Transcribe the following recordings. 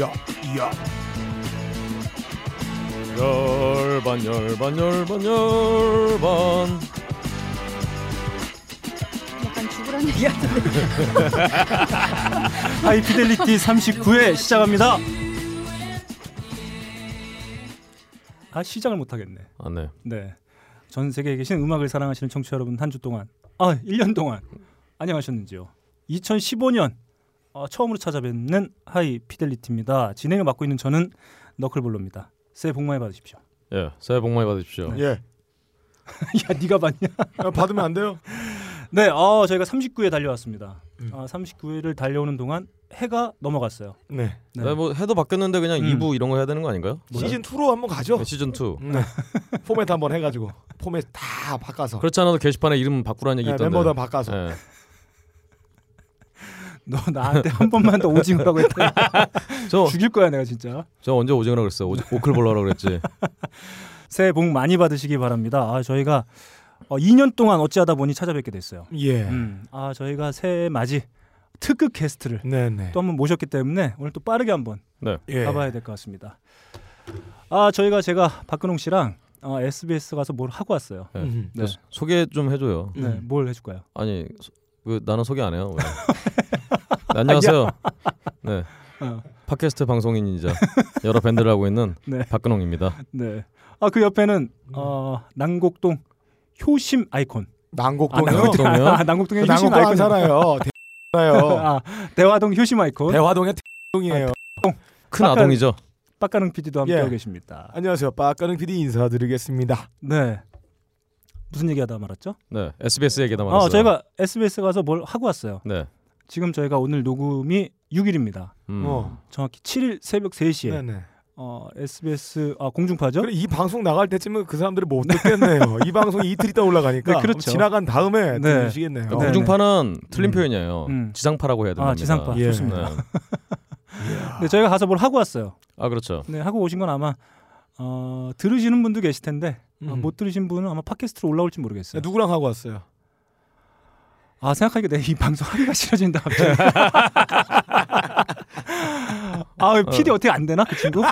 야, 야. 열반 열반 열반 열반 약간 죽으라는 얘기 같은데. 하이피델리티 39회 시작합니다. 아 시작을 못 하겠네. 아네 네. 전 세계에 계신 음악을 사랑하시는 청취자 여러분 한 주 동안 아 1년 동안 안녕하셨는지요. 2015년 어, 처음으로 찾아뵙는 하이피델리티입니다. 진행을 맡고 있는 저는 너클볼로입니다. 새해 복 많이 받으십시오. 예 새해 복 많이 받으십시오 예. 야 네가 봤냐? 아, 받으면 안 돼요? 네. 어, 저희가 39회 달려왔습니다. 어, 39회를 달려오는 동안 해가 넘어갔어요. 네. 네. 네, 뭐 해도 바뀌었는데 그냥 음. 2부 이런 거 해야 되는 거 아닌가요? 뭐야? 시즌 2로 한번 가죠. 네, 시즌 2 네. 포맷 한번 해 가지고 포맷 다 바꿔서. 그렇지 않아도 게시판에 이름 바꾸라는 얘기 네, 있던데 멤버 다 바꿔서. 예. 너 나한테 한 번만 더 오징어라고 했다. 저, 죽일 거야 내가 진짜. 저 언제 오징어라 그랬어 오, 오클 볼러라 그랬지 새해 복 많이 받으시기 바랍니다. 아, 저희가 어, 2년 동안 어찌하다 보니 찾아뵙게 됐어요. 예. 음, 아 저희가 새해 맞이 특급 게스트를 네, 네. 또 한 번 모셨기 때문에 오늘 또 빠르게 한번 네 예. 가봐야 될 것 같습니다. 아 저희가 제가 박근홍 씨랑 어, SBS 가서 뭘 하고 왔어요. 네. 음. 네, 소개 좀 해줘요 네, 뭘 해줄까요? 아니 소- 왜 나는 소개 안 해요 왜? 네, 안녕하세요 네 어, 팟캐스트 방송인이자 여러 밴드를 하고 있는 네. 박근홍입니다 네. 아 그 옆에는 음. 어, 난곡동 효심 아이콘. 난곡동이요. 그 난곡동. 난곡동이요? 아, 난곡동의 효심 어, 난곡동 안 아이콘. 살아요. 대잖아요. 아, 그 대화동 효심 아이콘. 대화동의 대동이에요. 큰 아까- 아동이죠 박가능 PD도 함께하고 예. 계십니다. 안녕하세요. 빠까는 PD 인사드리겠습니다. 네. 무슨 얘기하다 말았죠? 네 SBS 얘기다 말았어요 아, 저희가 SBS 가서 뭘 하고 왔어요. 네 지금 저희가 오늘 녹음이 6일입니다. 음. 어. 정확히 7일 새벽 3시에 네, 네. 어, SBS 아, 공중파죠? 그래 이 방송 나갈 때쯤은 그 사람들이 못 듣겠네요. 이 방송이 이틀 있다 올라가니까 네, 그렇죠. 지나간 다음에 네. 들으시겠네요. 네. 공중파는 아, 틀린 음. 표현이에요. 음. 지상파라고 해야 된다. 아, 지상파. 예. 좋습니다. 네. 네, 저희가 가서 뭘 하고 왔어요. 아 그렇죠. 네, 하고 오신 건 아마 어, 들으시는 분도 계실 텐데 아, 음. 못 들으신 분은 아마 팟캐스트로 올라올지 모르겠어요. 네. 누구랑 하고 왔어요? 아, 생각하기에 내 이 방송 하기가 싫어진다 갑자기. 아, 왜 PD 어떻게 안 되나? 그 친구?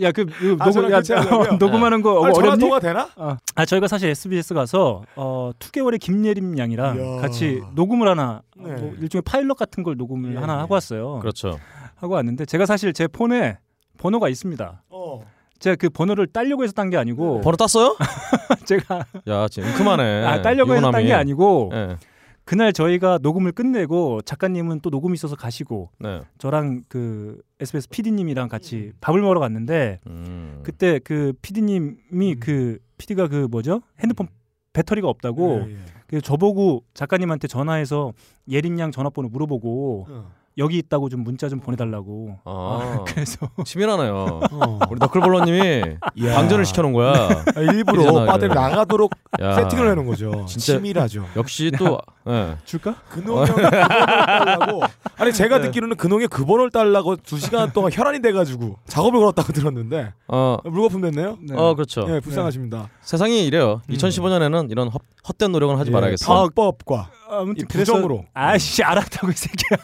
야, 그, 그 아, 녹음, 저랑 야, 같이 하려고요. 녹음하는 거 아니, 전화 어렵니? 통화 되나? 아, 아, 저희가 사실 SBS 가서 어 2개월의 김예림 양이랑 이야. 같이 녹음을 하나 네. 뭐 일종의 파일럿 같은 걸 녹음을 예, 하나 예. 하고 왔어요. 그렇죠. 하고 왔는데 제가 사실 제 폰에 번호가 있습니다. 어. 제가 그 번호를 따려고 해서 딴 게 아니고 번호 땄어요? 제가 야 지금 그만해. 아, 따려고 해서 딴 유부남이. 게 아니고 예. 그날 저희가 녹음을 끝내고 작가님은 또 녹음이 있어서 가시고 네. 저랑 그 SBS PD님이랑 음. 같이 밥을 먹으러 갔는데 음. 그때 그 음. PD님이 그 PD가 그 뭐죠 핸드폰 배터리가 없다고 예, 예. 그래서 저보고 작가님한테 전화해서 예림 양 전화번호 물어보고 어. 여기 있다고 좀 문자 좀 보내달라고. 아 그래서 치밀하네요. 어. 우리 너클볼러님이 야. 방전을 시켜놓은 거야. 아, 일부러 그러잖아, 빠들 그래. 나가도록 야. 세팅을 해놓은 거죠. 진짜. 치밀하죠. 역시 또 예. 줄까? 근홍이 형이 그 번호를 달라고. 아니 제가 듣기로는 근홍이 그 번호를 달라고 두 시간 동안 혈안이 돼가지고 작업을 걸었다고 들었는데 어, 물거품 됐네요. 네. 어 그렇죠. 예, 불쌍하십니다. 세상이 이래요. 음. 2015년에는 이런 헛, 헛된 노력은 하지 예, 말아야겠어. 요 편법과 아무튼 이 부정으로. 아씨 알았다고 이 새끼야.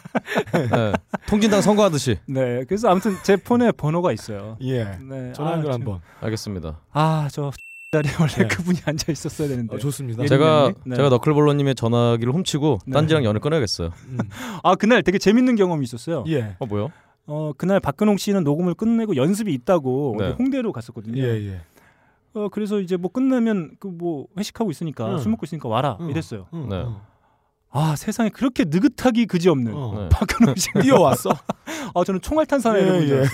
네. 통진당 선거하듯이. 네. 그래서 아무튼 제 폰에 번호가 있어요. 예. 네. 전화 아, 연결 지금- 한번. 알겠습니다. 아저 자리에 원래 네. 그분이 앉아 있었어야 되는데. 어, 좋습니다. 네. 예림이 제가 형님? 네. 제가 너클볼러님의 전화기를 훔치고 네. 딴지랑 연을 끊어야겠어요. 음. 아 그날 되게 재밌는 경험이 있었어요. 예. 어 뭐요? 어 그날 박근홍 씨는 녹음을 끝내고 연습이 있다고 네. 어디 홍대로 갔었거든요. 예, 예. 어 그래서 이제 뭐 끝나면 그 뭐 회식하고 있으니까 응. 술 먹고 있으니까 와라 응. 이랬어요. 음, 네. 어. 아 세상에 그렇게 느긋하기 그지없는 어. 네. 박근홍 씨. 뛰어왔어. 아 저는 총알탄 사나이 예, 이러고 예. 있어요.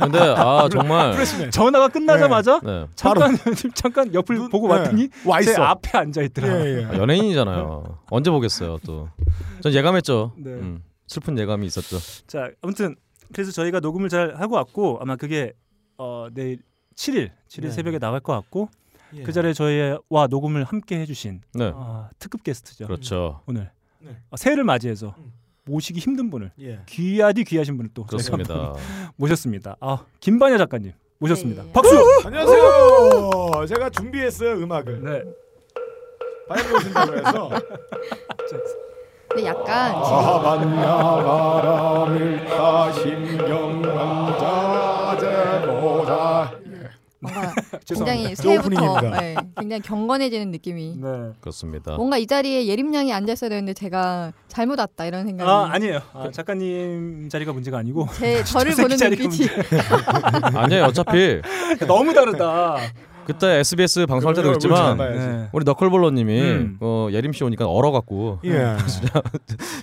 근데 아 정말 프레시맨. 전화가 끝나자마자 네. 잠깐 잠깐 옆을 예. 눈- 보고 네. 왔더니 와 제 있어. 앞에 앉아 예, 있더라. 예. 아, 연예인이잖아요. 언제 보겠어요 또. 전 예감했죠. 네. 음, 슬픈 예감이 있었죠. 자 아무튼 그래서 저희가 녹음을 잘 하고 왔고 아마 그게 어, 내일 7일 7일 네. 새벽에 나갈 것 같고 예. 그 자리에 저희와 녹음을 함께 해주신 네. 아, 특급 게스트죠 그렇죠. 오늘 네. 아, 새해를 맞이해서 음. 모시기 힘든 분을 예. 귀하디 귀하신 분을 또 그렇죠. 저희가 한번 그렇습니다. 모셨습니다. 아 김반야 작가님 모셨습니다. 네. 박수. 안녕하세요. 제가 준비했어요 음악을. 네. 빨리 오신다고 해서. 근데 약간 아, 네. 사만나 바람을 타심경 굉장히 죄송합니다. 새해부터 오프닝입니다. 네, 굉장히 경건해지는 느낌이 네. 그렇습니다. 뭔가 이 자리에 예림양이 앉아 있어야 되는데 제가 잘못 왔다 이런 생각이 아 아니에요. 그 아, 작가님 자리가 문제가 아니고 제 저를 새끼 보는 자리가 눈빛이 아니에요. 어차피 그러니까 너무 다르다. 그때 SBS 방송할 때도 그걸 아, 그랬지만 잘 봐야지. 네. 우리 너클볼러님이 음. 어, 예림 씨 오니까 얼어갖고 예.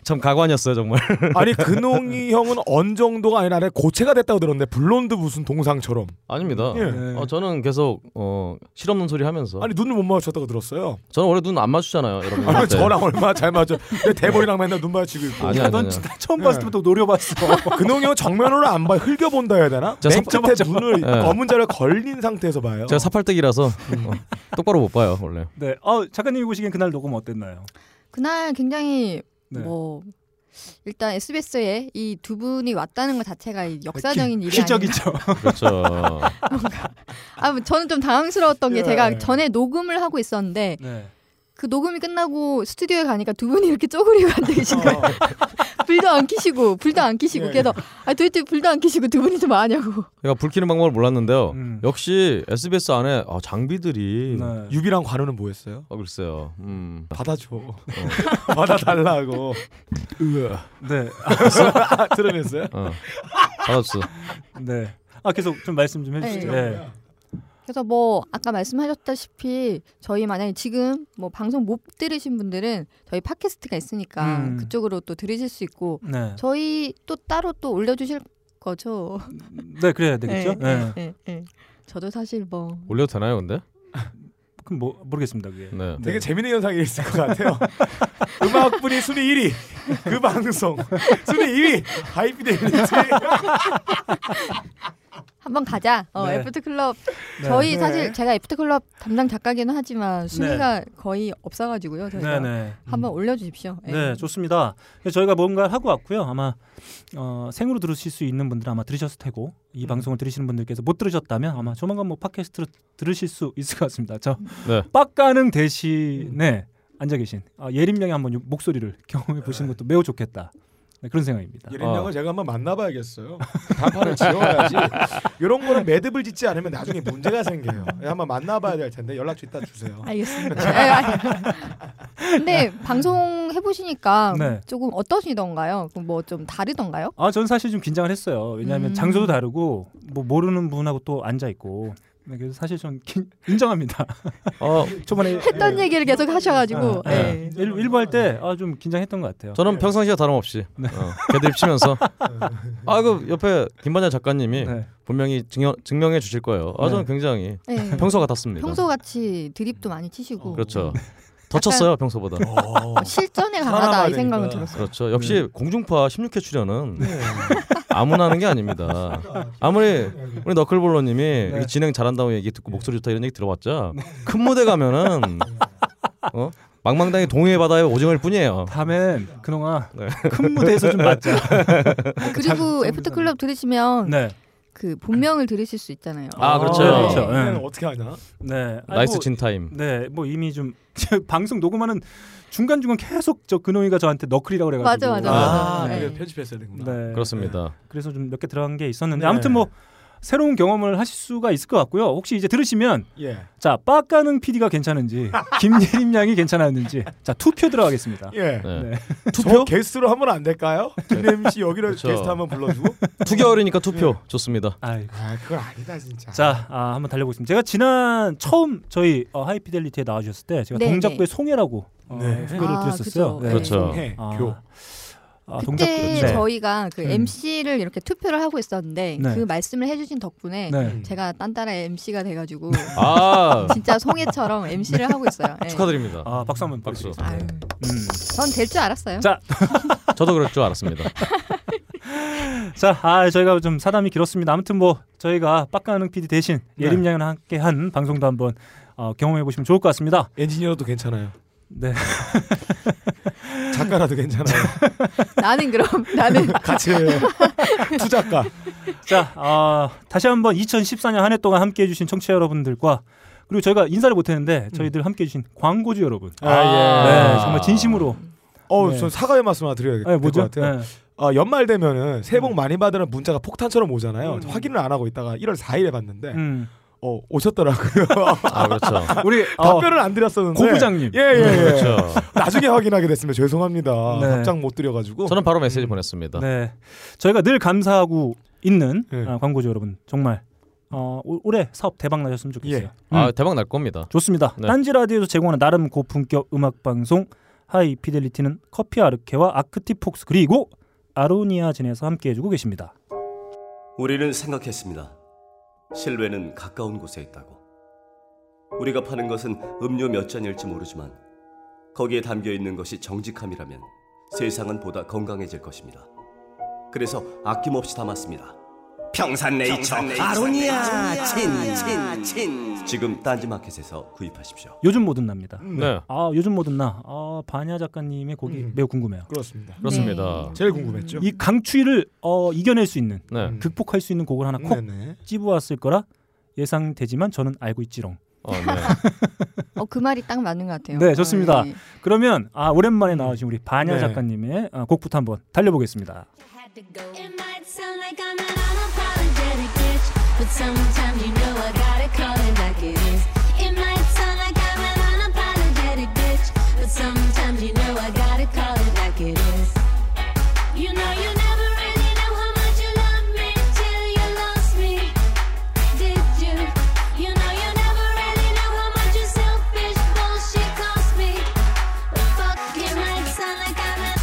참 가관이었어요 정말. 아니 근홍이 형은 언 정도가 아니라 아래 고체가 됐다고 들었는데 블론드 무슨 동상처럼. 아닙니다. 예. 네. 어, 저는 계속 어, 실없는 소리 하면서 아니 눈을 못 마주쳤다고 들었어요. 저는 원래 눈 안 마주잖아요 여러분. 아, 저랑 얼마나 잘 맞아. 내 대본이랑 맨날 눈 마주치고 있고. 아니야. 야, 넌 아니야. 나 처음 봤을 네. 때부터 노려봤어. 근홍이 형 정면으로 안 봐요. 흘겨본다 해야 되나? 제가 맨 섭- 끝에 눈을 예. 검은 자를 걸린 상태에서 봐요. 제가 사팔뜨기라서 어, 똑바로 못 봐요 원래. 네. 어, 작가님이 보시기엔 그날 녹음 어땠나요? 그날 굉장히 네. 뭐 일단 SBS에 이 두 분이 왔다는 것 자체가 이 역사적인 일이 아니에요. 네, 기적이죠. 그렇죠. 아, 뭐 저는 좀 당황스러웠던 게 예. 제가 전에 녹음을 하고 있었는데 네. 그 녹음이 끝나고 스튜디오에 가니까 두 분이 이렇게 쪼그리고 앉아 계신 어. 거예요. 불도 안 켜시고 불도 안 켜시고 네. 예. 그래서 아 도대체 불도 안 켜시고 두뭐 분이 좀 아냐고. 제가 불 켜는 방법을 몰랐는데요. 음. 역시 SBS 안에 아, 장비들이 네. 유비랑 관우는 뭐 했어요? 어, 글쎄요. 음. 받아줘. 받아달라고. 으아. 네. 드러냈어요? 어. 받았어. 아, 네. 아 계속 좀 말씀 좀 해주시죠. 네. 네. 그래서 뭐 아까 말씀하셨다시피 저희 만약에 지금 뭐 방송 못 들으신 분들은 저희 팟캐스트가 있으니까 음. 그쪽으로 또 들으실 수 있고 네. 저희 또 따로 또 올려주실 거죠. 네, 그래야 되겠죠. 네. 네. 네. 네. 저도 사실 뭐 올려도 되나요, 근데? 그럼 뭐 모르겠습니다. 그게. 네. 되게 재밌는 현상이 있을 것 같아요. 음악분이 순위 1위, 그 방송 순위 2위 하이피델리티. 한번 가자. 어, 네. 애프터 클럽 네. 저희 네. 사실 제가 애프터 클럽 담당 작가기는 하지만 순위가 거의 없어가지고요. 네, 저희가 네. 한번 올려주십시오. 예. 네, 좋습니다. 저희가 뭔가 하고 왔고요. 아마 어, 생으로 들으실 수 있는 분들은 아마 들으셨을 테고 이 음. 방송을 들으시는 분들께서 못 들으셨다면 아마 조만간 뭐 팟캐스트로 들으실 수 있을 것 같습니다. 저 네. 빡가능 대신에 앉아 계신 아, 예림양의 한번 요- 목소리를 경험해 보시는 것도 매우 좋겠다. 네, 그런 생각입니다. 예린 양을 제가 한번 만나봐야겠어요. 단판을 지어야지. 이런 거는 매듭을 짓지 않으면 나중에 문제가 생겨요. 예, 한번 만나봐야 될 텐데 연락처 이따 주세요. 알겠습니다. 예, 아니. 근데 방송 해보시니까 네. 조금 어떠시던가요? 뭐 좀 다르던가요? 아, 전 사실 좀 긴장을 했어요. 왜냐하면 음. 장소도 다르고 뭐 모르는 분하고 또 앉아 있고. 네, 그래서 사실 전 긴- 인정합니다. 어, 초반에 했던 얘기를 계속 하셔가지고 아, 예. 네. 일, 일부 할 때 아, 좀 긴장했던 것 같아요. 저는 네. 평상시와 다름없이 어, 개드립 치면서 아, 그 옆에 김반장 작가님이 네. 분명히 증여, 증명해 주실 거예요. 아, 저는 굉장히 예. 평소 같았습니다. 평소 음. 같이 드립도 많이 치시고 네. 그렇죠. 더 쳤어요, 평소보다. 어. 실전에 살아봐야 강하다 이 생각은 되니까. 들었어요. 그렇죠. 역시 네. 공중파 16회 출연은 아무나 하는 게 아닙니다. 아무리 우리 너클볼러님이 이렇게 진행 잘한다고 얘기 듣고 목소리 좋다 이런 얘기 들어봤자 큰 무대 가면은 어? 망망당해 동해 바다에 오징어일 뿐이에요. 다음엔 그놈아 네. 큰 무대에서 좀 맞자. 그리고 애프터 클럽 들으시면 네, 그 본명을 들으실 수 있잖아요. 아, 그렇죠. 네, 어, 그렇죠. 예. 얘는 어떻게 하냐? 네. 아니, 나이스 뭐, 진타임. 네, 뭐 이미 좀 방송 녹음하는 중간 중간 계속 저 근홍이가 저한테 너클이라고 그래가지고. 맞아, 맞아, 아, 네. 이거 편집했어야 되구나. 네. 그렇습니다. 그래서 좀 몇 개 들어간 게 있었는데 네. 아무튼 뭐 새로운 경험을 하실 수가 있을 것 같고요. 혹시 이제 들으시면 예. 자 빡가능 PD가 괜찮은지 김예림 양이 괜찮았는지 자 투표 들어가겠습니다. 예. 네. 네. 투표 게스트로 하면 안 될까요? 김혜미 씨 여기로 그렇죠. 게스트 한번 불러주고. 투개월이니까 투표 좋습니다. 아이. 아 그건 아니다 진짜. 자, 아, 한번 달려보겠습니다. 제가 지난 처음 저희 어, 하이피델리티에 나와주셨을 때 제가 네, 동작부의 네. 송해라고 어, 네. 소개를 아, 드렸었어요. 그죠. 네. 그렇죠. 해, 아, 교. 아, 그때 네. 저희가 그 음. MC를 이렇게 투표를 하고 있었는데 네. 그 말씀을 해주신 덕분에 네. 제가 딴따라의 MC가 돼가지고 아 진짜 송해처럼 MC를 하고 있어요. 예. 축하드립니다. 아, 박수 한번 박수. 보내주세요. 아유, 음. 전 될 줄 알았어요. 자. 저도 그럴 줄 알았습니다. 자, 아, 저희가 좀 사담이 길었습니다. 아무튼 뭐 저희가 빡가능 PD 대신 네. 예림양이랑 함께 한 방송도 한번 어, 경험해 보시면 좋을 것 같습니다. 엔지니어도 괜찮아요. 네. 작가라도 괜찮아요. 나는 그럼 나는 같이 해요. 투작가. 자, 아, 다시 한번 2014년 한 해 동안 함께 해 주신 청취자 여러분들과 그리고 저희가 인사를 못 했는데 저희들 함께 해 주신 광고주 여러분. 아, 네, 정말 진심으로. 어우, 네. 전 사과의 말씀 하나 드려야 네, 그 될 것 뭐죠? 같아요. 네. 아, 연말 되면은 새해 복 많이 받으라는 문자가 폭탄처럼 오잖아요. 음. 확인을 안 하고 있다가 1월 4일에 봤는데 음. 어, 오셨더라고요. 아 그렇죠. 우리 어, 답변을 안 드렸었는데 고부장님. 예, 예, 예. 그렇죠. 나중에 확인하게 됐습니다. 죄송합니다. 네. 답장 못 드려가지고. 저는 바로 메시지 음. 보냈습니다. 네, 저희가 늘 감사하고 있는 예. 아, 광고주 여러분 정말 어, 올- 올해 사업 대박 나셨으면 좋겠어요. 예. 아 대박 날 겁니다. 좋습니다. 네. 딴지 라디오에서 제공하는 나름 고품격 음악 방송 하이 피델리티는 커피 아르케와 아크티폭스 그리고 아로니아 진에서 함께 해주고 계십니다. 우리는 생각했습니다. 실외는 가까운 곳에 있다고. 우리가 파는 것은 음료 몇 잔일지 모르지만 거기에 담겨 있는 것이 정직함이라면 세상은 보다 건강해질 것입니다. 그래서 아낌없이 담았습니다. 평산네이처 아로니아 친친친 지금 딴지마켓에서 구입하십시오. 요즘 뭐든 납니다. 네 아 요즘 뭐든 나. 아 반야 작가님의 곡이 음. 매우 궁금해요. 그렇습니다. 그렇습니다. 제일 궁금했죠. 이 강추위를 어, 이겨낼 수 있는 네. 음. 극복할 수 있는 곡을 하나 콕 네네. 찝어왔을 거라 예상되지만 저는 알고 있지롱. 어, 네. 어, 그 말이 딱 맞는 것 같아요. 네, 좋습니다. 어, 네. 음. 그러면 아 오랜만에 나오신 우리 반야 네. 작가님의 아, 곡부터 한번 달려보겠습니다. It might sound like I'm an unapologetic bitch, but sometimes you know I gotta call it like it is. It might sound like I'm an unapologetic bitch, but sometimes you know I gotta call it like it is. You know you never really know how much you love me till you lost me, did you? You know you never really know how much your selfish bullshit cost me. But fuck, it might sound like I'm an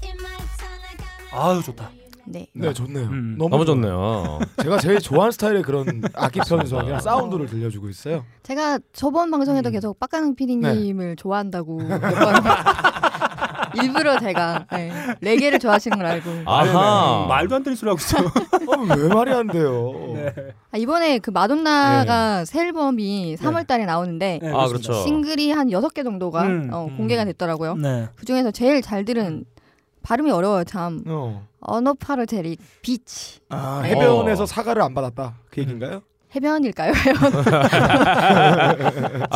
It might sound like I'm an 아유 좋다. 네. 네, 좋네요. 음. 너무 좋아요. 좋네요. 제가 제일 좋아하는 스타일의 그런 악기 편성이랑 아. 사운드를 들려주고 있어요. 제가 저번 방송에도 음. 계속 빡가능 PD님을 좋아한다고 몇 번. 일부러 제가 네, 레게를 좋아하시는 걸 알고 아하. 말도 안 되는 소리 하고 있어. 그렇죠? 어, 왜 말이 안 돼요? 네. 아, 이번에 그 마돈나가 새 앨범이 3월달에 나오는데 네, 아 그렇습니다. 그렇죠. 싱글이 한 6개 정도가 음. 어, 음. 공개가 됐더라고요 네. 그 중에서 제일 잘 들은 발음이 어려워요 참 어. 언어파르제릭 비치 아, 네. 해변에서 사과를 안 받았다. 그 얘긴가요? 음. 해변일까요? 아,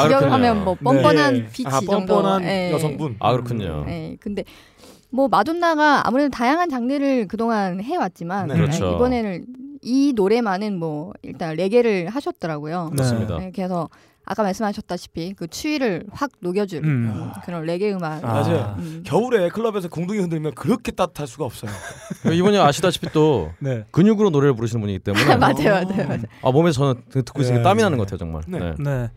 지역을 그렇군요. 하면 뭐 뻔뻔한 네. 비치 아, 정도. 뻔뻔한 예. 여성분. 아 그렇군요. 예. 근데 뭐 마돈나가 아무래도 다양한 장르를 그동안 해왔지만 네. 예, 그렇죠. 이번에는 이 노래만은 뭐 일단 레게를 하셨더라고요. 네. 그렇습니다. 예, 그래서 아까 말씀하셨다시피 그 추위를 확 녹여줄 음. 음, 그런 레게 음악. 아. 맞아요. 음. 겨울에 클럽에서 궁둥이 흔들면 그렇게 따뜻할 수가 없어요. 그 이번에 아시다시피 또 네. 근육으로 노래를 부르시는 분이기 때문에 맞아요, 맞아요, 맞아요. 아 몸에서 저는 그- 듣고 있으니까 네. 땀이 나는 것 같아요 정말. 네. 네. 네.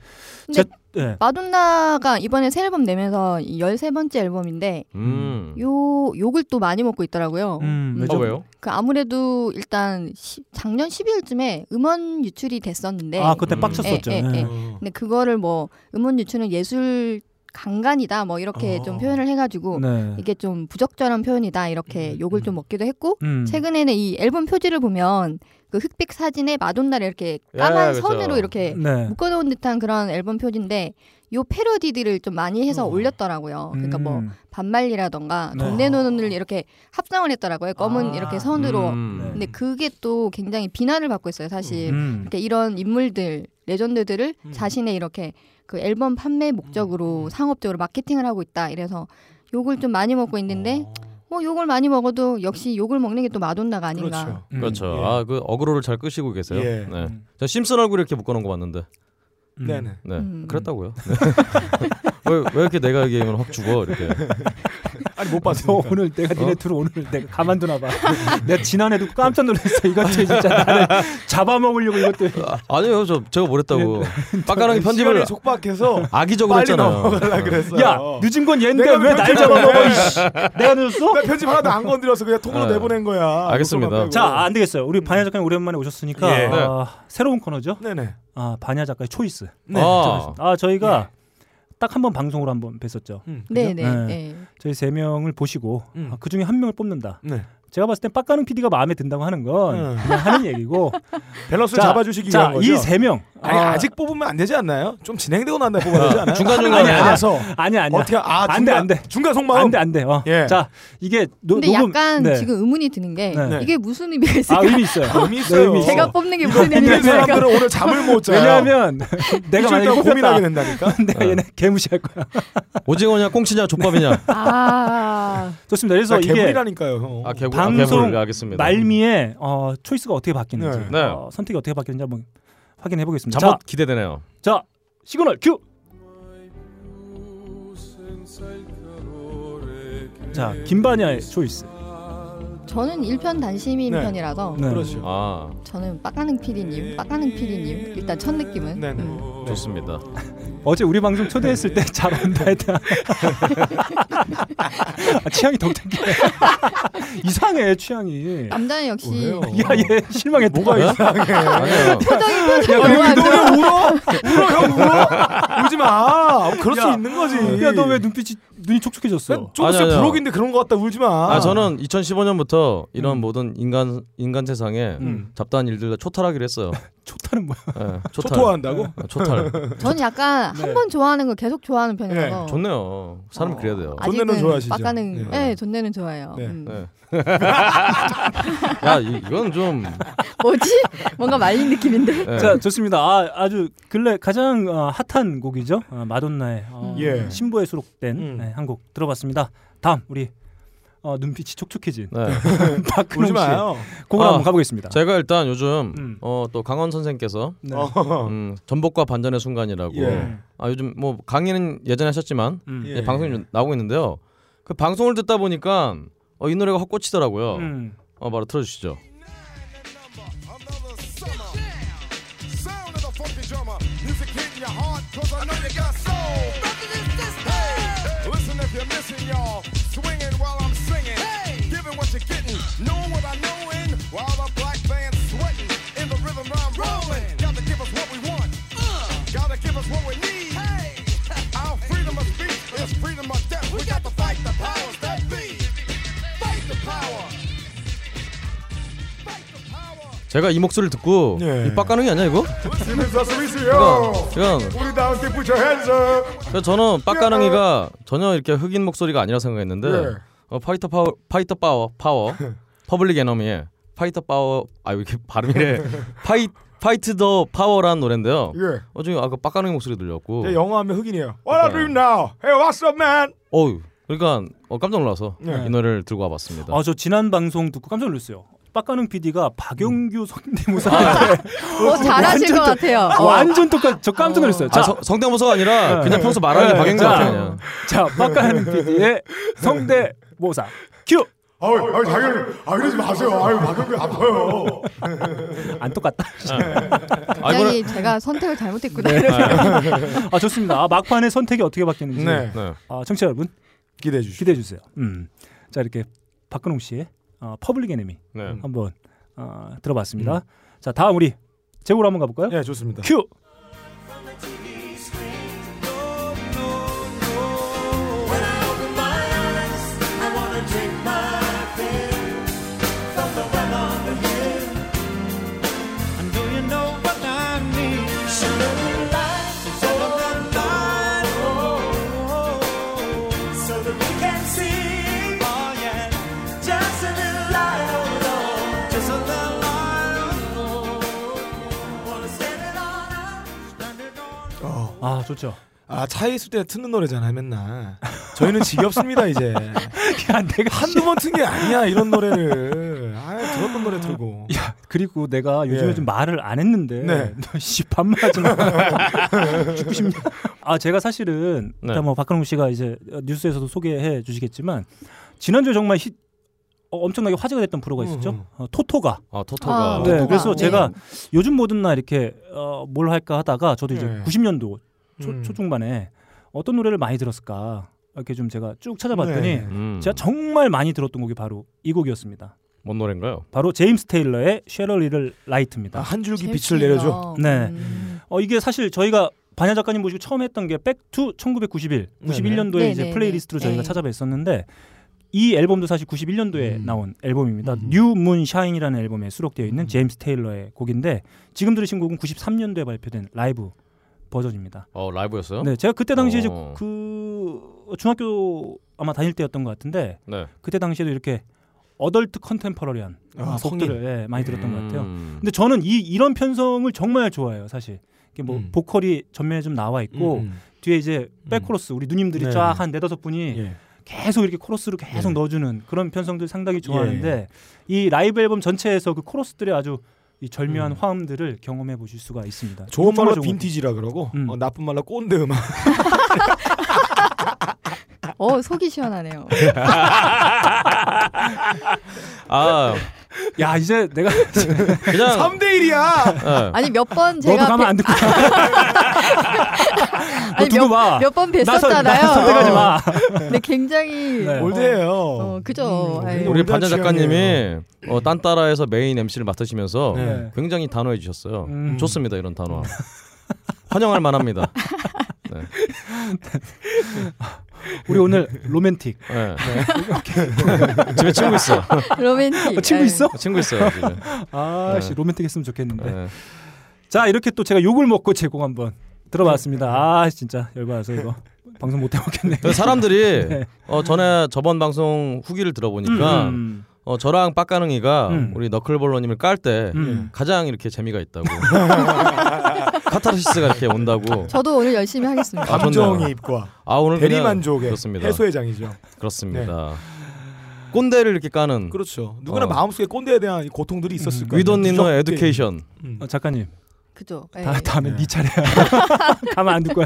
근데 네. 마돈나가 이번에 새 앨범 내면서 13번째 앨범인데 음. 요 욕을 또 많이 먹고 있더라고요. 음, 아 왜요? 그 아무래도 일단 시- 작년 12월쯤에 음원 유출이 됐었는데 아 그때 음. 빡쳤었죠. 예, 예, 네. 예. 어. 근데 그거를 뭐 음원 유출은 예술 강간이다 뭐 이렇게 어. 좀 표현을 해가지고 네. 이게 좀 부적절한 표현이다 이렇게 음, 욕을 좀 먹기도 했고 음. 최근에는 이 앨범 표지를 보면 그 흑백 사진에 마돈나를 이렇게 예, 까만 그렇죠. 선으로 이렇게 네. 묶어놓은 듯한 그런 앨범 표지인데 요 패러디들을 좀 많이 해서 어. 올렸더라고요. 그러니까 뭐 음. 반말리라던가 네. 동네논을 이렇게 합성을 했더라고요. 검은 아. 이렇게 선으로 음. 네. 근데 그게 또 굉장히 비난을 받고 있어요, 사실. 음. 그러니까 이런 인물들, 레전드들을 음. 자신의 이렇게 그 앨범 판매 목적으로 음. 상업적으로 마케팅을 하고 있다. 이래서 욕을 좀 많이 먹고 있는데 어. 뭐 욕을 많이 먹어도 역시 욕을 먹는 게 또 마돈나가 아닌가. 그렇죠. 음. 그렇죠. 예. 아 그 어그로를 잘 끄시고 계세요. 예. 네. 음. 저 심슨 얼굴 이렇게 묶어놓은 거 봤는데. 음. 네네. 네. 음. 그랬다고요. 네. 왜, 왜 이렇게 내가 얘기하면 확 죽어 이렇게. 아니 못 너 봤어. 오늘 내가 어? 니네 둘을 오늘 내가 가만두나 봐. 내가 지난해도 깜짝 놀랐어. 이것도 진짜 나를 잡아먹으려고 이것도. 아, 니요저 제가 뭐랬다고. 빡가랑이 편집을 네. 시간이 촉박해서 악의적으로 빨리 했잖아요. 네. 넘어가려 그랬어요. 야 늦은 건 얘인데 내가 왜 날 편집을 잡아먹어? 해? 이씨. 내가 늦었어? 나 편집 하나도 안 건드려서 그냥 통으로 네. 내보낸 거야. 알겠습니다. 네. 녹음만 네. 빼고. 자 안 되겠어요. 우리 반야 작가님 오랜만에 오셨으니까 예. 아, 새로운 코너죠. 네네. 아 반야 작가의 초이스. 네. 아, 아 저희가 예. 딱 한 번 방송으로 한 번 뵀었죠. 네, 네. 네. 네. 저희 세 명을 보시고 음. 그 중에 한 명을 뽑는다. 네. 제가 봤을 땐 빡가는 PD가 마음에 든다고 하는 건 음. 그냥 하는 얘기고 밸런스를 자, 잡아주시기 위한 거죠. 자이 세명 아니 아직 뽑으면 안 되지 않나요? 좀 진행되고 난 다음에 뽑아야 되지 않아요? 중간중간에 아니, 아니야. 알아서 아니 아니야 어떻게 아 안 돼, 중간 안 돼. 중간 속마음 안돼 안돼 어. 예. 자 이게 노, 근데 녹음 약간 네. 지금 의문이 드는 게 네. 이게 무슨 의미가 아 있을까? 의미 있어요 의미 있어요. 의미 있어. 네, 제가 뽑는 게 무슨 의미가 이 있을까? 사람들은 오늘 잠을 못 자요. 왜냐하면 내가 일주일 만약에 아, 동안 뽑혔다 고민하게 된다니까. 내가 얘네 개무시할 거야 오징어냐 꽁치냐 족밥이냐. 아. 좋습니다 그래서 나 이게 개불이라니까요. 형. 아 개구. 방송 알겠습니다. 말미에 어, 초이스가 어떻게 바뀌는지 네. 네. 어, 선택이 어떻게 바뀌는지 한번 확인해 보겠습니다. 잠옷 기대되네요. 자, 시그널 큐. 자, 김바냐의 초이스. 저는 일편 단심인 네. 편이라서 네. 그렇죠. 아 저는 빡가능 피디님, 빡가능 피디님 일단 첫 느낌은 네네. 음. 좋습니다. 어제 우리 방송 초대했을 때 잘 온다 했다. 아, 취향이 덕택해. 이상해 취향이. 남자는 어, 역시 왜요? 야얘 실망했다. 뭐가 이상해? 아니에요. 야, 왜 너왜 울어? 울어 형 울어? 울지 마. 그럴 수 있는 거지. 야너 왜 눈빛이 눈이 촉촉해졌어? 조금씩 아니, 아니, 아니. 부록인데 그런 거 같다 울지 마. 아 저는 2015년부터 이런 모든 인간 인간 세상에 음. 잡다한 일들 다 초탈하기로 했어요. 초타는 뭐야? 예, 초탈. 초토화한다고? 예, 초탈. 저는 약간 네. 한 번 좋아하는 걸 계속 좋아하는 편이라서 좋네요. 사람 어, 이 그래야 돼요. 존내는 아직은 좋아하시죠? 빡가능, 네. 네, 존내는 좋아해요. 네. 음. 네. 야 이, 이건 좀 뭐지? 뭔가 말린 느낌인데. 예. 자 좋습니다. 아, 아주 근래 가장 어, 핫한 곡이죠. 어, 마돈나의 어, 예. 신보에 수록된 음. 네, 한곡 들어봤습니다. 다음 우리 어, 눈빛이 촉촉해진 네. 울지 박근홍 씨 마요. 곡을 아, 한번 가보겠습니다. 제가 일단 요즘 음. 어, 또 강원 선생께서 네. 어. 음, 전복과 반전의 순간이라고 예. 아 요즘 뭐 강의는 예전에 하셨지만 음. 예. 이제 방송이 좀 나오고 있는데요. 그 방송을 듣다 보니까 어, 이 노래가 헛꽂히더라고요. 음. 어 바로 틀어주시죠. Sound of the funky drummer. Music hitting your heart, cause I know you got soul. Hey, listen if you're missing, y'all. Swinging while I'm singing. Giving what you're getting. Knowing what I know in. While the black band's sweating. In the rhythm I'm rolling. Uh. Gotta give us what we want. Gotta give us what we need. Our freedom of speech is freedom of death. We, got, to fight the powers that be. Fight the power. Fight the power. 제가 이 목소리를 듣고 예. 이 빡가능이 아니야 이거? 김민사 이건 어. 스미스요. 이건 우리 다 함께 put your hands up. 그래서 저는 빡가능이가 전혀 이렇게 흑인 목소리가 아니라 생각했는데 네. 예. 어, 파이터 파워 파이터 파워 파워 퍼블릭 애너미의 파이터 파워 아왜 이렇게 발음이래 파이 파이트 더 파워라는 노래인데요. 예. 어 지금 아까 빡가능이 목소리 들렸고 예, 제 영어 하면 흑인이에요. What I do now? Hey, what's up, man? 어우 그러니까 어, 깜짝 놀라서 네. 예. 이 노래를 들고 와봤습니다. 아저 지난 방송 듣고 깜짝 놀랐어요. 빡가능 PD가 음. 박영규 아, 네. 성대모사 뭐 잘하실 것 같아요. 어. 완전 똑같. 저 깜짝 놀랐어요. 아, 자, 성- 성대모사가 아니라 그냥 평소 말하는 네, 방향제 자. 같아 그냥. 자 빡가능 PD의 성대모사 큐. 아유, 아유, 당연히. 아, 이러지 마세요. 아유, 박영규 아파요. 안 똑같다. 아 이거는 굉장히 제가 선택을 잘못했구나. 네. 네. 아 좋습니다. 아, 막판의 선택이 어떻게 바뀌는지 네. 네. 아, 청취자 여러분 기대해 주시죠. 기대해 주세요. 음. 자 이렇게 박근홍 씨의 어, 퍼블릭 애니미 네. 음. 한번 어, 들어봤습니다. 자 다음 우리 제고로 한번 가볼까요? 예, 좋습니다. 큐. Oh, 아 좋죠. 아, 차에 있을 때 듣는 노래잖아요, 맨날. 저희는 지겹습니다, 이제. 야 내가 한두 번 튼 게 아니야, 이런 노래를. 아, 들었던 노래 들고. 야 그리고 내가 요즘에 예. 좀 말을 안 했는데 네. 너씨 반말하지 마. 죽고 싶냐? 아 제가 사실은 네. 일단 뭐 박근홍 씨가 이제 뉴스에서도 소개해 주시겠지만 지난주 에 정말 히, 어, 엄청나게 화제가 됐던 프로가 있었죠. 음. 어, 토토가. 아 토토가 아, 네, 토토가. 그래서 네. 제가 요즘 뭐든 나 이렇게 어, 뭘 할까 하다가 저도 이제 네. 90년도 초, 음. 초중반에 어떤 노래를 많이 들었을까 이렇게 좀 제가 쭉 찾아봤더니 네. 음, 제가 정말 많이 들었던 곡이 바로 이 곡이었습니다. 뭔 노래인가요? 바로 제임스 테일러의 쉐럴리를 아, 라이트입니다. 한 줄기 재밌어요. 빛을 내려줘. 네. 음. 어 이게 사실 저희가 반야 작가님 모시고 처음 했던 게 백투 1991, 네네. 91년도에 네네, 이제 네. 플레이리스트로 저희가 네. 찾아뵀었는데 이 앨범도 사실 91년도에 음. 나온 앨범입니다. 음. 뉴문 샤인이라는 앨범에 수록되어 있는 음. 제임스 테일러의 곡인데 지금 들으신 곡은 93년도에 발표된 라이브 버전입니다. 어 라이브였어요? 네, 제가 그때 당시에 이제 어. 그 중학교 아마 다닐 때였던 것 같은데 네. 그때 당시에도 이렇게 어덜트 컨템퍼러리한 아, 곡들을 예, 많이 들었던 것 같아요. 네. 음. 근데 저는 이 이런 편성을 정말 좋아해요, 사실. 이게 뭐 음. 보컬이 전면에 좀 나와 있고 음. 뒤에 이제 백코러스 우리 누님들이 네. 쫙 한 네다섯 분이 예. 계속 이렇게 코러스를 계속 네. 넣어주는 그런 편성들 상당히 좋아하는데 이 라이브 앨범 전체에서 그 코러스들의 아주 이 절묘한 화음들을 경험해 보실 수가 있습니다. 좋은 말로 정말 좋은 빈티지라 그러고 음. 어, 나쁜 말로 꼰대 음악. 어 속이 시원하네요. 아 곡. 야 이제 내가 그냥 3대 1이야. 예. 아니 몇 번 너도 제가 가면 안 듣고 아니 두고 봐. 몇번 나서 뵀었잖아요. 나서 선택하지 마. 근데 굉장히 네. 올드예요. 어 그죠. 음, 아이, 우리 우리 올드한 반전 취향이에요. 작가님이 어, 딴따라에서 메인 MC를 맡으시면서 네. 굉장히 단호해 주셨어요. 음. 좋습니다 이런 단호. 환영할 만합니다. 우리 오늘 로맨틱 네. 예. 네. 집에 친구 있어. 로맨틱. 어, 친구 아이. 있어? 친구 있어요. 집에. 네. 아씨 네. 로맨틱했으면 좋겠는데. 예. 자 이렇게 또 제가 욕을 먹고 제공 한번 들어봤습니다. 아 진짜 열받아서 이거 방송 못 해먹겠네. 그래서 사람들이 네. 어, 전에 저번 방송 후기를 들어보니까 음. 어, 저랑 빡가능이가 음. 우리 너클볼러님을 깔 때 음. 가장 이렇게 재미가 있다고 카타르시스가 이렇게 온다고 저도 오늘 열심히 하겠습니다. 아, 좋네요. 감정이 입과 아 오늘 그냥 대리만족의 네. 그렇습니다. 해소의장이죠. 그렇습니다. 꼰대를 이렇게 까는 그렇죠. 누구나 어. 음. 마음속에 꼰대에 대한 이 고통들이 있었을 그러니까 거예요. 위도님의 뒤적게. 에듀케이션 음. 어, 작가님 그죠. 다, 예. 다음에 네. 네. 차례야. 가면 안 될 거야.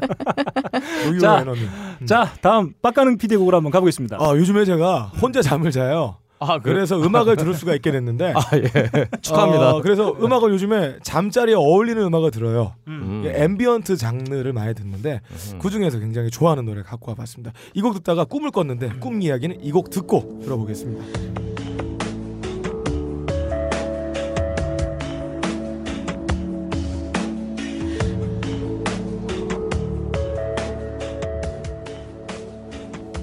노유로 자, 에너님. 음. 자 다음 빡가는 피디 곡으로 한번 가보겠습니다. 아 요즘에 제가 혼자 잠을 자요. 아 그래서 음악을 들을 수가 있게 됐는데 아 예. 축하합니다. 어, 그래서 음악을 요즘에 잠자리에 어울리는 음악을 들어요. 음. 이 앰비언트 예, 장르를 많이 듣는데 그 중에서 굉장히 좋아하는 노래 갖고 와봤습니다. 이 곡 듣다가 꿈을 꿨는데 꿈 이야기는 이 곡 듣고 들어보겠습니다.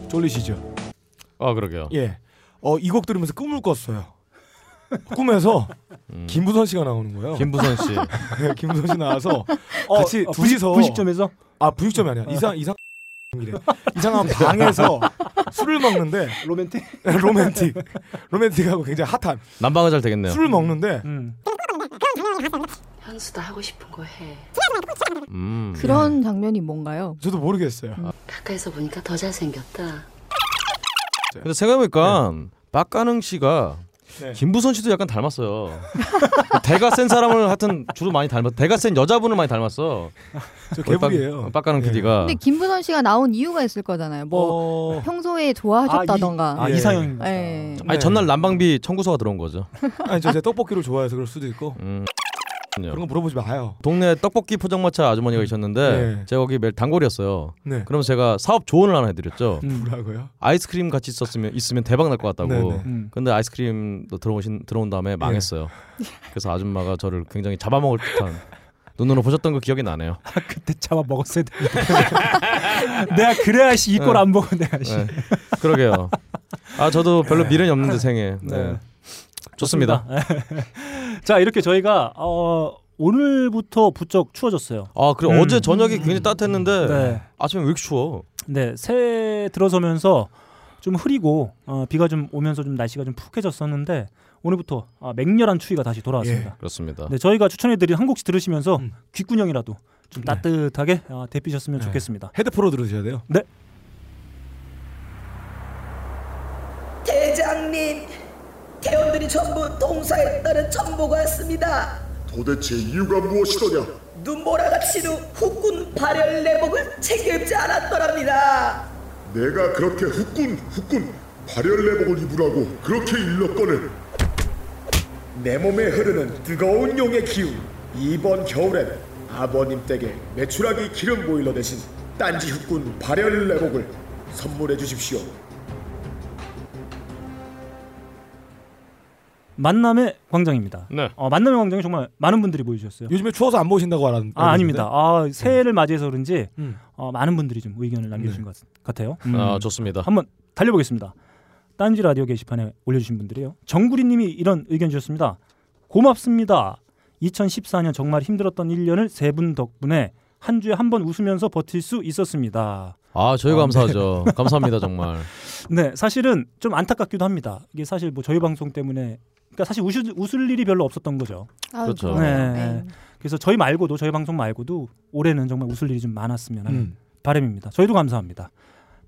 졸리시죠? 아 그러게요. 예. 어, 이 곡 들으면서 꿈을 꿨어요. 꿈에서 김부선 씨가 나오는 거예요. 네, 김부선 씨. 김부선 씨 나와서 어, 같이 둘이서 90점에서 아 부육점이 아니야 이상 이상 이래. 이상한 방에서 술을 먹는데 로맨틱. 로맨틱 로맨틱하고 굉장히 핫한 난방은 잘 되겠네요. 술을 먹는데 음. 현수도 하고 싶은 거 해. 음. 그런 장면이 뭔가요? 저도 모르겠어요 가까이서 보니까 더 잘생겼다. 근데 생각해보니까 박가능 씨가 예. 네. 김부선 씨도 약간 닮았어요. 그 대가 센 사람을 하여튼 주로 많이 닮았. 대가 센 여자분을 많이 닮았어. 저 우리 빡- 개불이에요 예. 네. 박가능 PD가. 근데 김부선 씨가 나온 이유가 있을 거잖아요. 뭐 어... 평소에 아, 좋아하셨다던가. 이, 예. 상형인가 예. 아니 전날 난방비 청구서가 들어온 거죠. 아니 저 제 떡볶이를 좋아해서 그럴 수도 있고 음. 그런 거 물어보지 마요 동네 떡볶이 포장마차 아주머니가 계셨는데 네. 제가 거기 매일 단골이었어요. 네 그럼 제가 사업 조언을 하나 해드렸죠. 음. 뭐라고요 아이스크림 같이 있었으면 있으면 대박 날 것 같다고. 네네. 음. 근데 아이스크림도 들어오신 들어온 예. 다음에 망했어요. 그래서 아줌마가 저를 굉장히 잡아먹을 듯한 눈으로 보셨던 거 기억이 나네요. 그때 잡아 먹었어야 돼. 내가 그래야 씨 이꼴 안 보고 내가 씨. 네. 그러게요. 아 저도 별로 미련이 없는데 생에 예. 네. 네. 좋습니다. 자 이렇게 저희가 어, 오늘부터 부쩍 추워졌어요. 아 그리고 음. 어제 저녁이 굉장히 따뜻했는데 네. 아침에 왜 이렇게 추워? 네, 새 들어서면서 좀 흐리고 어, 비가 좀 오면서 좀 날씨가 좀 푹해졌었는데 오늘부터 아, 맹렬한 추위가 다시 돌아왔습니다. 그렇습니다. 네, 저희가 추천해드린 한 곡씩 들으시면서 예. 음. 귓구녕이라도 좀 따뜻하게 아, 데피셨으면 네. 좋겠습니다. 헤드폰으로 들으셔야 돼요 네, 대장님, 대원들이 전부 동사에 따른 전보가 왔습니다. 도대체 이유가 무엇이더냐? 눈보라같이 후 후군 발열 내복을 챙겨입지 않았더랍니다. 내가 그렇게 후끈 후끈 발열내복을 입으라고 그렇게 일렀거늘 내 몸에 흐르는 뜨거운 용의 기운 이번 겨울엔 아버님 댁에 메추라기 기름 보일러 대신 딴지 후끈 발열내복을 선물해 주십시오 만남의 광장입니다. 네. 어, 만남의 광장에 정말 많은 분들이 보여주셨어요. 요즘에 추워서 안 보신다고 알았는데 아, 아닙니다. 아, 새해를 맞이해서 그런지 음. 네. 어, 많은 분들이 좀 의견을 남겨주신 것 같- 같아요. 음. 아 좋습니다. 한번 달려보겠습니다. 딴지 라디오 게시판에 올려주신 분들이요. 정구리님이 이런 의견 주셨습니다. 고맙습니다. 2014년 정말 힘들었던 1년을 세 분 덕분에 한 주에 한 번 웃으면서 버틸 수 있었습니다. 아 저희 가 감사하죠. 감사합니다 정말. 네, 사실은 좀 안타깝기도 합니다. 이게 사실 뭐 저희 방송 때문에 그러니까 사실 웃을, 웃을 일이 별로 없었던 거죠. 아유, 그렇죠. 그러네요. 네. 네. 그래서 저희 말고도 저희 방송 말고도 올해는 정말 웃을 일이 좀 많았으면 하는 음. 바람입니다. 저희도 감사합니다.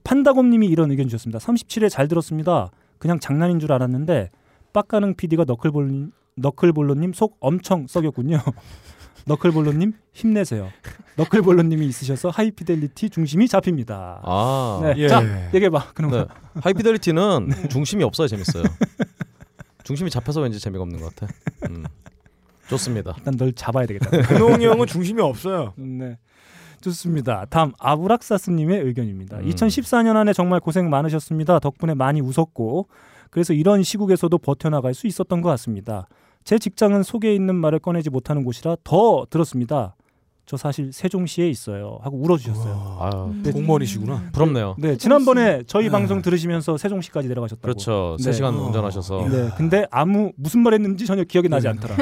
판다곰님이 이런 의견 주셨습니다. 37회 잘 들었습니다. 그냥 장난인 줄 알았는데 빡가능 PD가 너클볼 너클볼로님 속 엄청 썩였군요. 너클볼로님 힘내세요. 너클볼로님이 있으셔서 하이피델리티 중심이 잡힙니다. 아, 네. 자 얘기해봐. 그럼 네. 하이피델리티는 중심이 없어야 재밌어요. 중심이 잡혀서 왠지 재미가 없는 것 같아. 음. 좋습니다. 일단 널 잡아야 되겠다. 근홍이 형은 중심이 없어요. 네. 좋습니다. 다음 아브락사스님의 의견입니다. 음. 2014년 안에 정말 고생 많으셨습니다. 덕분에 많이 웃었고 그래서 이런 시국에서도 버텨나갈 수 있었던 것 같습니다. 제 직장은 속에 있는 말을 꺼내지 못하는 곳이라 더 들었습니다. 저 사실 세종시에 있어요. 하고 울어주셨어요. 아, 네. 공무원이시구나. 부럽네요. 네, 지난번에 저희 네. 방송 들으시면서 세종시까지 내려가셨다고. 그렇죠. 네. 세 시간 운전하셔서. 네, 근데 아무 무슨 말 했는지 전혀 기억이 나지 네. 않더라.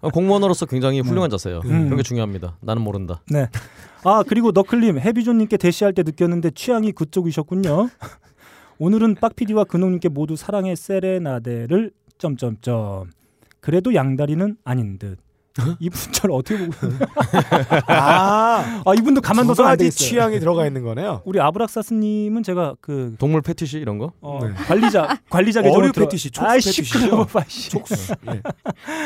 어, 공무원으로서 굉장히 훌륭한 자세요. 음. 그런 게 중요합니다. 나는 모른다. 네. 아 그리고 너클님 해비존님께 대시할 때 느꼈는데 취향이 그쪽이셨군요. 오늘은 빡피디와 근홍님께 모두 사랑의 세레나데를 점점점. 그래도 양다리는 아닌 듯. 이분 저를 어떻게 보고 있나요? 아, 아 이분도 두 가만둬서 안 가지 되겠어요. 취향이 들어가 있는 거네요. 우리 아브락사스님은 제가 그 동물 패티시 이런 거? 어, 관리자 관리자 계정으로 네. 어류 들어- 패티시, 촉수 아이 패티시죠? 시끄러워 봐, 씨. 촉수. 예.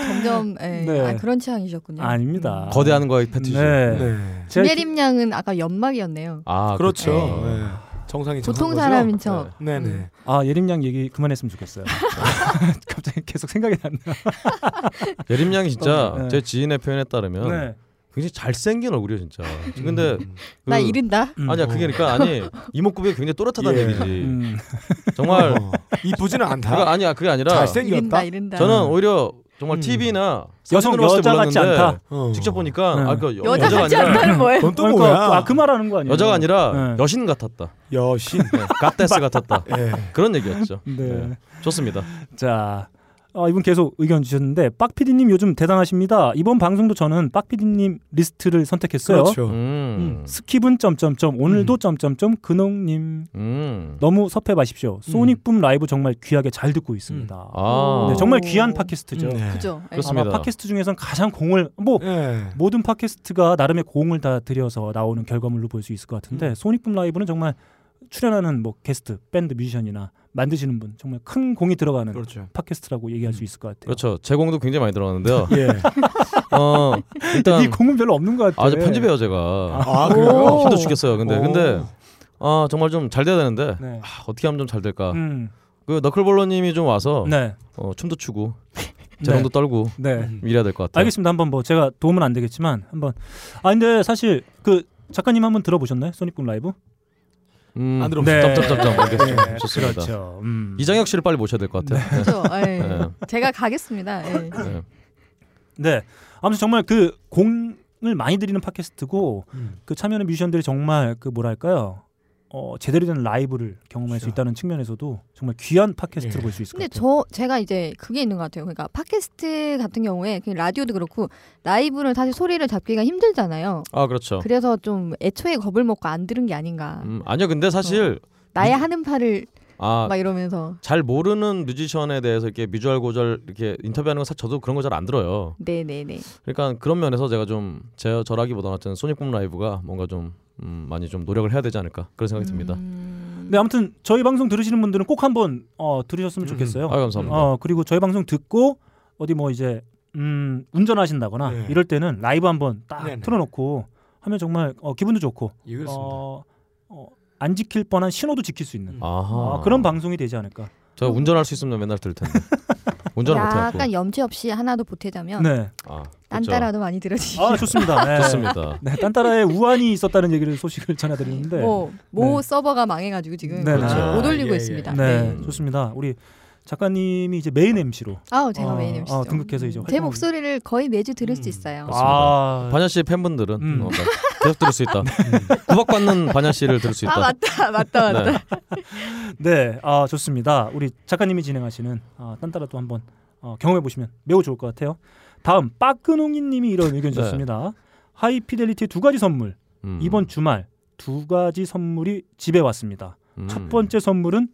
점점 예, 네. 아, 그런 취향이셨군요. 음. 아닙니다. 거대한 거의 패티시. 네. 네. 제가 김예림 양은 아까 연막이었네요. 아 그렇죠. 그렇죠. 네. 정상인 척한 보통 거죠? 사람인 척. 네, 네. 네. 아 예림양 얘기 그만했으면 좋겠어요. 갑자기 계속 생각이 났네. 예림양이 진짜 네. 제 지인의 표현에 따르면 네. 굉장히 잘생긴 얼굴이에요 진짜. 근데 그- 나 이른다. 음. 아니야 그게 그러니까 아니 이목구비 가 굉장히 또렷하다는 예. 얘기지. 음. 정말 어, 이쁘지는 않다. 그거 아니야 그게 아니라 잘생겼다. 이른다 이른다. 저는 오히려 정말 음. TV나 여성 여자 같지 않다. 어. 직접 보니까 네. 아, 그 여- 여자 여자가 같지 아니라 않다는 거예요. 넌 또 그러니까 뭐야? 아, 그 말하는 거 아니에요? 여자가 아니라 네. 여신 같았다. 여신. 네, 갓데스 같았다. 예. 그런 얘기였죠. 네. 네. 좋습니다. 자, 어, 이분 계속 의견 주셨는데 빡피디님 요즘 대단하십니다. 이번 방송도 저는 빡피디님 리스트를 선택했어요. 그렇죠. 음. 음. 스킵은 점점점 오늘도 점점점 근홍님 음. 너무 섭해 마십시오. 음. 소닉붐 라이브 정말 귀하게 잘 듣고 있습니다. 아. 네, 정말 오. 귀한 팟캐스트죠. 음, 네. 그죠. 예. 그렇습니다. 아마 팟캐스트 중에선 가장 공을 뭐 예. 모든 팟캐스트가 나름의 공을 다 들여서 나오는 결과물로 볼 수 있을 것 같은데 음. 소닉붐 라이브는 정말 출연하는 뭐 게스트, 밴드, 뮤지션이나 만드시는 분 정말 큰 공이 들어가는 그렇죠. 팟캐스트라고 얘기할 수 있을 것 같아요. 그렇죠. 제공도 굉장히 많이 들어가는데요. 예. 어, 일단 이 공은 별로 없는 것 같아. 아주 편집해요 제가. 아, 그래요? 힘들어 죽겠어요. 근데 오. 근데 아 정말 좀 잘 돼야 되는데 네. 아, 어떻게 하면 좀 잘 될까. 음. 그 너클볼러님이 좀 와서 네. 어, 춤도 추고 재롱도 음, 떨고 네. 이래야 될 것 같아요. 알겠습니다. 한번 뭐 제가 도움은 안 되겠지만 한번 아 근데 사실 그 작가님 한번 들어보셨나요? 소닉붐 라이브? 음, 안 들어보죠. 네. 점점점점 알겠습니다. 네, 좋습니다. 그렇죠. 음. 이장혁 씨를 빨리 모셔야 될 것 같아요. 그죠. 예. 네. 제가 가겠습니다. 예. 네. 네. 아무튼 정말 그 공을 많이 들이는 팟캐스트고 음. 그 참여하는 뮤지션들이 정말 그 뭐랄까요? 어, 제대로 된 라이브를 경험할 수 있다는 측면에서도 정말 귀한 팟캐스트로 예. 볼 수 있을 것 근데 같아요. 저 제가 이제 그게 있는 것 같아요. 그러니까 팟캐스트 같은 경우에 그냥 라디오도 그렇고 라이브는 사실 소리를 잡기가 힘들잖아요. 아 그렇죠. 그래서 좀 애초에 겁을 먹고 안 들은 게 아닌가. 음, 아니요 근데 사실 나의 하는 팔을 어. 아 막 이러면서 잘 모르는 뮤지션에 대해서 이렇게 미주알 고절 이렇게 인터뷰하는 거 사- 저도 그런 거 잘 안 들어요. 네네네. 그러니까 그런 면에서 제가 좀 제, 저라기보다는 어쨌든 소닉붐 라이브가 뭔가 좀 음, 많이 좀 노력을 해야 되지 않을까 그런 음. 생각이 듭니다. 음. 네, 아무튼 저희 방송 들으시는 분들은 꼭 한번 어, 음. 들으셨으면 좋겠어요. 아 감사합니다. 어 그리고 저희 방송 듣고 어디 뭐 이제 음 운전하신다거나 네. 이럴 때는 라이브 한번 딱 네네. 틀어놓고 하면 정말 어, 기분도 좋고 이거였습니다. 어, 어, 안 지킬 뻔한 신호도 지킬 수 음. 있는 아하. 아, 그런 방송이 되지 않을까. 저 운전할 수 있으면 맨날 들을 텐데 운전을 못해갖고. 약간 염치 없이 하나도 보태자면 네, 아, 그렇죠. 딴따라도 많이 들어지. 아 좋습니다. 네. 좋습니다. 네, 딴따라에 우환이 있었다는 얘기를 소식을 전해드리는데, 뭐, 모 네. 서버가 망해가지고 지금 네, 그렇죠. 못 올리고 아, 예, 있습니다. 예. 네, 좋습니다. 우리 작가님이 이제 메인 MC로 아우 제가 어, 메인 MC죠. 어, 등극해서 이제 제 활동하고 목소리를 거의 매주 들을 수 있어요. 그렇습니다. 아, 반야 씨 팬분들은 네. 음. 네. 어, 나 계속 들을 수 있다. 음. 구박받는 반야 씨를 들을 수 있다. 아 맞다 맞다 맞다. 네. 네, 아 좋습니다. 우리 작가님이 진행하시는 아, 딴따라도 한번 어, 경험해 보시면 매우 좋을 것 같아요. 다음 빠끈홍이님이 이런 의견 네. 주셨습니다. 하이피델리티의 두 가지 선물 음. 이번 주말 두 가지 선물이 집에 왔습니다. 음. 첫 번째 선물은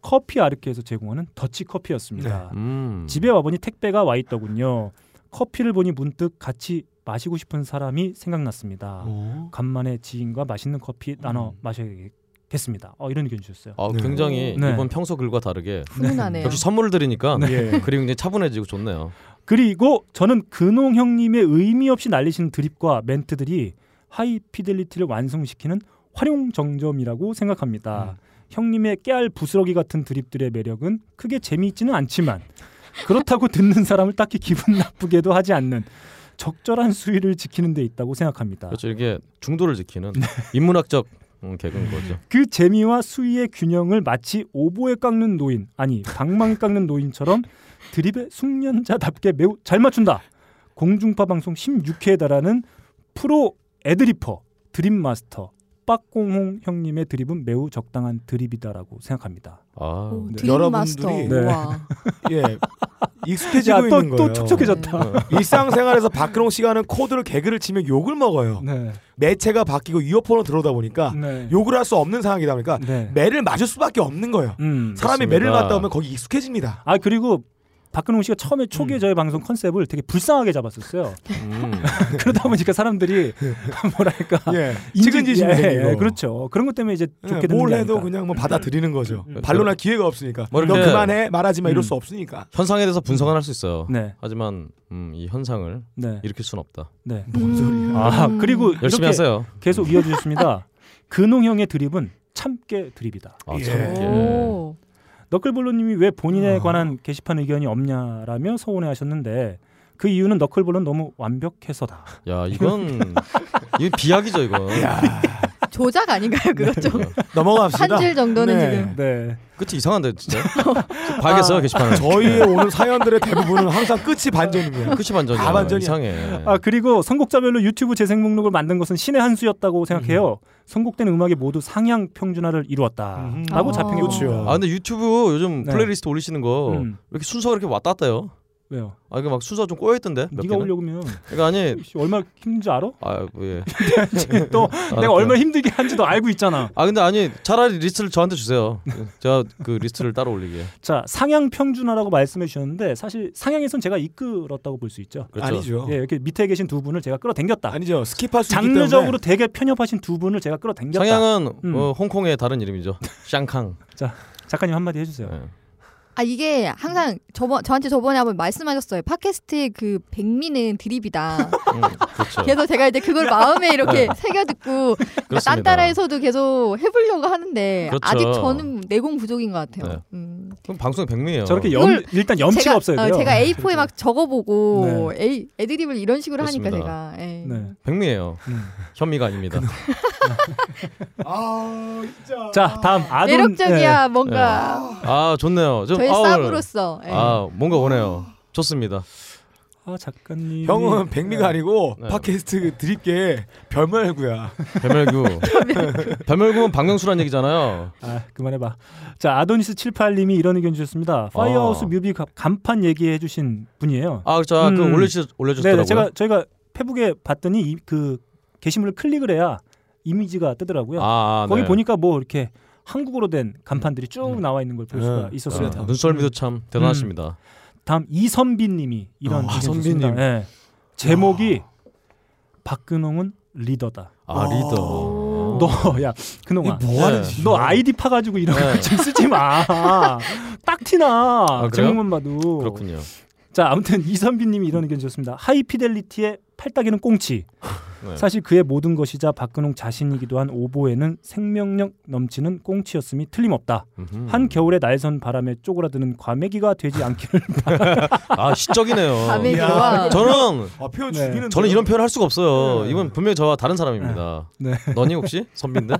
커피 아르케에서 제공하는 더치 커피였습니다. 음. 집에 와보니 택배가 와 있더군요. 커피를 보니 문득 같이 마시고 싶은 사람이 생각났습니다. 오. 간만에 지인과 맛있는 커피 나눠 마셔야겠. 겠습니다. 어, 이런 의견 주셨어요. 아, 굉장히 네. 이번 평소 글과 다르게 훈훈하네요. 역시 선물을 드리니까 네. 글이 굉장히 차분해지고 좋네요. 그리고 저는 근홍 형님의 의미 없이 날리시는 드립과 멘트들이 하이 피델리티를 완성시키는 활용 정점이라고 음. 생각합니다. 형님의 깨알 부스러기 같은 드립들의 매력은 크게 재미있지는 않지만 그렇다고 듣는 사람을 딱히 기분 나쁘게도 하지 않는 적절한 수위를 지키는 데 있다고 생각합니다. 그렇죠. 이게 중도를 지키는 네. 인문학적 음, 개그인 거죠. 그 재미와 수위의 균형을 마치 오보에 깎는 노인 아니 방망이 깎는 노인처럼 드립의 숙련자답게 매우 잘 맞춘다. 공중파 방송 16회에 달하는 프로 애드리퍼 드립 마스터 빡공홍 형님의 드립은 매우 적당한 드립이다라고 생각합니다. 아, 오, 드립 여러분들이 마스터. 우와. 예, 익숙해지고 야, 또- 있는 또 거예요. 어. 촉촉해졌다. 네. 일상생활에서 박근홍 씨가는 코드로 개그를 치면 욕을 먹어요. 네. 매체가 바뀌고 이어폰으로 들어오다 보니까 네. 욕을 할 수 없는 상황이다 보니까 네. 매를 맞을 수밖에 없는 거예요. 음, 사람이 그렇습니다. 매를 맞다 보면 거기 익숙해집니다. 아 그리고 박근홍 씨가 처음에 초기에 저희 방송 컨셉을 되게 불쌍하게 잡았었어요. 그러다 보니까 사람들이 뭐랄까 음. 네. 예, 인지- 측은지심이 예, 생기고. 예, 예, 그렇죠. 그런 것 때문에 이제 좋게 듣는 뭘 게 해도 아닐까. 그냥 뭐 받아들이는 거죠. 음. 반론할 기회가 없으니까. 뭐 너 이렇게- 그만해 말하지 마 이럴 음. 수 없으니까. 현상에 대해서 분석은 할 수 있어요. 네. 하지만 음, 이 현상을 네. 일으킬 수는 없다. 네. 뭔 소리야. 아 음. 그리고 열심히 이렇게 하세요. 계속 이어주셨습니다. 근홍형의 드립은 참깨 드립이다. 아, 참깨. 오. 너클볼로님이 왜 아. 본인에 관한 게시판 의견이 없냐라며 서운해하셨는데 그 이유는 너클볼로는 너무 완벽해서다. 야 이건 이 비약이죠 이건. 조작 아닌가요 그것 좀? 네. 넘어갑시다. 한 줄 정도는 지금. 네. 끝이 이상한데 진짜. 좀 봐야겠어요 아, 게시판을. 저희의 네. 오늘 사연들의 대부분은 항상 끝이 반전입니다. 끝이 반전이야. 다 반전이야. 이상해. 아 그리고 선곡자별로 유튜브 재생 목록을 만든 것은 신의 한 수였다고 생각해요. 선곡된 음악이 모두 상향 평준화를 이루었다라고 음. 자평해 봅니다. 아 근데 유튜브 요즘 네. 플레이리스트 올리시는 거 음. 이렇게 순서가 이렇게 왔다 갔다 해요? 왜요? 아 이거 막 순서 좀 꼬여 있던데. 몇 네가 개는? 올려보면 그러니까 아니 씨, 얼마나 힘든지 알아? 아 뭐, 예. 지금 또 내가 알았어요. 얼마나 힘들게 한지도 알고 있잖아. 아 근데 아니 차라리 리스트를 저한테 주세요. 제가 그 리스트를 따로 올리게. 자 상향 평준화라고 말씀해 주셨는데 사실 상향에선 제가 이끌었다고 볼 수 있죠. 그렇죠. 아니죠. 예, 이렇게 밑에 계신 두 분을 제가 끌어당겼다. 아니죠. 스킵할 수 있기 때문에. 장르적으로 되게 편협하신 두 분을 제가 끌어당겼다. 상향은 음. 어, 홍콩의 다른 이름이죠. 샹캉. 예. 음, 자 작가님 한마디 해주세요. 네, 아 이게 항상 저번 저한테 저번에 한번 말씀하셨어요. 팟캐스트의 그 백미는 드립이다. 그렇죠. 그래서 제가 이제 그걸 마음에 이렇게 네. 새겨 듣고 그러니까 그렇습니다. 딴따라에서도 계속 해보려고 하는데 그렇죠. 아직 저는 내공 부족인 것 같아요. 네. 그럼 방송이 100미예요. 저렇게 염- 이걸 일단 염치가 제가, 없어야 어, 돼요. 제가 A4에 막 적어보고 에이, 애드립을 이런 식으로 그렇습니다. 하니까 제가 예. 에이. 네. 100미예요. 현미가 아닙니다. 아 진짜. 자 다음 아돈 매력적이야 예. 뭔가 아 좋네요. 좀 저의 아우, 쌉으로서 예. 아 뭔가 오네요. 좋습니다. 아 작가님 형은 백미가 아니고 팟캐스트 드립게 별말구야. 배멸구. 배멸구는 박명수란 얘기잖아요. 아 그만해봐. 자 아도니스 78님이 이런 의견 아. 주셨습니다. 파이어하우스 뮤비 가- 간판 얘기해 주신 분이에요. 아, 자, 그 올려주- 올려주셨더라고요. 음. 네, 제가 저희가 페북에 봤더니 이, 그 게시물을 클릭을 해야 이미지가 뜨더라고요. 아, 아, 거기 네. 음. 보니까 뭐 이렇게 한국어로 된 간판들이 쭉 나와 있는 걸 볼 수가 네. 있었어요. 음. 아, 눈썰미도 참 대단하십니다. 다음 이선빈님이 이런 아, 의견 선빈님. 주셨습니다. 예. 제목이 박근홍은 리더다. 아 리더. 너야 근홍아 어. 네. 이게 뭐 하는 짓이야? 네. 너 아이디 파가지고 이런 거 지금 쓰지 마딱 티나 아, 그래요? 제목만 봐도 그렇군요. 자 아무튼 이선빈님이 이런 의견 주셨습니다 하이피델리티의 팔딱이는 꽁치 네. 사실 그의 모든 것이자 박근홍 자신이기도 한 오보에는 생명력 넘치는 꽁치였음이 틀림없다 음흠. 한 겨울의 날선 바람에 쪼그라드는 과메기가 되지 않기를 바라 아 시적이네요. 과메기와. 저는 아, 표현 네. 죽이는. 저는 이런 표현을 할 수가 없어요. 이건 분명히 저와 다른 사람입니다. 네. 너니 혹시 선빈데?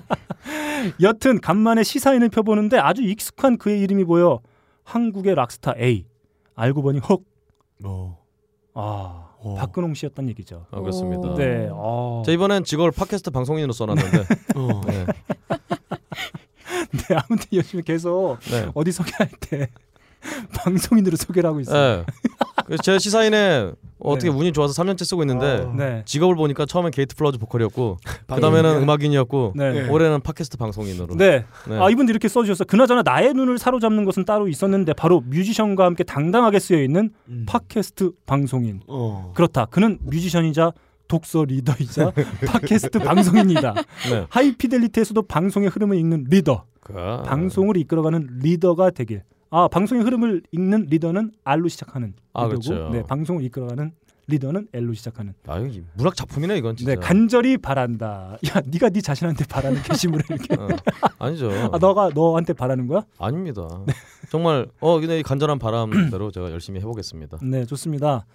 여튼 간만에 시사인을 펴보는데 아주 익숙한 그의 이름이 보여 한국의 락스타 A 알고 보니 헉 뭐, 아, 어. 박근홍 씨였단 얘기죠. 아, 그렇습니다. 네. 어. 자 이번엔 직업을 팟캐스트 방송인으로 써놨는데. 어. 네. 네, 아무튼 열심히 계속 네. 어디 소개할 때 방송인으로 소개를 하고 있어요. 네. 그래서 제 시사인에 어떻게 운이 좋아서 3년째 쓰고 있는데 네. 직업을 보니까 처음엔 게이트 플라즈 보컬이었고 방송인이요? 그다음에는 음악인이었고 네. 올해는 팟캐스트 방송인으로. 네. 아, 이분도 이렇게 써주셔서 그나저나 나의 눈을 사로잡는 것은 따로 있었는데 바로 뮤지션과 음. 어. 함께 당당하게 쓰여 있는 팟캐스트 방송인. 그렇다. 그는 뮤지션이자 독서 리더이자 팟캐스트 방송입니다. 네. 하이피델리티에서도 방송의 흐름을 읽는 리더. 그- 방송을 이끌어가는 리더가 되길. 아 방송의 흐름을 읽는 리더는 R로 시작하는 아, 리더고, 그렇죠. 네 방송을 이끌어가는 리더는 L로 시작하는. 아, 이거 문학 작품이네 이건 진짜. 네 간절히 바란다. 야 네가 네 자신한테 바라는 게시물을 이렇게. 어, 아니죠. 아 너가 네. 너한테 바라는 거야? 아닙니다. 정말 어 근데 이 간절한 바람대로 제가 열심히 해보겠습니다. 네, 좋습니다.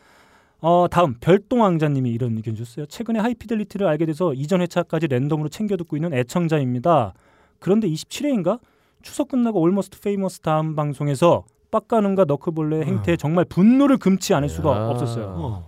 어, 다음 별똥 왕자님이 이런 의견 주셨어요. 최근에 하이피델리티를 알게 돼서 이전 회차까지 랜덤으로 챙겨 듣고 있는 애청자입니다. 그런데 27회인가 추석 끝나고 올머스트 페이머스 다음 방송에서 빡가는가 아. 너클볼레 행태에 정말 분노를 금치 않을 수가 없었어요.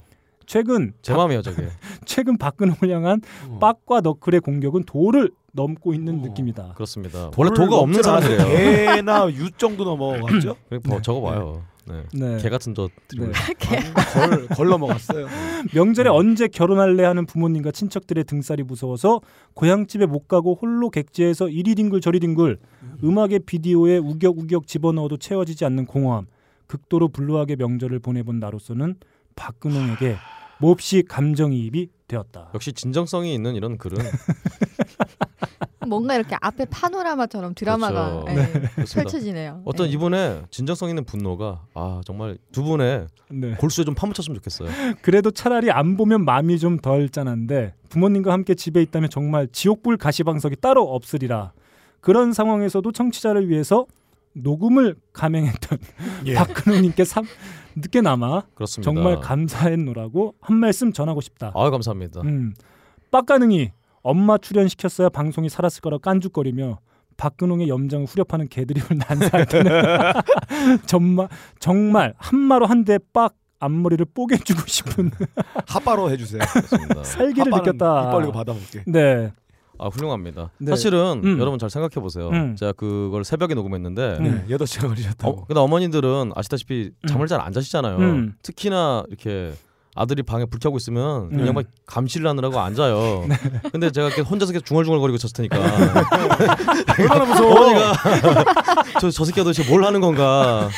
최근 제 마음이에요 저게. 최근 박근홍을 향한 어. 빡과 너클의 공격은 도를 넘고 있는 느낌이다. 그렇습니다. 원래 도가 없는 사람들이에요. 개나 윷 정도 넘어갔죠? 그래, 뭐 적어봐요. 네. 네. 개 같은 저 드립을. 아, 걸, 걸 넘어갔어요. 명절에 언제 결혼할래 하는 부모님과 친척들의 등살이 무서워서 고향집에 못 가고 홀로 객지에서 이리 뒹굴 저리 뒹굴 음악의 비디오에 우격우격 집어넣어도 채워지지 않는 공허함 극도로 불루하게 명절을 보내본 나로서는 박근홍에게 몹시 감정이입이 되었다. 역시 진정성이 있는 이런 글은 뭔가 이렇게 앞에 파노라마처럼 드라마가 그렇죠. 예, 네, 그렇습니다. 펼쳐지네요. 어떤 예. 이분의 진정성 있는 분노가 아 정말 두 분의 네. 골수에 좀 파묻혔으면 좋겠어요. 그래도 차라리 안 보면 마음이 좀 덜 짠한데 부모님과 함께 집에 있다면 정말 지옥불 가시방석이 따로 없으리라. 그런 상황에서도 청취자를 위해서 녹음을 감행했던 예. 박근호님께 삼- 늦게나마 그렇습니다. 정말 감사했노라고 한 말씀 전하고 싶다. 아유 감사합니다. 음, 빡가능이 엄마 출연시켰어야 방송이 살았을 거라 깐죽거리며 박근홍의 염장을 후려파는 개드립을 난사했다는 정말 정말 한마로 한 대 빡 앞머리를 뽀개주고 싶은 핫바로 해주세요. 살기를 핫바는 느꼈다. 입 벌리고 받아볼게. 네. 아 훌륭합니다. 네. 사실은 음. 여러분 잘 생각해 보세요. 음. 제가 그걸 새벽에 녹음했는데 네, 8시간 걸리셨다. 어, 근데 어머니들은 아시다시피 잠을 잘 안 자시잖아요. 음. 특히나 이렇게 아들이 방에 불 켜고 있으면 네. 그냥 막 감시를 하느라고 안 자요. 근데 제가 이렇게 혼자서 이렇게 중얼중얼거리고 잤을 테니까 얼마나 무서워. 어머니가 저, 저 새끼가 도대체 뭘 하는 건가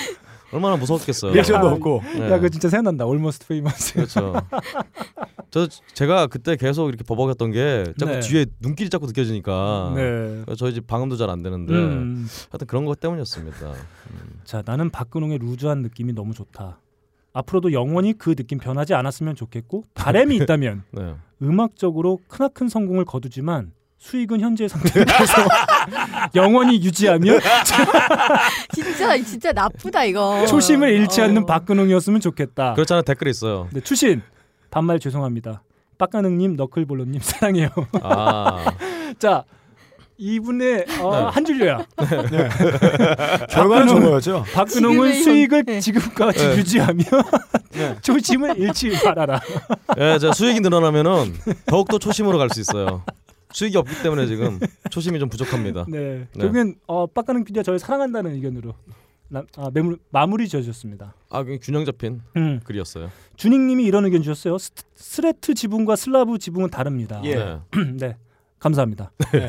얼마나 무서웠겠어요. 리액션도 없고. 네. 야, 그거 진짜 생각난다. Almost famous. 그렇죠. 저 제가 그때 계속 이렇게 버벅였던 게 자꾸 네. 뒤에 눈길이 자꾸 느껴지니까 네. 저희 집 방음도 잘 안 되는데 음. 하여튼 그런 것 때문이었습니다. 자, 나는 박근홍의 루즈한 느낌이 너무 좋다. 앞으로도 영원히 그 느낌 변하지 않았으면 좋겠고 바램이 있다면 네. 음악적으로 크나큰 성공을 거두지만 수익은 현재의 상태에서 영원히 유지하며 진짜 진짜 나쁘다 이거. 어. 초심을 잃지 않는 박근홍이었으면 좋겠다. 아. 그렇잖아요 댓글이 있어요. 네, 추신 반말 죄송합니다. 빡가능님, 너클볼로님 사랑해요. 아. 자 이분의 어, 네. 한 줄로야. 네. 결과는 박근홍- 저거였죠. 박근홍은 지금의 수익을 지금까지 네. 유지하며 초심을 잃지 말아라. 예, 제가 수익이 늘어나면은 더욱 더 초심으로 갈 수 있어요. 수익이 없기 때문에 지금 초심이 좀 부족합니다. 네, 결국엔 어, 빡가능 PD가 저를 사랑한다는 의견으로 남- 아, 매물, 마무리 지어주셨습니다. 아, 그 균형 잡힌 음. 글이었어요. 준익님이 이런 의견 주셨어요. 스, 스레트 지붕과 슬라브 지붕은 다릅니다. 예. 네. 네. 감사합니다. 네.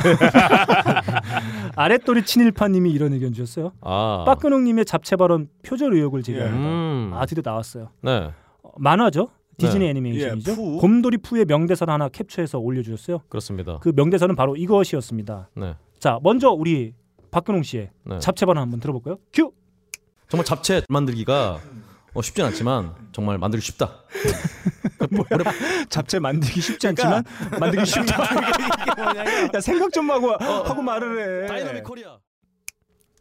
아랫돌이 친일파님이 이런 의견 주셨어요. 아. 빠끄농님의 잡채 발언 표절 의혹을 제기합니다. 예. 음. 아 드디어 나왔어요. 네. 어, 만화죠. 디즈니 네. 애니메이션이죠. 예, 푸. 곰돌이 푸의 명대사를 하나 캡처해서 올려주셨어요. 그렇습니다. 그 명대사는 바로 이것이었습니다. 네. 자 먼저 우리 박근홍 씨의 네. 잡채 발언 한번 들어볼까요? 큐. 정말 잡채 만들기가 어, 쉽진 않지만 정말 만들기 쉽다. 잡채 만들기 쉽지 않지만 만들기 쉽다. 야, 생각 좀 하고 하고 말을 해. 다이나믹 코리아.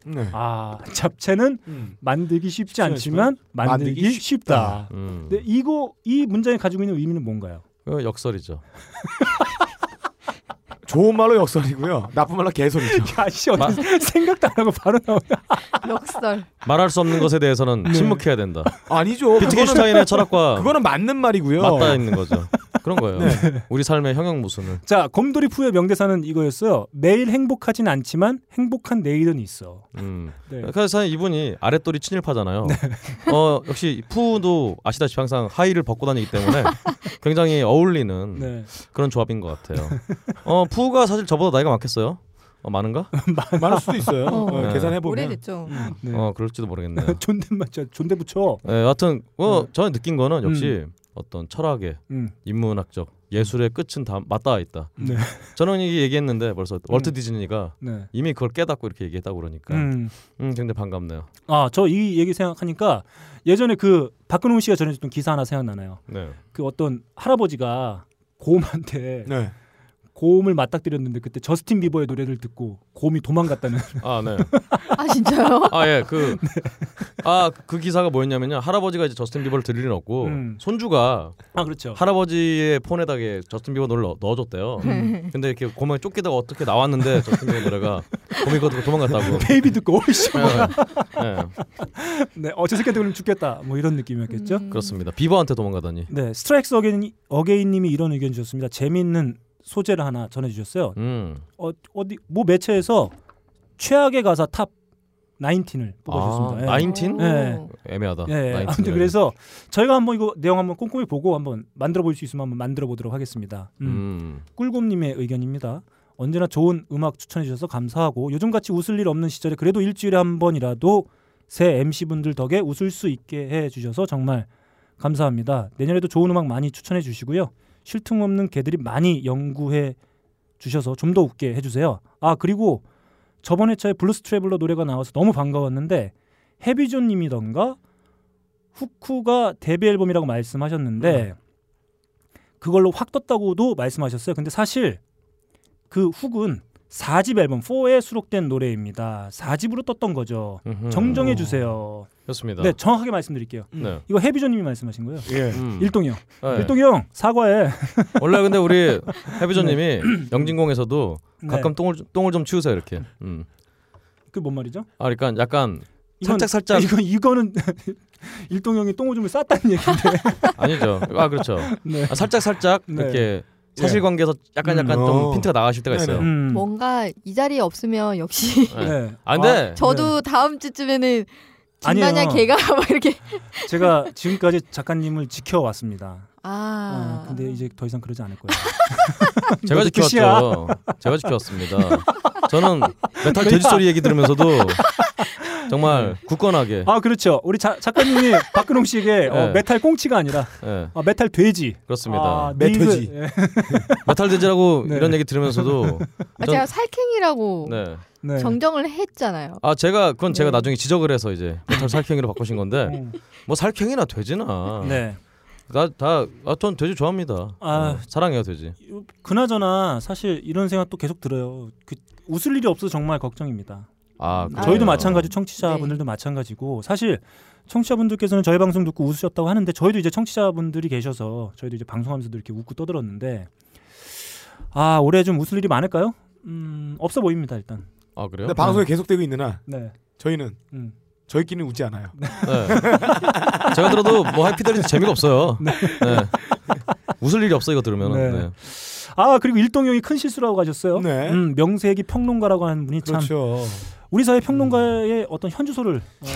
네. 아 잡채는 만들기 음. 쉽지 않지만 만들기, 만들기 쉽다. 음. 근데 이거 이 문장이 가지고 있는 의미는 뭔가요? 그 역설이죠. 좋은 말로 역설이고요. 나쁜 말로 개소리죠. 야씨 생각도 안 하고 바로 나오냐? 역설. 말할 수 없는 것에 대해서는 침묵해야 된다. 아니죠. 비트겐슈타인의 철학과 그거는 맞는 말이고요. 맞닿아 있는 거죠. 그런 거예요. 우리 삶의 형형 무순을. 자 곰돌이 푸의 명대사는 이거였어요. 매일 행복하진 않지만 행복한 내일은 있어. 음. 네. 그래서 사실 이분이 아랫돌이 친일파잖아요. 어 역시 푸도 아시다시피 항상 하의를 벗고 다니기 때문에 굉장히 어울리는 네. 그런 조합인 것 같아요. 어 푸가 사실 저보다 나이가 많겠어요? 어, 많은가? 많을 수도 있어요. 어, 계산해 보면 오래됐죠. 음. 네. 어 그럴지도 모르겠네요. 네, 존댓말 진짜 존대 붙여. 네. 예, 하여튼 어, 저는 느낀 거는 역시 어떤 철학의 음. 인문학적 예술의 끝은 다 맞닿아 있다. 네. 저는 이 얘기했는데 벌써 월트 음. 디즈니가 네. 이미 그걸 깨닫고 이렇게 얘기했다고 그러니까 음. 음. 굉장히 반갑네요. 아저 이 얘기 생각하니까 예전에 그 박근홍 씨가 전해줬던 기사 하나 생각나나요? 네. 그 어떤 할아버지가 곰한테 네. 곰을 맞닥뜨렸는데 그때 저스틴 비버의 노래를 듣고 곰이 도망갔다는. 아 네. 아 진짜요? 아 예, 그 아, 그 기사가 뭐였냐면요. 할아버지가 이제 저스틴 비버를 들릴 일 없고 음. 손주가 아 그렇죠. 할아버지의 폰에다가 저스틴 비버 노래를 넣- 넣어줬대요. 음. 근데 이렇게 고만 쫓기다가 어떻게 나왔는데 저스틴 비버 노래가 고민 거두고 도망갔다고. 베이비 듣고 어, 오이씨. 예, 예. 네, 어저 새끼한테 그럼 죽겠다. 뭐 이런 느낌이었겠죠. 음. 그렇습니다. 비버한테 도망가다니. 네, 스트라이크스 어게인 어게인님이 이런 의견 주셨습니다. 재미있는 소재를 하나 전해주셨어요. 음. 어, 어디 모 매체에서 최악의 가사 탑 19을 뽑아주셨습니다. 아, 예. 19? 어, 네. 애매하다. 예, 19 아무튼 이라니. 그래서 저희가 한번 이거 내용 한번 꼼꼼히 보고 한번 만들어 볼 수 있으면 한번 만들어 보도록 하겠습니다. 음. 음. 꿀곰님의 의견입니다. 언제나 좋은 음악 추천해 주셔서 감사하고 요즘같이 웃을 일 없는 시절에 그래도 일주일에 한 번이라도 새 MC 분들 덕에 웃을 수 있게 해 주셔서 정말 감사합니다. 내년에도 좋은 음악 많이 추천해 주시고요. 쉴 틈 없는 개들이 많이 연구해 주셔서 좀 더 웃게 해주세요. 아 그리고 저번 회차에 블루스 트래블러 노래가 나와서 너무 반가웠는데 헤비존님이던가 후쿠가 데뷔 앨범이라고 말씀하셨는데 그걸로 확 떴다고도 말씀하셨어요. 근데 사실 그 훅은 4집 앨범 4에 수록된 노래입니다. 4집으로 떴던 거죠. 음흠. 음. 정정해 주세요. 그렇습니다. 네, 정확하게 말씀드릴게요. 네. 이거 해비조님이 말씀하신 거예요. 예. 음. 일동이 형, 네. 일동이 형 사과해. 원래 근데 우리 해비조님이 영진공에서도 가끔 네. 똥을 좀- 똥을 좀 치우세요 이렇게. 음. 그 뭔 말이죠? 아, 그러니까 약간 이건- 살짝 살짝 이건 이거는 일동 형이 똥오줌을 쌌다는 얘기인데. 아니죠. 아 그렇죠. 네. 아, 살짝 살짝 네. 이렇게 사실관계에서 약간 약간 음. 좀 어. 핀트가 나가실 때가 있어요. 음. 뭔가 이 자리에 없으면 역시 네. 아 근데 저도 다음 주쯤에는 진단야 네. 아니에요. 걔가 막 이렇게 아, 제가 지금까지 작가님을 지켜왔습니다. 아 아, 근데 이제 더 이상 그러지 않을 거예요. 제가 너도 지켜왔죠. 끝이야. 그러니까. 제가 지켜왔습니다. 저는 메탈 돼지 소리 얘기 들으면서도 정말 굳건하게. 아 그렇죠. 우리 자- 작가님이 박근홍 씨에게 어, 네. 메탈 꽁치가 아니라 네. 아, 메탈 돼지. 그렇습니다. 아, 메퇴지. 네, 이거- 메탈 돼지라고 네. 이런 얘기 들으면서도 아, 전- 제가 살쾡이라고 네. 정정을 했잖아요. 아 제가 그건 제가 네. 나중에 지적을 해서 이제 메탈 살쾡이로 바꾸신 건데 뭐 살쾡이나 돼지나 음. 네. 나다아전 돼지 좋아합니다. 아. 어, 사랑해요 돼지. 예. 그나저나 사실 이런 생각 또 계속 들어요. 그, 웃을 일이 없어서 정말 걱정입니다. 아 그래요? 저희도 마찬가지 청취자분들도 마찬가지고 사실 청취자분들께서는 저희 방송 듣고 웃으셨다고 하는데 저희도 이제 청취자분들이 계셔서 저희도 이제 방송하면서도 이렇게 웃고 떠들었는데 아 올해 좀 웃을 일이 많을까요? 음 없어 보입니다 일단. 아 그래요? 근데 네, 방송이 계속되고 있는 한 네. 저희는 음. 저희끼리는 웃지 않아요. 네. 제가 들어도 뭐 해피델리티 재미가 없어요. 네. 웃을 일이 없어 이거 들으면. 네. 은 네. 아 그리고 일동형이 큰 실수라고 하셨어요. 네. 음, 명색이 평론가라고 하는 분이 그렇죠. 참 우리 사회 평론가의 어떤 현주소를 어, 네.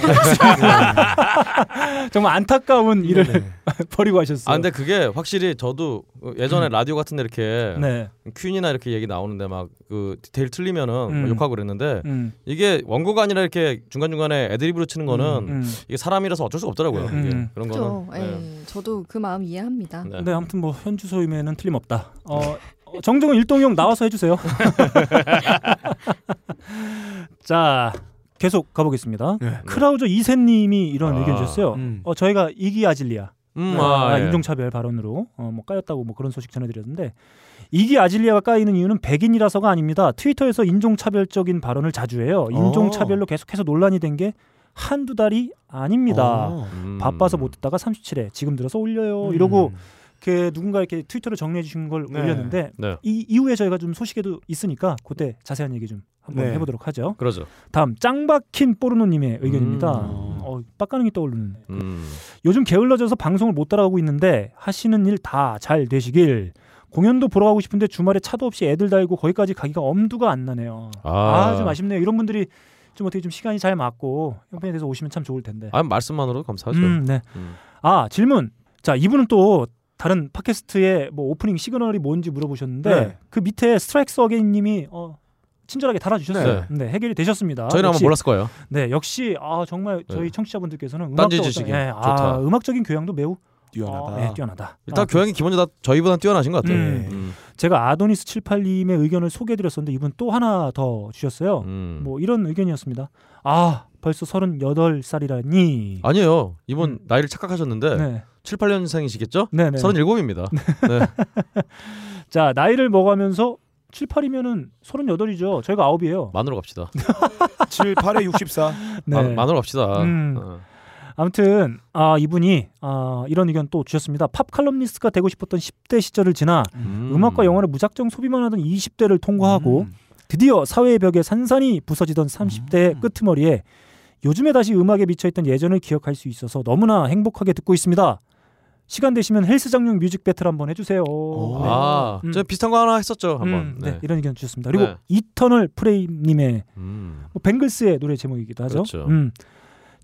정말 안타까운 일을 벌이고 하셨어요. 아 근데 그게 확실히 저도 예전에 라디오 같은데 이렇게 음. 네. 퀸이나 이렇게 얘기 나오는데 막 그 디테일 틀리면은 음. 욕하고 그랬는데 음. 이게 원고가 아니라 이렇게 중간 중간에 애드립으로 치는 거는 음, 음. 이게 사람이라서 어쩔 수가 없더라고요. 음. 이게. 음. 그런 그렇죠. 거는. 예, 저도 그 마음 이해합니다. 네. 근데 아무튼 뭐 현주소임에는 틀림없다. 어, 어, 정종은 일동형 나와서 해주세요. 자 계속 가보겠습니다. 크라우저 이세님이 이런 아, 의견 주셨어요. 음. 어, 저희가 이기 아질리아 음, 어, 아, 아, 예. 인종차별 발언으로 어, 뭐 까였다고 뭐 그런 소식 전해드렸는데 이기 아질리아가 까이는 이유는 백인이라서가 아닙니다. 트위터에서 인종차별적인 발언을 자주 어. 해요. 인종차별로 계속해서 논란이 된 게 한두 달이 아닙니다. 어. 음. 바빠서 못 듣다가 37회 지금 들어서 올려요. 음, 이러고 이렇게 누군가 이렇게 트위터를 정리해 주신 걸 네. 올렸는데 네. 이 이후에 저희가 좀 소식에도 있으니까 그때 자세한 얘기 좀 한번 네. 해보도록 하죠. 그러죠. 다음 짱박힌 뽀르노님의 의견입니다. 어, 빡가능이 떠오르는. 음. 요즘 게을러져서 방송을 못 따라가고 있는데 하시는 일 다 잘 되시길. 공연도 보러 가고 싶은데 주말에 차도 없이 애들 달고 거기까지 가기가 엄두가 안 나네요. 아. 아, 좀 아쉽네요. 이런 분들이 좀 어떻게 좀 시간이 잘 맞고 형편에 대해서 오시면 참 좋을 텐데. 아 말씀만으로도 감사하죠. 음, 네. 아 질문. 자 이분은 또 다른 팟캐스트의 뭐 오프닝 시그널이 뭔지 물어보셨는데 네. 그 밑에 스트라이크스 어게인님이 어, 친절하게 달아주셨어요. 네. 네. 해결이 되셨습니다. 저희는 아마 역시- 몰랐을 거예요. 네, 역시 아 정말 저희 네. 청취자분들께서는 딴지 음악적 지식이 어떤- 예, 좋다. 아, 음악적인 교양도 매우 뛰어나다. 네, 뛰어나다. 일단 교양이 기본적으로 다 저희보다 뛰어나신 것 같아요. 음. 음. 제가 아도니스 78님의 의견을 소개해드렸었는데 이분 또 하나 더 주셨어요. 음. 뭐 이런 의견이었습니다. 아 벌써 38살이라니. 아니에요. 이분 나이를 착각하셨는데 음. 네. 7, 8년생이시겠죠? 네, 네. 37입니다. 네. 자 나이를 먹어가면서 7, 8이면은 38이죠. 저희가 9이에요. 만으로 갑시다. 네. 7, 8에 64. 만- 만으로 갑시다. 음. 어. 아무튼 아, 이분이 아, 이런 의견 또 주셨습니다. 팝 칼럼니스트가 되고 싶었던 10대 시절을 지나 음. 음. 악과 영화를 무작정 소비만 하던 20대를 통과하고 드디어 사회의 벽에 산산이 부서지던 30대의 음. 끄트머리에 요즘에 다시 음악에 미쳐있던 예전을 기억할 수 있어서 너무나 행복하게 듣고 있습니다. 시간 되시면 헬스장용 뮤직 배틀 한번 해주세요. 네. 아, 음. 저 비슷한 거 하나 했었죠. 한번. 음, 네. 네. 이런 의견 주셨습니다. 그리고 네. 이터널 프레임님의 음. 뭐 뱅글스의 노래 제목이기도 하죠. 그렇죠. 음.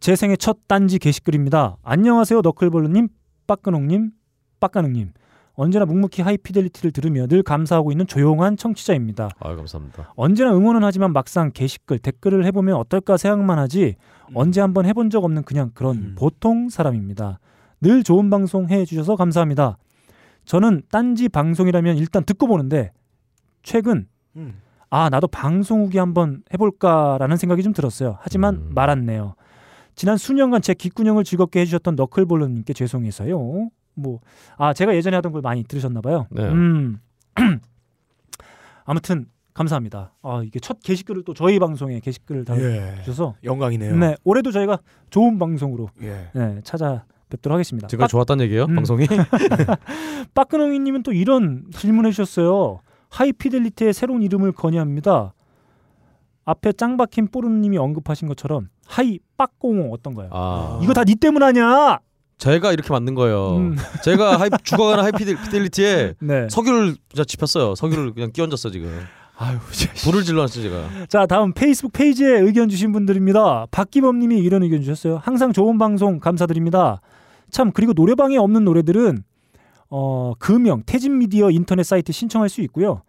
제 생애 첫 단지 게시글입니다. 안녕하세요 너클볼루님, 빠끄농님, 빠까능님. 언제나 묵묵히 하이피델리티를 들으며 늘 감사하고 있는 조용한 청취자입니다. 아유 감사합니다. 언제나 응원은 하지만 막상 게시글 댓글을 해보면 어떨까 생각만 하지 언제 한번 해본 적 없는 그냥 그런 보통 사람입니다. 늘 좋은 방송 해주셔서 감사합니다. 저는 딴지 방송이라면 일단 듣고 보는데 최근 음. 아 나도 방송 후기 한번 해볼까라는 생각이 좀 들었어요. 하지만 말았네요. 지난 수년간 제 귓구녕을 즐겁게 해주셨던 너클볼러님께 죄송해서요. 뭐 아 제가 예전에 하던 걸 많이 들으셨나봐요. 네. 음. 아무튼 감사합니다. 아 이게 첫 게시글을 또 저희 방송에 게시글을 달아주셔서 예. 예. 영광이네요. 네 올해도 저희가 좋은 방송으로 예. 네, 찾아뵙도록 음. 하겠습니다. 지금까지 좋았다는 얘기예요? 방송이? 빠끄농이님은 또 이런 질문해 주셨어요. 하이피델리티의 새로운 이름을 건의합니다. 앞에 짱박힌 뽀르님이 언급하신 것처럼 하이 빠꽁어 어떤가요? 아. 이거 다 니 때문 아냐? 제가 이렇게 만든 거예요. 제가 하이, 죽어가는 하이피델리티에 음. 네. 석유를 진짜 집혔어요. 석유를 그냥 끼얹었어 지금. 아유, 불을 질러놨어 제가. 자 다음 페이스북 페이지에 의견 주신 분들입니다. 박기범님이 이런 의견 주셨어요. 항상 좋은 방송 감사드립니다. 참 그리고 노래방에 없는 노래들은 어, 금영 태진 미디어 인터넷 사이트 신청할 수 있고요.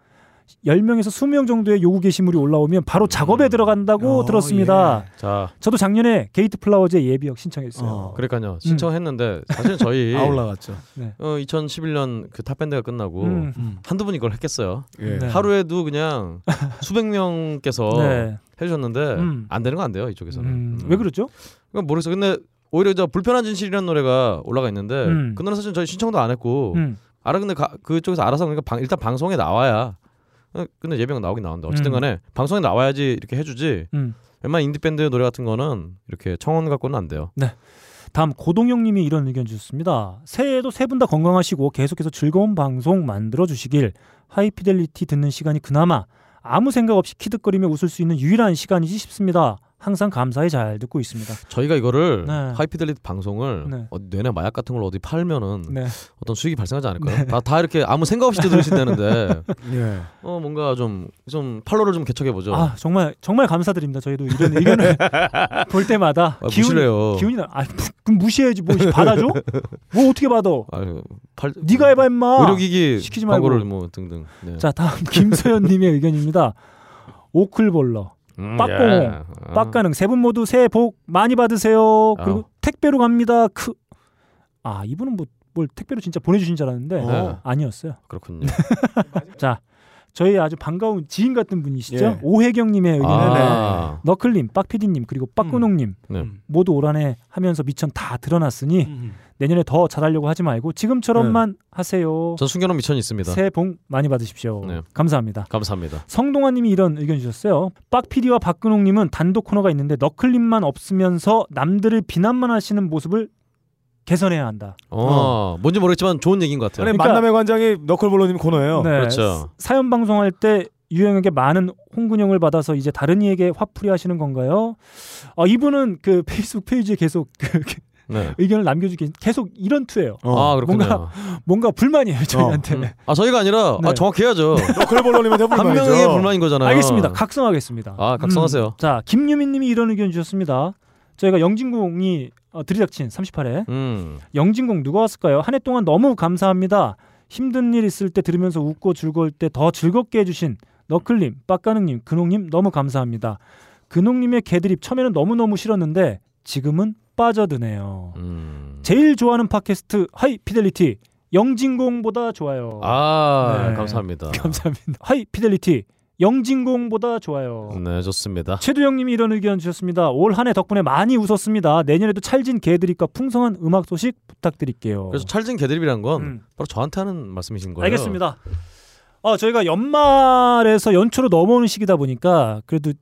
10명에서 20명 정도의 요구 게시물이 올라오면 바로 작업에 음. 들어간다고 예. 예. 들었습니다. 자, 저도 작년에 게이트 플라워제 예비역 신청했어요. 그러니까요. 신청했는데 사실 저희 아, 올라갔죠. 어, 2011년 그 탑밴드가 끝나고 음. 한두 분이 이걸 했겠어요. 예. 네. 하루에도 그냥 수백 명께서 네. 해주셨는데 음. 안 되는 거 안 돼요 이쪽에서는. 음. 왜 그러죠? 그러니까 모르겠어. 근데 오히려 저 불편한 진실이라는 노래가 올라가 있는데 음. 그 노래 사실 저희 신청도 안 했고 음. 알아 근데 가- 그쪽에서 알아서 그러니까 방- 일단 방송에 나와야 어, 근데 예병은 나오긴 나오는데 어쨌든 음. 간에 방송에 나와야지 이렇게 해주지 음. 웬만한 인디밴드 노래 같은 거는 이렇게 청원 갖고는 안 돼요 네. 다음 고동영님이 이런 의견 주셨습니다. 새해에도 세 분 다 건강하시고 계속해서 즐거운 방송 만들어 주시길. 하이피델리티 듣는 시간이 그나마 아무 생각 없이 키득거리며 웃을 수 있는 유일한 시간이지 싶습니다. 항상 감사히 잘 듣고 있습니다. 저희가 이거를 네. 하이피델리티 방송을 네. 어디 뇌나 마약 같은 걸 어디 팔면은 네. 어떤 수익이 발생하지 않을까요? 다, 다 이렇게 아무 생각 없이 들으신다는데 예. 어 뭔가 좀 좀 팔로를 좀 개척해 보죠. 아 정말 정말 감사드립니다. 저희도 이런 의견을 볼 때마다 아, 기운이 무시래요. 기운이 나. 아, 그럼 무시해야지 뭐 받아줘? 뭐 어떻게 받아? 팔 네가 해봐 임마. 의료기기 시키지 말고. 광고를 뭐 등등. 네. 자 다음 김소연님의 의견입니다. 오클볼러, 음, 예. 빡공, 아. 빡가능 세 분 모두 새해 복 많이 받으세요. 그리고 아우. 택배로 갑니다. 크. 아 이분은 뭐 뭘 택배로 진짜 보내주신 줄 알았는데 네. 아니었어요. 그렇군요. 네, 자 저희 아주 반가운 지인 같은 분이시죠 예. 오혜경님의 의견. 네. 아. 너클님, 빡피디님 그리고 빡구농님 네. 모두 올한해 하면서 미천 다 음. 드러났으니 음. 내년에 더 잘하려고 하지 말고 지금처럼만 네. 하세요. 전 숨겨놓은 미천이 있습니다. 새해 복 많이 받으십시오. 네. 감사합니다. 감사합니다. 성동아님이 이런 의견 주셨어요. 빡피디와 박근홍님은 단독 코너가 있는데 너클림만 없으면서 남들을 비난만 하시는 모습을 개선해야 한다. 어, 뭔지 모르겠지만 좋은 얘기인 것 같아요. 아니, 그러니까- 만남의 관장이 너클볼로님 코너예요. 네, 그렇죠. 사- 사연 방송할 때 유행에게 많은 홍군형을 받아서 이제 다른 이에게 화풀이 하시는 건가요? 어, 이분은 그 페이스북 페이지에 계속 그 네. 의견을 남겨주기 계속 이런 투예요. 어. 아, 그렇군요. 어, 뭔가 뭔가 불만이에요 저희한테. 음. 아 저희가 아니라 네. 아, 정확히 해야죠. 너클볼로님한테 한 불만이죠. 명의 불만인 거잖아요. 알겠습니다. 각성하겠습니다. 음, 아, 각성하세요. 자, 김유민님이 이런 의견 주셨습니다. 저희가 영진공이 어, 들이닥친 38회 음. 영진공 누가 왔을까요? 한 해 동안 너무 감사합니다. 힘든 일 있을 때 들으면서 웃고 즐거울 때 더 즐겁게 해주신 너클님, 빡가능님, 근홍님 너무 감사합니다. 근홍님의 개드립 처음에는 너무 너무 싫었는데 지금은 빠져드네요. 제일 좋아하는 팟캐스트 하이 피델리티 영진공보다 좋아요. 아 네. 감사합니다. 감사합니다. 하이 피델리티 영진공보다 좋아요. 네 좋습니다. 최두영님이 이런 의견 주셨습니다. 올 한 해 덕분에 많이 웃었습니다. 내년에도 찰진 개드립과 풍성한 음악 소식 부탁드릴게요. 그래서 찰진 개드립이란 건 음. 바로 저한테 하는 말씀이신 거예요. 알겠습니다. 어, 저희가 연말에서 연초로 넘어오는 시기다 보니까 그래도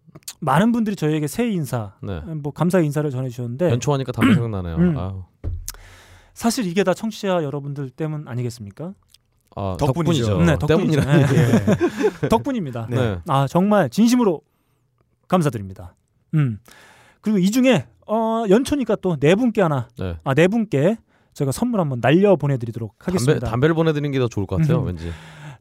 많은 분들이 저희에게 새해 인사, 네. 뭐 감사 인사를 전해주셨는데 연초하니까 담배 생각나네요. 네. 음. 아우. 사실 이게 다 청취자 여러분들 때문 아니겠습니까? 아, 덕분이죠. 덕분이죠. 네, 덕분이죠. 때문이라니. 네, 예. 덕분입니다. 네. 아 정말 진심으로 감사드립니다. 음 그리고 이 중에 어, 연초니까 또 네 분께 하나, 네. 아 네 분께 저희가 선물 한번 날려 보내드리도록 담배, 하겠습니다. 담배를 보내드리는 게 더 좋을 것 같아요. 음. 왠지.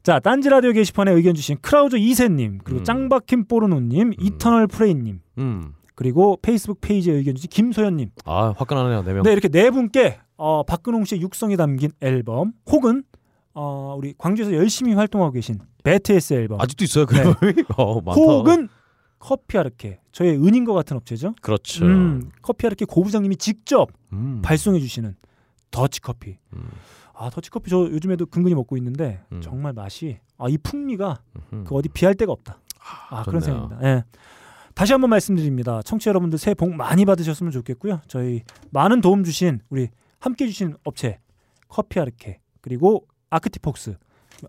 자 딴지 라디오 게시판에 의견 주신 크라우저 이세님 그리고 짱박힌 뽀르노님 이터널 프레이님 음. 그리고 페이스북 페이지에 의견 주신 김소연님 아 화끈하네요. 네 명. 네 이렇게 네 분께 어, 박근홍 씨의 육성이 담긴 앨범 혹은 어, 우리 광주에서 열심히 활동하고 계신 베트스 앨범 아직도 있어요. 그 네. 네. 어, 많다. 혹은 커피아르케 저의 은인과 같은 업체죠. 그렇죠. 음, 커피아르케 고부장님이 직접 음. 발송해 주시는 더치 커피. 아 더치 커피 저 요즘에도 근근히 먹고 있는데 음. 정말 맛이 아 이 풍미가 그 어디 비할 데가 없다. 아, 그런 좋네요. 생각입니다. 예. 다시 한번 말씀드립니다. 청취자 여러분들 새해 복 많이 받으셨으면 좋겠고요. 저희 많은 도움 주신 우리 함께 해 주신 업체 커피아르케 그리고 아크티폭스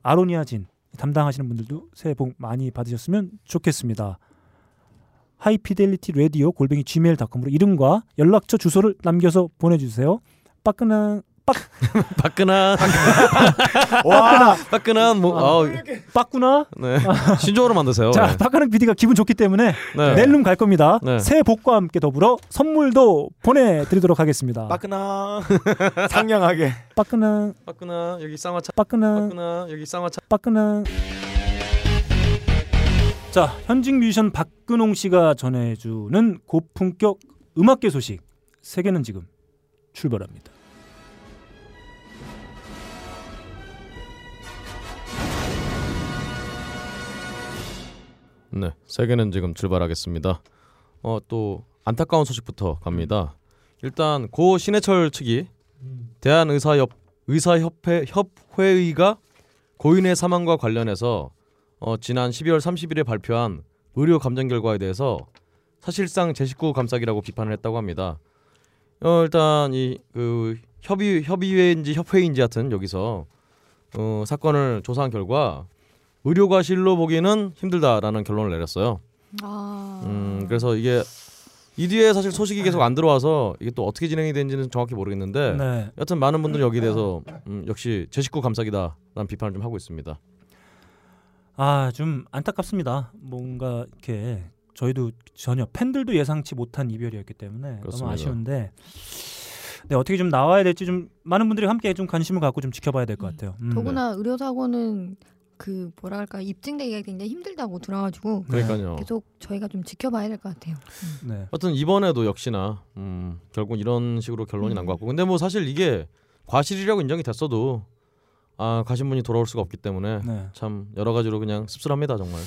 아로니아진 담당하시는 분들도 새해 복 많이 받으셨으면 좋겠습니다. 하이피델리티 라디오 골뱅이 gmail.com으로 이름과 연락처 주소를 남겨서 보내주세요. 빠끈한 빡 박근한 와. 박근한 뭐 아우. 빡구나 네. 신조어로 만드세요. 자 네. 박가능 PD가 기분 좋기 때문에 네. 낼름 갈 겁니다. 네. 새해 복과 함께 더불어 선물도 보내드리도록 하겠습니다. 빠끈아 상냥하게 빠끈한 박근아 여기 쌍화차. 빠끈한 박근아 여기 쌍화차. 빠끈한 자 현직 뮤지션 박근홍 씨가 전해주는 고품격 음악계 소식 세계는 지금 출발합니다. 네, 세계는 지금 출발하겠습니다. 어, 또 안타까운 소식부터 갑니다. 일단 고 신해철 측이 대한의사협 의사협회 협회의가 고인의 사망과 관련해서 어, 지난 12월 30일에 발표한 의료 감정 결과에 대해서 사실상 제19 감싸기라고 비판을 했다고 합니다. 어, 일단 이그 협의 협의회인지 협회인지 하여튼 여기서 어, 사건을 조사한 결과 의료과실로 보기는 힘들다라는 결론을 내렸어요. 아, 음, 그래서 이게 이 뒤에 사실 소식이 계속 안 들어와서 이게 또 어떻게 진행이 되는지는 정확히 모르겠는데 네. 여튼 많은 분들이 여기에 대해서 음, 역시 제 식구 감싸기다라는 비판을 좀 하고 있습니다. 아 좀 안타깝습니다. 뭔가 이렇게 저희도 전혀 팬들도 예상치 못한 이별이었기 때문에 그렇습니다. 너무 아쉬운데 네 어떻게 좀 나와야 될지 좀 많은 분들이 함께 좀 관심을 갖고 좀 지켜봐야 될 것 같아요. 음. 더구나 의료사고는 그 뭐랄까 입증되기가 굉장히 힘들다고 들어가지고 그러니까요. 계속 저희가 좀 지켜봐야 될 것 같아요. 네. 하여튼 이번에도 역시나 음, 결국 이런 식으로 결론이 난 것 같고 근데 뭐 사실 이게 과실이라고 인정이 됐어도 아 가신분이 돌아올 수가 없기 때문에 네. 참 여러 가지로 그냥 씁쓸합니다 정말.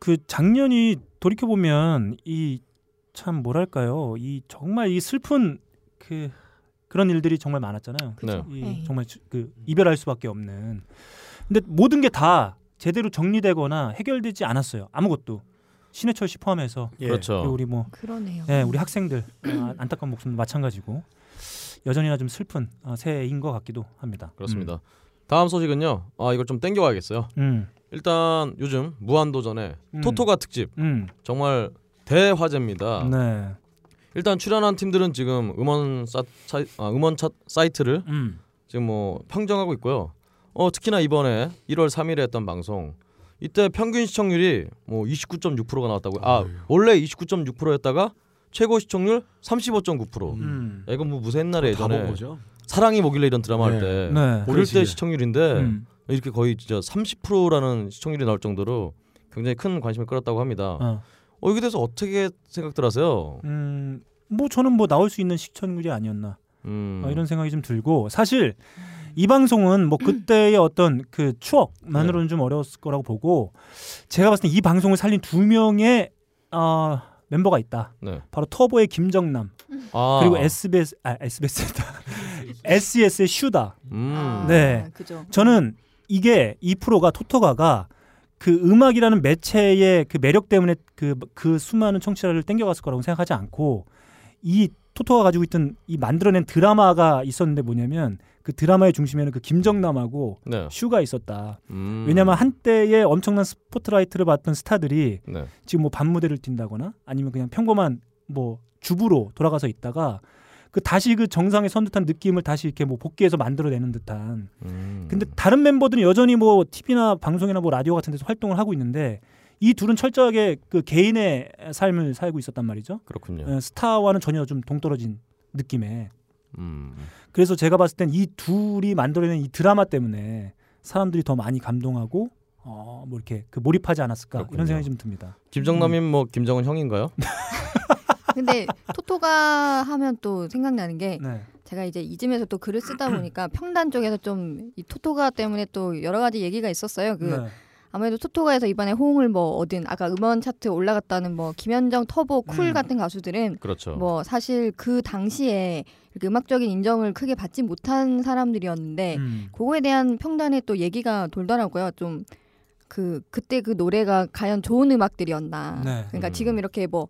그 작년이 돌이켜 보면 이 참 뭐랄까요 이 정말 이 슬픈 그 그런 일들이 정말 많았잖아요. 그쵸. 이 네. 정말 주- 그 이별할 수밖에 없는. 근데 모든 게 다 제대로 정리되거나 해결되지 않았어요. 아무것도 신해철 씨 포함해서 예. 그렇죠. 그리고 우리 뭐 그러네요. 예, 우리 학생들 아, 안타까운 목숨도 마찬가지고 여전히나 좀 슬픈 아, 새해인 것 같기도 합니다. 그렇습니다. 다음 소식은요. 아 이걸 좀 땡겨와야겠어요. 음. 일단 요즘 무한도전의 음. 토토가 특집 음. 정말 대화제입니다. 네. 일단 출연한 팀들은 지금 음원 사, 차, 아, 음원 차, 사이트를 음. 지금 뭐 평정하고 있고요. 어 특히나 이번에 1월 3일에 했던 방송 이때 평균 시청률이 뭐 29.6%가 나왔다고요. 아 음. 원래 29.6%였다가 최고 시청률 35.9%. 음. 야, 이건 뭐 무슨 옛날에 다 예전에 본 거죠. 사랑이 뭐길래 이런 드라마 네. 할때 네. 어릴 때 그러시게. 시청률인데 음. 이렇게 거의 진짜 30%라는 시청률이 나올 정도로 굉장히 큰 관심을 끌었다고 합니다. 어. 어, 이게 대해서 어떻게 생각들 하세요? 음, 뭐 저는 뭐 나올 수 있는 시청률이 아니었나 음, 어, 이런 생각이 좀 들고 사실 이 방송은 뭐 그때의 어떤 그 추억만으로는 좀 어려웠을 거라고 보고 제가 봤을 때 이 방송을 살린 두 명의 어, 멤버가 있다. 네. 바로 터보의 김정남 아. 그리고 SBS 아 SBS다. SES의 슈다. 아, 음. 네. 그죠. 저는 이게 이 프로가 토토가가 그 음악이라는 매체의 그 매력 때문에 그 그 수많은 청취자를 땡겨갔을 거라고 생각하지 않고 이 토토가 가지고 있던 이 만들어낸 드라마가 있었는데 뭐냐면 그 드라마의 중심에는 그 김정남하고 네. 슈가 있었다. 음. 왜냐하면 한때에 엄청난 스포트라이트를 받던 스타들이 네. 지금 뭐 밤무대를 뛴다거나 아니면 그냥 평범한 뭐 주부로 돌아가서 있다가 그 다시 그 정상에 선 듯한 느낌을 다시 이렇게 뭐 복귀해서 만들어내는 듯한 음. 근데 다른 멤버들은 여전히 뭐 TV나 방송이나 뭐 라디오 같은 데서 활동을 하고 있는데 이 둘은 철저하게 그 개인의 삶을 살고 있었단 말이죠. 그렇군요. 어, 스타와는 전혀 좀 동떨어진 느낌에. 음. 그래서 제가 봤을 땐 이 둘이 만들어낸 이 드라마 때문에 사람들이 더 많이 감동하고 어, 뭐 이렇게 그 몰입하지 않았을까 이런 생각이 좀 듭니다. 김정남이 뭐 김정은 형인가요? 음. 근데 토토가 하면 또 생각나는 게 네. 제가 이제 이쯤에서 또 글을 쓰다 보니까 평단 쪽에서 좀 이 토토가 때문에 또 여러 가지 얘기가 있었어요. 그 네. 아무래도 토토가에서 이번에 호응을 뭐 얻은 아까 음원 차트 에 올라갔다는 뭐 김현정, 터보, 쿨 같은 가수들은 음. 그렇죠. 뭐 사실 그 당시에 이렇게 음악적인 인정을 크게 받지 못한 사람들이었는데 음. 그거에 대한 평단에 또 얘기가 돌더라고요. 좀 그 그때 그 노래가 과연 좋은 음악들이었나. 네. 그러니까 음. 지금 이렇게 뭐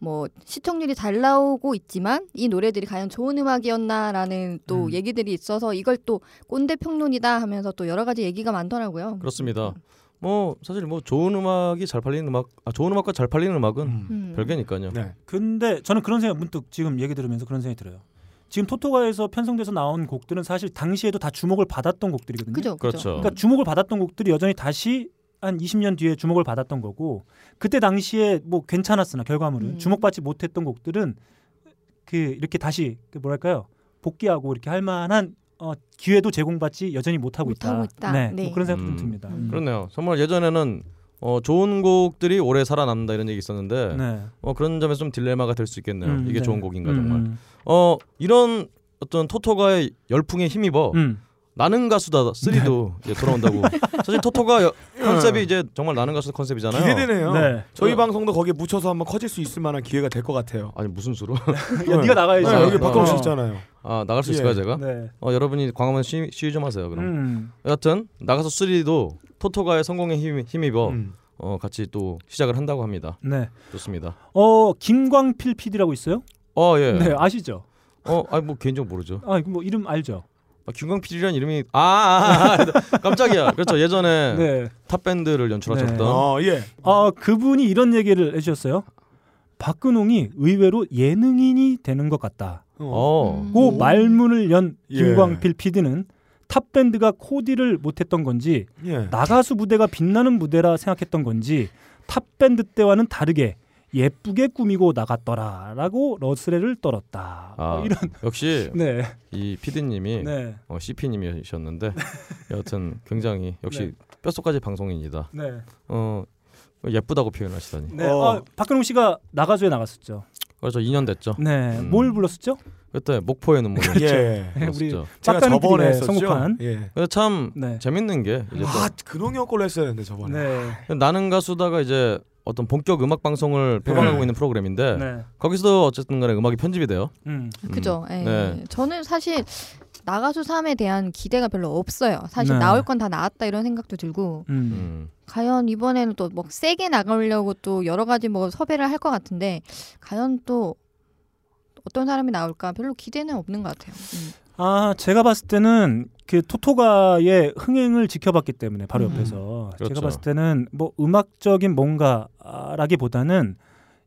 뭐 시청률이 잘 나오고 있지만 이 노래들이 과연 좋은 음악이었나라는 또 얘기들이 있어서 이걸 또 꼰대 평론이다 하면서 또 여러 가지 얘기가 많더라고요. 그렇습니다. 뭐 사실 뭐 좋은 음악이 잘 팔리는 음악, 아, 좋은 음악과 잘 팔리는 음악은 음. 별개니까요. 네. 근데 저는 그런 생각 문득 지금 얘기 들으면서 그런 생각이 들어요. 지금 토토가에서 편성돼서 나온 곡들은 사실 당시에도 다 주목을 받았던 곡들이거든요. 그죠, 그죠. 그렇죠. 러니까 주목을 받았던 곡들이 여전히 다시 한 20년 뒤에 주목을 받았던 거고 그때 당시에 뭐 괜찮았으나 결과물은 음. 주목받지 못했던 곡들은 그 이렇게 다시 그 뭐랄까요 복귀하고 이렇게 할 만한 어, 기회도 제공받지 여전히 못하고 있다. 못하고 있다. 네, 네. 뭐 그런 생각도 음. 좀 듭니다. 그렇네요. 정말 예전에는 어, 좋은 곡들이 오래 살아남는다 이런 얘기 있었는데 네. 어, 그런 점에서 좀 딜레마가 될 수 있겠네요. 음, 이게 네. 좋은 곡인가 음, 정말. 음. 어, 이런 어떤 토토가의 열풍에 힘입어 음. 나는 가수다 3도 네. 이제 돌아온다고. 사실 토토가 여- 컨셉이 이제 정말 나는 가수 컨셉이잖아요. 음. 기대되네요. 저희 저- 방송도 거기에 묻혀서 한번 커질 수 있을 만한 기회가 될 것 같아요. 아니 무슨 수로? 네. 네가 어. 나가야지. 네, 여기 어. 박동원 씨 있잖아요. 아 나갈 수 예. 있을까요 제가? 네. 어 여러분이 광화문 시위, 시위 좀 하세요 그럼. 음. 여하튼 나가서 3도 토토가의 성공에 힘, 힘입어 음. 어 같이 또 시작을 한다고 합니다. 네. 좋습니다. 어 김광필 PD라고 있어요? 어 예. 네 아시죠? 어 아니 뭐 개인적으로 모르죠. 아 이거 뭐 이름 알죠? 아, 김광필이라는 이름이 아, 아, 아 깜짝이야. 그렇죠 예전에 네. 탑 밴드를 연출하셨던. 네. 어. 예. 아, 그분이 이런 얘기를 해주셨어요. 박근홍이 의외로 예능인이 되는 것 같다. 어. 음. 음. 고그 말문을 연 예. 김광필 PD는 탑 밴드가 코디를 못했던 건지 예. 나가수 무대가 빛나는 무대라 생각했던 건지 탑 밴드 때와는 다르게 예쁘게 꾸미고 나갔더라라고 러스레를 떨었다. 뭐 아, 이런 역시 네. 이 PD님이 네. 어, CP님이셨는데 여하튼 굉장히 역시 네. 뼛속까지 방송인이다. 네. 어 예쁘다고 표현하시다니. 네. 아, 박근홍 씨가 나가수에 나갔었죠. 그렇죠 2년 됐죠. 네. 뭘 불렀었죠? 그때 목포의 눈물. 그렇죠. 예. 우리 제가 빡가는 저번에 피디의 했었죠. 성공한. 예. 근데 참 네. 재밌는 게 이제 또 아 근홍이 형 걸로 했어야 했는데 저번에. 나는 가수다가 이제 어떤 본격 음악 방송을 표방하고 네. 있는 프로그램인데 네. 거기서도 어쨌든 간에 음악이 편집이 돼요. 음. 그죠. 예. 네. 저는 사실 나가수 3에 대한 기대가 별로 없어요. 사실 네. 나올 건 다 나왔다 이런 생각도 들고 음. 과연 이번에는 또 뭐 세게 나가려고 또 여러 가지 뭐 섭외를 할 것 같은데 과연 또 어떤 사람이 나올까 별로 기대는 없는 것 같아요. 음. 아 제가 봤을 때는 그 토토가의 흥행을 지켜봤기 때문에 음. 바로 옆에서 그렇죠. 제가 봤을 때는 뭐 음악적인 뭔가라기보다는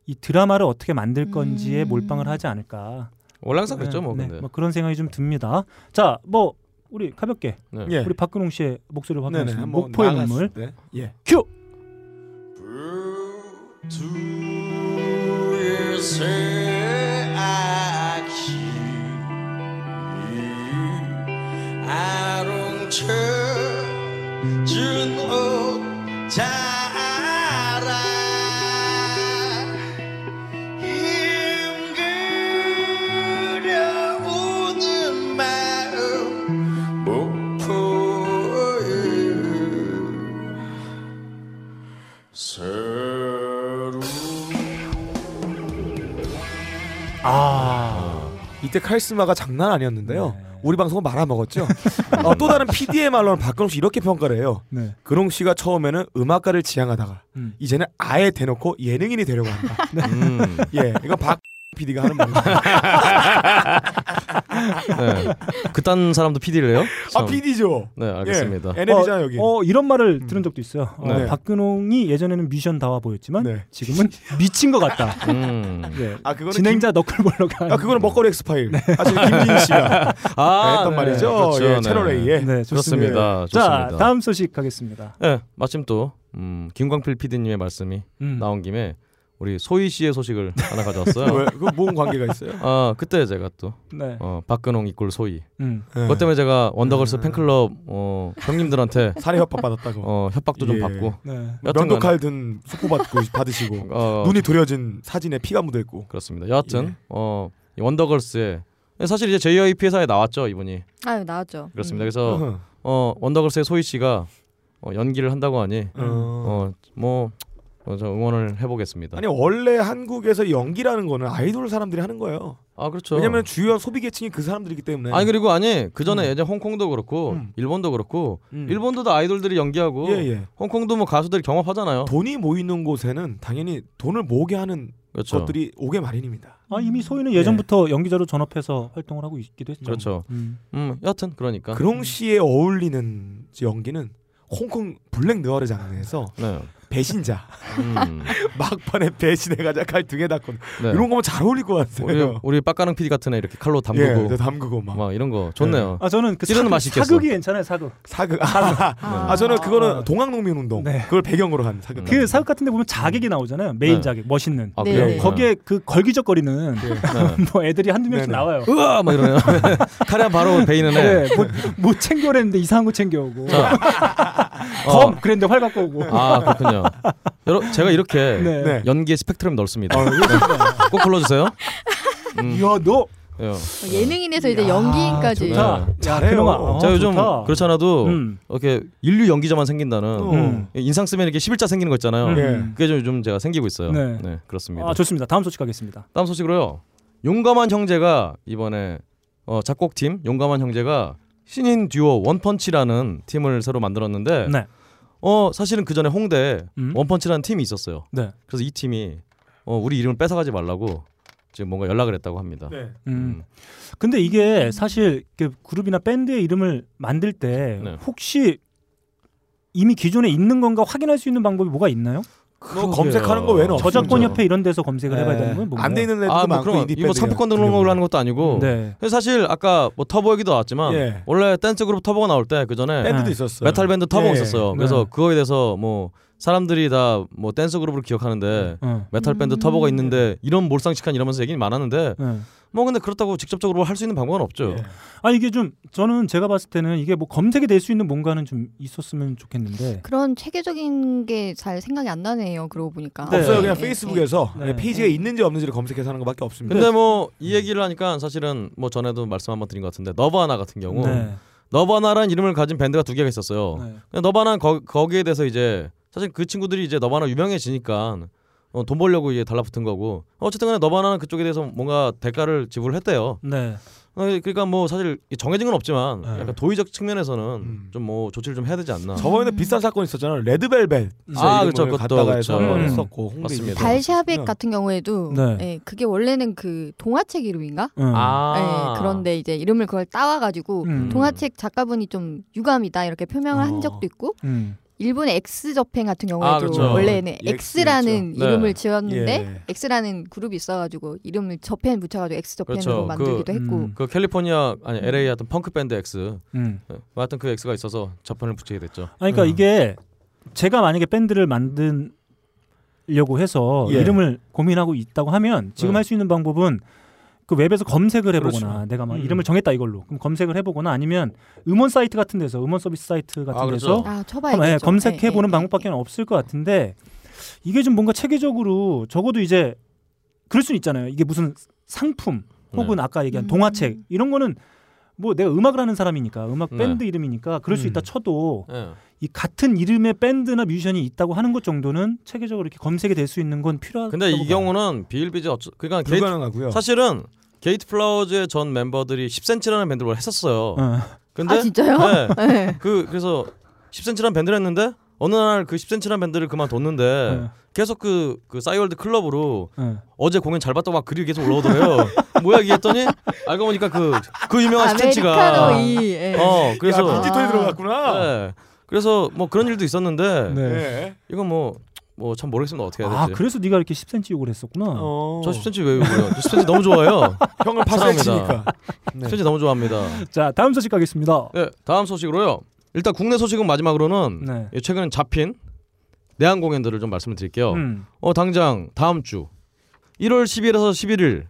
이 드라마를 어떻게 만들 건지에 음. 몰빵을 하지 않을까. 네. 네, 원랑상 그랬죠, 뭐, 근데. 그런 생각이 좀 듭니다. 자, 뭐 우리 가볍게 네. 예. 우리 박근홍 씨의 목소리를 네네, 확인했습니다. 한번 목포의 눈물. 나갔을 때. 예. 큐. 아롱철 준옥 자라 힘그려 우는 마음 목포의 새로 아 이때 카리스마가 장난 아니었는데요. 네. 우리 방송은 말아먹었죠. 어, 또 다른 PD의 말로는 박근홍 씨 이렇게 평가를 해요. 네. 근홍 씨가 처음에는 음악가를 지향하다가 음. 이제는 아예 대놓고 예능인이 되려고 한다. 음. 예, 이거 박 PD가 하는 말입니다. 아, 네. 그딴 사람도 PD를 해요? 아, 참. PD죠. 예, 네, 알겠습니다. 어, 어, 이런 음. 말을 들은 적도 있어요. 어, 네. 박근홍이 예전에는 미션 다와 보였지만 네. 지금은 미친 것 같다. 음. 예. 아, 그거는 진행자 너클볼러가 아, 그거는 먹거리 엑스파일. 사실 김진희 씨가 아, 했던 네. 말이죠. 그렇죠. 예, 네. 채널 A에. 네, 좋습니다. 좋습니다. 자, 다음 소식 가겠습니다. 네, 마침 또 음, 김광필 PD님의 말씀이 음. 나온 김에 우리 소희 씨의 소식을 하나 가져왔어요. 왜? 그거 뭔 관계가 있어요? 아 그때 제가 또 네. 어, 박근홍 이꼴 소희. 음. 그것 때문에 제가 원더걸스 팬클럽 어, 형님들한테 살해 협박 받았다고. 어, 협박도 좀 예. 받고. 네. 여튼간에- 면도칼 든 수포 받고 받으시고 어. 눈이 도려진 사진에 피가 묻어 있고. 그렇습니다. 여하튼 어, 이 원더걸스의 사실 이제 JYP 회사에 나왔죠 이분이. 아유 나왔죠. 그렇습니다. 음. 그래서 어허. 어, 원더걸스의 소희 씨가 어, 연기를 한다고 하니 음. 어. 어뭐 어, 저 응원을 해보겠습니다. 아니 원래 한국에서 연기라는 거는 아이돌 사람들이 하는 거예요. 아 그렇죠. 왜냐면 주요 소비 계층이 그 사람들이기 때문에. 아니 그리고 아니 그 음. 전에 예전 홍콩도 그렇고 일본도 그렇고 일본도 다 아이돌들이 연기하고 예, 예. 홍콩도 뭐 가수들이 경합하잖아요. 돈이 모이는 곳에는 당연히 돈을 모게 하는 그렇죠. 것들이 오게 마련입니다. 아, 이미 소희는 예전부터 연기자로 전업해서 활동을 하고 있기도 했죠. 그렇죠. 음. 음. 여하튼 그러니까 그롱 씨에 어울리는 연기는 홍콩 블랙 느와르 장르에서 네. 배신자 음. 막판에 배신해가자 칼 등에 닿고 네. 이런 거면 잘 어울릴 것 같아요. 우리 우리 빡가능 PD 같은 애 이렇게 칼로 담그고 네, 담그고 막. 이런 거 좋네요. 아 저는 그 찌르는 사극, 어. 맛이 있겠어. 사극이 괜찮아요. 사극. 사극. 아, 네. 아, 저는 그거는 동학농민운동 그걸 배경으로 한 사극. 네. 그 사극 같은 데 보면 자객이 나오잖아요. 메인 네. 자객 멋있는. 아, 그래요? 네. 거기에 그 걸기적거리는 네. 뭐 애들이 한두 명씩 네, 네. 나와요. 예. 으아! 막 이러네요. 카랴 바로 베이는 애. 네, 못, 못 챙겨냈는데 이상한 거 챙겨오고. 자. 검 어. 그랬는데 활 갖고 오고. 아 그렇군요. 여러, 제가 이렇게 네. 네. 연기의 스펙트럼이 아, 넓습니다. 꼭 불러주세요. 예. 야 너. 어, 예능인에서 이제 연기인까지. 잘해요. 그놈아. 제가 어, 요즘 좋다. 음. 그렇잖아도 이렇게 인류 연기자만 생긴다는 음. 인상 쓰면 이렇게 11자 생기는 거 있잖아요. 음. 그게 좀 요즘 제가 생기고 있어요. 네. 네, 그렇습니다. 아 좋습니다. 다음 소식 가겠습니다. 다음 소식으로요. 용감한 형제가 이번에 어, 작곡팀 용감한 형제가 신인 듀오 원펀치라는 팀을 새로 만들었는데 네. 음? 어 사실은 그 전에 홍대에 원펀치라는 팀이 있었어요. 네. 그래서 이 팀이 어, 우리 이름을 뺏어가지 말라고 지금 뭔가 연락을 했다고 합니다. 네. 음. 근데 이게 사실 그 그룹이나 밴드의 이름을 만들 때 혹시 이미 기존에 있는 건가 확인할 수 있는 방법이 뭐가 있나요? 그거 검색하는 거 외에는 없어요. 저작권 협회 이런 데서 검색을 해봐야 되는 건 뭔가요? 예. 네. 안 돼 있는 애도 아, 뭐 많고 그럼 인디 이거 밴드가 상품권 같은 등록을 경우는. 하는 음. 것도 아니고 네. 그래서 사실 아까 뭐 터보 얘기도 나왔지만 예. 원래 댄스 그룹 터보가 나올 때 그 전에 밴드도 네. 있었어요. 메탈 밴드 터보 가 예. 있었어요. 그래서 네. 그거에 대해서 뭐 사람들이 다 뭐 댄스 그룹으로 기억하는데 네. 메탈 밴드 터보가 있는데 이런 몰상식한 이러면서 얘기는 많았는데 네. 뭐 근데 그렇다고 직접적으로 할 수 있는 방법은 없죠. 예. 아 이게 좀 저는 제가 봤을 때는 이게 뭐 검색이 될 수 있는 뭔가는 좀 있었으면 좋겠는데 그런 체계적인 게 잘 생각이 안 나네요. 그러고 보니까. 없어요. 그냥 예, 페이스북에서 예, 예. 페이지가 있는지 없는지를 검색해서 하는 것밖에 없습니다. 근데 뭐 이 얘기를 하니까 사실은 뭐 전에도 말씀 한번 드린 것 같은데 너바나 같은 경우 네. 너바나라는 이름을 가진 밴드가 두 개가 있었어요. 네. 근데 그러니까 너바나는 거, 거기에 대해서 이제 사실 그 친구들이 이제 너바나 유명해지니까 어, 돈 벌려고 이제 달라붙은 거고 어쨌든 간에 너바나는 그쪽에 대해서 뭔가 대가를 지불했대요. 네. 어, 그러니까 뭐 사실 정해진 건 없지만 약간 도의적 측면에서는 좀 뭐 조치를 좀 해야 되지 않나. 네. 음. 저번에는 비싼 사건 있었잖아요. 레드벨벳. 아, 그쵸, 그것도, 갔다가 해서 그쵸. 음. 음. 했었고 홍대 음. 맞습니다. 있었고. 달샤벳 같은 경우에도 네. 예, 그게 원래는 그 동화책 이름인가? 음. 아. 예, 그런데 이제 이름을 그걸 따와가지고 음. 동화책 작가분이 좀 유감이다 이렇게 표명을 어. 한 적도 있고 음. 일본의 X 접행 같은 경우에도 아, 그렇죠. 원래는 X X라는 있죠. 이름을 네. 지었는데 X라는 그룹이 있어가지고 이름을 접hen 붙여가지고 X 접행으로 그렇죠. 만들기도 했고 그 캘리포니아 아니 LA 하여튼 펑크 밴드 X. 음. 어, 하여튼 그 X가 있어서 접근을 붙이게 됐죠. 아니, 그러니까 이게 제가 만약에 밴드를 만들려고 해서 예. 이름을 고민하고 있다고 하면 지금 네. 할 수 있는 방법은 그 웹에서 검색을 해보거나 그렇죠. 내가 막 음. 이름을 정했다 이걸로 그럼 검색을 해보거나 아니면 음원 사이트 같은 데서 음원 서비스 사이트 같은 아, 데서 그렇죠. 아, 쳐봐야겠죠. 네, 한번, 예, 검색해보는 방법밖에 없을 것 같은데 이게 좀 뭔가 체계적으로 적어도 이제 네. 음. 그럴 수는 있잖아요 이게 무슨 상품 혹은 아까 얘기한 동화책 이런 거는 뭐 내가 음악을 하는 사람이니까 음악 네. 밴드 이름이니까 그럴 수 음. 있다 쳐도 네. 이 같은 이름의 밴드나 뮤지션이 있다고 하는 것 정도는 체계적으로 이렇게 검색이 될 수 있는 건 필요하다고 근데 이 경우는 비일비재 어쩌 그러니까 게이트- 불가능하고요. 사실은 게이트 플라워즈의 전 멤버들이 10cm라는 밴드를 원래 했었어요. 네. 어. 근데 아, 진짜요? 네. 네. 그 그래서 10cm라는 밴드를 했는데 어느 날 그 10cm라는 밴드를 그만뒀는데 어, 계속 그 그 싸이월드 클럽으로 네. 어제 공연 잘 봤다고 막 글이 계속 올라오더래요. 뭐야 이게 했더니 알고 보니까 그 그 유명한 10cm가 아, 아메리카노 이, 예. 어 그래서 야, 빈지토에 아. 들어갔구나. 네. 그래서 뭐 그런 일도 있었는데 네. 네. 이건 뭐 뭐 참 모르겠습니다 어떻게 해야 아 될지. 그래서 네가 이렇게 10cm 욕을 했었구나. 어. 어. 저 10cm 왜 울어요? 저 10cm 너무 좋아요. 형은 사랑합니다. 네. 10cm 너무 좋아합니다. 자 다음 소식 가겠습니다. 네, 다음 소식으로요. 일단 국내 소식은 마지막으로는 네. 예, 최근 잡힌 내한 공연들을 좀 말씀을 드릴게요. 음. 어, 당장 다음 주 1월 10일에서 11일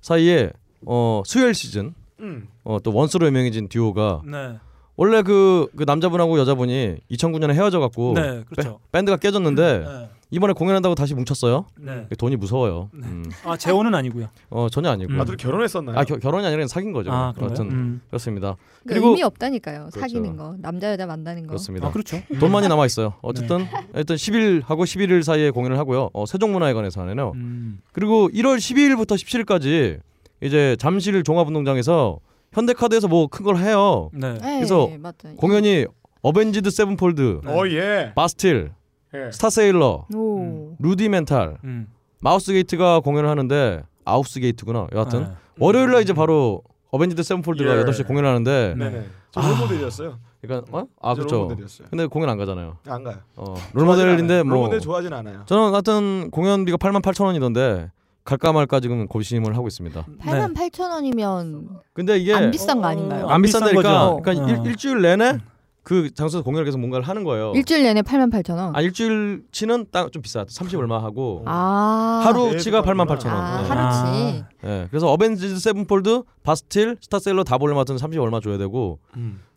사이에 어, 수요일 시즌 음. 어, 또 원수로 유명해진 듀오가 네. 원래 그, 그 남자분하고 여자분이 2009년에 헤어져 갖고 네, 그렇죠. 밴드가 깨졌는데 네. 이번에 공연한다고 다시 뭉쳤어요. 네. 돈이 무서워요. 음. 아 재혼은 아니고요. 어 전혀 아니고. 음. 아, 둘이 결혼했었나요? 어, 아, 겨- 결혼이 아니라 그냥 사귄 거죠. 아, 그런가요? 아무튼 음. 그렇습니다. 그 그리고 의미 없다니까요. 사귀는 거, 남자 여자 만나는 거. 그렇죠. 그렇습니다. 네. 음. 돈 많이 남아 있어요. 어쨌든 일단 10일하고 11일 사이에 공연을 하고요. 어, 세종문화회관에서 하네요. 음. 그리고 1월 12일부터 17일까지 이제 잠실 종합운동장에서 현대카드에서 뭐 큰 걸 해요. 네. 예, 그래서 네, 맞아요. 공연이 어벤지드 세븐폴드, 어, 예. 바스틸, 예. 스타세일러, 오. 루디멘탈, 음. 마우스게이트가 공연을 하는데 아우스게이트구나. 여하튼 네. 월요일날 이제 바로 어벤지드 세븐폴드가 예. 8시에 공연을 하는데 네네. 저 롤모델이었어요. 그러니까 어? 아 저 그렇죠. 롤모델이었어요. 근데 공연 안 가잖아요. 안 가요. 어, 좋아하진 롤모델인데 않아요. 뭐 롤모델 좋아하진 않아요. 저는 하여튼 공연비가 8만 8천 원이던데 갈까 말까 지금 고심을 하고 있습니다. 네. 8만 8천 원이면 근데 이게 안 어, 비싼 어. 거 아닌가요? 예. 안 비싼데니까 거죠. 그러니까 일, 일주일 내내 그 장소에서 공연을 계속 뭔가를 하는 거예요. 일주일 내내 8만 8천 원. 아 일주일치는 딱 좀 비싸. 30 얼마 하고 아. 하루치가 8만 8천 원. 아, 네. 하루치. 예, 그래서 어벤지스 세븐폴드, 바스틸, 스타셀러 다 보려면 하여튼 30 얼마 줘야 되고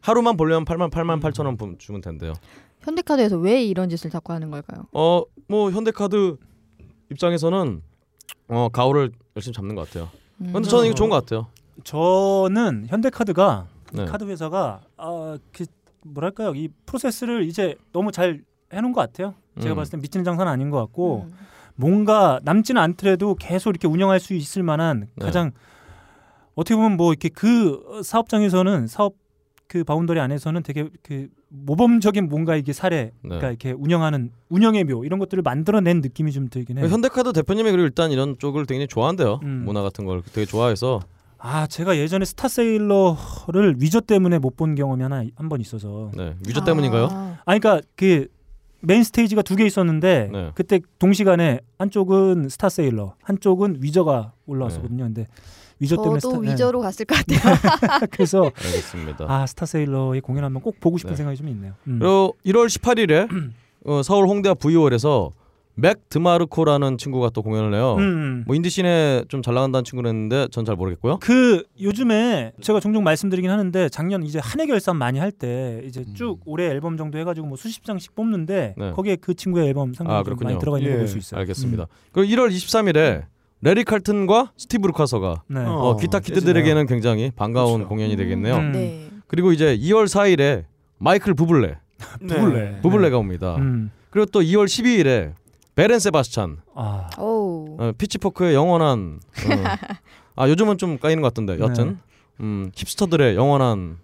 하루만 보려면 8만 8만 8천 원 부- 주면 된대요. 현대카드에서 왜 이런 짓을 자꾸 하는 걸까요? 어 뭐 현대카드 입장에서는 어 가오를 열심히 잡는 것 같아요. 음. 근데 저는 이거 좋은 것 같아요. 저는 현대카드가 이 네. 카드 회사가 아, 그 뭐랄까요 이 프로세스를 이제 너무 잘 해놓은 것 같아요. 제가 음. 봤을 때 미치는 장사는 아닌 것 같고 뭔가 남지는 않더라도 계속 이렇게 운영할 수 있을 만한 네. 가장 어떻게 보면 뭐 이렇게 그 사업장에서는 사업 그 바운더리 안에서는 되게 그 모범적인 뭔가 이게 사례, 네. 그러니까 이렇게 운영하는 운영의 묘 이런 것들을 만들어낸 느낌이 좀 들긴 해요. 네, 현대카드 대표님이 그리고 일단 이런 쪽을 굉장히 좋아한대요. 네. 음. 문화 같은 걸 되게 좋아해서 아 제가 예전에 스타세일러를 위저 때문에 못 본 경험이 하나 한 번 있어서 네, 위저 때문인가요? 아 그러니까 그 메인 스테이지가 두 개 있었는데 네. 그때 동시간에 한쪽은 스타세일러 한쪽은 위저가 올라왔었거든요 네. 근데 위저 때문에 저도 스타- 네. 위저로 갔을 것 같아요. 그래서 알겠습니다. 아 스타세일러의 공연 한번 꼭 보고 싶은 네. 생각이 좀 있네요 음. 그리고 1월 18일에 어, 서울 홍대 VOL에서 맥 드마르코라는 친구가 또 공연을 해요. 음, 음. 뭐 인디씬에 좀 잘 나간다는 친구였는데 전 잘 모르겠고요. 그 요즘에 제가 종종 말씀드리긴 하는데 작년 이제 한해 결산 많이 할 때 이제 쭉 올해 앨범 정도 해가지고 뭐 수십 장씩 뽑는데 음. 네. 거기에 그 친구의 앨범 상당히 좀아 그렇군요. 많이 들어가 있는 걸 볼 수 있어요. 알겠습니다. 음. 그리고 1월 23일에 레리 칼튼과 스티브 루카서가 네. 어, 어, 기타 키드들에게는 굉장히 반가운 공연이 되겠네요. 음. 네. 그리고 이제 2월 4일에 마이클 부블레 네. 부블레. 부블레가 옵니다. 음. 그리고 또 2월 12일에 베렌 세바스찬 아. 오. 어, 피치포크의 영원한 어, 아 요즘은 좀 까이는 것 같던데 여튼 네. 음, 힙스터들의 영원한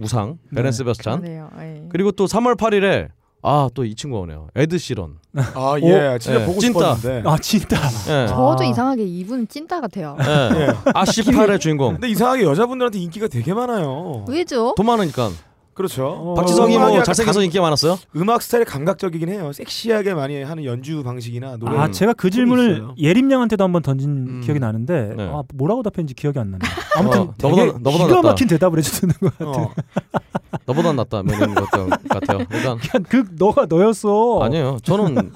우상 베렌 네. 세바스찬 그러네요. 예. 그리고 또 3월 8일에 아 또 이 친구가 오네요 어? 네. 에드 시런 아, 예. 진짜 보고 싶었는데. 아 네. 진짜 예. 아. 저도 이상하게 이분 찐따 같아요. 예. 아시팔의 주인공 네. 근데 이상하게 여자분들한테 인기가 되게 많아요. 어. 왜죠? 돈 많으니까 어, 그렇죠. 박지성이 음악이 뭐 약간 잘생겨서 강- 인기가 많았어요 음악 스타일이 감각적이긴 해요. 섹시하게 많이 하는 연주 방식이나 노래. 아 제가 그 질문을 예림양한테도 한번 던진 기억이 나는데 네. 아 뭐라고 답했는지 기억이 안 나네요. 아무튼 음. 어, 되게 너보다- 너보다 기가 낫다. 막힌 대답을 해주는 것 같아요. 어. 너보다 낫다 뭐 이런 것 같아요 일단 그 너가 너였어. 아니에요 저는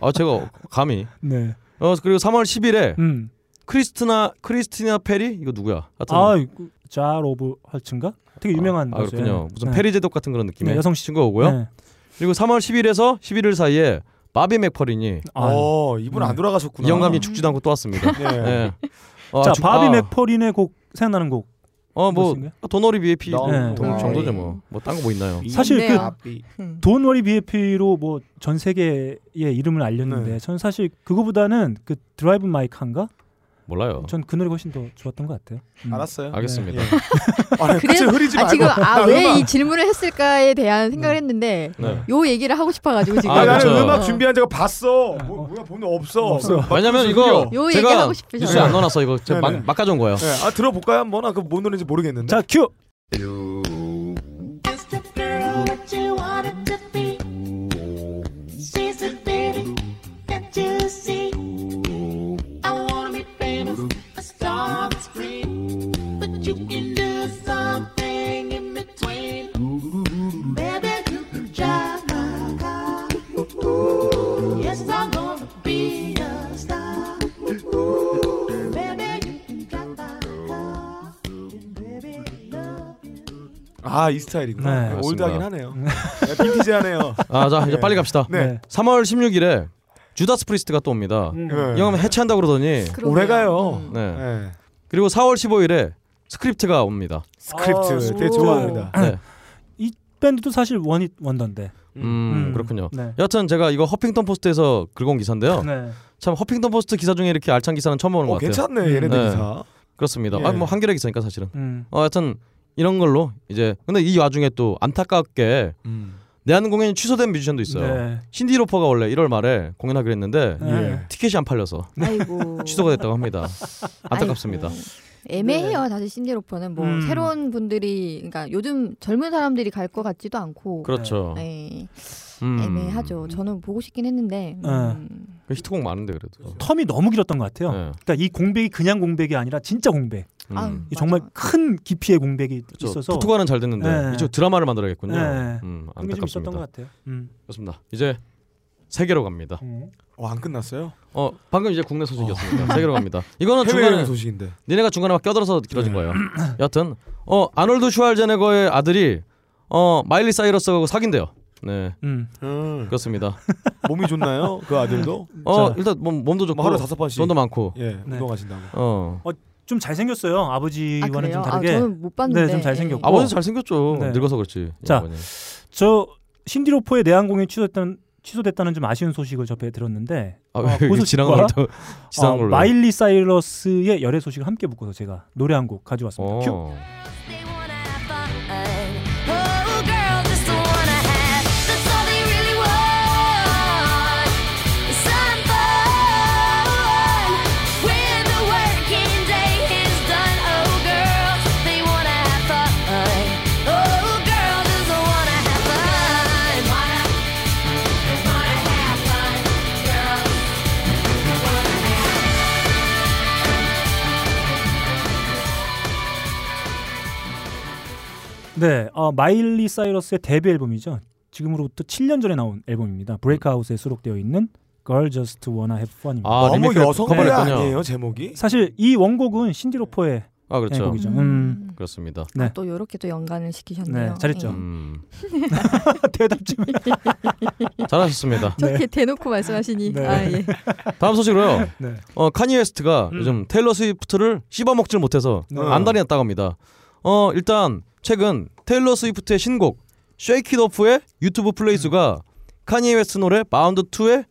아 제가 감히 네. 어 그리고 3월 10일에 음. 크리스티나 크리스티나 페리 이거 누구야? 하여튼 아, 그, 잘 오브 헐츠인가? 되게 유명한 아 가수예요. 그렇군요. 무슨 네. 페리 제독 같은 그런 느낌의 네, 여성 시- 친구가 오고요. 네. 그리고 3월 10일에서 11일 사이에 바비 맥퍼린이 아유. 어, 이분 안 돌아가셨구나. 이 영감님 죽지도 않고 또 왔습니다. 네. 네. 어, 자, 죽- 바비 아, 맥퍼린의 곡 생각나는 곡 어뭐 도너리 BAP 네. 동- 정도죠 뭐뭐 딴 거 뭐 있나요? 사실 아, 그 돈워리 BFP로 뭐 전 세계의 이름을 네. 알렸는데 저는 사실 그거보다는 그 드라이브 마이크인가? 몰라요. 전 그 노래 가 훨씬 더 좋았던 것 같아요. 음. 알았어요. 어. 알겠습니다. 네, 예. 아, 네, 끝을 그래서 흐리지 아, 말고. 지금 아 왜 음악. 이 질문을 했을까에 대한 생각을 했는데 네. 요 얘기를 하고 싶어가지고 지금 아, 나는 그쵸. 음악 준비한 제가 봤어. 뭐, 뭐야 보면 없어. 없어. 왜냐면 이거 요 제가 얘기하고 뉴스에 안 넣어놨어 이거 제가 막, 막 가져온 거예요. 네, 아 들어볼까요 한번? 아그 뭔 노래인지 모르겠는데. 자 큐. Girl, what you wanted to be. She's the baby that you see. I wanna be famous, a star that's free. But you can do something in between. Baby, you can drive my car. Yes, I'm gonna be a star. Baby, you can drive my car. And baby, you love 아, 이 스타일이구나. 네, 올드하긴 맞습니다. 하네요. 네, 빈티지하네요. 아, 자 이제 예. 빨리 갑시다. 네. 3월 16일에 주다스 프리스트가 또 옵니다. 음. 이 형은 해체한다 고 그러더니 어. 그러게요. 오래 가요. 음. 네. 그리고 4월 15일에 스크립트가 옵니다. 스크립트 아, 되게 좋아합니다. 네. 이 밴드도 사실 원이 원던데. 음, 그렇군요. 네. 여하튼 제가 이거 허핑턴 포스트에서 긁어온 기사인데요. 네. 참 허핑턴 포스트 기사 중에 이렇게 알찬 기사는 처음 보는 것 어, 같아요. 괜찮네, 얘네들 기사. 그렇습니다. 예. 아, 뭐 한겨레 기사니까 사실은. 음. 어, 하여튼 이런 걸로 이제 근데 이 와중에 또 안타깝게 내한 공연이 취소된 뮤지션도 있어요. 음. 네. 신디 로퍼가 원래 1월 말에 공연하기로 했는데 예. 티켓이 안 팔려서 아이고. 취소가 됐다고 합니다. 안타깝습니다. 애매해요. 네. 사실 신디로퍼는 뭐 음. 새로운 분들이 그러니까 요즘 젊은 사람들이 갈 것 같지도 않고 그렇죠. 네. 음. 애매하죠. 저는 보고 싶긴 했는데 네. 음. 그 히트곡 많은데 그래도. 텀이 너무 길었던 것 네. 같아요. 그러니까 이 공백이 그냥 공백이 아니라 진짜 공백. 아유, 이 정말 큰 깊이의 공백이 음. 저 있어서 포토가는 잘 됐는데 네. 이쪽 드라마를 만들어야겠군요. 네. 음, 그게 좀 있었던 안타깝습니다. 것 같아요. 음. 그렇습니다. 이제 세계로 갑니다. 어, 안 끝났어요? 어 방금 이제 국내 소식이었습니다. 세계로 갑니다. 이거는 어. 해외 중간에 여행 소식인데. 니네가 중간에 막 껴들어서 길어진 거예요. 여하튼 어 아놀드 슈왈제네거의 아들이 어 마일리 사이러스하고 사귄대요. 네. 음. 그렇습니다. 몸이 좋나요? 그 아들도? 어 자. 일단 몸, 몸도 좋고 뭐 하루 다섯 번씩. 돈도 많고. 예, 네. 운동하신다고. 어. 어, 좀 잘생겼어요. 아버지와는 그래요? 좀 아, 다르게. 저는 못 봤는데. 네, 좀 잘생겼고. 어. 아버지 잘생겼죠. 네. 늙어서 그렇지. 이 자, 양반이. 저 신디로포의 내한 공연 취소됐다는 취소됐다는 좀 아쉬운 소식을 접해 들었는데 어, 어, 아, 왜 이렇게 지나간 걸로 또- 지나간 걸로. 마일리 사이러스의 열애 소식을 함께 묶어서 제가 노래 한 곡 어. 가져왔습니다. 큐. Oh, girl, just wanna have. That's all they really want. is Some fun. When the working day is done, oh, girl, they wanna have fun. Oh, girl, just wanna have fun. Wanna, wanna have fun, girl. 네, 어, 마일리 사이러스의 데뷔 앨범이죠. 지금으로부터 7년 전에 나온 앨범입니다. 브레이크아웃에 수록되어 있는 Girl Just Wanna Have Fun입니다. 아, 너무 리메이크를 여성 노래 커버했군요. 아니에요 제목이? 사실 이 원곡은 신디로포의 아 그렇죠. 곡이죠. 음. 그렇습니다. 네. 또 이렇게 또 연관을 시키셨네요. 네, 잘했죠. 예. 음. 대답 좀. 잘하셨습니다. 저렇게 대놓고 말씀하시니 아 예. 다음 소식으로요. 네. 음. 어 카니 웨스트가 요즘 테일러 스위프트를 씹어먹질 못해서 네. 안달이 났다고 합니다. 어 일단 최근 테일러 스위프트의 신곡 Shake It Off의 유튜브 플레이 수가 카니 웨스트 노래 바운드 2의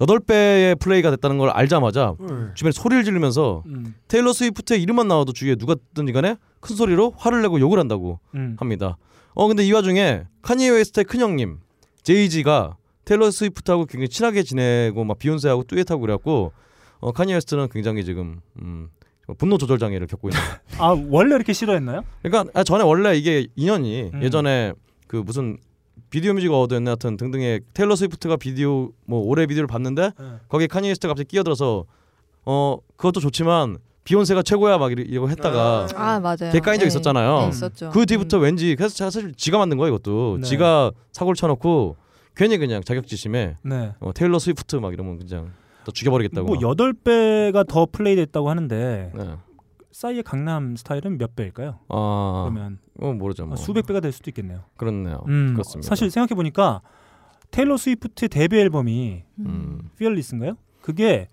8배의 플레이가 됐다는 걸 알자마자 네. 음. 주변에 소리를 지르면서 음. 테일러 스위프트의 이름만 나와도 주위에 누가 듣든지 간에 큰 소리로 화를 내고 욕을 한다고 음. 합니다. 어 근데 이 와중에 카니에 웨스트의 큰형님 제이지가 테일러 스위프트하고 굉장히 친하게 지내고 막 비욘세하고 뚜엣하고 그래갖고 어 카니에 웨스트는 굉장히 지금 음 분노 조절 장애를 겪고 있는. 거예요. 아 원래 이렇게 싫어했나요? 그러니까 아, 전에 원래 이게 인연이 음. 예전에 그 무슨 비디오 뮤직 어워드였나 하여튼 등등의 테일러 스위프트가 비디오 뭐 올해 비디오를 봤는데 거기에 카니에 웨스트가 갑자기 끼어들어서 어 그것도 좋지만 비욘세가 최고야 막 이러- 이러고 했다가 아 맞아요. 걔 까인 적 예. 있었잖아요. 예, 있었죠. 그 뒤부터 왠지 그래서 제가 사실 지가 만든 거예요 이것도. 네. 지가 사고를 쳐놓고 괜히 그냥 자격지심에 네. 어, 테일러 스위프트 막 이러면 그냥 다 죽여버리겠다고. 뭐 막. 여덟 배가 더 플레이됐다고 하는데 네. 싸이의 강남 스타일은 몇 배일까요? 아, 그러면 어, 모르죠. 뭐. 어, 아, 수백 배가 될 수도 있겠네요. 그렇네요. 음, 그렇습니다. 사실 생각해 보니까 테일러 스위프트의 데뷔 앨범이 음. Fearless인가요? 그게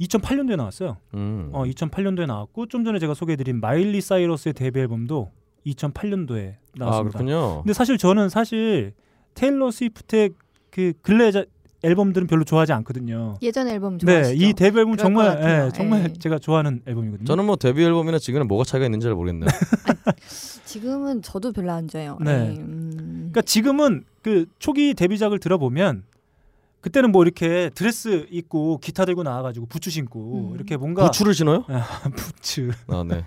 2008년도에 나왔어요. 음. 어, 2008년도에 나왔고 좀 전에 제가 소개해드린 마일리 사이러스의 데뷔 앨범도 2008년도에 나왔습니다. 아, 그렇군요. 근데 사실 저는 사실 테일러 스위프트의 그 근래 자- 앨범들은 별로 좋아하지 않거든요. 예전 앨범 좋아하시죠? 네, 이 데뷔 그럴 앨범 것 정말 같아요. 예, 정말 예. 제가 좋아하는 앨범이거든요. 저는 뭐 데뷔 앨범이나 지금은 뭐가 차이가 있는지 잘 모르겠네요. 지금은 저도 별로 안 좋아해요. 네. 예, 음. 그러니까 지금은 그 초기 데뷔작을 들어보면 그때는 뭐 이렇게 드레스 입고 기타 들고 나와가지고 부츠 신고 음. 이렇게 뭔가 부츠를 신어요? 아, 부츠. 아, 네.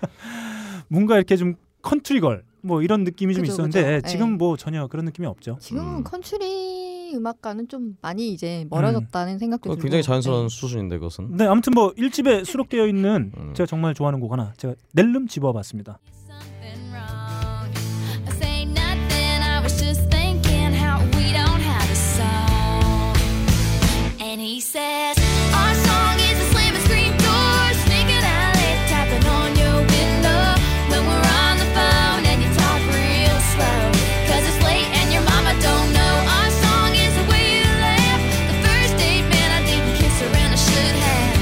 뭔가 이렇게 좀 컨트리걸 뭐 이런 느낌이 좀 그죠, 있었는데 그죠. 예, 지금 예. 뭐 전혀 그런 느낌이 없죠. 음. 지금은 컨츄리 음악과는 좀 많이 이제 멀어졌다는 생각도 그거 들고 굉장히 자연스러운 수준인데 그것은. 네, 아무튼 뭐 1집에 수록되어 있는 음. 제가 정말 좋아하는 곡 하나 제가 낼름 집어봤습니다. I say nothing, I was just thinking how we don't have a song. And he says, Our song is a slave and screen door, sneaking out late, tapping on your window. When we're on the phone and you talk real slow, cause it's late and your mama don't know. Our song is the way you laugh. The first date, man, I didn't kiss her and I should have.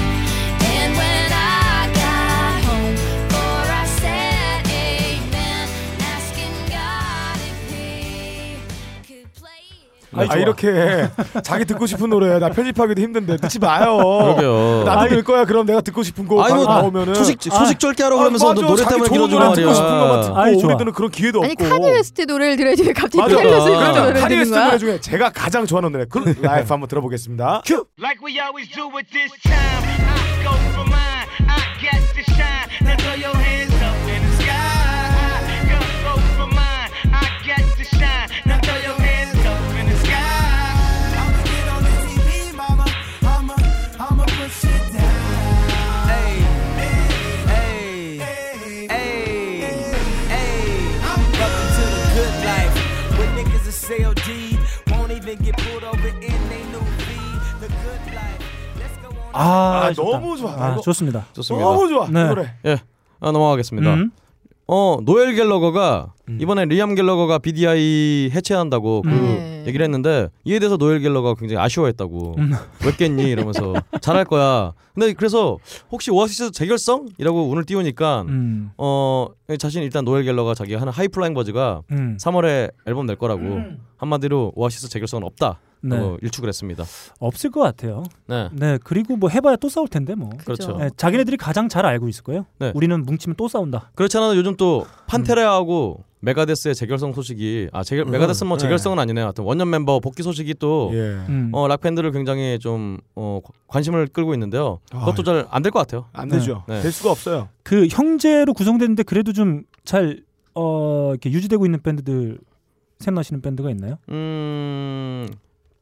And when I got home, for I said, Amen, asking God if He could play. 아, 좋아. 이렇게 자기 듣고 싶은 노래 나 편집하기도 힘든데 듣지 마요. 어, 그러게요. 어, 나도 아니, 들 거야. 그럼 내가 듣고 싶은 거 아니, 막 뭐 나오면은 소식- 아, 소식 절게 하라고 그러면서 너 노래 때문에 좋은 길어지는 노래 듣고 말이야. 싶은 거만 듣고 아이, 좋아. 우리들은 그런 기회도 아니 없고. 카니 웨스트 노래를 들어야지 왜 갑자기 맞아. 테일러 스위프트 그러니까 그러면 노래를 카니 듣는 웨스트 거야? 노래 중에 제가 가장 좋아하는 노래 그 라이프 한번 들어보겠습니다. 큐. Like we always do at this time, I go for mine, I got to shine. Now throw your hands up in the sky. I go for mine, I got to shine. Now throw your hands up in the sky. I'ma get on the TV, mama. I'ma, I'ma push it down. Hey, hey, hey, hey. Welcome to the good life. With niggas is COD, won't even get pulled over in they new V. The good life. Let's go on. 아, 아, 좋다. 너무 좋아. 아, 이거. 좋습니다. 좋습니다. 너무 좋아, 이 네. 노래. 예, 아, 넘어가겠습니다. 음. 어 노엘 갤러거가 이번에 리암 갤러거가 BDI 해체한다고 음. 그 얘기를 했는데 이에 대해서 노엘 갤러가 굉장히 아쉬워했다고 음. 왜 깼니 이러면서 잘할 거야. 근데 그래서 혹시 오아시스 재결성이라고 운을 띄우니까 음. 어 자신 일단 노엘 갤러가 자기가 하는 하이플라잉 버즈가 음. 3월에 앨범 낼 거라고 한마디로 오아시스 재결성은 없다. 네. 고 일축을 했습니다. 없을 것 같아요. 네. 그리고 뭐 해봐야 또 싸울 텐데 뭐. 그렇죠. 예, 자기네들이 가장 잘 알고 있을 거예요. 네. 우리는 뭉치면 또 싸운다. 그렇지 않아도 요즘 또 판테라하고 메가데스의 재결성 소식이 아 재결, 메가데스는 뭐 음. 네. 재결성은 아니네요. 하여튼 원년 멤버 복귀 소식이 또 음. 어, 락팬들을 굉장히 좀 어, 관- 관심을 끌고 있는데요. 아, 그것도 잘 예. 안 될 것 같아요. 안 되죠. 될 수가 없어요. 그 형제로 구성됐는데 그래도 좀 잘 어, 이렇게 유지되고 있는 밴드들 생각나시는 밴드가 있나요? 음.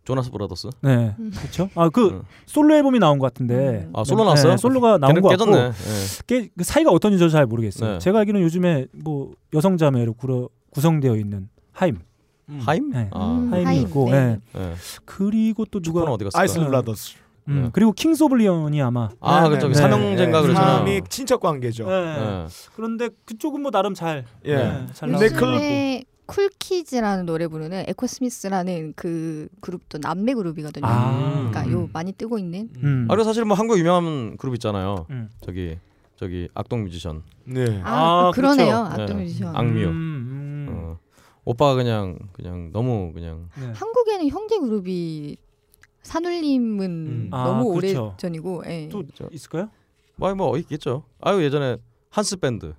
조나스 브라더스. 네, 음. 그렇죠. 아 그 솔로 앨범이 나온 것 같은데. 네, 아, 솔로 나왔어요? 솔로가 나온 걔는 것 같고. 깨졌네. 예. 깨, 그 사이가 어떤지 저도 잘 모르겠어요. 네. 제가 알기로는 요즘에 뭐 여성 자매로 구러- 구성되어 있는 하임. 하임? 네. 아. 음, 하임이 하임, 있고. 네. 예. 네. 그리고 또 누가 초코는 어디 갔을까? 아이슬 브라더스. 음, 네. 그리고 킹스 오블리언이 아마 아, 그쵸. 삼형제인가 그러잖아요. 예. 사람이 친척 관계죠. 네. 그런데 그쪽은 뭐 나름 잘 예. 네, 잘 근데 나왔고. 요즘에 쿨키즈라는 노래 부르는 에코스미스라는 그 그룹도 남매 그룹이거든요. 아. 그러니까 요 많이 뜨고 있는 음, 아, 그리고 사실 뭐 한국 유명한 그룹 있잖아요. 음. 저기 저기 악동 뮤지션. 네. 아, 아, 그러네요. 악동 뮤지션. 그렇죠. 악뮤. 음, 어. 오빠가 그냥 그냥 너무 그냥 네. 한국에는 형제 그룹이 산울림은 아, 너무 오래 그렇죠. 전이고 예. 또 있을까요? 뭐, 뭐 있겠죠. 아유 예전에 한스 밴드.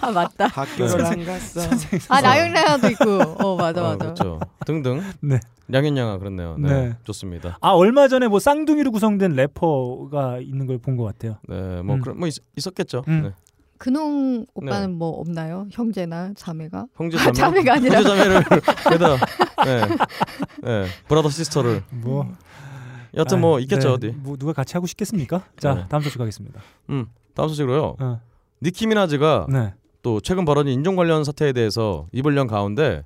아, 맞다. 학교를 안 갔어. 아 나영나야도 있고. 어 맞아 아, 맞아. 그렇죠. 등등. 네. 양현양아 그렇네요. 네. 네. 좋습니다. 아 얼마 전에 뭐 쌍둥이로 구성된 래퍼가 있는 걸 본 것 같아요. 네, 뭐 음. 그런 뭐 있, 있었겠죠. 음. 네. 근홍 오빠는 뭐 없나요? 형제나 자매가? 형제 아, 자매. 자매가 아니라 형제 자매를 게다. 네. 네. 브라더 시스터를. 뭐. 음. 여튼 아, 뭐 있겠죠 네. 어디. 뭐 누가 같이 하고 싶겠습니까? 자 네. 다음 소식 가겠습니다. 어, 음. 다음 소식으로요. 니키 미나즈가 네. 또 최근 벌어진 인종 관련 사태에 대해서 이불령 가운데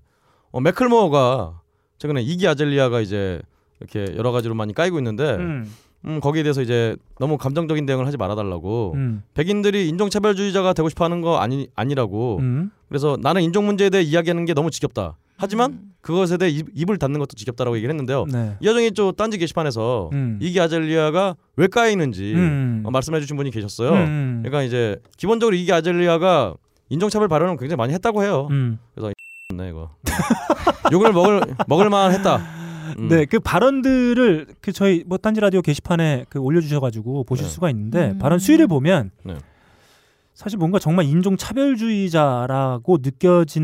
어, 맥클모어가 최근에 이기 아젤리아가 이제 이렇게 여러 가지로 많이 까이고 있는데 음. 음, 거기에 대해서 이제 너무 감정적인 대응을 하지 말아달라고 음. 백인들이 인종차별주의자가 되고 싶어하는 거 아니 아니라고 음. 그래서 나는 인종 문제에 대해 이야기하는 게 너무 지겹다 하지만 음. 그것에 대해 입, 입을 닫는 것도 지겹다라고 얘기를 했는데요. 네. 이 여정이 또 딴지 게시판에서 음. 이기 아젤리아가 왜 까이는지 음. 어, 말씀해주신 분이 계셨어요. 음. 그러니까 이제 기본적으로 이기 아젤리아가 인종차별 발언을 굉장히 많이 했다고 해요. 음. 그래서 네 이거 욕을 먹을 먹을만 했다. 음. 네, 그 발언들을 그 저희 뭐 딴지 라디오 게시판에 그 올려주셔가지고 보실 수가 있는데 음. 발언 수위를 보면 네. 사실 뭔가 정말 인종 차별주의자라고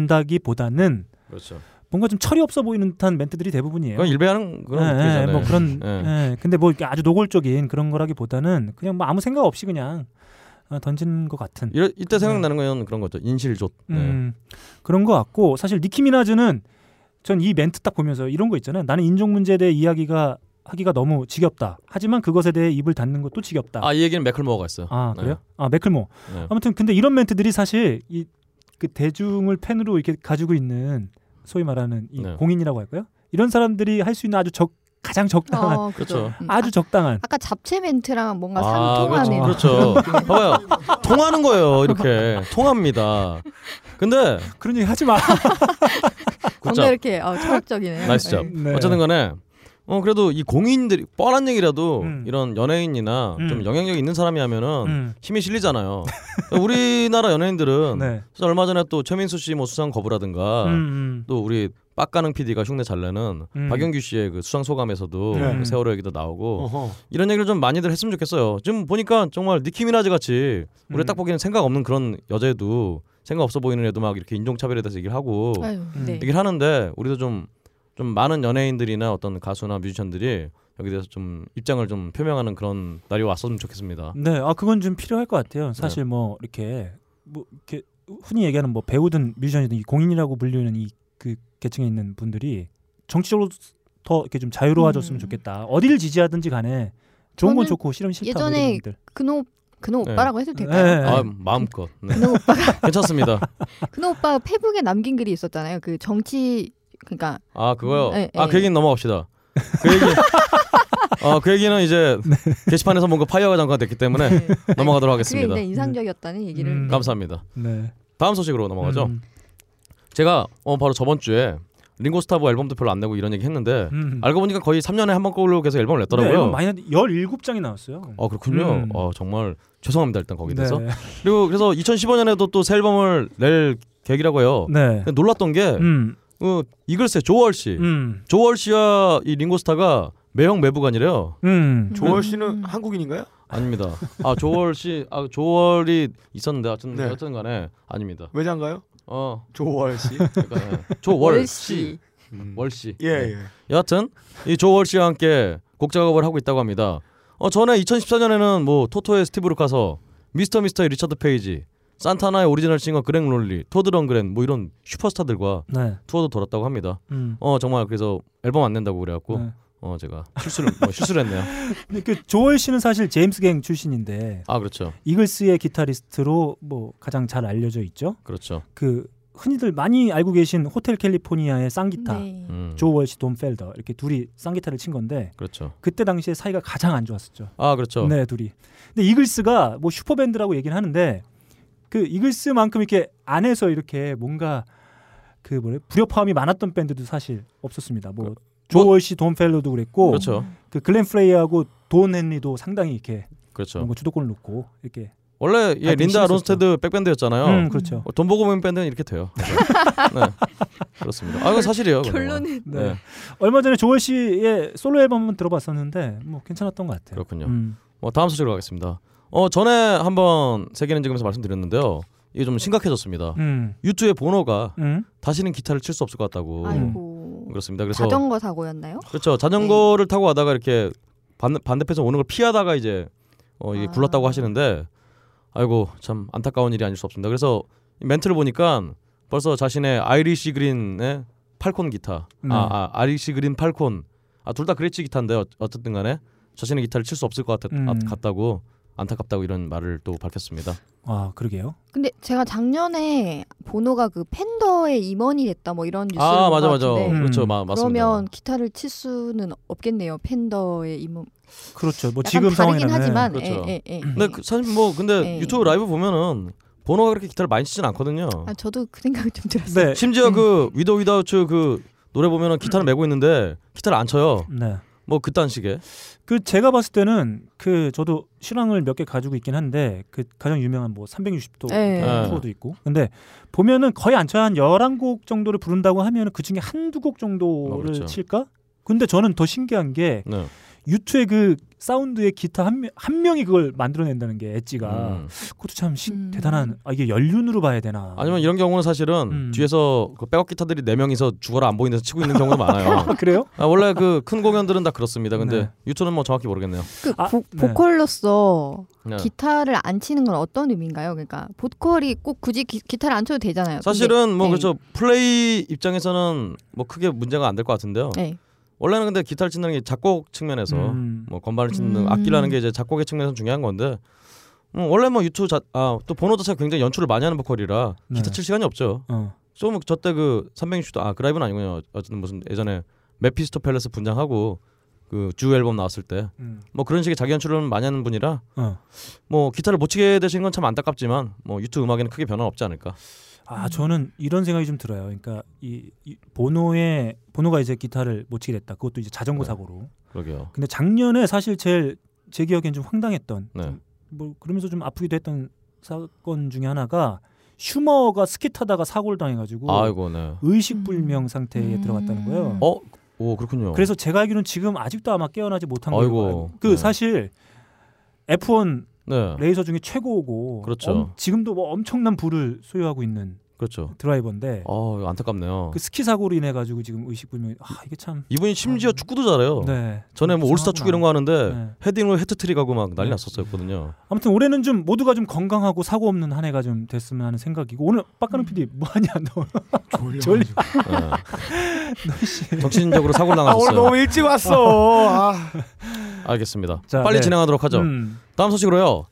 느껴진다기보다는 그렇죠. 뭔가 좀 철이 없어 보이는 듯한 멘트들이 대부분이에요. 그건 일베하는 그런 예, 예, 느낌이잖아요. 뭐 그런. 예. 예, 근데 뭐 이렇게 아주 노골적인 그런 거라기보다는 그냥 뭐 아무 생각 없이 그냥 어, 던지는 것 같은. 이럴- 이때 생각나는 건 그런 거죠. 인실조. 네. 음, 그런 것 같고 사실 니키 미나즈는 전 이 멘트 딱 보면서 이런 거 있잖아요. 나는 인종 문제에 대해 이야기가 하기가 너무 지겹다. 하지만 그것에 대해 입을 닫는 것도 지겹다. 아이 얘기는 맥클모어가 했어요. 아 네. 그래요? 아 맥클모. 네. 아무튼 근데 이런 멘트들이 사실 이 그 대중을 팬으로 이렇게 가지고 있는 소위 말하는 이 네. 공인이라고 할까요? 이런 사람들이 할 수 있는 아주 적 가장 적당한 어, 그죠. 그렇죠. 아주 적당한 아까 잡채 멘트랑 뭔가 아, 상통하는 그렇죠. 그렇죠. 봐봐요. 통하는 거예요. 이렇게 통합니다. 근데 그런 얘기 하지 마. 뭔가 이렇게 어, 철학적이네요. 나이스 잡. 네. 어쨌든 간에 어 그래도 이 공인들이 뻔한 얘기라도 이런 연예인이나 음. 좀 영향력 있는 사람이 하면은 음. 힘이 실리잖아요. 그러니까 우리나라 연예인들은 네. 사실 얼마 전에 또 최민수 씨 뭐 수상 거부라든가 음, 음. 또 우리 빡가능 PD가 흉내 잘 내는 음. 박영규 씨의 그 수상 소감에서도 네. 그 세월호 얘기도 나오고 어허. 이런 얘기를 좀 많이들 했으면 좋겠어요. 지금 보니까 정말 니키 미나즈 같이 음. 우리 가딱 보기에는 생각 없는 그런 여자애도 생각 없어 보이는 애도 막 이렇게 인종차별에 대해서 얘기를 하고 아유, 네. 얘기를 하는데 우리도 좀 좀 많은 연예인들이나 어떤 가수나 뮤지션들이 여기 대해서 좀 입장을 좀 표명하는 그런 날이 왔었으면 좋겠습니다. 네, 아 그건 좀 필요할 것 같아요. 네. 사실 뭐 이렇게 뭐 이렇게 흔히 얘기하는 뭐 배우든 뮤지션이든 이 공인이라고 불리는 이 그 계층에 있는 분들이 정치적으로 더 이렇게 좀 자유로워졌으면 좋겠다. 어디를 지지하든지 간에 좋은 건 음. 저는 좋고 싫으면 싫다. 뭐 이런 예전에 분들. 근호 근호 네. 오빠라고 해도 될까요? 아, 마음껏. 네. 근호 오빠가- 괜찮습니다. 근호 오빠 페북에 남긴 글이 있었잖아요. 그 정치 그러니까 아 그거요. 네, 아 그 네. 얘기는 넘어갑시다. 그 얘기. 어, 아그 얘기는 이제 네. 게시판에서 뭔가 파이어가 잠깐 됐기 때문에 넘어가도록 그 그게 하겠습니다. 음. 굉장히 인상적이었다는 얘기를 감사합니다. 네. 다음 소식으로 넘어가죠. 제가 어 바로 저번 주에 링고스타브 앨범도 별로 안 내고 이런 얘기 했는데 음. 알고 보니까 거의 3년에 한 번 꼴로 계속 앨범을 냈더라고요. 네, 앨범 많이 17장이 나왔어요. 아 그렇군요. 음. 아 정말 죄송합니다 일단 거기 대해서. 네. 그리고 그래서 2015년에도 또 새 앨범을 낼 계획이라고 해요. 네. 근데 놀랐던 게 음. 어, 이글스의 조월 씨, 음. 조월 씨와 이 링고스타가 매형 매부간이래요. 음. 조월 씨는 한국인인가요? 아닙니다. 아 조월 씨, 아 조월이 있었는데 어쨌든 네. 여튼간에 아닙니다. 외장가요? 어 조월 씨. 그러니까, 예. 조월 씨, 월 네. 씨. 예, 예. 여하튼 이 조월 씨와 함께 곡 작업을 하고 있다고 합니다. 어 전에 2014년에는 뭐 토토의 스티브 루카서, 미스터 미스터의 리처드 페이지, 산타나의 오리지널 싱어 그렉 롤리, 토드 런그렌 뭐 이런 슈퍼스타들과 네. 투어도 돌았다고 합니다. 음. 어 정말 그래서 앨범 안 낸다고 그래갖고 네. 어 제가 실수를 뭐 실수를 했네요. 근데 그 조월 씨는 사실 제임스 갱 출신인데 아 그렇죠. 이글스의 기타리스트로 뭐 가장 잘 알려져 있죠. 그렇죠. 그 흔히들 많이 알고 계신 호텔 캘리포니아의 쌍기타 네. 음. 조월시 돔펠더 이렇게 둘이 쌍기타를 친 건데 그렇죠. 그때 당시에 사이가 가장 안 좋았었죠. 아 그렇죠. 네 둘이. 근데 이글스가 뭐 슈퍼밴드라고 얘기는 하는데 그 이글스만큼 이렇게 안에서 이렇게 뭔가 그 뭐래 불협화음이 많았던 밴드도 사실 없었습니다. 뭐 조월시 돔펠더도 그랬고 그 그렇죠. 그 글렌 프레이하고 돈 헨리도 상당히 이렇게 그렇죠. 뭔가 주도권을 놓고 이렇게 원래 예, 아, 좀 린다 심했었죠. 론스테드 백밴드였잖아요. 음, 그렇죠. 어, 돈 보고 모인 밴드는 이렇게 돼요. 네. 그렇습니다. 아 이거 사실이에요. 그건 정말. 네. 네. 얼마 전에 조월 씨의 솔로 앨범 한번 들어봤었는데 뭐 괜찮았던 것 같아요. 그렇군요. 음. 어, 다음 소식으로 가겠습니다. 어 전에 한번 세계는 지금에서 말씀드렸는데요. 이게 좀 심각해졌습니다. 음. 유튜브의 보노가 음. 다시는 기타를 칠 수 없을 것 같다고. 아이고. 음. 그렇습니다. 그래서 자전거 사고였나요? 그렇죠. 자전거를 타고 가다가 이렇게 반, 반대편에서 오는 걸 피하다가 이제 어 아. 이게 굴렀다고 하시는데 아이고 참 안타까운 일이 아닐 수 없습니다. 그래서 이 멘트를 보니까 벌써 자신의 아이리시 그린의 팔콘 기타 네. 아, 아 아이리시 그린 팔콘 아 둘 다 그레치 기타인데 어, 어쨌든 간에 자신의 기타를 칠 수 없을 것 같, 음. 아, 같다고 안타깝다고 이런 말을 또 밝혔습니다. 아 그러게요. 근데 제가 작년에 보노가 그 팬더의 임원이 됐다 뭐 이런 뉴스 아 맞아 맞아 음. 그렇죠 마, 맞습니다. 그러면 기타를 칠 수는 없겠네요. 팬더의 임원. 그렇죠. 뭐 약간 지금 다르긴 상황이라면 하지만, 그렇죠. 예, 예, 예, 근데 그 사실 뭐 근데 예. 유튜브 라이브 보면은 보노가 그렇게 기타를 많이 치진 않거든요. 아 저도 그 생각이 좀 들었어요. 네. 음. 심지어 그 위더 위다우츠 그 노래 보면은 기타를 메고 있는데 기타를 안 쳐요. 네. 뭐 그딴 식의. 그 제가 봤을 때는 그 저도 실황을 몇 개 가지고 있긴 한데 그 가장 유명한 뭐 360도 네. 네. 프로도 있고. 근데 보면은 거의 안 쳐야 한 11곡 정도를 부른다고 하면은 그 중에 한두 곡 정도를 어, 그렇죠. 칠까? 근데 저는 더 신기한 게 네. 유투의 그 사운드의 기타 한, 명- 한 명이 그걸 만들어낸다는 게 엣지가 음. 그것도 참 신- 대단한 아 이게 연륜으로 봐야 되나 아니면 이런 경우는 사실은 음. 뒤에서 그 백업 기타들이 네 명이서 죽어라 안 보이는 데서 치고 있는 경우도 많아요. 그래요? 아, 원래 그 큰 공연들은 다 그렇습니다. 근데 네. 유초는 뭐 정확히 모르겠네요. 그 보, 보컬로서 네. 기타를 안 치는 건 어떤 의미인가요? 그러니까 보컬이 꼭 굳이 기, 기타를 안 쳐도 되잖아요. 사실은 근데- 뭐 네. 그렇죠 플레이 입장에서는 뭐 크게 문제가 안 될 것 같은데요. 네. 원래는 근데 기타를 친다는 게 작곡 측면에서 음. 뭐 건반을 치는 음. 악기라는 게 이제 작곡의 측면에서 중요한 건데 음, 원래 뭐 유튜브 자아또 번호 자체가 굉장히 연출을 많이 하는 보컬이라 기타 네. 칠 시간이 없죠. 어. 좀 저때 그 360도 아 그라이브는 아니군요. 어쨌든 무슨 예전에 메피스토 팰레스 분장하고 그 주 앨범 나왔을 때 뭐 음. 그런 식의 자기 연출을 많이 하는 분이라 어. 뭐 기타를 못 치게 되신 건 참 안타깝지만 뭐 유튜브 음악에는 크게 변화 는 없지 않을까. 아 저는 이런 생각이 좀 들어요. 그러니까 이, 이 보노의 보노가 이제 기타를 못 치게 됐다. 그것도 이제 자전거 네. 사고로. 그러게요. 근데 작년에 사실 제일 제 기억엔 좀 황당했던 네. 좀 뭐 그러면서 좀 아프기도 했던 사건 중에 하나가 슈머가 스키 타다가 사고를 당해가지고 아이고, 네. 의식불명 상태에 들어갔다는 거예요. 어? 오 그렇군요. 그래서 제가 알기로는 지금 아직도 아마 깨어나지 못한 아이고. 거예요. 그 사실 F1 네. 레이서 중에 최고고 그렇죠. 지금도 뭐 엄청난 부를 소유하고 있는 그렇죠. 드라이버인데 아 이거 안타깝네요. 네. 그 스키 사고로 인해 가지고 지금 의식 불명. 아 이게 참. 이분이 심지어 축구도 잘해요. 음. 네. 전에 뭐 올스타 축구 이런 거 하는데 네. 헤딩으로 헤트트릭 하고 막 네. 난리 났었었거든요. 아무튼 올해는 좀 모두가 좀 건강하고 사고 없는 한 해가 좀 됐으면 하는 생각이고 오늘 빡가는 PD 많이 안 나와. 음. 졸려. 네. 정신적으로 사고를 아, 당하셨어요. 오늘 너무 일찍 왔어. 아. 알겠습니다. 자, 빨리 네. 진행하도록 하죠. 음. 다음 소식으로요.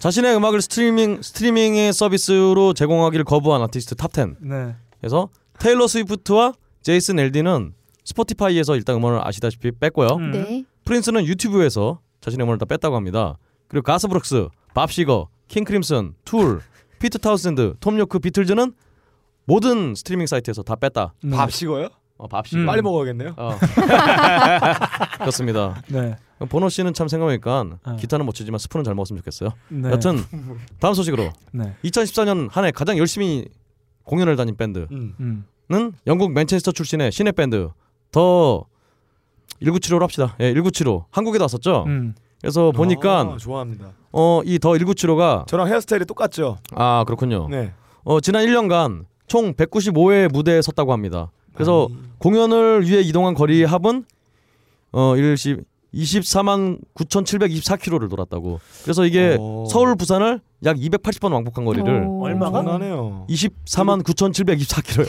자신의 음악을 스트리밍 스트리밍의 서비스로 제공하기를 거부한 아티스트 탑 10. 네. 그래서 테일러 스위프트와 제이슨 엘디는 스포티파이에서 일단 음원을 아시다시피 뺐고요. 네. 프린스는 유튜브에서 자신의 음원을 다 뺐다고 합니다. 그리고 가스브룩스, 밥시거, 킹크림슨, 툴, 피트 타우샌드, 톰 요크, 비틀즈는 모든 스트리밍 사이트에서 다 뺐다. 음. 네. 밥 식어요? 어, 밥 식어. 빨리 먹어야겠네요. 어. 그렇습니다. 네. 보노 씨는 참 생각해보니까 기타는 못 치지만 스푼은 잘 먹었으면 좋겠어요. 네. 여튼 다음 소식으로 네. 2014년 한 해 가장 열심히 공연을 다닌 밴드는 음. 영국 맨체스터 출신의 신의 밴드 더 1975로 합시다. 예, 1975 한국에도 왔었죠. 음. 그래서 보니까 아, 좋아합니다. 어 이 더 1975가 저랑 헤어스타일이 똑같죠. 아 그렇군요. 네. 어 지난 1년간 총 195회 무대에 섰다고 합니다. 그래서 공연을 위해 이동한 거리 합은 어 일시 24만 9,724km를 돌았다고. 그래서 이게 어, 서울 부산을 약 280번 왕복한 거리를 어. 얼마가? 엄청나네요. 24만 9,724km요.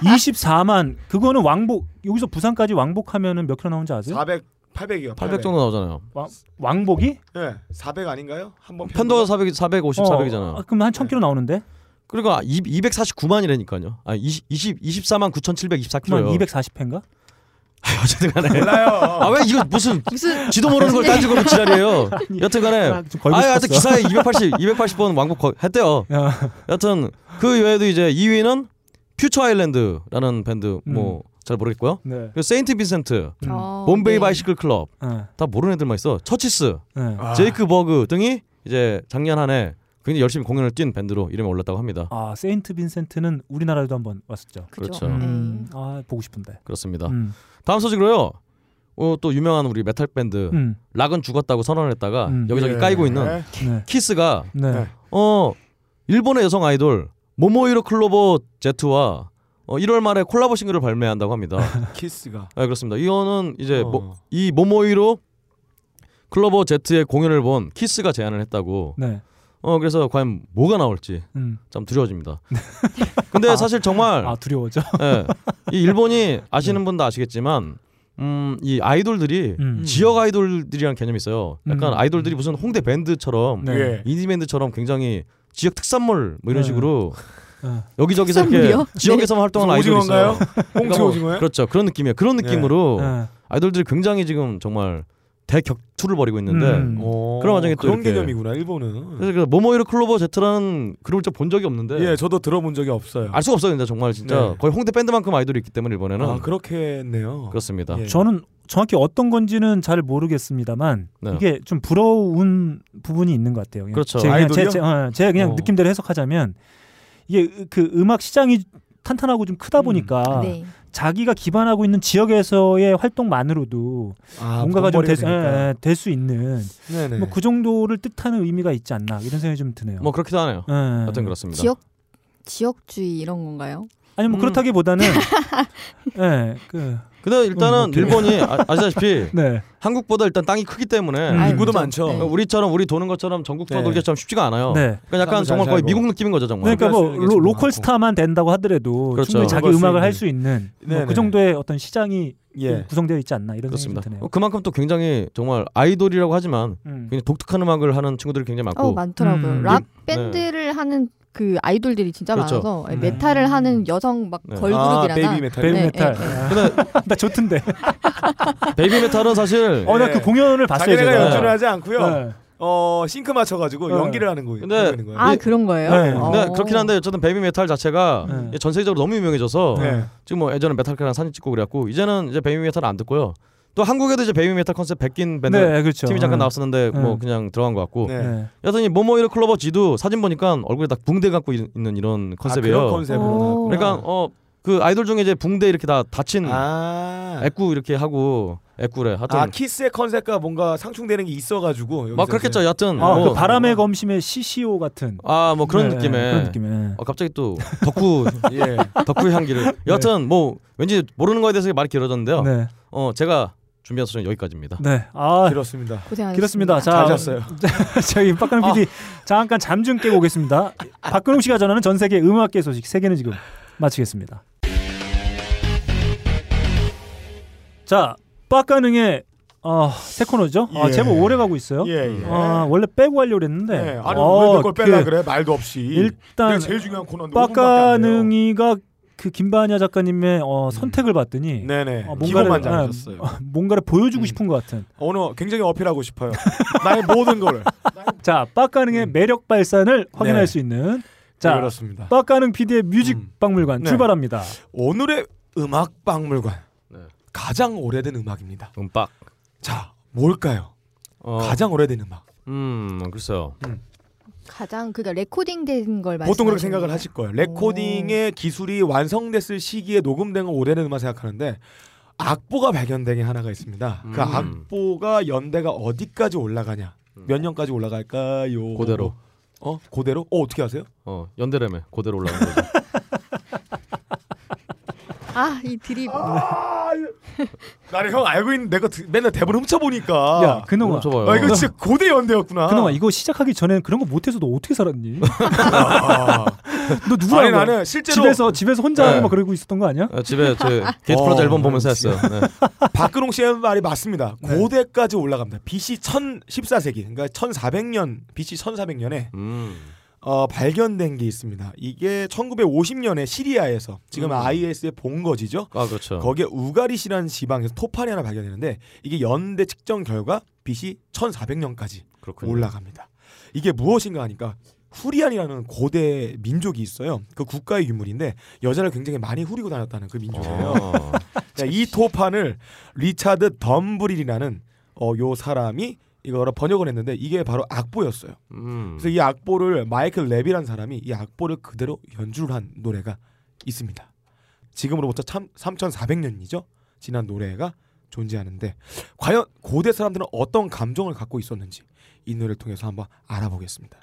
24만 그거는 왕복 여기서 부산까지 왕복하면은 몇 킬로 나오는지 아세요? 400, 800이요. 800 정도 나오잖아요. 왕, 왕복이? 예, 400 아닌가요? 한번 편도가 400, 어, 450, 400이잖아요. 네. 아, 그럼 한 1000킬로 나오는데? 그리고 249만이라니까요. 아, 20, 20, 24만 9,724km요. 그럼 240회인가? 어쨌든 간에. 몰라요. 아, 왜 이거 무슨, 무슨- 지도 모르는 걸 따지고 그런 지랄이에요. 아니, 여튼 간에. 아, 좀 걸고 아, 하여튼 싶었어. 기사에 280, 280번 왕복 거- 했대요. 여튼 그 외에도 이제 2위는 퓨처 아일랜드라는 밴드 뭐 잘 모르겠고요. 네. 그리고 세인트 빈센트, 음. 아, 어, 봄베이 네. 바이시클 클럽 네. 다 모르는 애들만 있어. 처치스, 네. 아. 제이크 버그 등이 이제 작년 한 해 굉장히 열심히 공연을 뛴 밴드로 이름이 올랐다고 합니다. 아, 세인트 빈센트는 우리나라에도 한번 왔었죠. 그렇죠. 네. 음, 아, 보고 싶은데. 그렇습니다. 음. 다음 소식으로요. 어, 또 유명한 우리 메탈 밴드 음. 락은 죽었다고 선언했다가 음. 여기저기 예. 까이고 있는 네. 키스가 네. 어 일본의 여성 아이돌 모모이로 클로버 제트와 어, 1월 말에 콜라보 싱글을 발매한다고 합니다. 키스가 어. 네, 뭐 그렇습니다. 이거는 이제 어. 모, 이 모모이로 클로버 제트의 공연을 본 키스가 제안을 했다고. 네. 어 그래서 과연 뭐가 나올지 음. 참 두려워집니다. 근데 사실 정말 아, 네. 두려워져. 네. 예. 이 일본이 아시는 분도 아시겠지만 음, 이 아이돌들이 음. 지역 아이돌들이라는 개념이 있어요. 약간 음. 아이돌들이 무슨 홍대 밴드처럼 네. 예. 인디 밴드처럼 굉장히 지역 특산물 뭐 이런 네. 식으로 네. 어. 여기저기서 이렇게 특산물이요? 지역에서만 네. 활동하는 무슨 아이돌이 있어요. 그러니까 뭐 네. 오징어인가요? 홍치 오징어예요? 그렇죠. 그런 느낌이에요. 그런 네. 느낌으로 네. 아이돌들이 굉장히 지금 정말 대격투를 벌이고 있는데 음. 그런 와중에 또 그런 이렇게 개념이구나 일본은. 그래서 그 모모이로 클로버 제트라는 그룹을 진짜 본 적이 없는데 예, 저도 들어본 적이 없어요. 알 수가 없어요, 진짜 정말 진짜 네. 거의 홍대 밴드만큼 아이돌이 있기 때문에 일본에는 아 그렇게 했네요. 예. 그렇습니다. 저는 정확히 어떤 건지는 잘 모르겠습니다만 네. 이게 좀 부러운 부분이 있는 것 같아요. 그냥 그렇죠. 제가 그냥, 제, 아이돌이요? 제, 어, 제가 그냥 어. 느낌대로 해석하자면 이게 그 음악 시장이 탄탄하고 좀 음. 크다 보니까 네. 아, 자기가 기반하고 있는 지역에서의 활동만으로도 아, 뭔가가 돈벌이가 그러니까. 되니까. 예, 좀될수 있는 네네. 뭐 그 정도를 뜻하는 의미가 있지 않나 이런 생각이 좀 드네요. 뭐 그렇기도 하네요. 예. 하여튼 그렇습니다. 지역 지역주의 이런 건가요? 아니 음. 뭐 그렇다기보다는 예. 그 근데 일단은 어떻게- 일본이 아, 아시다시피 네. 한국보다 일단 땅이 크기 때문에 음, 인구도 아유, 많죠. 많죠. 네. 우리처럼 우리 도는 것처럼 전국 네. 돌기처럼 쉽지가 않아요. 네. 그러니까 약간 사람도 잘 정말 거의 살고. 미국 느낌인 거죠 정말. 그러니까 뭐 로, 로컬 스타만 된다고 하더라도 그렇죠. 충분히 자기 그럴 수 음악을 있는. 할 수 있는 뭐 네네. 그 정도의 어떤 시장이 예. 구성되어 있지 않나 이런 그렇습니다. 생각이 좀 어, 그만큼 또 굉장히 정말 아이돌이라고 하지만 음. 굉장히 독특한 음악을 하는 친구들이 굉장히 많고 어 많더라고요. 음. 락 네. 밴드를 하는 그 아이돌들이 진짜 그렇죠. 많아서 음. 메탈을 하는 여성 막 네. 걸그룹이라나 아, 베이비 메탈. 베이비 메탈. 네. 드네요. 아, 나 좋던데. 베이비 메탈은 사실 어, 나그 공연을 봤어요, 자기네가 제가. 연주를 하지 않고요. 네. 어 싱크 맞춰가지고 네. 연기를 하는 거예요. 근데 하고 있는 거예요. 아 그런 거예요? 네. 어. 근데 그렇긴 한데 어쨌든 베이비 메탈 자체가 전 세계적으로 너무 유명해져서 어. 네. 지금 뭐 예전에 메탈카랑 사진 찍고 그래갖고 이제는 이제 베이비 메탈 안 듣고요. 또 한국에도 이제 베이비 메탈 컨셉 베낀 밴드 네, 그렇죠. 팀이 잠깐 음. 네. 나왔었는데 뭐 네. 그냥 들어간 것 같고 아, 네. 네. 여튼 이 모모이르 클로버 지도 사진 보니까 얼굴에 딱 붕대 갖고 있- 있는 이런 컨셉이에요. 아, 그런 컨셉으로 오. 나왔구나. 그러니까 어 그 아이돌 중에 이제 붕대 이렇게 다 다친 네. 아. 애꾸 이렇게 하고 애꾸래 하여튼 아 키스의 컨셉과 뭔가 상충되는 게 있어가지고 여기서 막 그렇겠죠. 이제- 여튼 아, 뭐- 그 바람의 검심의 CCO 같은. 아, 뭐 그런 네, 느낌에. 그런 느낌에. 어, 갑자기 또 덕후 예. 덕후의 향기를. 네. 여하튼 뭐 왠지 모르는 거에 대해서 말이 길어졌는데요. 네. 어, 제가 준비한 소식은 여기까지입니다. 네. 아, 길었습니다. 고생하셨습니다. 길었습니다. 자, 잘 잤어요. 자, 저희 박근홍 PD 잠깐 잠 좀 깨고 오겠습니다. 박근홍 씨가 전하는 전 세계 음악계 소식 세계는 지금 마치겠습니다. 자, 박가능의 어, 새 코너죠. 아, 예. 제법 오래 가고 있어요. 예, 예. 아, 원래 빼고 하려고 했는데. 어, 네. 아니 어, 왜걸 빼려 그래 말도 없이. 일단 내가 제일 중요한 코너인데 오 분밖에 안 음. 박가능이가 그 김바냐 작가님의 어, 선택을 봤더니 네네. 어, 기본만 아, 잡으셨어요. 음. 뭔가를 보여주고 싶은 것 같은. 오늘 굉장히 어필하고 싶어요. 나의 모든 걸. 자, 빡가능의 매력 발산을 확인할 수 있는 자, 음. 네, 그렇습니다. 빡가능 PD의 뮤직 박물관 네. 출발합니다. 오늘의 음악 박물관 네. 가장 오래된 음악입니다. 음박. 자 뭘까요? 어. 가장 오래된 음악. 어, 음, 글쎄요. 가장 그니까 레코딩된 걸 보통 그렇게 말씀하시는 생각을 하실 거예요. 레코딩의 기술이 완성됐을 시기에 녹음된 건 오래된 음악 생각하는데 악보가 발견된 게 하나가 있습니다. 음. 그 악보가 연대가 어디까지 올라가냐? 음. 몇 년까지 올라갈까요? 그대로. 어? 그대로? 어, 어떻게 아세요? 어, 연대라며 그대로 올라온 거죠. 아, 이 드립. 나는 형 알고 있는 내가 드- 맨날 대본 훔쳐 보니까. 야, 그놈아. 아, 이거 진짜 고대 연대였구나. 그놈아 이거 시작하기 전에는 그런 거 못해서 너 어떻게 살았니? 너 누구랑 아, 거야? 아니, 나는 실제로- 집에서 집에서 혼자 네. 하고 막 그러고 있었던 거 아니야? 어, 집에 저 게이트 프로즈 앨범 보면서 했어요. 네. 박근홍 씨의 말이 맞습니다. 네. 고대까지 올라갑니다. BC 1014세기, 그러니까 1400년, BC 1400년에 음, 어, 발견된 게 있습니다. 이게 1950년에 시리아에서 지금 음. IS의 본거지죠. 아, 그렇죠. 거기에 우가리시라는 지방에서 토판이 하나 발견했는데 이게 연대 측정 결과 BC 1400년까지 그렇군요. 올라갑니다. 이게 무엇인가 하니까 후리안이라는 고대 민족이 있어요. 그 국가의 유물인데 여자를 굉장히 많이 후리고 다녔다는 그 민족이에요. 어. 자, 이 토판을 리차드 덤브릴이라는 어, 요 사람이 이거를 번역을 했는데 이게 바로 악보였어요. 음. 그래서 이 악보를 마이클 랩이라는 사람이 이 악보를 그대로 연주를 한 노래가 있습니다. 지금으로부터 참 3,400년이죠. 지난 노래가 존재하는데 과연 고대 사람들은 어떤 감정을 갖고 있었는지 이 노래를 통해서 한번 알아보겠습니다.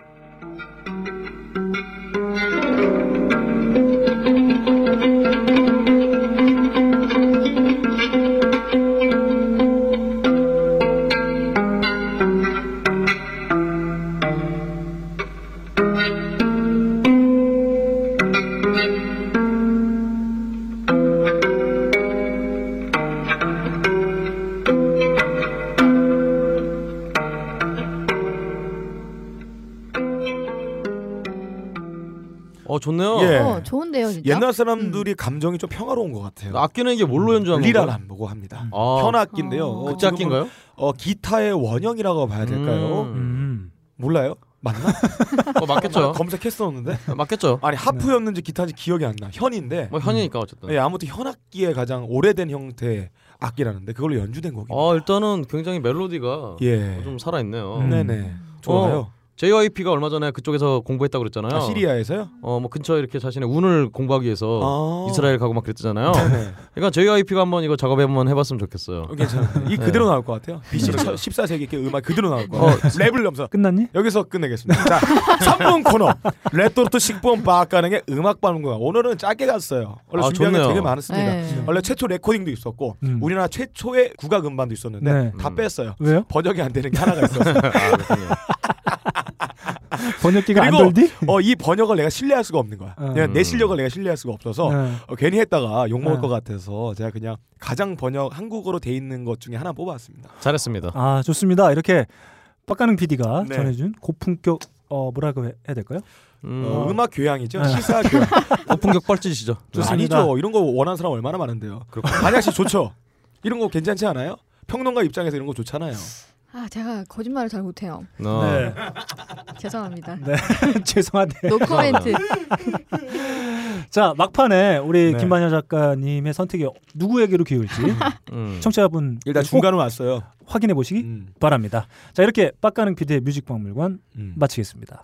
어 음. 좋네요. 예. 어, 좋은데요, 진짜. 옛날 사람들이 감정이 좀 평화로운 것 같아요. 악기는 이게 뭘로 연주하는 건가요? 리라람보고 합니다. 아. 현악기인데요. 어, 극제 악기인가요? 음. 지금은, 어, 기타의 원형이라고 봐야 될까요? 몰라요? 맞나? 어, 맞겠죠. 어, 검색했었는데 맞겠죠. 아니 하프였는지 기타인지 기억이 안 나. 현인데. 뭐 현이니까 어쨌든. 예, 아무튼 현악기의 가장 오래된 형태의 악기라는데 그걸로 연주된 곡이. 아 일단은 굉장히 멜로디가 예. 어, 좀 어, 살아 있네요. 음. 네네. 좋아요. JYP가 얼마 전에 그쪽에서 공부했다고 그랬잖아요. 아, 시리아에서요? 어, 뭐 근처에 이렇게 자신의 운을 공부하기 위해서 아. 어, 이스라엘 가고 막 그랬잖아요. 네네. 그러니까 JYP가 한번 이거 작업 한번 해봤으면 좋겠어요. 괜찮아요. 네. 이 그대로 나올 것 같아요. BC 그렇죠. 14세기 음악 그대로 나올 어, 것 같아요. 랩을 넘서 끝났니? 여기서 끝내겠습니다. 자, 3분 코너 레토르트 식품 박가능의 음악 반응과 오늘은 짧게 갔어요. 원래 아, 준비한 게 좋네요. 음. 되게 많았습니다. 예. 네. 원래 최초 레코딩도 있었고 우리나라 최초의 국악 음반도 있었는데 네. 다 뺐어요. 왜요? 번역이 안 되는 게 하나가 있었어요. 번역기가 안 그리고 돌디? 어, 이 번역을 내가 신뢰할 수가 없는 거야. 어. 그냥 내 실력을 내가 신뢰할 수가 없어서 네. 어, 괜히 했다가 욕 먹을 네. 것 같아서 제가 그냥 가장 번역 한국어로 돼 있는 것 중에 하나 뽑아왔습니다. 잘했습니다. 아 좋습니다. 이렇게 빡가능 PD가 네. 전해준 고품격 어 뭐라고 해- 해야 될까요? 어, 음악 교양이죠. 네. 시사 교양. 고품격 뻘짓이죠. 좋습니다. 아니죠. 이런 거 원하는 사람 얼마나 많은데요. 한약 씨 좋죠. 이런 거 괜찮지 않아요? 평론가 입장에서 이런 거 좋잖아요. 아, 제가 거짓말을 잘 못해요. 어. 네. 죄송합니다. 네 죄송한데 노 코멘트. 자 막판에 우리 네. 김만현 작가님의 선택이 누구에게로 기울지 청취자분 일단 꼭 중간으로 왔어요. 확인해 보시기 바랍니다. 자 이렇게 빡가능 PD의 뮤직박물관 마치겠습니다.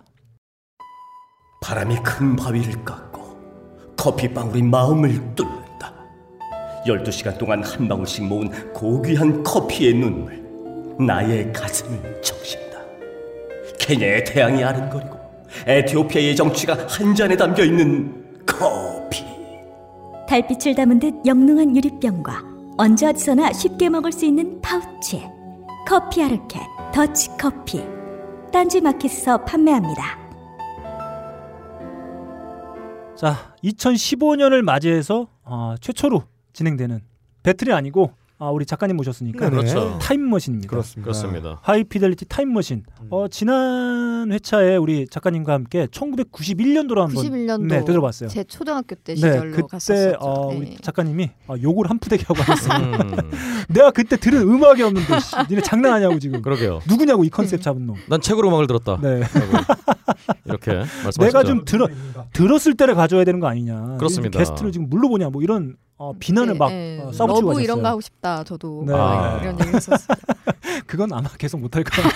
바람이 큰 바위를 깎고 커피방울이 마음을 뚫는다. 12시간 동안 한 방울씩 모은 고귀한 커피의 눈물 나의 가슴을 적신다. 케냐의 태양이 아른거리고 에티오피아의 정취가 한 잔에 담겨 있는 커피. 달빛을 담은 듯 영롱한 유리병과 언제 어디서나 쉽게 먹을 수 있는 파우치 커피 아르케 더치커피 딴지 마켓에서 판매합니다. 자 2015년을 맞이해서 아, 최초로 진행되는 배틀이 아니고 아, 우리 작가님 모셨으니까 네, 그렇죠. 타임머신입니다. 그렇습니다. 그렇습니다. 하이피델리티 타임머신. 음. 어, 지난 회차에 우리 작가님과 함께 1991년도로 한번 91년도 네, 들어봤어요. 제 초등학교 때 네, 시절로 그때 갔었었죠. 어, 네. 우리 작가님이 아, 욕을 한 푸대기 하고 왔습니다. 음. 내가 그때 들은 음악이 없는데 씨, 니네 장난하냐고 지금. 그러게요. 누구냐고 이 컨셉 네. 잡은 놈. 난 책으로 음악을 들었다. 네. 이렇게 말씀하시죠. 내가 좀 들어 들었을 때를 가져야 되는 거 아니냐. 그렇습니다. 게스트를 지금 물로 보냐 뭐 이런 어, 비난을 막 네, 어, 싸붙이고 러브 하셨어요. 이런 거 하고 싶다. 저도 네. 아. 막 이런 얘기 했었어요. 그건 아마 계속 못할 거예요.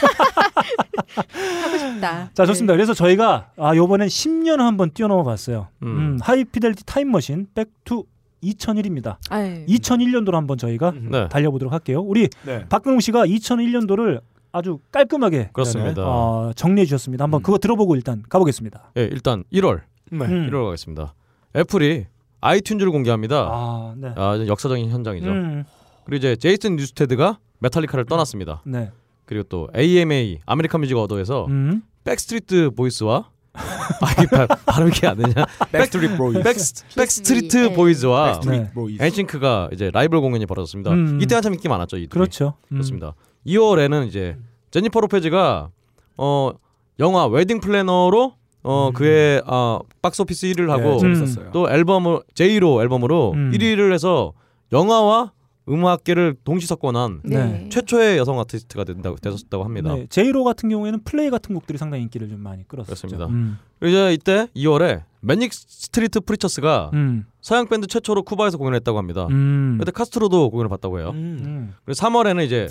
하고 싶다. 자 좋습니다. 그래서 저희가 아 요번엔 10년 한번 뛰어넘어 봤어요. 음, 하이피델리티 타임머신 백투 2001입니다. 아유. 2001년도로 한번 저희가 네. 달려보도록 할게요. 우리 네. 박근홍 씨가 2001년도를 아주 깔끔하게 그렇습니다. 음. 어, 정리해 주셨습니다. 한번 그거 들어보고 일단 가보겠습니다. 예, 일단 1월. 네. 음. 1월 가겠습니다. 애플이 아이튠즈를 공개합니다. 아, 네. 이제 역사적인 현장이죠. 음. 그리고 이제 제이슨 뉴스테드가 메탈리카를 떠났습니다. 네. 그리고 또 AMA 아메리칸 뮤직 어워드에서 네. 음. 백스트리트 보이스와 아, 이 발- 발음이 이게 안 되냐? 백스트리트 보이즈. 백스, 백스트리트 보이즈와 백스트리트 네. 보이즈. 엔싱크가 이제 라이벌 공연이 벌어졌습니다. 음. 이때 한참 인기 많았죠, 이 그렇죠. 음. 그렇습니다. 2월에는 이제 제니퍼 로페즈가 어 영화 웨딩 플래너로 음. 어 그의 아 박스오피스 1위를 하고 네, 재밌었어요. 또 앨범을 제이로 앨범으로 음. 1위를 해서 영화와 음악계를 동시 석권한 네. 최초의 여성 아티스트가 된다고 되었다고 합니다. 네. 제이로 같은 경우에는 플레이 같은 곡들이 상당히 인기를 좀 많이 끌었었죠. 그렇습니다. 음. 그리고 이제 이때 2월에 매닉 스트리트 프리처스가 음. 서양 밴드 최초로 쿠바에서 공연했다고 합니다. 음. 그때 카스트로도 공연을 봤다고 해요. 그리고 3월에는 이제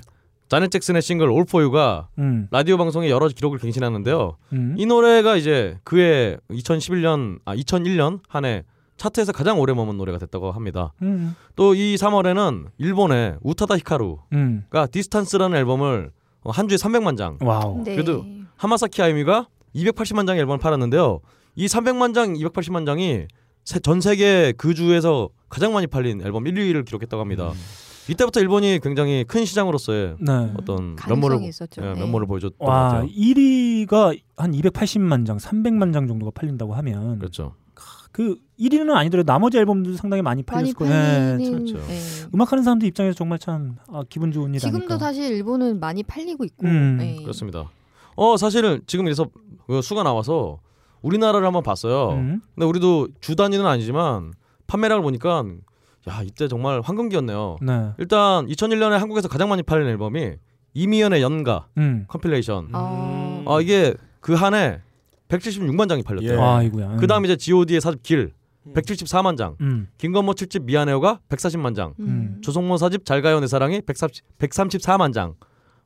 자넷 잭슨의 싱글 올 포유가 음. 라디오 방송에 여러 기록을 갱신하는데요. 음. 이 노래가 이제 그의 2011년 아 2001년 한 해 차트에서 가장 오래 머문 노래가 됐다고 합니다. 음. 또 이 3월에는 일본의 우타다 히카루가 음. 디스탄스라는 앨범을 어, 한 주에 300만 장. 와우. 네. 그래도 음, 하마사키 아이미가 280만 장의 앨범을 팔았는데요. 이 300만 장, 280만 장이 세- 전 세계 그 주에서 가장 많이 팔린 앨범 1위를 기록했다고 합니다. 이때부터 일본이 굉장히 큰 시장으로서의 네. 어떤 가능성이 면모를 있었죠. 예, 네. 면모를 보여줬던 것 와, 같아요. 1위가 한 280만 장, 300만 장 정도가 팔린다고 하면 그렇죠. 그 1위는 아니더라도 나머지 앨범들도 상당히 많이 많이 팔렸을 거예요. 팔리는 네, 참- 그렇죠. 네. 음악하는 사람들 입장에서 정말 참 아, 기분 좋은 일 지금도 아닐까. 사실 일본은 많이 팔리고 있고. 음. 네. 그렇습니다. 어 사실은 지금 그래서 그 수가 나와서 우리나라를 한번 봤어요. 음. 근데 우리도 주 단위는 아니지만 판매량을 보니까 야 이때 정말 황금기였네요. 네. 일단 2001년에 한국에서 가장 많이 팔린 앨범이 이미연의 연가 음. 컴필레이션. 아 이게 그 한 해 176만 장이 팔렸대요. 예. 아이고야. 음. 네. 그다음 이제 G.O.D의 사집 길 174만 장. 음. 김건모 7집 미안해요가 140만 장. 음. 조성모 4집 잘가요 내 사랑이 130, 134만 장.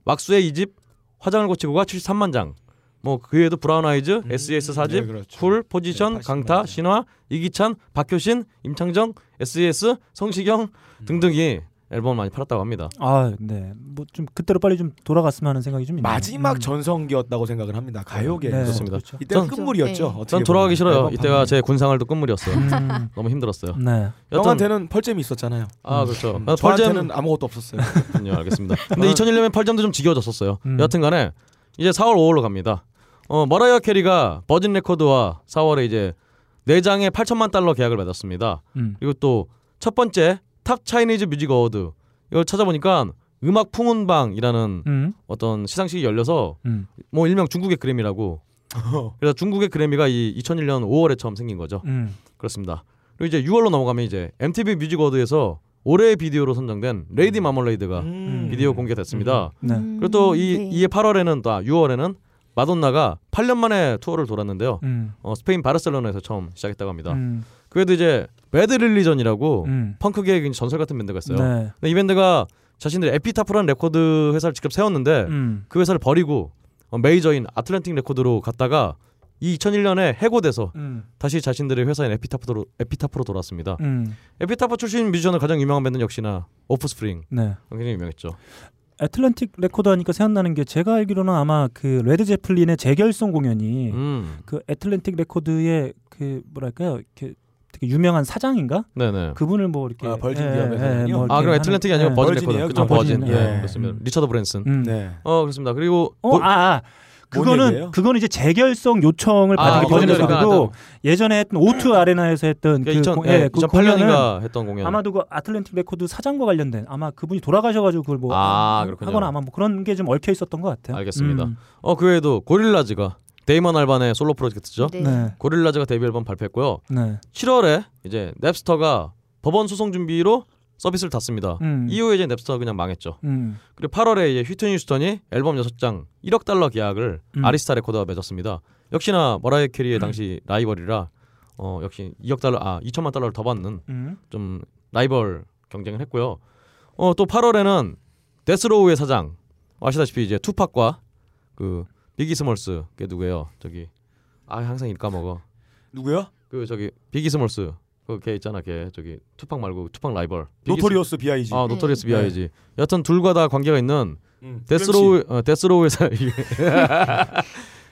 왁수의 2집 화장을 고치고가 73만 장. 뭐 그 외에도 브라운 아이즈, 음. E E SES 4집, 네, 그렇죠. 쿨, 그렇죠. 포지션, 강타, 신화, 이기찬, 박효신, 임창정, SES, 성시경 음. 등등이 앨범 많이 팔았다고 합니다. 아, 네. 뭐 좀 그때로 빨리 좀 돌아갔으면 하는 생각이 좀 있네요. 음. 마지막 전성기였다고 생각을 합니다. 가요계 네. 그렇습니다. 그렇죠. 이때 가 전- 끝물이었죠. 네. 어떻게 전 돌아가기 보면. 싫어요. 앨범 이때가 판매. 제 군생활도 끝물이었어요. 음. 너무 힘들었어요. 네. 형한테는 펄잼이 있었잖아요. 아 음. 그렇죠. 음. 아, 저한테는 아무것도 없었어요. 그렇군요. 알겠습니다. 근데 2001년에 펄잼도 좀 지겨졌었어요. 음. 여하튼간에 이제 4월 5월로 갑니다. 어 머라이어 캐리가 버진 레코드와 4월에 이제 4장에 8천만 달러 계약을 맺었습니다. 음. 그리고 또 첫 번째 탑 차이니즈 뮤직 어워드 이걸 찾아보니까 음악 풍운방이라는 음. 어떤 시상식이 열려서 음. 뭐 일명 중국의 그래미라고 그래서 중국의 그래미가 이 2001년 5월에 처음 생긴 거죠. 음. 그렇습니다. 그리고 이제 6월로 넘어가면 이제 MTV 뮤직 어워드에서 올해의 비디오로 선정된 레이디 마멀레이드가 음. 비디오 공개됐습니다. 네. 음. 그리고 또이 이에 8월에는 또 6월에는 마돈나가 8년 만에 투어를 돌았는데요. 음. 어, 스페인 바르셀로나에서 처음 시작했다고 합니다. 음. 그래도 이제 배드 릴리전이라고 음. 펑크계의 굉장히 전설 같은 밴드가 있어요. 네. 근데 이 밴드가 자신들의 에피타프라는 레코드 회사를 직접 세웠는데 음. 그 회사를 버리고 어, 메이저인 아틀란틱 레코드로 갔다가 이 2001년에 해고돼서 음. 다시 자신들의 회사인 에피타프로 에피타프로 돌아왔습니다. 음. 에피타프 출신 뮤지션을 가장 유명한 밴드는 역시나 오프스프링. 어, 네. 굉장히 유명했죠. 애틀란틱 레코드 하니까 생각나는 게 제가 알기로는 아마 그 레드 제플린의 재결성 공연이 음. 그 애틀란틱 레코드의 그 뭐랄까요? 이렇게 되게 유명한 사장인가? 네네. 그분을 뭐 이렇게 아, 벌진 예, 기업에서. 예, 뭐 이렇게 아 그럼 하는- 애틀랜틱이 아니고 예. 버진 레코드. 그쵸 아, 버진. 버진. 예. 그렇습니다. 리처드 브랜슨. 음. 네. 어 그렇습니다. 그리고 어, 뭐- 아, 아. 그거는 그거는 이제 재결성 요청을 아, 받은 게 그건 버진 그러니까 레코드고 예전에 했던 오투 아레나에서 했던 그, 2000, 공- 예, 그 2008년인가 예. 공연은 했던 공연. 아마도 그 아틀랜틱 레코드 사장과 관련된 아마 그분이 돌아가셔가지고 그걸 뭐 아, 하- 그렇군요. 하거나 아마 뭐 그런 게 좀 얽혀 있었던 것 같아요. 알겠습니다. 음. 어 그 외에도 고릴라즈가 데이먼 알반의 솔로 프로젝트죠. 네. 네. 고릴라즈가 데뷔 앨범 발표했고요. 네. 7월에 이제 넵스터가 법원 소송 준비로 서비스를 닫습니다. 음. 이후에 이제 넵스터가 그냥 망했죠. 음. 그리고 8월에 이제 휘트니 휴스턴이 앨범 6장 1억 달러 계약을 음. 아리스타 레코드와 맺었습니다. 역시나 머라이어 음. 캐리의 당시 라이벌이라 어 역시 2억 달러 아 2천만 달러를 더 받는 음. 좀 라이벌 경쟁을 했고요. 어 또 8월에는 데스로우의 사장 아시다시피 이제 투팍과 그 비기 스몰스 그게 누구예요? 저기 아 항상 일 까먹어. 누구야? 그 저기 비기 스몰스 그 걔 있잖아 걔 저기 투팍 말고 투팍 라이벌 비기 노토리어스 스몰- B.I.G. 아 노토리어스 네. B.I.G. 여튼 둘과 다 관계가 있는 음, 데스로우 어, 데스로우의 사 이게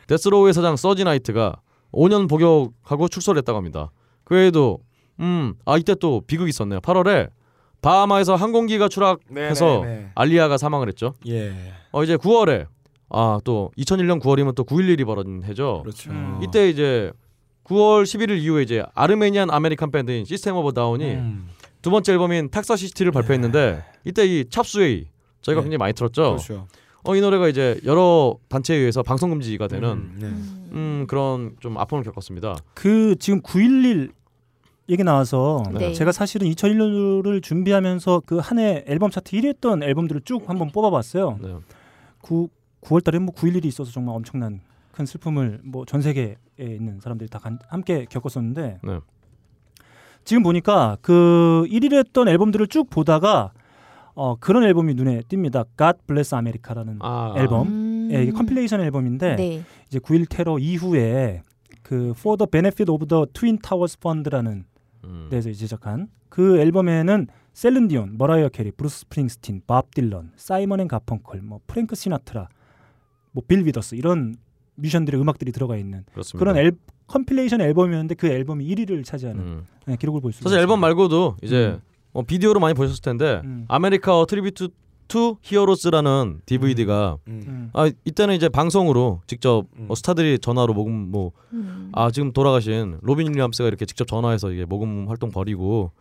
데스로우의 사장 서지 나이트가 5년 복역하고 축소를 했다고 합니다. 그 외에도 음 아 이때 또 비극이 있었네요. 8월에 바하마에서 항공기가 추락해서 네, 네, 네. 알리아가 사망을 했죠. 예. 어 이제 9월에 아 또 2001년 9월이면 또 9.11이 벌어진 해죠. 그렇죠. 음. 음. 이때 이제 9월 11일 이후에 이제 아르메니안 아메리칸 밴드인 시스템 오브 음. 다운이 두 번째 앨범인 텍사스 시티를 발표했는데 예. 이때 이 찹스웨이 저희가 네. 굉장히 많이 들었죠. 그렇죠. 어 이 노래가 이제 여러 단체에 의해서 방송 금지가 되는 음, 음, 그런 좀 아픔을 겪었습니다. 그 지금 911 얘기 나와서 네. 제가 사실은 2001년을 준비하면서 그 한 해 앨범 차트 1위 했던 앨범들을 쭉 한번 뽑아봤어요. 네. 9, 9월 달에 뭐 911이 있어서 정말 엄청난 큰 슬픔을 뭐 전 세계에 있는 사람들이 다 간- 함께 겪었었는데 네. 지금 보니까 그 1위를 했던 앨범들을 쭉 보다가 어, 그런 앨범이 눈에 띕니다. God Bless America라는 아. 앨범. 음. 예, 이게 컴필레이션 앨범인데 음. 네. 이제 9.11 테러 이후에 그 For the Benefit of the Twin Towers Fund라는 음, 데서 이제 제작한 그 앨범에는 셀른디온, 머라이어 캐리, 브루스 스프링스틴, 밥 딜런, 사이먼 앤 가펑컬, 뭐 프랭크 시나트라, 뭐빌 위더스 이런 뮤지션들의 음악들이 들어가 있는 그렇습니다. 그런 앨, 컴필레이션 앨범이었는데 그 앨범이 1위를 차지하는 네, 기록을 볼 수 있습니다. 음. 음. 사실 앨범 말고도 이제 어, 비디오로 많이 보셨을 텐데 아메리카 트리뷰트 투 히어로스라는 DVD가 음. 아 이때는 이제 방송으로 직접 어, 스타들이 전화로 모금 뭐 음. 아 지금 돌아가신 로빈 윌리엄스가 이렇게 직접 전화해서 이게 모금 활동 벌이고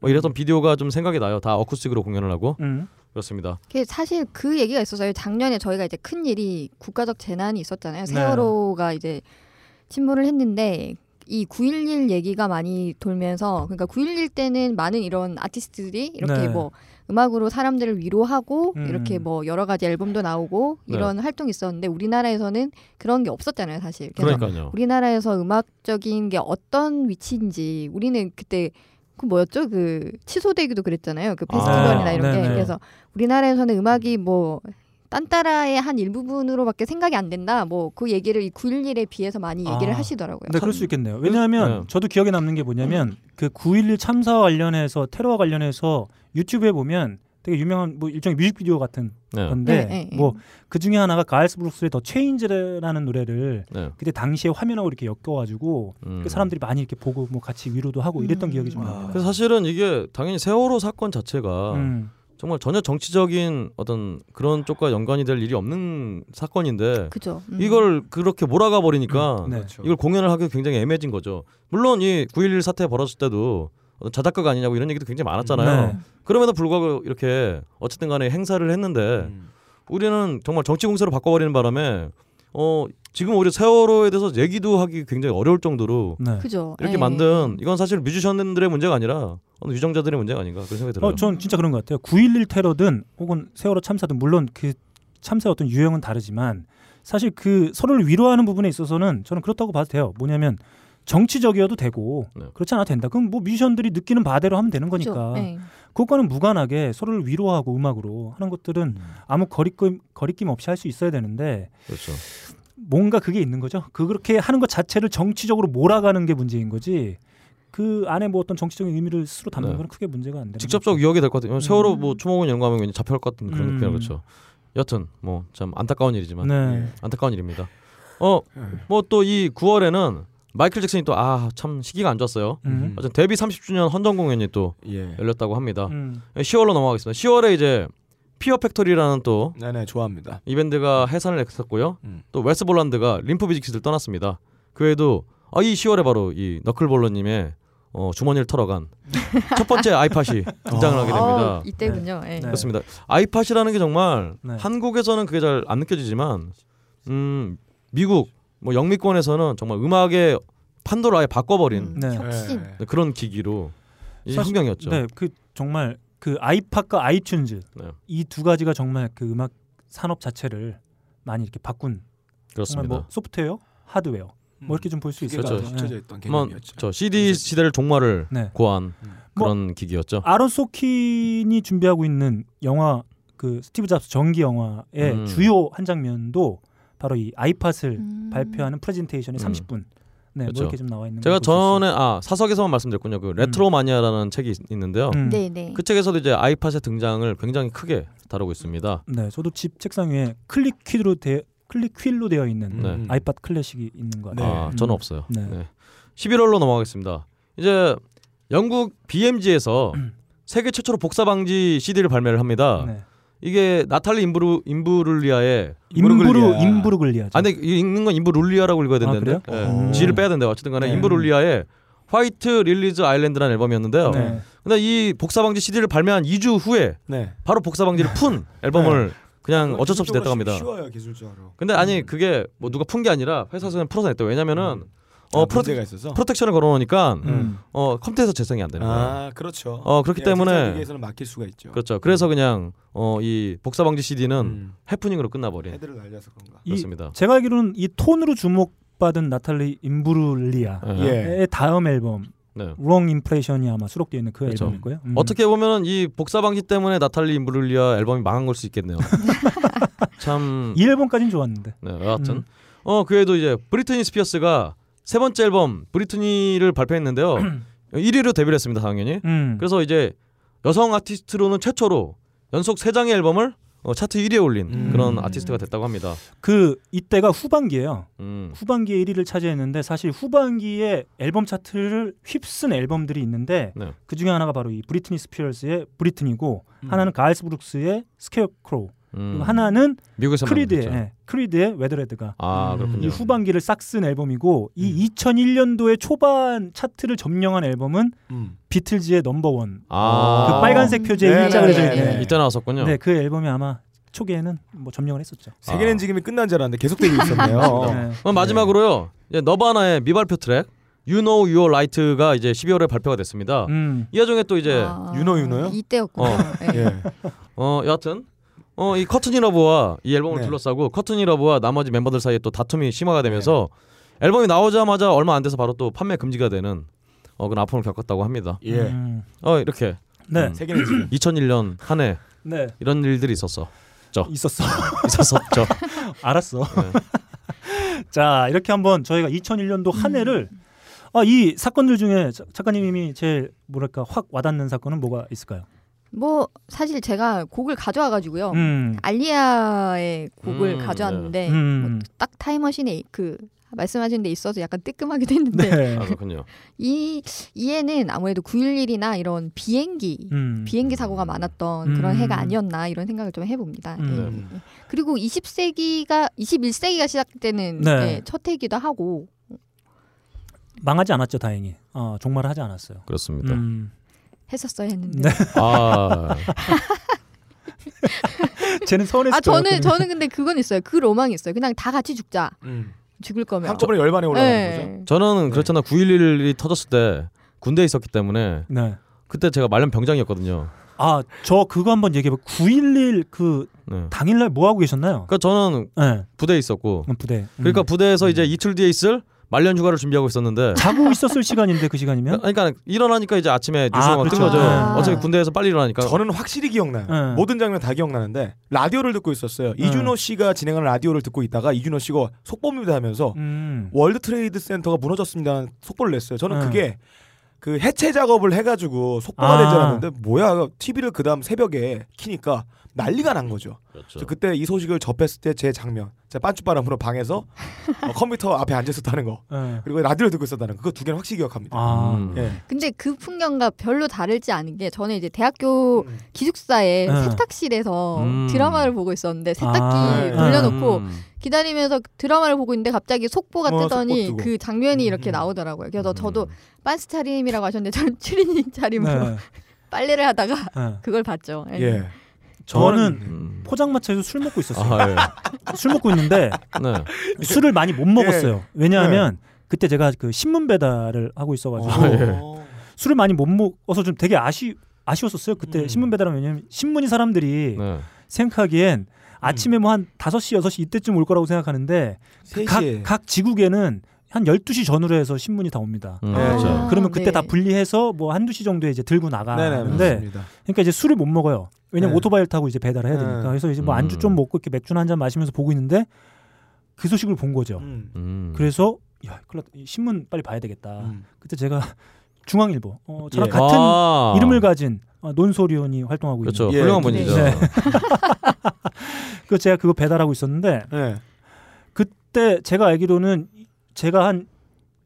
뭐 이랬던 비디오가 좀 생각이 나요. 다 어쿠스틱으로 공연을 하고 음. 그렇습니다. 그게 사실 그 얘기가 있었어요. 작년에 저희가 이제 큰 일이 국가적 재난이 있었잖아요. 네. 세월호가 이제 침몰을 했는데 이 911 얘기가 많이 돌면서 그러니까 911 때는 많은 이런 아티스트들이 이렇게 네. 뭐 음악으로 사람들을 위로하고 음. 이렇게 뭐 여러 가지 앨범도 나오고 네. 이런 활동이 있었는데 우리나라에서는 그런 게 없었잖아요, 사실. 그래서 어. 그러니까요. 우리나라에서 음악적인 게 어떤 위치인지 우리는 그때 그 뭐였죠? 그 취소되기도 그랬잖아요. 그 페스티벌이나 아, 이런 게. 네네. 그래서 우리나라에서는 음악이 뭐 딴따라의 한 일부분으로밖에 생각이 안 된다. 뭐 그 얘기를 이 911에 비해서 많이 얘기를 아, 하시더라고요. 네, 그럴 수 있겠네요. 왜냐하면 저도 기억에 남는 게 뭐냐면 그 9.11 참사와 관련해서 테러와 관련해서 유튜브에 보면 되게 유명한 뭐 일종의 뮤직비디오 같은 네. 건데 네, 네, 네. 뭐 그 중에 하나가 가일스 브룩스의 더 체인지라는 노래를 네. 그때 당시에 화면하고 이렇게 엮어가지고 그 사람들이 많이 이렇게 보고 뭐 같이 위로도 하고 이랬던 기억이 좀 아, 납니다. 음. 그래서 사실은 이게 당연히 세월호 사건 자체가 음. 정말 전혀 정치적인 어떤 그런 쪽과 연관이 될 일이 없는 사건인데 그죠. 음. 이걸 그렇게 몰아가 버리니까 네. 그렇죠. 이걸 공연을 하기 굉장히 애매해진 거죠. 물론 이 9.11 사태 벌어졌을 때도 어떤 자작가가 아니냐고 이런 얘기도 굉장히 많았잖아요. 네. 그럼에도 불구하고 이렇게 어쨌든 간에 행사를 했는데 우리는 정말 정치 공세로 바꿔버리는 바람에 어 지금 오히려 세월호에 대해서 얘기도 하기 굉장히 어려울 정도로 네. 그죠. 이렇게 예. 만든 이건 사실 뮤지션들의 문제가 아니라 어느 유정자들의 문제가 아닌가 그런 생각이 들어요. 어, 전 진짜 그런 것 같아요. 9.11 테러든 혹은 세월호 참사든 물론 그 참사의 어떤 유형은 다르지만 사실 그 서로를 위로하는 부분에 있어서는 저는 그렇다고 봐도 돼요. 뭐냐면 정치적이어도 되고 네. 그렇지 않아도 된다. 그럼 뭐 뮤지션들이 느끼는 바대로 하면 되는 그죠. 거니까 네. 그것과는 무관하게 서로를 위로하고 음악으로 하는 것들은 아무 거리낌, 거리낌 없이 할 수 있어야 되는데 그렇죠. 뭔가 그게 있는 거죠. 그 그렇게 하는 것 자체를 정치적으로 몰아가는 게 문제인 거지. 그 안에 뭐 어떤 정치적인 의미를 스스로 담는 네. 건 크게 문제가 안 되는 직접적 유혹이 될 것 같아요. 세월호 뭐 추모군 이런 거 하면 왠지 잡혀갈 것 같은 그런 음. 느낌이 그렇죠. 여튼 뭐 참 안타까운 일이지만 네. 안타까운 일입니다. 어 뭐 또 이 9월에는 마이클 잭슨이 또 아 참 시기가 안 좋았어요. 음. 어쨌든 데뷔 30주년 헌정 공연이 또 네. 예. 열렸다고 합니다. 음. 10월로 넘어가겠습니다. 10월에 이제 피어 팩토리라는 또 네네 좋아합니다. 이밴드가 해산을 했었고요. 음. 또 웨스볼란드가 림프비직스를 떠났습니다. 그 외에도 아, 이 10월에 바로 이 너클볼러님의 어, 주머니를 털어간 첫 번째 아이팟이 등장을 하게 됩니다. 어, 네. 이때군요. 예. 그렇습니다. 아이팟이라는 게 정말 네. 한국에서는 그게 잘 안 느껴지지만 음, 미국 뭐 영미권에서는 정말 음악의 판도를 아예 바꿔버린 음, 네. 혁신. 음. 네, 그런 기기로 이 사실- 환경이었죠. 네, 그 정말 그 아이팟과 아이튠즈 네. 이 두 가지가 정말 그 음악 산업 자체를 많이 이렇게 바꾼 그렇습니다. 음. 그렇죠. 정말 뭐 소프트웨어, 하드웨어 뭐 이렇게 좀 볼 수 있을 것 같아요. 네. 한번 뭐, 저 CD 시대를 종말을 네. 고한 그런 기기였죠. 아론 소킨이 준비하고 있는 영화 그 스티브 잡스 전기 영화의 음. 주요 한 장면도 바로 이 아이팟을 음. 발표하는 프레젠테이션의 음. 30분 네, 뭐 그렇죠. 이렇게 좀 나와 있는 제가 걸 볼수 있어요. 전에 아 사석에서만 말씀드렸군요. 그 레트로마니아라는 책이 있- 있는데요. 음. 네, 네. 그 책에서도 이제 아이팟의 등장을 굉장히 크게 다루고 있습니다. 네, 저도 집 책상 위에 클릭 휠로 되 클릭 휠로 되어 음. 있는 네. 아이팟 클래식이 있는 것 같아요. 아, 음. 저는 없어요. 네. 네. 11월로 넘어가겠습니다. 이제 영국 BMG에서 음. 세계 최초로 복사 방지 CD를 발매를 합니다. 네. 이게 나탈리 임브루 임브룰리아의 임부르 임부르글리아. 아, 근데 이- 읽는 건 임브룰리아라고 읽어야 된다는데. 그래요? 예, 오. G를 빼야 된대요. 어쨌든 간에 네. 임브룰리아의 화이트 릴리즈 아일랜드라는 앨범이었는데요. 네. 근데 이 복사방지 CD를 발매한 2주 후에 네. 바로 복사방지를 푼 앨범을 음. 그냥 음, 어쩔 수 없이 냈다고 기술적으로 합니다. 음. 쉬워요 기술적으로. 근데 아니 그게 뭐 누가 푼 게 아니라 회사에서 그냥 풀어서 냈대요. 왜냐면은 어, 아, 프로, 문제가 있어서? 프로텍션을 걸어놓으니까 음. 어, 컴퓨터에서 재생이 안 되는 거예요. 아, 그렇죠. 어 그렇기 예, 때문에 제작에서는 막힐 수가 있죠. 그렇죠. 그래서 그냥 어, 이 복사방지 CD는 음. 해프닝으로 끝나버린. 헤드를 날려서 그런가. 이- 그렇습니다. 제가 알기로는 이 톤으로 주목받은 나탈리 임부르글리아의 예. 다음 앨범 네. 그렇죠. Wrong Impression이 아마 수록되어 있는 그 앨범일 거예요. 음. 어떻게 보면 이 복사방지 때문에 나탈리 임브룰리아 앨범이 망한 걸 수 있겠네요. 참. 이 앨범까진 좋았는데. 네, 여하튼 음. 어 그래도 이제 브리트니 스피어스가 세 번째 앨범 브리트니를 발표했는데요. 1위로 데뷔를 했습니다, 당연히. 음. 그래서 이제 여성 아티스트로는 최초로 연속 세 장의 앨범을 어, 차트 1위에 올린 음. 그런 아티스트가 됐다고 합니다. 그 이때가 후반기예요. 음. 후반기에 1위를 차지했는데 사실 후반기에 앨범 차트를 휩쓴 앨범들이 있는데 네. 그 중에 하나가 바로 이 브리트니 스피어스의 브리트니고 하나는 가일스 브룩스의 스케어크로우 그리고 음. 하나는 미국에서만 크리드의 만들었죠. 예, 크리드의 웨더레드가 아, 그렇군요. 음. 이 후반기를 싹 쓴 앨범이고 음. 이 2001년도에 초반 차트를 점령한 앨범은 비틀즈의 넘버원 아. 그 빨간색 표지에 네, 일자 그려져 네, 있는 네. 이때 나왔었군요. 네, 그 앨범이 아마 초기에는 뭐 점령을 했었죠. 세계는 지금이 끝난 줄 알았는데 계속되고 있었네요. 네. 그럼 마지막으로요. 이제 너바나의 미발표 트랙 You Know Your Light가 이제 12월에 발표가 됐습니다. 음. 이와중에 또 이제 아. 유노 유노요? 이때였구나. 어. 예. 어 여하튼 어 이 커튼이 러브와 이 앨범을 네. 둘러싸고 커튼이 러브와 나머지 멤버들 사이에 또 다툼이 심화가 되면서 앨범이 나오자마자 얼마 안 돼서 바로 또 판매 금지가 되는 어 그런 아픔을 겪었다고 합니다. 예. 음. 어 이렇게 네. 세계는 지금. 2001년 한 해 네. 이런 일들이 있었어. 죠 있었어. 있었었죠. 알았어. 네. 자 이렇게 한번 저희가 2001년도 한 음. 해를 아, 이 사건들 중에 자- 작가님이 제일 뭐랄까 확 와닿는 사건은 뭐가 있을까요? 뭐 사실 제가 곡을 어. 가져와가지고요. 음. 알리아의 곡을 음, 아, 네. 가져왔는데 뭐 뭐, 음. 딱 타임머신에 그 말씀하신 데 있어서 약간 뜨끔하기도 네. 했는데 아 그렇군요. 이 이해는 아무래도 9.11이나 이런 비행기 음. 비행기 사고가 많았던 그런 음. 해가 아니었나 이런 생각을 좀 해봅니다. 예. 음. 그리고 20세기가 21세기가 시작되는 네. 예, 첫 해기도 하고 망하지 않았죠 다행히. 어, 종말을 하지 않았어요. 그렇습니다. 음. 했었어야 했는데. 네. 아 쟤는 서운했어요. 아 저는 저는 근데 그건 있어요. 그 로망이 있어요. 그냥 다 같이 죽자. 죽을 거면 예. 한꺼번에 열반에 올라가는 거죠. 저는 그렇잖아. 9.11이 터졌을 때 군대에 있었기 때문에 네. 그때 제가 말년 병장이었거든요. 아저 그거 한번 얘기해봐. 9.11그 네. 당일날 뭐 하고 계셨나요? 그러니까 저는 네. 부대에 있었고 부대. 음. 그러니까 부대에서 이제 이틀 뒤에 있을 말년 휴가를 준비하고 있었는데 자고 있었을 시간인데 그 시간이면? 그러니까 일어나니까 이제 아침에 뉴스가 아, 막 그렇죠. 뜬 거죠. 아. 어차피 군대에서 빨리 일어나니까. 음. 저는 확실히 기억나요. 그러니까 네. 모든 장면 다 기억나는데 라디오를 듣고 있었어요. 이준호 씨가 진행하는 라디오를 듣고 있다가 이준호 씨가 속보입니다 하면서 음. 월드 트레이드 센터가 무너졌습니다는 속보를 냈어요. 저는 네. 그게 그 해체 작업을 해가지고 속보가 아. 되지 않았는데 뭐야 TV를 그다음 새벽에 키니까 난리가 난 거죠. 그렇죠. 그래서 그때 이 소식을 접했을 때 제 장면, 제 빤쭈바람으로 방에서 어, 컴퓨터 앞에 앉아 있었다는 거, 네. 그리고 라디오를 듣고 있었다는 거, 그거 두 개는 확실히 기억합니다. 아. 음. 예. 근데 그 풍경과 별로 다르지 않은 게 저는 이제 대학교 기숙사의 네. 세탁실에서 음. 드라마를 보고 있었는데 세탁기 아, 네. 돌려놓고 음. 기다리면서 드라마를 보고 있는데 갑자기 속보가 어, 뜨더니 속보 뜨고. 그 장면이 음. 이렇게 나오더라고요. 그래서 저도 빤스 차림이라고 하셨는데 저는 추리닝 차림으로 네. 빨래를 하다가 네. 그걸 봤죠. 예. 저는 포장마차에서 술 먹고 있었어요. 음. 아, 네. 술 먹고 있는데 술을 많이 못 먹었어요. 예. 왜냐하면 그때 제가 그 신문 배달을 하고 있어가지고 아, 예. 술을 많이 못 먹어서 좀 되게 아쉬 아쉬웠었어요. 그때 음. 신문 배달은 왜냐면 신문이 사람들이 네. 생각하기엔 아침에 뭐 한 5시, 6시 이때쯤 올 거라고 생각하는데 그 각, 음. 세시에. 각 지국에는 한 12시 전후로 해서 신문이 다 옵니다. 음, 아, 그렇죠. 그러면 그때 네. 다 분리해서 뭐 한두 시 정도에 이제 들고 아, 네네, 나가는데 맞습니다. 그러니까 이제 술을 못 먹어요. 왜냐면 네. 오토바이를 타고 이제 배달을 해야 네. 되니까. 그래서 이제 뭐 음. 안주 좀 먹고 이렇게 맥주나 한잔 마시면서 보고 있는데 그 소식을 본 거죠. 음. 음. 그래서 야, 큰일 났다. 이 신문 빨리 봐야 되겠다. 음. 그때 제가 중앙일보 어, 저랑 예. 같은 아. 이름을 가진 어, 논소리온이 활동하고 그렇죠. 있는 예, 훌륭한 분이죠. 네. 그 제가 그거 배달하고 있었는데 네. 그때 제가 알기로는 제가 한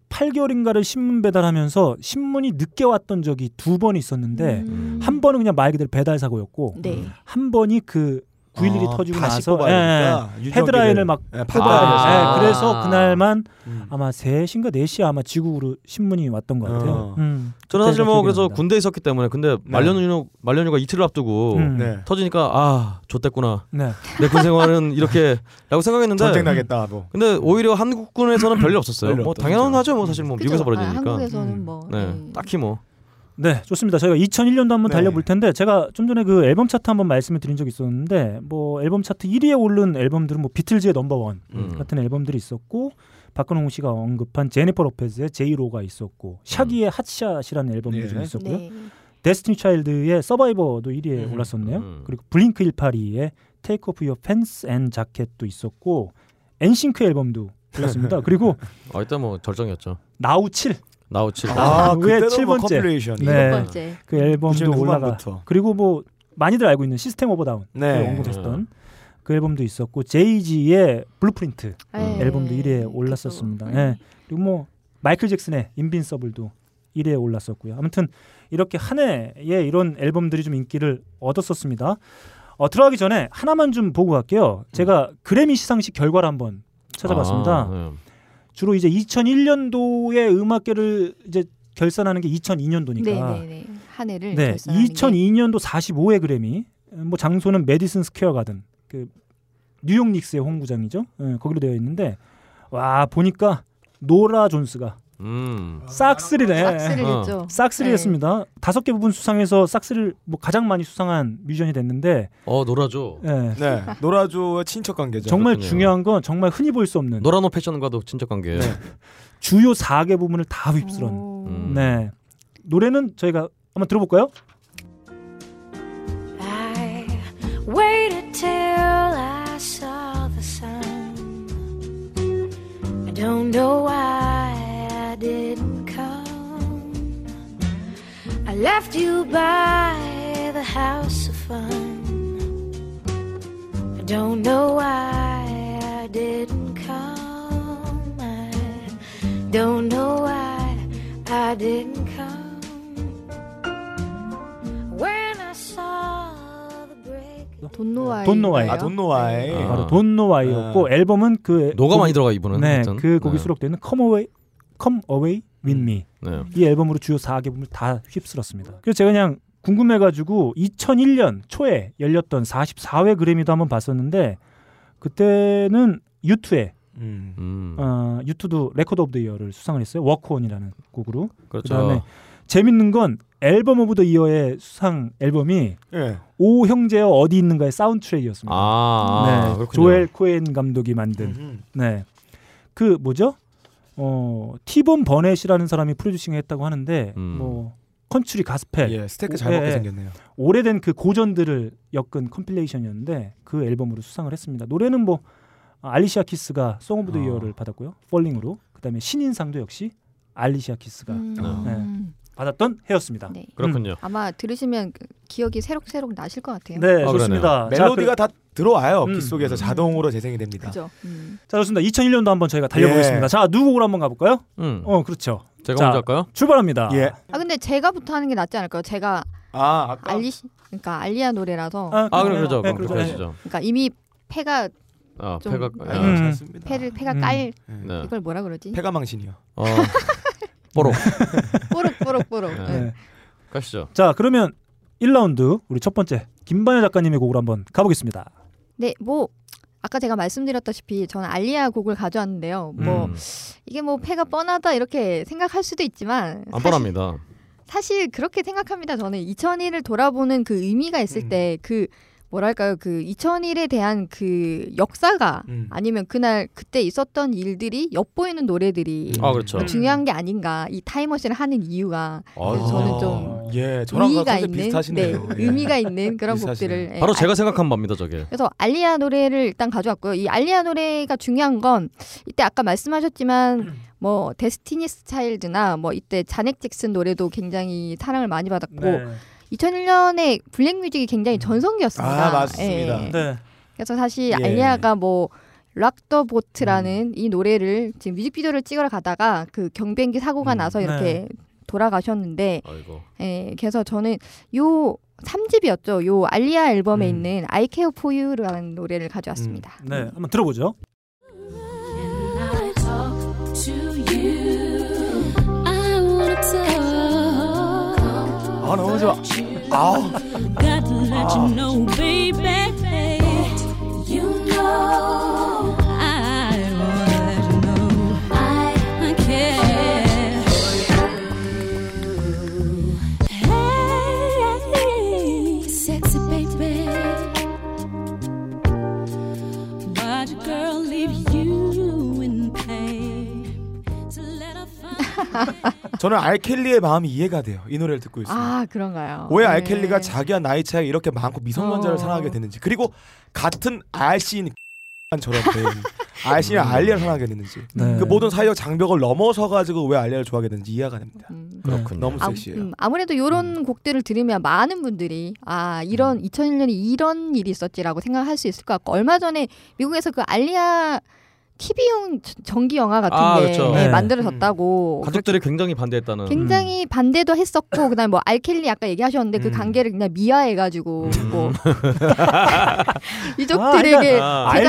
8개월인가를 신문 배달하면서 신문이 늦게 왔던 적이 두 번 있었는데 음. 한 음, 번은 그냥 말 그대로 배달 사고였고 네. 한 번이 그 9.11이 아, 터지고 다시 나서 뽑아야 되니까 예, 유전기를 헤드라인을 막 예, 뽑아야 받아야 네, 돼서. 돼서. 예, 그래서 그날만 음. 아마 3시인가 4시에 아마 지국으로 신문이 왔던 것 같아요. 어. 음, 저는 그때가 사실 뭐 기억이 그래서 납니다. 네. 군대에 있었기 때문에 근데 말년휴가 말년휴가 이틀을 앞두고 음. 네. 터지니까 아 좋댔구나 네. 내 군생활은 이렇게라고 생각했는데 전쟁 나겠다, 뭐. 근데 오히려 한국군에서는 별일 없었어요. 별일 뭐 없다, 당연하죠 뭐 사실 뭐 그죠. 미국에서 아, 벌어지니까. 한국에서는 뭐, 네 딱히 뭐 네, 좋습니다. 저희가 2001년도 한번 네. 달려볼 텐데 제가 좀 전에 그 앨범 차트 한번 말씀을 드린 적이 있었는데 뭐 앨범 차트 1위에 오른 앨범들은 뭐 비틀즈의 넘버원 음. 같은 앨범들이 있었고 박근홍 씨가 언급한 제니퍼 로페즈의 제이로가 있었고 샤기의 핫샷이라는 앨범도 네. 좀 있었고요. 네. 데스티니 차일드의 서바이버도 음, 1위에 올랐었네요. 그리고 블링크 182의 테이크 오프 유어 펜스 앤 자켓도 있었고 엔싱크 앨범도 올랐습니다. 그리고 어, 일단 뭐 절정이었죠. 나우 7 나우칠. 아, 그의 뭐 7번째. 그 앨범도 90년대 올라가. 음, 후반부터. 그리고 뭐 많이들 알고 있는 시스템 오버 다운. 네. 그 언급했던 그 앨범도 있었고 제이지의 블루프린트 음. 네. 예. 앨범도 1위에 올랐었습니다. 네. 예. 그리고 뭐 마이클 잭슨의 인빈서블도 1위에 올랐었고요. 아무튼 이렇게 한 해에 이런 앨범들이 좀 인기를 얻었었습니다. 어, 들어가기 전에 하나만 좀 보고 갈게요. 제가 그래미 시상식 결과를 한번 찾아봤습니다. 아, 네. 주로 이제 2001년도에 음악계를 이제 결산하는 게 2002년도니까. 네네네. 한 해를 네, 결산하는 게. 2002년도 45회 그래미. 뭐 장소는 메디슨 스퀘어 가든. 그 뉴욕 닉스의 홈구장이죠. 예, 거기로 되어 있는데 와 보니까 노라 존스가 음. 싹쓸이네. 싹쓸이를 어. 했죠. 싹쓸이 네. 했습니다. 다섯 개 부분 수상해서 싹쓸이를 뭐 가장 많이 수상한 뮤지션이 됐는데 어 놀아줘. 예. 네. 노라조와 친척 관계죠. 정말 중요한 건 정말 흔히 볼 수 없는 노라노 패션과도 친척 관계. 네. 주요 4개 부분을 다 휩쓸었네. 음. 네. 노래는 저희가 한번 들어볼까요? I waited till I saw the sun. I don't know why I didn't come. I left you by the house of fun. I don't know why I didn't come. I don't know why I didn't come. When I saw the break. 돈노아이. 돈노아이. 아, 돈노아이. 바로 돈노아이였고 앨범은 그 네. 노가 곡- 많이 들어가, 이분은 네, 하여튼. 그 곡이 네. 수록되는 Come Away, Come Away With Me. 네. 이 앨범으로 주요 4개 부분을 다 휩쓸었습니다. 그래서 제가 그냥 궁금해가지고 2001년 초에 열렸던 44회 그래미도 한번 봤었는데 그때는 유투의 음. 음. 어, 유투도 레코드 오브 더 이어를 수상을 했어요. 워크온이라는 곡으로. 그렇죠. 다음에 재밌는 건 앨범 오브 더 이어의 수상 앨범이 예. 오 형제여 어디 있는가의 사운드 트랙이었습니다. 아, 아, 네. 그렇군요. 조엘 코엔 감독이 음. 만든 네. 그 뭐죠? 어, 티본 버넷이라는 사람이 프로듀싱을 했다고 하는데 뭐 컨츄리 가스펠 예, 스테이크 오- 잘 먹게 생겼네요. 오래된 그 고전들을 엮은 컴필레이션이었는데 그 앨범으로 수상을 했습니다. 노래는 뭐 아, 알리시아 키스가 송 오브 더 이어를 받았고요. 폴링으로. 그다음에 신인상도 역시 알리시아 키스가 음. 네. 네, 받았던 해였습니다. 그렇군요. 아마 들으시면 그 기억이 새록새록 나실 것 같아요. 네, 좋습니다. 자, 멜로디가 그- 음. 다 들어와요. 귀 속에서 자동으로 재생이 됩니다. 그죠. 음. 자 좋습니다. 2001년도 한번 저희가 달려보겠습니다. 예. 자 누구로 한번 가볼까요? 음. 어 그렇죠. 제가 자, 먼저 할까요? 출발합니다. 예. 네. 아 근데 제가부터 하는 게 낫지 않을까요? 제가 아, 아까 알리 그러니까 알리아 노래라서. 아, 아, 네, 그럼 그러죠. 그럼 그렇게 하시죠. 그러니까 이미 패가 아, 좀 패가- 네. 아, 괜찮습니다. 패를 패가 음. 깔 네. 이걸 뭐라 그러지? 폐가 망신이요. 어. 뽀록. 뽀록 뽀록 뽀록. 네. 네. 가시죠. 자 그러면 1라운드 우리 첫 번째 김반야 작가님의 곡으로 한번 가보겠습니다. 네, 뭐 아까 제가 말씀드렸다시피 저는 알리아 곡을 가져왔는데요. 뭐 음. 이게 뭐 패가 뻔하다 이렇게 생각할 수도 있지만 안 사실- 뻔합니다. 사실 그렇게 생각합니다. 저는 2001을 돌아보는 그 의미가 음. 있을 때 그 뭐랄까요 그 2001에 대한 그 역사가 음. 아니면 그날 그때 있었던 일들이 엿보이는 노래들이 아, 그렇죠. 중요한 게 아닌가 이 타임머신을 하는 이유가 그래서 아, 저는 좀 예, 저랑 의미가 컨셉 있는 비슷하시네요. 네, 예. 의미가 있는 그런 곡들을 예, 바로 제가 알- 생각한 바입니다, 저게. 그래서 알리아 노래를 일단 가져왔고요. 이 알리아 노래가 중요한 건 이때 아까 말씀하셨지만 뭐 데스티니스 차일드나 뭐 이때 자넥 잭슨 노래도 굉장히 사랑을 많이 받았고 네. 2001년에 블랙뮤직이 굉장히 전성기였습니다. 아, 맞습니다. 예. 네. 그래서 사실 예. 음. 알리아가 뭐 락더 보트라는 이 노래를 지금 뮤직비디오를 찍으러 가다가 그 경비행기 사고가 나서 이렇게 네. 돌아가셨는데 아이고. 예, 그래서 저는 요 3집이었죠. 요 알리아 앨범에 음. 있는 I Care For You라는 노래를 가져왔습니다. 네 한번 들어보죠. I talk to you. I wanna talk. 아, 너무 좋아. 아우. Got to let 아. you know, baby. You know. I wanna let you know. I care. Hey, sexy baby. But a girl leave you in pain. To let her find 저는 알켈리의 마음이 이해가 돼요. 이 노래를 듣고 있어요. 아 그런가요? 왜 네. 알켈리가 자기와 나이 차이가 이렇게 많고 미성년자를 어. 사랑하게 됐는지 그리고 같은 알씨인 처럼 된 알씨인 알리아를 사랑하게 됐는지 네. 그 모든 사회적 장벽을 넘어서 가지고 왜 알리아를 좋아하게 됐는지 이해가 됩니다. 네. 그렇군요. 너무 아, 섹시해요. 음, 아무래도 이런 곡들을 들으면 많은 분들이 아 이런 음. 2001년에 이런 일이 있었지라고 생각할 수 있을 것 같고 얼마 전에 미국에서 그 알리아 TV용 전기 영화 같은 아, 게 그쵸. 예, 네. 음. 만들어졌다고 가족들이 굉장히 반대했다는. 뭐 굉장히 반대도 했었고 그다음에 뭐 알켈리 아까 얘기하셨는데 그 음. 관계를 그냥 미화해가지고 뭐 알 아, 유족들에게 네.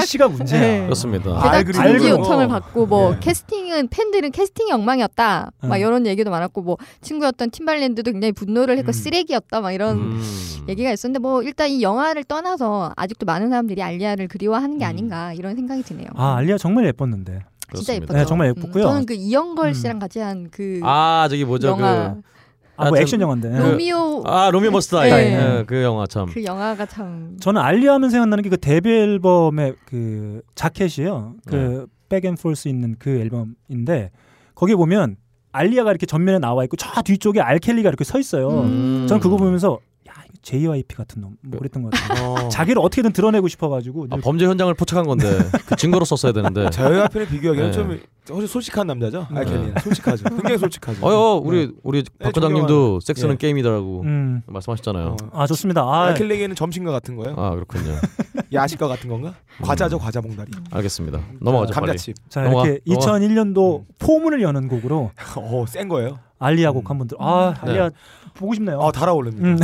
제작- 예. 네. 그렇습니다. 제작 금지 요청을 받고 뭐 캐스팅은 팬들은 캐스팅이 엉망이었다 막 음. 이런 얘기도 많았고 뭐 친구였던 팀발랜드도 굉장히 분노를 했고 쓰레기였다 막 이런 음, 얘기가 있었는데 뭐 일단 이 영화를 떠나서 아직도 많은 사람들이 알리아를 그리워하는 게 아닌가 이런 생각이 드네요. 아 알리아 정말 예뻤는데. 진짜 예뻤죠. 네, 정말 음, 예뻤고요. 저는 그 이영걸 씨랑 같이 한그 아 저기 뭐죠 영화. 그. 아, 뭐 액션 영화인데. 그 로미오- 아 로미오 버스타이 네. 예, 그 영화 참. 그 영화가 참 저는 알리아 하면 생각나는 게 그 데뷔 앨범의 그 자켓이에요. 그 백앤폴스 있는 그 앨범인데 거기에 보면 알리아가 이렇게 전면에 나와 있고 저 뒤쪽에 알켈리가 이렇게 서 있어요. 음. 저는 그거 보면서 야 이거 JYP 같은 놈 뭐 그랬던 것 같아요. 어. 자기를 어떻게든 드러내고 싶어가지고 아, 범죄 현장을 포착한 건데 그 증거로 썼어야 되는데. 자유화폐를 비교하기는 예. 좀 어제 솔직한 남자죠. 네. 알켈리는 솔직하죠. 굉장히 솔직하죠. 어, 어 우리 우리 네, 박 과장님도 존경하는. 섹스는 예. 게임이다라고 음. 네. 말씀하셨잖아요. 네. 아 좋습니다. 아, 알켈리에는 점심과 같은 거예요. 아 그렇군요. 야식과 같은 건가? 과자죠, 과자 봉다리. 알겠습니다. 음. 넘어가죠 빨리. 음. 감자칩. 자 넘어가, 이렇게 음. 넘어가. 2001년도 포문을 여는 곡으로 어, 센 거예요. 알리아 곡 한번 들어. 아 네. 알리아 보고 싶네요. 음. 아 달아오릅니다. 음.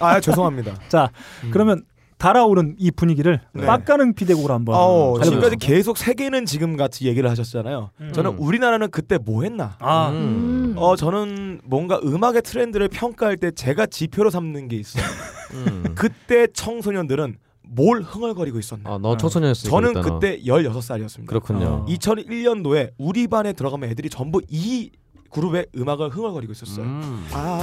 아 죄송합니다. 자 그러면 달아오른 이 분위기를 네. 빡가는 비대곡으로 한번. 어, 달려보겠습니다. 지금까지 계속 세계는 지금 같이 얘기를 하셨잖아요. 음. 저는 우리나라는 그때 뭐 했나? 아. 음. 어, 저는 뭔가 음악의 트렌드를 평가할 때 제가 지표로 삼는 게 있어요. 음. 그때 청소년들은 뭘 흥얼거리고 있었나? 아, 너 청소년이었으니까 어. 저는 일단은. 그때 16살이었습니다. 어. 그렇군요. 2001년도에 우리 반에 들어가면 애들이 전부 이 그룹의 음악을 흥얼거리고 있었어요. 아,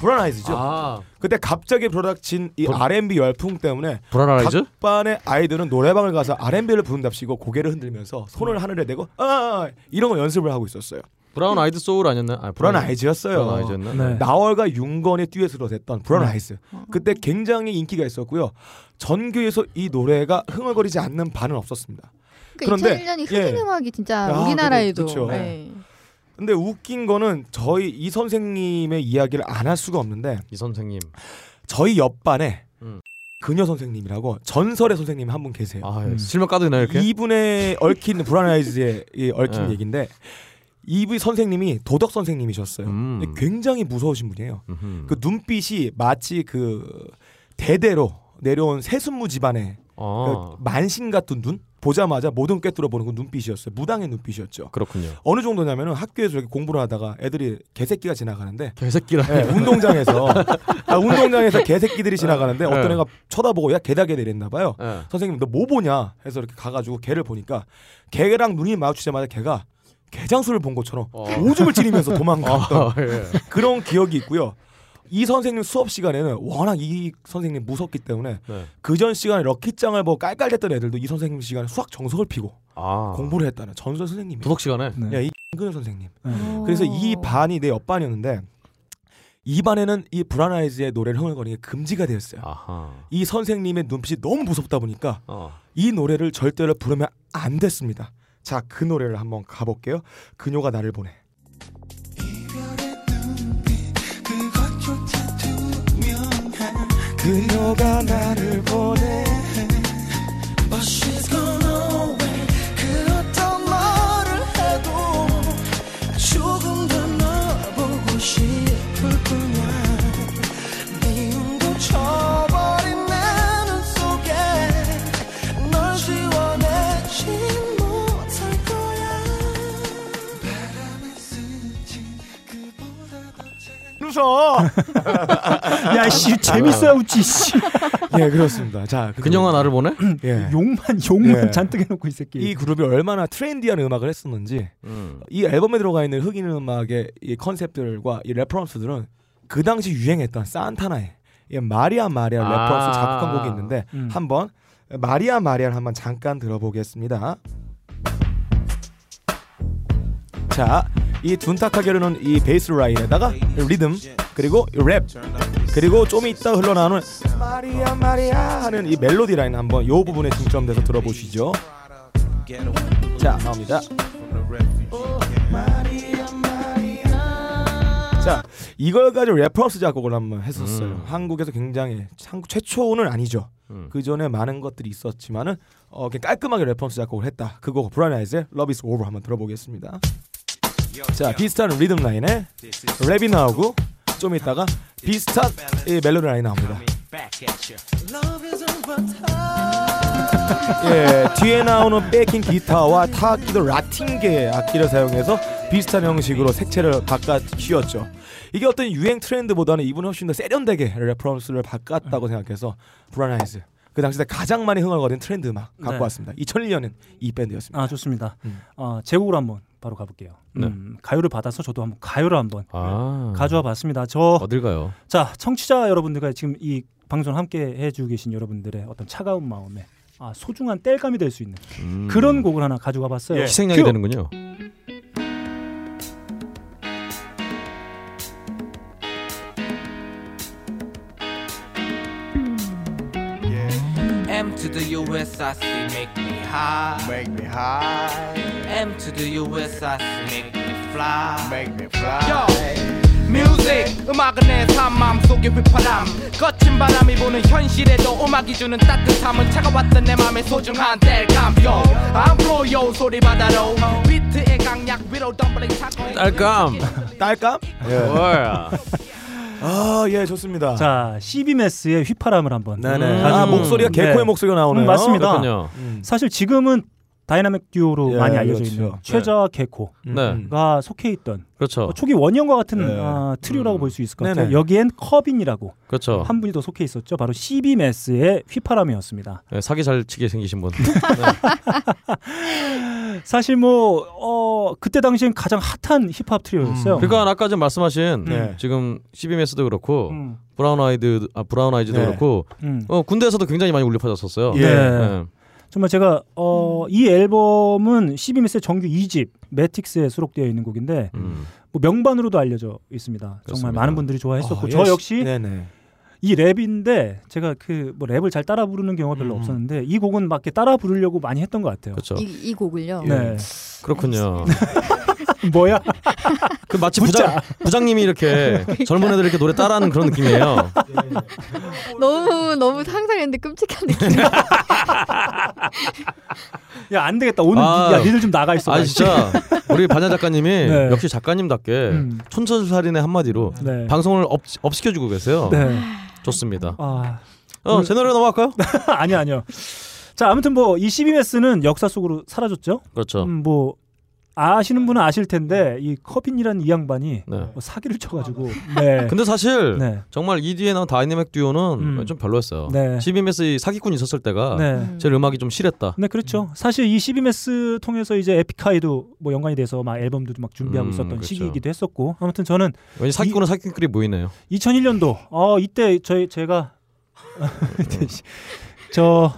브라나이즈죠. 그때 갑자기 아. 불어닥친 이 R&B 열풍 때문에 브라운 아이즈? 각 반의 아이들은 노래방을 가서 R&B를 부른답시고 고개를 흔들면서 손을 하늘에 대고 아, 아, 아, 이런 거 연습을 하고 있었어요. 브라운 아이드 소울 아니었나? 아, 브라운 아이즈였어요. 네. 브라운 아이즈였나? 나월과 윤건이 듀엣으로 됐던 브라운 네. 아이즈. 그때 굉장히 인기가 있었고요. 전교에서 이 노래가 흥얼거리지 않는 반은 없었습니다. 그러니까 2001년이 흑인 음악이 진짜 아, 우리나라에도 그렇죠. 예. 근데 웃긴 거는 저희 이 선생님의 이야기를 안 할 수가 없는데 이 선생님 저희 옆반에 음. 그녀 선생님이라고 전설의 선생님 한 분 계세요. 음. 실명 까도 되나요 이렇게? 이분의 얽힌 브라나이즈에 얽힌 네. 얘기인데 이분 선생님이 도덕 선생님이셨어요. 근데 음. 굉장히 무서우신 분이에요. 음흠. 그 눈빛이 마치 그 대대로 내려온 새순무 집안의 아. 그 만신 같은 눈 보자마자 모든 꿰뚫어 보는 그 눈빛이었어요. 무당의 눈빛이었죠. 그렇군요. 어느 정도냐면은 학교에서 이렇게 공부를 하다가 애들이 개새끼가 지나가는데 개새끼라. 네, 운동장에서 아, 운동장에서 개새끼들이 지나가는데 어떤 네. 애가 쳐다보고 야 개다 개다 이랬나 봐요. 네. 선생님 너 뭐 보냐 해서 이렇게 가가지고 개를 보니까 개랑 눈이 마주치자마자 개가 개장수를 본 것처럼 오줌을 찌르면서 도망갔던 아, 예. 그런 기억이 있고요. 이 선생님 수업 시간에는 워낙 이 선생님 무섭기 때문에 네. 그 전 시간에 럭키짱을 뭐 깔깔댔던 애들도 이 선생님 시간에 수학 정석을 피고 아. 공부를 했다는 전설 선생님이 도덕 시간에. 네. 야, 이 근현 선생님. 어. 그래서 이 반이 내 옆반이었는데 이 반에는 이 브라나이즈의 노래를 흥얼거리는 게 금지가 되었어요. 아. 이 선생님의 눈빛이 너무 무섭다 보니까 어. 이 노래를 절대로 부르면 안 됐습니다. 자, 그 노래를 한번 가볼게요. 그녀가 나를 보내. 그녀가 나를 보내 But she's gone away 그 어떤 말을 해도 조금 더 널 보고 싶을 뿐이야 미움도 쳐버린 내 눈 속에 널 지워내지 못할 거야 웃어. 야, 씨, 재밌어야 웃지, 씨. 예, 그렇습니다. 자, 그 그녀가 나를 보내? 예. 욕만 욕만 예. 잔뜩 해놓고 이 새끼. 이 그룹이 얼마나 트렌디한 음악을 했었는지 음. 이 앨범에 들어가 있는 흑인 음악의 이 컨셉들과 이 레퍼런스들은 그 당시 유행했던 산타나의 이 마리아 마리아 아. 레퍼런스 작곡한 곡이 있는데 음. 한번 마리아 마리아를 한번 잠깐 들어보겠습니다. 자, 이 둔탁하게르는 이 베이스 라인에다가 리듬 그리고 이랩 그리고 좀 이따 흘러나오는 마리아 마리아 하는 이 멜로디 라인 한번 요 부분에 중점돼서 들어보시죠. 자, 나옵니다. 자 이걸 가지고 레퍼런스 작곡을 한번 했었어요. 한국에서 굉장히 한국 최초는 아니죠. 그 전에 많은 것들이 있었지만은 어, 그냥 깔끔하게 레퍼런스 작곡을 했다. 그거 브라운 아이즈의 Love Is Over 한번 들어보겠습니다. 자 비슷한 리듬 라인에 랩이 나오고 좀 이따가 비슷한 이 멜로디 라인 나옵니다. Back at you. 예, 뒤에 나오는 백인 기타와 타악기도 라틴계 악기를 사용해서 비슷한 형식으로 색채를 바꿔 씌웠죠. 이게 어떤 유행 트렌드보다는 이분이 훨씬 더 세련되게 레퍼런스를 바꿨다고 생각해서 브라나이즈 그 당시 때 가장 많이 흥을 거둔 트렌드 음악 갖고 네. 왔습니다. 2001년은 이 밴드였습니다. 아 좋습니다. 어, 제곡으로 한번 바로 가볼게요. 네. 음, 가요를 받아서 저도 한번 가요를 한번 아. 가져와 봤습니다. 저 어딜 가요? 자 청취자 여러분들과 지금 이 방송 함께 해주고 계신 여러분들의 어떤 차가운 마음에 아, 소중한 땔감이 될 수 있는 음. 그런 곡을 하나 가져가 봤어요. 예. 희생양이 예. 큐! 되는군요. M to the US, I see, make me high. Make 예. me 아, high. M to the US, I see, make me fly. Make me fly. Yo, music, 음악은 내 삶, 속의 휘파람. 거친 바람이 부는 현실에도 음악이 주는 따뜻함은 차가웠던 내 맘의 소중한 뗄감. Yo, I'm pro, yo, 소리 받아로. 비트의 강약 위로 덤블링 차고. 딸감. 딸감? 예. 뭐야. 아, 예, 좋습니다. 자, CB메스의 휘파람을 한번. 네네. 가지고- 아, 목소리가 개코의 목소리가 나오네요. 음, 맞습니다. 그렇군요. 사실 지금은 다이나믹 듀오로 예, 많이 알려져 그렇죠. 있는 네. 최자 개코가 네. 속해 있던 그렇죠. 음. 어, 초기 원형과 같은 예. 네. 아, 음. 트리오라고 볼 수 있을 것 같아요. 네네. 여기엔 커빈이라고 그렇죠. 한 분이 더 속해 있었죠. 바로 CB메스의 휘파람이었습니다. 네, 사기 잘 치게 생기신 분. 사실 뭐 어, 그때 당시엔 가장 핫한 힙합 음, 트리오였어요. 그러니까 아까 좀 말씀하신 네. 음. 지금 CBMS도 그렇고 브라운 아이드 아 브라운 아이즈도 네. 그렇고 음. 어, 군대에서도 굉장히 많이 울려 퍼졌었어요. 네. 예. 정말 제가 어, 이 앨범은 시비미스의 정규 2집 매틱스에 수록되어 있는 곡인데 음. 뭐 명반으로도 알려져 있습니다. 그렇습니다. 정말 많은 분들이 좋아했었고 어, 저 예, 역시 네네. 이 랩인데 제가 그 뭐 랩을 잘 따라 부르는 경우가 별로 없었는데 이 곡은 막 이렇게 따라 부르려고 많이 했던 것 같아요. 그렇죠. 이, 이 곡을요. 네. 그렇군요. 뭐야? 그 마치 부장 부장님이 이렇게 젊은 애들 이렇게 노래 따라하는 그런 느낌이에요. 너무 너무 상상했는데 끔찍한 느낌. 야 안 되겠다. 오늘 아. 니- 야 니들 좀 나가 있어. 아 나 진짜 우리 반야 작가님이 네. 음. 역시 작가님답게 촌철살인의 한마디로 네. 방송을 업, 업 시켜주고 계세요. 네. 좋습니다. 아. 어, 제 노래로 넘어갈까요? 네. 아니요, 아니요. 자, 아무튼 뭐 이 시비메스는 역사 속으로 사라졌죠. 그렇죠. 음, 뭐 아시는 분은 아실 텐데 이 커빈이라는 이 양반이 네. 뭐 사기를 쳐가지고. 네. 근데 사실 네. 정말 이 뒤에 나온 다이내믹 듀오는 좀 별로였어요. 네. CBMS 사기꾼이 있었을 때가 네. 제 음악이 좀 실했다. 네, 그렇죠. 사실 이 시비메스 통해서 이제 에픽하이도 뭐 연관이 돼서 막 앨범도 막 준비하고 음, 있었던 그렇죠. 시기이기도 했었고. 아무튼 저는 왠지 사기꾼은 사기꾼끼리 모이네요. 2001년도 어 이때 저희 제가 저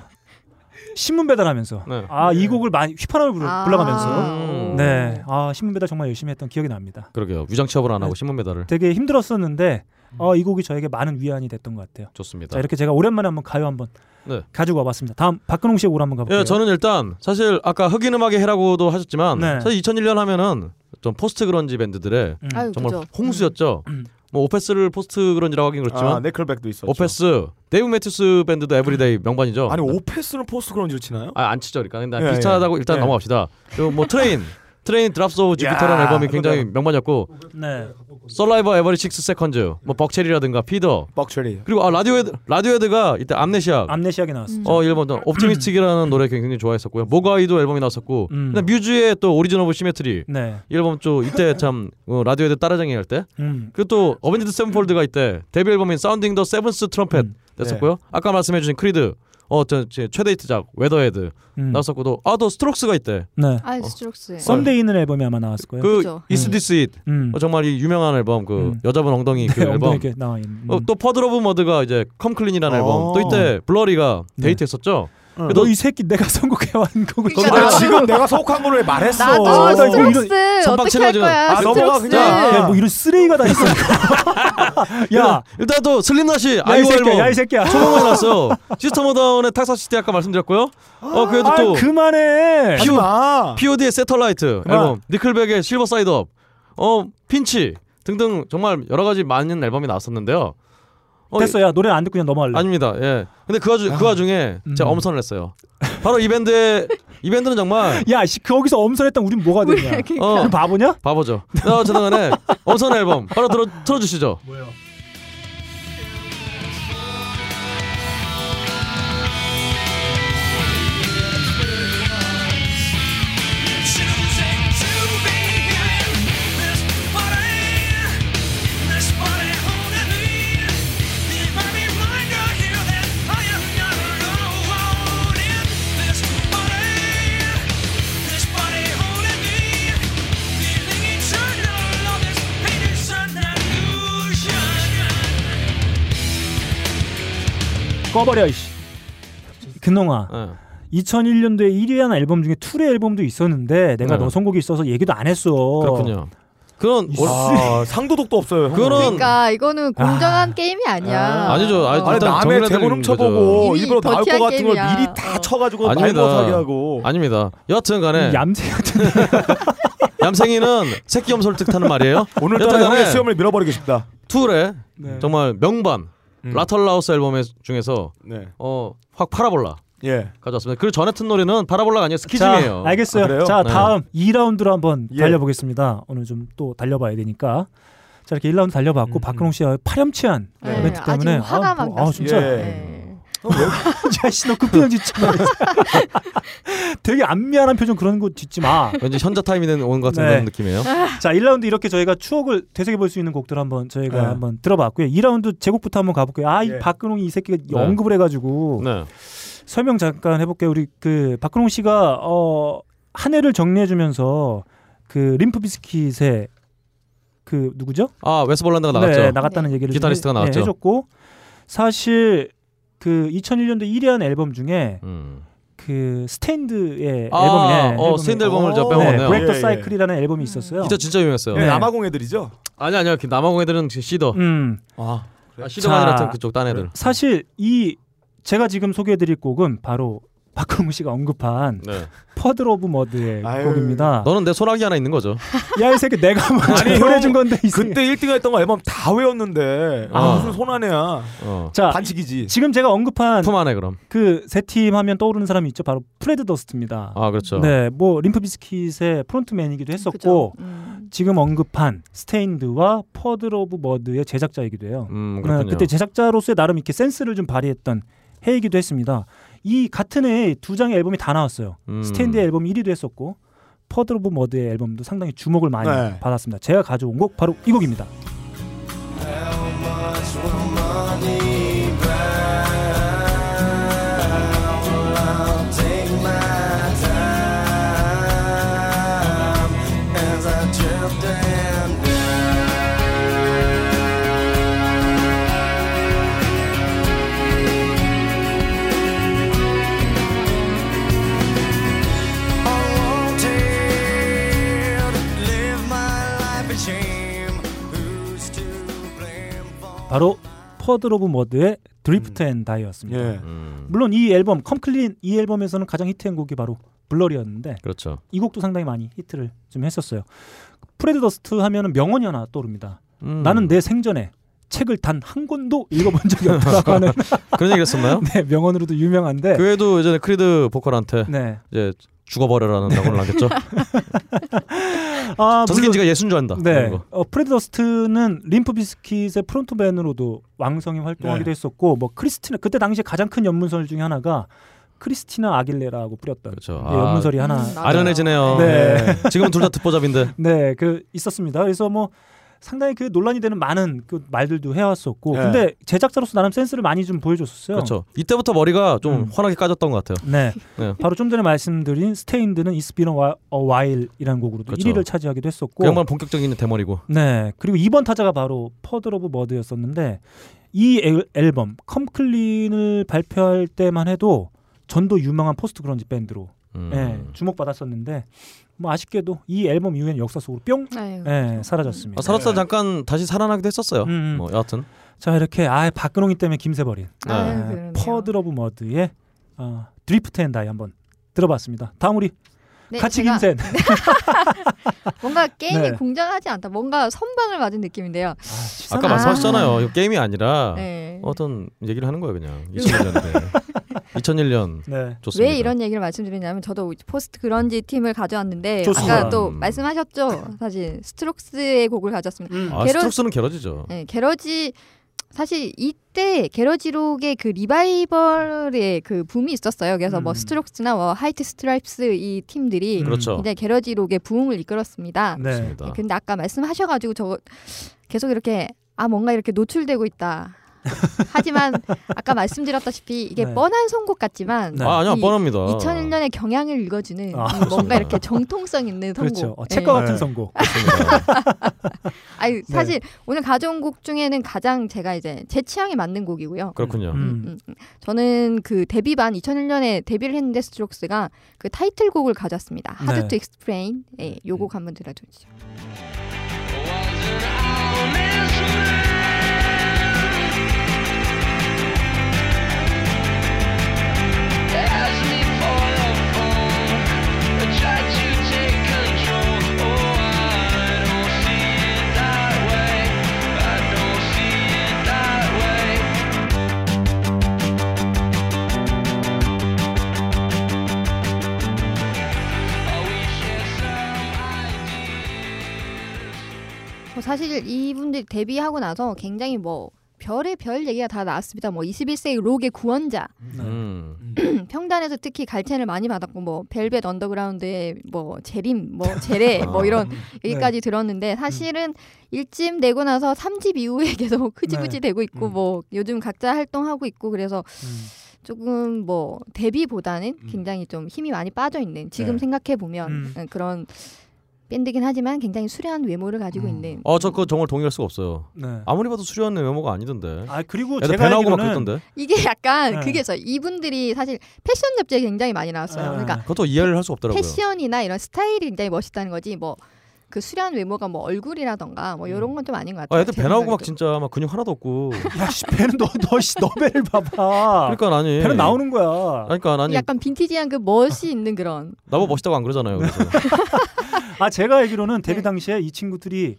신문 배달하면서 네. 아 이 곡을 많이 휘파람을 불 아. 불러가면서 음. 네 아 신문 배달 정말 열심히 했던 기억이 납니다. 그러게요. 위장 취업을 네. 안 하고 신문 배달을. 되게 힘들었었는데 음. 어, 이 곡이 저에게 많은 위안이 됐던 것 같아요. 좋습니다. 자 이렇게 제가 오랜만에 한번 가요 한번 네. 가지고 와봤습니다. 다음 박근홍 씨의 곡을 한번 가볼게요. 예, 저는 일단 사실 아까 흑인 음악의 해라고도 하셨지만 네. 사실 2001년 하면은 좀 포스트 그런지 밴드들의 음. 아유, 정말 그죠. 홍수였죠. 음. 뭐 오페스를 포스트 그런지라고 하긴 그렇지만 아, 네클백도 있었죠. 오페스, 데이브 매튜스 밴드도 에브리데이 명반이죠. 아니 오페스는 포스트 그런지로 치나요? 아, 안 치죠. 그러니까 근데 예, 비슷하다고 예. 일단 예. 넘어갑시다. 그리고 뭐 트레인, 트레인 드랍스 오브 주피터라는 야, 앨범이 굉장히 명반이었고 네. 설라이버 에버리 식스 세컨즈, 뭐 벅체리라든가 피더, 벅체리. 그리고 아 라디오헤드 라디오헤드가 이때 암네시아 암네시아게 나왔어요. 어 일본 옵티미스틱이라는 노래 굉장히 좋아했었고요. 모가이도 앨범이 나왔었고, 음. 근데 뮤즈의 또 오리진 오브 시메트리 네. 이 앨범 또 이때 참 어, 라디오헤드 따라쟁이 할 때, 음. 그리고 또 어벤져드 세븐폴드가 이때 데뷔 앨범인 사운딩 더 세븐스 음. 트럼펫 네. 됐었고요. 아까 말씀해주신 크리드 어저 최대 히트작 웨더헤드 음. 나왔었고 또아또 스트록스가 있대. 네. 아, 어. 스트록스. 썸데이는 앨범이 아마 나왔을 거예요. 그 이스 디스 잇 네. 음. 어, 정말 이 유명한 앨범 그 여자분 엉덩이 그 네, 앨범 엉덩이 이렇게 나와 있는. 음. 어, 또 퍼드 러브 머드가 이제 컴클린이라는 어. 앨범 또 이때 블러리가 데이트했었죠. 응. 그 너이 새끼 내가 선곡해 왔는 곡을 거기다가 지금 내가 속한 거를 말했어. 나도 아, 나 이거 스트록스 이런- 선박 어떻게 할 채워주는- 거야, 아, 넘어가 스트록스. 그냥. 야, 뭐 이런 쓰레기가 다 있어. 야, 일단, 일단 또 슬림나시 야, 이 아이오 새끼야, 앨범 야, 이 새끼야. 초봉을 났어. 시스터머 다운의 탁사시티 아까 말씀드렸고요. 어 그래도 아, 또 그만해. 아. POD의 세털라이트 그만. 앨범 니클백의 실버 사이드업 어 핀치 등등 정말 여러 가지 많은 앨범이 나왔었는데요. 아, 됐어, 야 노래 안 듣고 그냥 넘어갈래. 아닙니다. 예. 근데 그, 와중, 그 아. 와중에 음. 제가 엄선을 했어요. 바로 이 밴드의 이 밴드는 정말 야, 씨, 거기서 엄선했던 우린 뭐가 되냐? 어. 바보냐? 바보죠. 어, 저동안에 엄선 앨범 바로 들어, 틀어주시죠. 꺼버려 이씨. 근홍아. 예, 2001년도에 1위 한 앨범 중에 툴의 앨범도 있었는데 내가 네. 너 선곡이 있어서 얘기도 안 했어. 음, 그렇군요. 그런 이 아, 상도독도 없어요. 그런 그러니까 이거는 공정한 게임이 아니야. 아. 어, 아니죠. 아니, 아니, 일단 남의 정리가 되는 대본음 거죠. 쳐보고 이미 일부러 나올 것 더티한 같은 걸 게임이야. 미리 다 쳐가지고 말못하게 아닙니다. 하고. 아닙니다. 여하튼간에 얌생 같은. 얌생이는 새끼 염소를 뜻하는 말이에요. 오늘따라 여하튼간에 형의 수염을 밀어버리고 싶다. 툴의 네. 정말 명반 음. 라털라우스 앨범의 중에서 네. 어확 파라볼라 예. 가져왔습니다. 그 전에 튼 노래는 파라볼라가 아니에요. 스키즘이에요. 아, 네. 자, 알겠어요. 자, 다음 2라운드로 한번 예. 달려보겠습니다. 오늘 좀 또 달려봐야 되니까. 자, 이렇게 1라운드 음. 달려봤고 박근홍 씨의 파렴치한 네, 이벤트 아주 때문에 화가 아, 막 네. 뭐, 아, 진짜. 예. 났습니다. 야, 씨, 너 급변 짓지 마. 되게 안미안한 표정 그런 거 짓지 마. 왠지 현자 타임이 된 온 같은 네. 그런 느낌이에요. 자, 1라운드 이렇게 저희가 추억을 되새겨 볼 수 있는 곡들 한번 저희가 네. 한번 들어봤고요. 2라운드 제곡부터 한번 가볼게요. 아, 이 예. 박근홍이 이 새끼가 네. 언급을 해가지고 네. 설명 잠깐 해볼게요. 우리 그 박근홍 씨가 어한 해를 정리해주면서 그 림프비스킷의 그 누구죠? 아 웨스볼란드가 나갔죠. 네, 나갔다는 얘기를 좀 기타리스트가 해- 네, 나왔죠. 해줬고 사실 그 2001년도 1위한 앨범 중에 그 스탠드의 음. 아, 앨범이네. 어, 스탠드 앨범을 저 빼먹었네요. 브레이크 예, 예. 사이클이라는 앨범이 있었어요. 기타 진짜 유명했어요. 네. 애들이죠? 아니 아니요. 그 남아공 애들은 그 시더. 음. 아, 아 시더가 자, 아니라 하여튼 그쪽 딴 애들. 사실 이 제가 지금 소개해드릴 곡은 바로 박근홍 씨가 언급한 퍼드 오브 머드의 곡입니다. 네. 너는 내 소나기 하나 있는 거죠. 야 이 새끼 내가 먼저 아니, 보내준 형, 건데 이 새끼. 그때 1등 했던 거 앨범 다 외웠는데 네. 아. 무슨 손안해야. 자 반칙이지. 지금 제가 언급한 품 안에 어. 그럼. 그 세 팀 하면 떠오르는 사람이 있죠. 바로 프레드 더스트입니다. 아 그렇죠. 네, 뭐 림프비스킷의 프론트맨이기도 했었고 음. 지금 언급한 스테인드와 퍼드 오브 머드의 제작자이기도 해요. 네, 음, 그렇군요. 그때 제작자로서의 나름 이렇게 센스를 좀 발휘했던 해이기도 했습니다. 이 같은 해에 두 장의 앨범이 다 나왔어요. 음. 스테인드의 앨범 1위도 했었고 퍼드 오브 머드의 앨범도 상당히 주목을 많이 네. 받았습니다. 제가 가져온 곡 바로 이 곡입니다. 바로 퍼드 오브 머드의 드리프트 음. 앤 예. 다이였습니다. 예. 물론 이 앨범 컴클린 이 앨범에서는 가장 히트한 곡이 바로 블러리였는데 그렇죠. 이 곡도 상당히 많이 히트를 좀 했었어요. 프레드 더스트 하면은 명언이 하나 떠오릅니다. 음. 나는 내 생전에 책을 단 한 권도 읽어본 적이 없다고 하는 그런 얘기 했었나요? 네, 명언으로도 유명한데 그 애도 예전에 크리드 보컬한테 네. 이제 죽어버려라는 낙원을 남겼죠. 아, 저 물론- 새끼는 지가 예수인 줄 안다. 네. 이런 거. 어, 프레드 더스트는 림프비스킷의 프론트맨으로도 왕성히 활동하기도 네. 했었고 뭐 크리스티나 그때 당시 가장 큰 연문설 중에 하나가 크리스티나 아길레라하고 뿌렸던 예, 아, 연문설이 하나 아련해지네요. 네. 네. 지금은 둘 다 듣보잡인데. 네, 그 있었습니다. 그래서 뭐 상당히 그 논란이 되는 많은 그 말들도 해왔었고, 네. 근데 제작자로서 나름 센스를 많이 좀 보여줬었어요. 그렇죠. 이때부터 머리가 좀 음. 환하게 까졌던 것 같아요. 네. 네. 바로 좀 전에 말씀드린 스테인드는 It's Been a Whi- a While이라는 곡으로도 그렇죠. 1위를 차지하기도 했었고, 그 양반 본격적인 대머리고. 네. 그리고 2번 타자가 바로 퍼드 오브 머드였었는데 이 앨- 앨범 컴클린을 발표할 때만 해도 전도 유명한 포스트 그런지 밴드로 음. 예, 주목받았었는데 뭐 아쉽게도 이 앨범 이후에는 역사 속으로 뿅 아유, 예, 사라졌습니다. 아, 살았다 잠깐 다시 살아나기도 했었어요. 음. 뭐 여하튼. 자 이렇게 아 박근홍이 때문에 김새버린 네. 아유, 퍼드 러브 머드의 어, 드리프트 앤 다이 한번 들어봤습니다. 다음 우리 네, 같이 제가- 김센. 뭔가 게임이 네. 공정하지 않다. 뭔가 선방을 맞은 느낌인데요. 아까 말씀하셨잖아요. 이거 게임이 아니라 네. 어떤 얘기를 하는 거예요, 그냥. 2001년대. 2001년. 네. 좋습니다. 왜 이런 얘기를 말씀드리냐면 저도 포스트 그런지 팀을 가져왔는데 좋습니다. 아까 또 음. 말씀하셨죠. 사실 스트록스의 곡을 가져왔습니다. 아, 게러- 스트록스는 게러지죠. 네, 게러지 사실 이때 게러지록의 그 리바이벌의 그 붐이 있었어요. 그래서 뭐 스트록스나 뭐 하이트 스트라이프스 이 팀들이 음. 그렇죠. 이제 게러지록의 붐을 이끌었습니다. 네. 맞습니다. 근데 아까 말씀하셔가지고 저 계속 이렇게 아 뭔가 이렇게 노출되고 있다. 하지만 아까 말씀드렸다시피 이게 네. 뻔한 선곡 같지만 네. 아, 아니요, 이 뻔합니다. 2001년의 경향을 읽어주는 아, 이 그렇습니다. 뭔가 이렇게 정통성 있는 선곡. 그렇죠. 어, 예. 책과 네. 같은 선곡. 아니 사실 오늘 가져온 곡 중에는 가장 제가 이제 제 취향에 맞는 곡이고요. 그렇군요. 음, 음. 저는 그 데뷔반 2001년에 데뷔를 했는데 스트록스가 그 타이틀곡을 가져왔습니다. Hard 네. to Explain. 예, 요 곡 한번 들어주시죠. Oh, Oh, 뭐 사실 이분들 데뷔하고 나서 굉장히 뭐 별의 별 얘기가 다 나왔습니다. 뭐 21세기 록의 구원자 네. 음. 평단에서 특히 갈채를 많이 받았고 뭐 벨벳 언더그라운드의 뭐 재림 뭐 재래 아. 뭐 이런 음. 얘기까지 들었는데 사실은 일집 내고 나서 삼집 이후에 계속 흐지부지 네. 되고 음. 있고 뭐 요즘 각자 활동하고 있고 그래서 음. 조금 뭐 데뷔보다는 굉장히 좀 힘이 많이 빠져 있는 지금 음. 네. 생각해 보면 그런 밴드긴 하지만 굉장히 수려한 외모를 가지고 있는 어, 저 그거 정말 동의할 수가 없어요. 네. 아무리 봐도 수려한 외모가 아니던데. 아, 그리고 애들 제가 배 나오고 막 알기로는 그랬던데. 이게 약간 네. 그게 있어요. 이분들이 사실 패션 잡지에 굉장히 많이 나왔어요. 그러니까 그것도 이해를 할 수 없더라고요. 패션이나 이런 스타일이 굉장히 멋있다는 거지 뭐 그 수려한 외모가 뭐 얼굴이라던가 뭐 이런 건 좀 아닌 것 같아요. 아, 애들 제 배 나오고 생각에도. 막 진짜 막 근육 하나도 없고. 아, 야, 씨, 배는 너, 너, 씨, 너 배를 봐봐. 그러니까 아니. 배는 나오는 거야. 그러니까 아니. 약간 빈티지한 그 멋이 있는 그런 나보고 멋있다고 안 그러잖아요. 그래서. 네. 아 제가 알기로는 데뷔 당시에 이 친구들이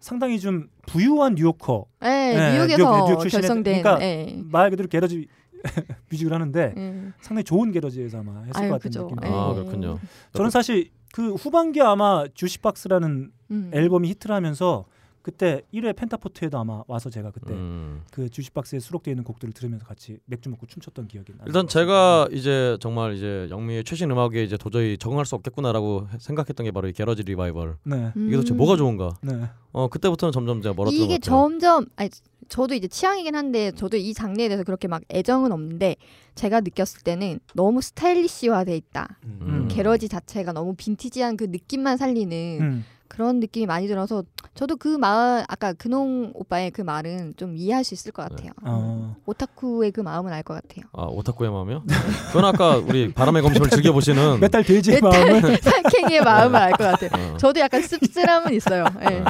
상당히 좀 부유한 뉴요커. 네, 예, 뉴욕에서 출신의- 결성된, 그러니까 예. 말 그대로 게러지 뮤직을 하는데 음. 상당히 좋은 게러지에서 아마 했을 아유, 것 같은 그죠. 느낌. 아, 그렇군요. 저는 사실 그 후반기에 아마 주시박스라는 음. 앨범이 히트를 하면서 그때 1회 펜타포트에도 아마 와서 제가 그때 음. 그 주시박스에 수록되어 있는 곡들을 들으면서 같이 맥주 먹고 춤췄던 기억이 나요. 일단 제가 이제 정말 이제 영미의 최신 음악에 이제 도저히 적응할 수 없겠구나라고 생각했던 게 바로 이 게러지 리바이벌. 네. 이게 도대체 음. 뭐가 좋은가? 네. 어 그때부터는 점점 제가 멀었던 이게 것 같아요. 점점 아니 저도 이제 취향이긴 한데 저도 이 장르에 대해서 그렇게 막 애정은 없는데 제가 느꼈을 때는 너무 스타일리시화돼 있다. 음. 게러지 자체가 너무 빈티지한 그 느낌만 살리는 음. 그런 느낌이 많이 들어서 저도 그 마음 아까 근홍 오빠의 그 말은 좀 이해할 수 있을 것 같아요. 어. 오타쿠의 그 마음은 알 것 같아요. 아 오타쿠의 마음이요? 그건 아까 우리 바람의 검심을 즐겨 보시는 메탈 돼지의 마음을 산캥이의 마음을 알 것 같아요. 어. 저도 약간 씁쓸함은 아, 있어요. 예.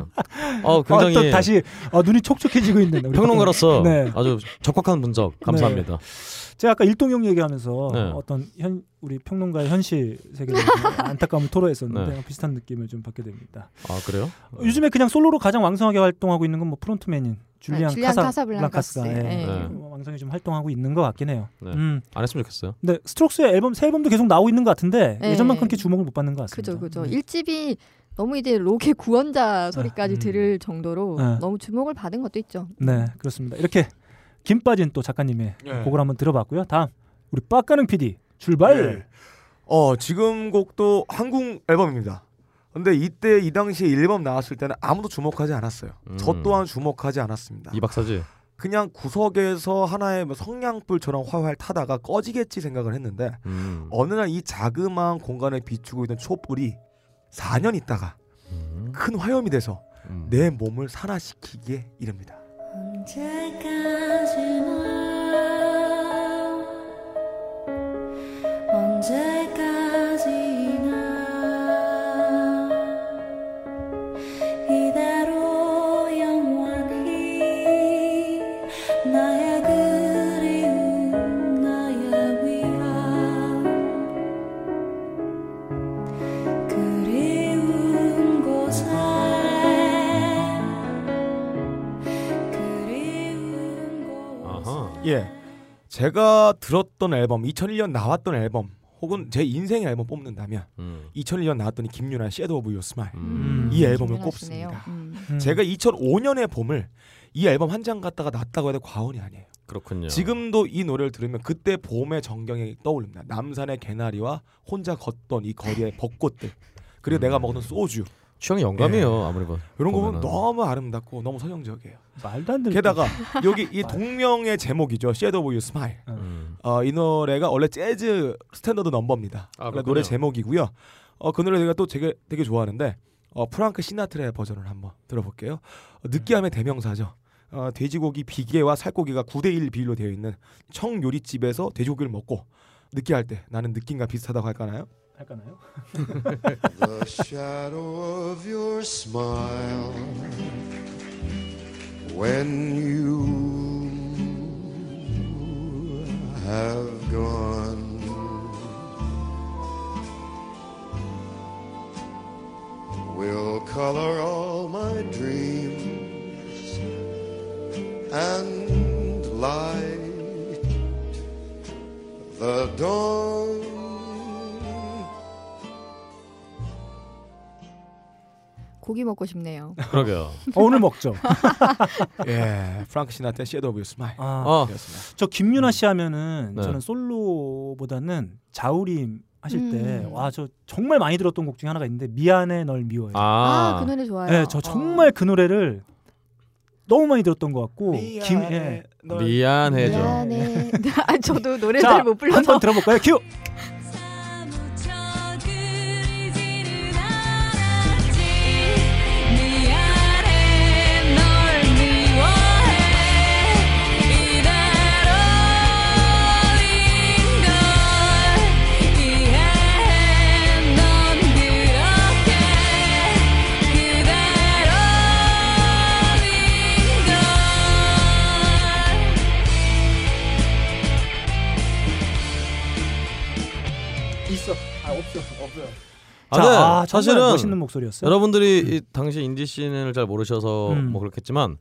어 굉장히 또 다시 어, 눈이 촉촉해지고 있는 우리 평론가로서 네. 아주 적확한 분석 감사합니다. 제가 아까 일동형 얘기하면서 네. 어떤 현 우리 평론가의 현실 세계에 대해서 안타까움을 토로했었는데 네. 비슷한 느낌을 좀 받게 됩니다. 아 그래요? 요즘에 그냥 솔로로 가장 왕성하게 활동하고 있는 건 뭐 프론트맨인 줄리안, 줄리안 카사, 블랑카스 카사블랑카스. 가뭐 예. 네. 왕성히 좀 활동하고 있는 것 같긴 해요. 네. 음. 안 했으면 좋겠어요. 근데 스트록스의 앨범 새 앨범도 계속 나오고 있는 것 같은데 네. 예전만큼 이렇게 주목을 못 받는 것 같습니다. 음. 그죠, 그죠. 네. 일집이 너무 이제 록의 구원자 소리까지 들을 정도로 네. 너무 주목을 받은 것도 있죠. 네, 그렇습니다. 이렇게 김 빠진 또 작가님의 네. 곡을 한번 들어봤고요. 다음 우리 빡가능 PD 출발. 어 지금 곡도 한국 앨범입니다. 근데 이때 이 당시에 이 앨범 나왔을 때는 아무도 주목하지 않았어요. 저 음. 또한 주목하지 않았습니다. 이 박사지. 그냥 구석에서 하나의 뭐 성냥불처럼 활활 타다가 꺼지겠지 생각을 했는데 음. 어느 날 이 자그마한 공간에 비추고 있던 촛불이 4년 있다가 음. 큰 화염이 돼서 네. 내 몸을 산화시키기에 이릅니다. 언제까지나 언제까지나 이대로 영원히 나의 그리움 나의 위험 예. 제가 들었던 앨범 2001년 나왔던 앨범 혹은 제 인생의 앨범 뽑는다면 음. 2001년 나왔던 김윤아 Shadow of Your Smile 음. 음, 이 앨범을 꼽습니다. 음. 꼽- 제가 2005년의 봄을 이 앨범 한 장 갖다가 났다고 해도 과언이 아니에요. 그렇군요. 지금도 이 노래를 들으면 그때 봄의 전경이 떠올릅니다. 남산의 개나리와 혼자 걷던 이 거리의 벚꽃들 그리고 내가 먹던 소주 취향이 영감이에요 네. 아무리 봐도 이런 거 보면은. 보면 너무 아름답고 너무 서정적이에요. 말도 안 되는 게다가 여기 이 동명의 제목이죠. Shadow of Your Smile. 음. 어, 이 노래가 원래 재즈 스탠더드 넘버입니다. 아, 그러니까 그렇군요. 노래 제목이고요. 어, 그 노래 제가 또 되게, 되게 좋아하는데 어, 프랑크 시나트라의 버전을 한번 들어볼게요. 어, 느끼함의 대명사죠. 어, 돼지고기 비계와 살코기가 9대1 비율로 되어 있는 청요리집에서 돼지고기를 먹고 느끼할 때 나는 느낌과 비슷하다고 할까나요? 할까나요? the shadow of your smile when you have gone will color all my dreams and light the dawn 고기 먹고 싶네요. 그러게요. 오늘 먹죠. 예, 프랑크 시나트의 Shadow of Your Smile. 어. 아, 음. 이었습니다. 저 김윤아 씨 하면은 네. 저는 솔로보다는 자우림 하실 때 음. 와 저 정말 많이 들었던 곡 중에 하나가 있는데 미안해 널 미워해. 아. 아, 그 노래 좋아요. 네, 저 정말 그 노래를 너무 많이 들었던 것 같고 김 예. 미안해죠. 미안해. 아, 저도 노래 자, 잘 못 불러서 한번 들어볼까요? 큐. 미안해 네 널 미워해 이대로인 걸 이해해 넌 그렇게 그 그대로인 걸 있어. 아 없어. 없어요. 아, 자, 네. 아, 정말 사실은 멋있는 목소리였어요. 여러분들이 이 당시 인디 씬을 잘 모르셔서 음. 뭐 그렇겠지만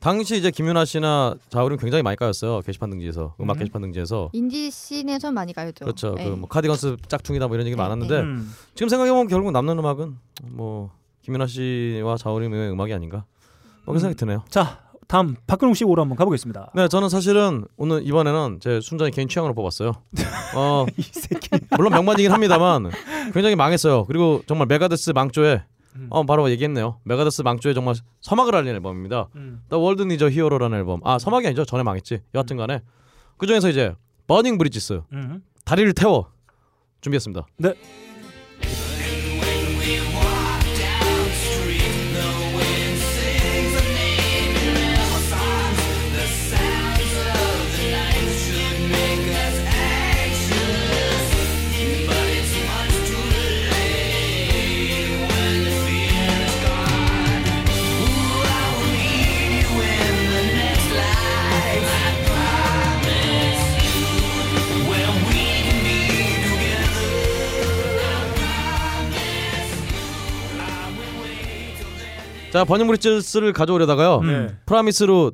당시 이제 김윤아 씨나 자우림 굉장히 많이 까였어요 게시판 등지에서 음악 음. 게시판 등지에서 인디 씬에선 많이 가요죠. 그렇죠. 네. 그 뭐 카디건스 짝퉁이다 뭐 이런 얘기 많았는데 네. 음. 지금 생각해보면 결국 남는 음악은 뭐 김윤아 씨와 자우림의 음악이 아닌가 뭐 그런 생각이 드네요. 자, 다음 박근홍 씨 오로 한번 가보겠습니다. 네, 저는 사실은 오늘 이번에는 제 순전히 개인 취향으로 뽑았어요. 어, 물론 명반이긴 합니다만 굉장히 망했어요. 그리고 정말 메가데스 망조에 어 바로 얘기했네요. 메가데스 망조에 정말 서막을 알린 앨범입니다. The World Needs a Hero라는 앨범. 아 서막이 아니죠. 전에 망했지. 여하튼간에 그 중에서 이제 Burning Bridges 음. 다리를 태워 준비했습니다. 네. 자 버닝 브릿지스를 가져오려다가요. 음. 네. 프라미스로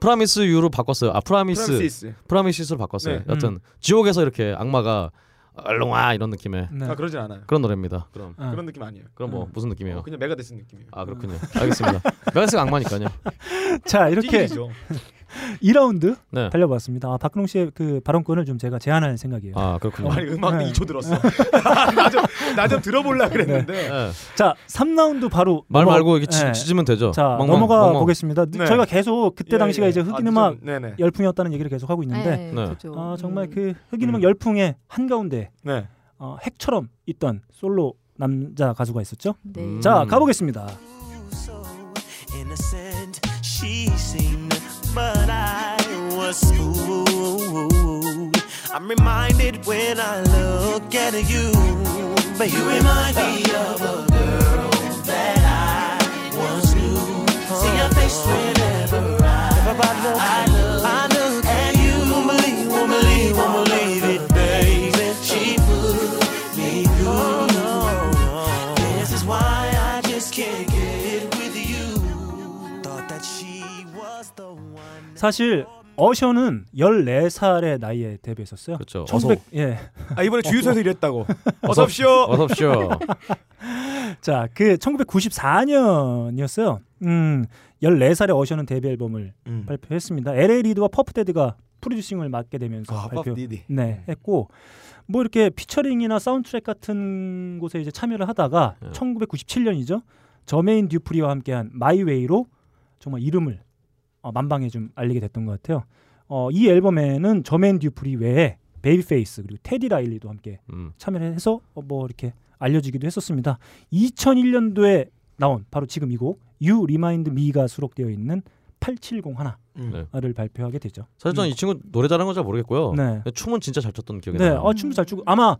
프라미스 유로 바꿨어요. 아 프라미스 프라미시스. 프라미시스로 바꿨어요. 네. 여튼 음. 지옥에서 이렇게 악마가 얼렁아 이런 느낌의 네. 아, 그러진 않아요. 그런 노래입니다. 그럼 아. 그런 느낌 아니에요. 그럼 뭐 음. 무슨 느낌이에요? 어, 그냥 메가데스 느낌이에요. 아 그렇군요. 알겠습니다. 메가데스가 악마니까요. 자 이렇게 찌질이죠. 2라운드 네. 달려봤습니다. 아, 박근홍 씨의 그 발언권을 좀 제가 제한할 생각이에요. 아 그렇군요. 아니 음악 네. 2초 들었어. 나 좀 나 좀 들어볼라 그랬는데. 자 3라운드 바로 네. 말 넘어- 말고 이렇게 지- 예. 짖으면 되죠. 자 멍멍, 넘어가 멍멍. 보겠습니다. 네. 저희가 계속 그때 예, 당시가 예. 이제 아, 흑인 좀- 음악 네네. 열풍이었다는 얘기를 계속 하고 있는데 예, 네. 그죠. 아, 정말 그 흑인 음악 열풍의 한 가운데 네. 어, 핵처럼 있던 솔로 남자 가수가 있었죠. 네. 자 음. 가보겠습니다. innocent she seemed, but I was fooled. I'm reminded when I look at you, but you remind me of a girl that I once knew. See your face whenever I, I look, I look at you. Won't believe, won't believe, won't believe it, baby. She put me through. This is why I just can't get with you. Thought that she was the one. 사실 어셔는 14살의 나이에 데뷔했었어요. 그렇죠. 1900, 어서. 예. 아, 이번에 주유소에서 일했다고. 어서 옵쇼. 어서 옵쇼. 자, 그 1994년이었어요. 음, 14살의 어셔는 데뷔 앨범을 음. 발표했습니다. LA 리드와 퍼프 데드가 프로듀싱을 맡게 되면서 아, 발표 퍼프 디디. 네, 했고 뭐 이렇게 피처링이나 사운드트랙 같은 곳에 이제 참여를 하다가 예. 1997년이죠. 저메인 듀프리와 함께한 마이웨이로 정말 이름을 어, 만방에 좀 알리게 됐던 것 같아요. 어, 이 앨범에는 저메인 듀프리 외에 베이비페이스 그리고 테디 라일리도 함께 음. 참여를 해서 어, 뭐 이렇게 알려지기도 했었습니다. 2001년도에 나온 바로 지금 이 곡 You Remind Me가 수록되어 있는 870 네. 하나를 발표하게 되죠. 사실상 이 친구 노래 잘하는 건 잘 모르겠고요. 네. 근데 춤은 진짜 잘 췄던 기억이 네, 나요. 어, 춤도 잘 추고 아마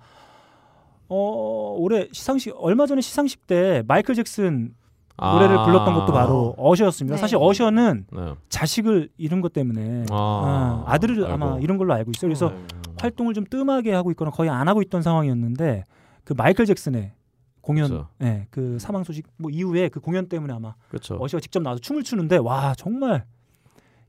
어 올해 시상식 얼마 전에 시상식 때 마이클 잭슨 아. 노래를 불렀던 것도 바로 어셔였습니다. 네. 사실 어셔는 네. 자식을 잃은 것 때문에 아. 아, 아들을 아마 아이고. 네. 음. 이런 걸로 알고 있어요. 그래서 활동을 좀 뜸하게 하고 있거나 거의 안 하고 있던 상황이었는데 그 마이클 잭슨의 공연, 그렇죠. 네, 그 사망 소식 뭐 이후에 그 공연 때문에 아마 그렇죠. 어시가 직접 나와서 춤을 추는데 와 정말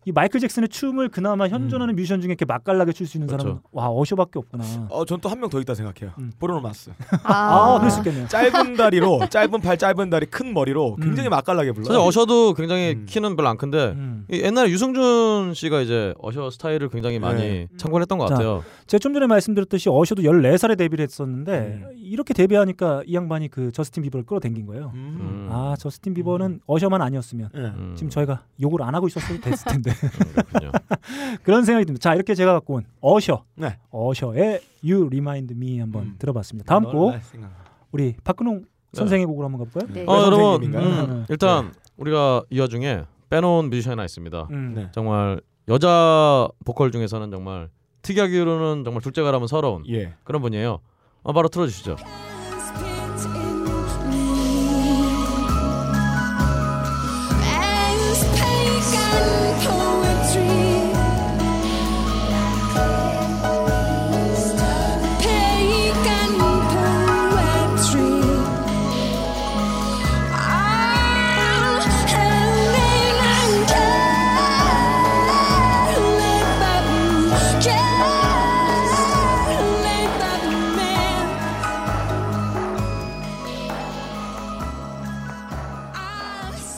이 마이클 잭슨의 춤을 음. 그나마 현존하는 뮤지션 중에 이렇게 맛깔나게 출 수 있는 사람은 그렇죠. 와 어쇼밖에 없구나. 어, 전 또 한 명 더 있다 생각해요. 음. 브루노 마스. 아, 그럴 수 있겠네요. 짧은 다리로, 짧은 팔, 짧은 다리, 큰 음. 머리로 굉장히 맛깔나게 불러. 사실 어셔도 굉장히 키는 별로 안 큰데 음. 이 옛날에 유승준 씨가 이제 어셔 스타일을 굉장히 많이 네. 참고했던 것 자, 같아요. 제가 좀 전에 말씀드렸듯이 어쇼도 14살에 데뷔를 했었는데 음. 이렇게 데뷔하니까 이 양반이 그 저스틴 비버를 끌어당긴 거예요. 음. 아 저스틴 비버는 어셔만 아니었으면 예. 지금 저희가 욕을 안 하고 있었어도 됐을 텐데. 그런 생각이 듭니다. 자 이렇게 제가 갖고 온 어셔, 어셔의 You Remind Me 한번 들어봤습니다. 다음 널 네. 곡 날 생각. 우리 박근홍 선생의 곡으로 한번 네. 가볼까요? 어, 여러분 선생님인가요? 음, 네. 일단 우리가 이 와중에 빼놓은 뮤지션이 하나 있습니다. 음. 네. 정말 여자 보컬 중에서는 정말 특이하기로는 정말 둘째가라면 서러운 예. 그런 분이에요. 어, 바로 틀어주시죠. As pagan poetry, pagan poetry. I'm hanging on just like a man.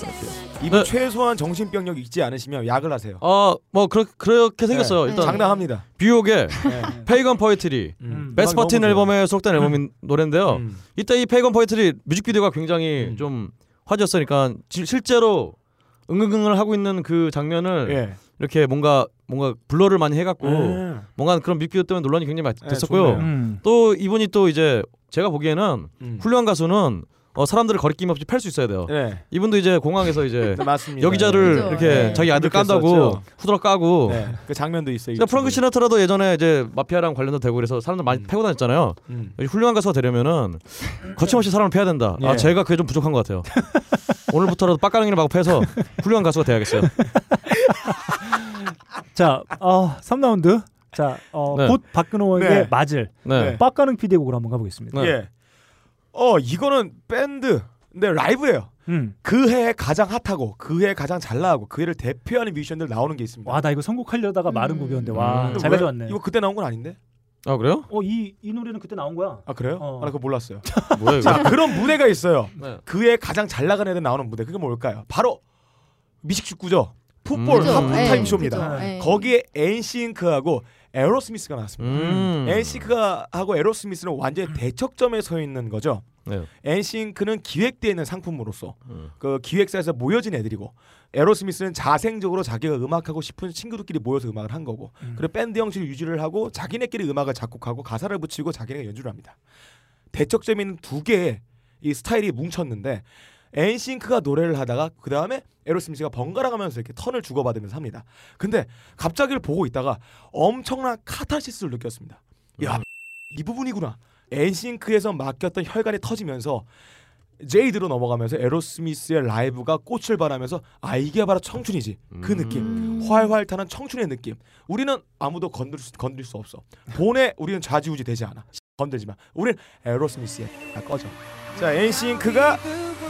네. 이분 최소한 정신병력 있지 않으시면 약을 하세요. 아뭐 그렇 그렇게 생겼어요. 네, 일단 장담합니다. 예. 음. 뷰옥의 음. 페이건 포에트리 베스트 파틴 앨범에 수록된 앨범인 음. 노래인데요. 음. 이때 이 페이건 포에트리 뮤직비디오가 굉장히 좀 화제였으니까 지- 실제로 응응응을 하고 있는 그 장면을 예. 이렇게 뭔가 뭔가 블러를 많이 해갖고 예. 뭔가 그런 뮤직비디오 때문에 논란이 굉장히 많이 예, 됐었고요. 좋네요. 음. 또 이분이 또 이제 제가 보기에는 음. 훌륭한 가수는 어, 사람들을 거리낌 없이 팔 수 있어야 돼요. 네. 이분도 이제 공항에서 이제 네, 맞습니다. 여기자를 그죠. 이렇게 네. 자기 아들 그렇게 깐다고 했었죠. 후드락 까고 네, 그 장면도 있어요. 그러니까 프랑크 시나트라도 예전에 이제 마피아랑 관련도 되고 그래서 사람들 많이 패고 다녔잖아요. 음. 훌륭한 가수가 되려면은 거침없이 사람을 패야 된다. 아 예. 제가 그게 좀 부족한 것 같아요. 오늘부터라도 빡가능이를 막 패서 훌륭한 가수가 돼야겠어요. 자, 어, 3라운드. 자, 어, 네. 곧 박근호에게 네. 맞을 네. 빡가는 피디 곡으로 한번 가보겠습니다. 예. 어 이거는 밴드 근데 라이브예요. 음. 그 해에 가장 핫하고 그 해에 가장 잘 나가고 그 해를 대표하는 뮤지션들 나오는 게 있습니다. 와, 나 이거 선곡하려다가 마른 곡이었는데 와, 근데 잘 음. 왜- 가져왔네. 이거 그때 나온 건 아닌데? 아 그래요? 어, 이, 이 노래는 그때 나온 거야. 아 그래요? 어. 아, 나 그거 몰랐어요. 뭐야, 이거? 자 그런 무대가 있어요. 네. 그에 가장 잘 나가는 애들 나오는 무대 그게 뭘까요? 바로 미식축구죠. 풋볼 그죠. 하프타임 예, 쇼입니다. 그죠. 예. 거기에 엔싱크하고 에로스미스가 음. 나왔습니다. 엔싱크하고 에로스미스는 완전히 대척점에 서 있는 거죠. 네. 엔싱크는 기획되어 있는 상품으로서 그 기획사에서 모여진 애들이고 에로스미스는 자생적으로 자기가 음악하고 싶은 친구들끼리 모여서 음악을 한 거고 그리고 밴드 형식을 유지를 하고 자기네끼리 음악을 작곡하고 가사를 붙이고 자기네가 연주를 합니다. 대척점이 있는 두 개의 이 스타일이 뭉쳤는데 엔싱크가 노래를 하다가 그 다음에 에로스미스가 번갈아 가면서 이렇게 턴을 주고받으면서 합니다. 근데 갑자기를 보고 있다가 엄청난 카타르시스를 느꼈습니다. 야, 이 부분이구나. 엔싱크에서 맡겼던 혈관이 터지면서 제이드로 넘어가면서 에로스미스의 라이브가 꽃을 바라면서 아 이게 바로 청춘이지 그 느낌 활활 타는 청춘의 느낌 우리는 아무도 건들 수, 건들 수 없어 돈에 우리는 좌지우지 되지 않아 건들지 마 우린 에로스미스의 다 꺼져 자 엔싱크가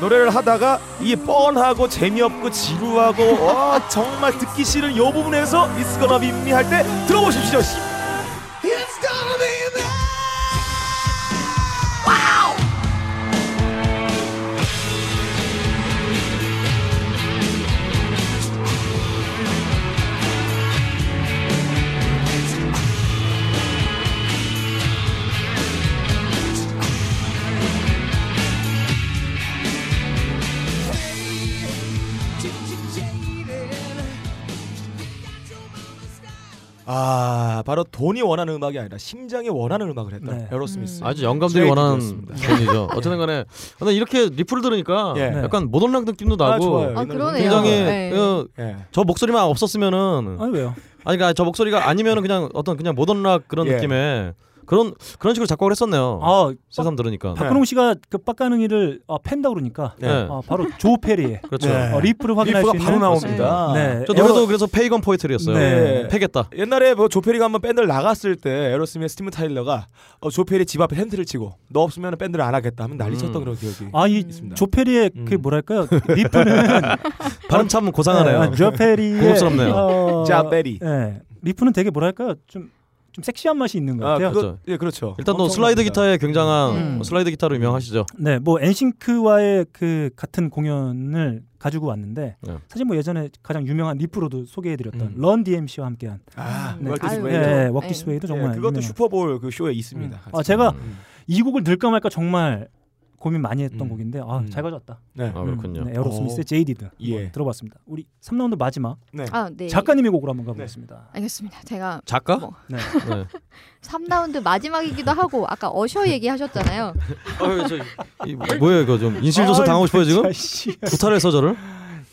노래를 하다가 이 뻔하고 재미없고 지루하고 와 정말 듣기 싫은 요 부분에서 It's gonna be me 할 때 들어보십시오 씨. It's gonna be me. 아 바로 돈이 원하는 음악이 아니라 심장이 원하는 음악을 했던 네. 에로스미스 아주 영감들이 원하는 제이크였습니다. 분이죠. 어쨌든 간에 근데 이렇게 리플을 들으니까 예. 약간 모던락 느낌도 아, 나고 좋아요. 이 아, 노래 그러네요. 굉장히 네. 어, 예. 저 목소리만 없었으면은 아니 왜요? 아니 그러니까 저 목소리가 아니면은 그냥 어떤 그냥 모던락 그런 예. 느낌의 그런 그런 식으로 작곡을 했었네요. 아, 새삼 들으니까. 박근홍 씨가 그 빡가능이를 어, 팬다 그러니까 네. 어, 바로 조 페리의 그렇죠. 어, 리프를 확인할 수 리프가 있는 바로 나옵니다. 네. 저 노래도 그래서 페이건 포에트리였어요. 네. 패겠다. 옛날에 뭐 조페리가 한번 밴드를 나갔을 때 에로스미스 스티븐 타일러가 어, 조페리 집 앞에 텐트를 치고 너 없으면 밴드를 안 하겠다 하면 난리 쳤던 그런 기억이 아이 조페리의 음. 그 뭐랄까요 리프는 발음 참 고상하네요. 네, 조페리의 어, 고급스럽네요. 조페리. 네, 리프는 되게 뭐랄까요 좀 좀 섹시한 맛이 있는 것 같아요. 그거- 예, 그렇죠. 일단 네. 또 엄청 슬라이드 납니다. 기타의 굉장한 뭐 음. 슬라이드 기타로 유명하시죠. 네, 뭐 엔싱크와의 그 같은 공연을 가지고 왔는데 네. 음. 사실 뭐 예전에 가장 유명한 리프로도 소개해드렸던 런 DMC와 함께한 아, 네, 월키스 아유, 웨이도. 네, 월키스 웨이도 정말 예, 그것도 유명해요. 슈퍼볼 그 쇼에 있습니다. 음. 아, 제가 이 곡을 넣을까 말까 정말 고민 많이 했던 곡인데 아, 잘 가져왔다. 네. 아, 음. 그렇군요. 네, 에어로스미스의 어. 제이디드 예. 들어봤습니다. 우리 3라운드 마지막 네. 아, 네. 작가님의 곡으로 한번 가보겠습니다. 알겠습니다. 제가 작가? 네. 3라운드 마지막이기도 하고 아까 어셔 얘기하셨잖아요. 아유, 저, 이, 뭐예요 이거 좀 인실조사 아이고, 당하고 싶어요 지금? 씨. 도탈을 해서 저를?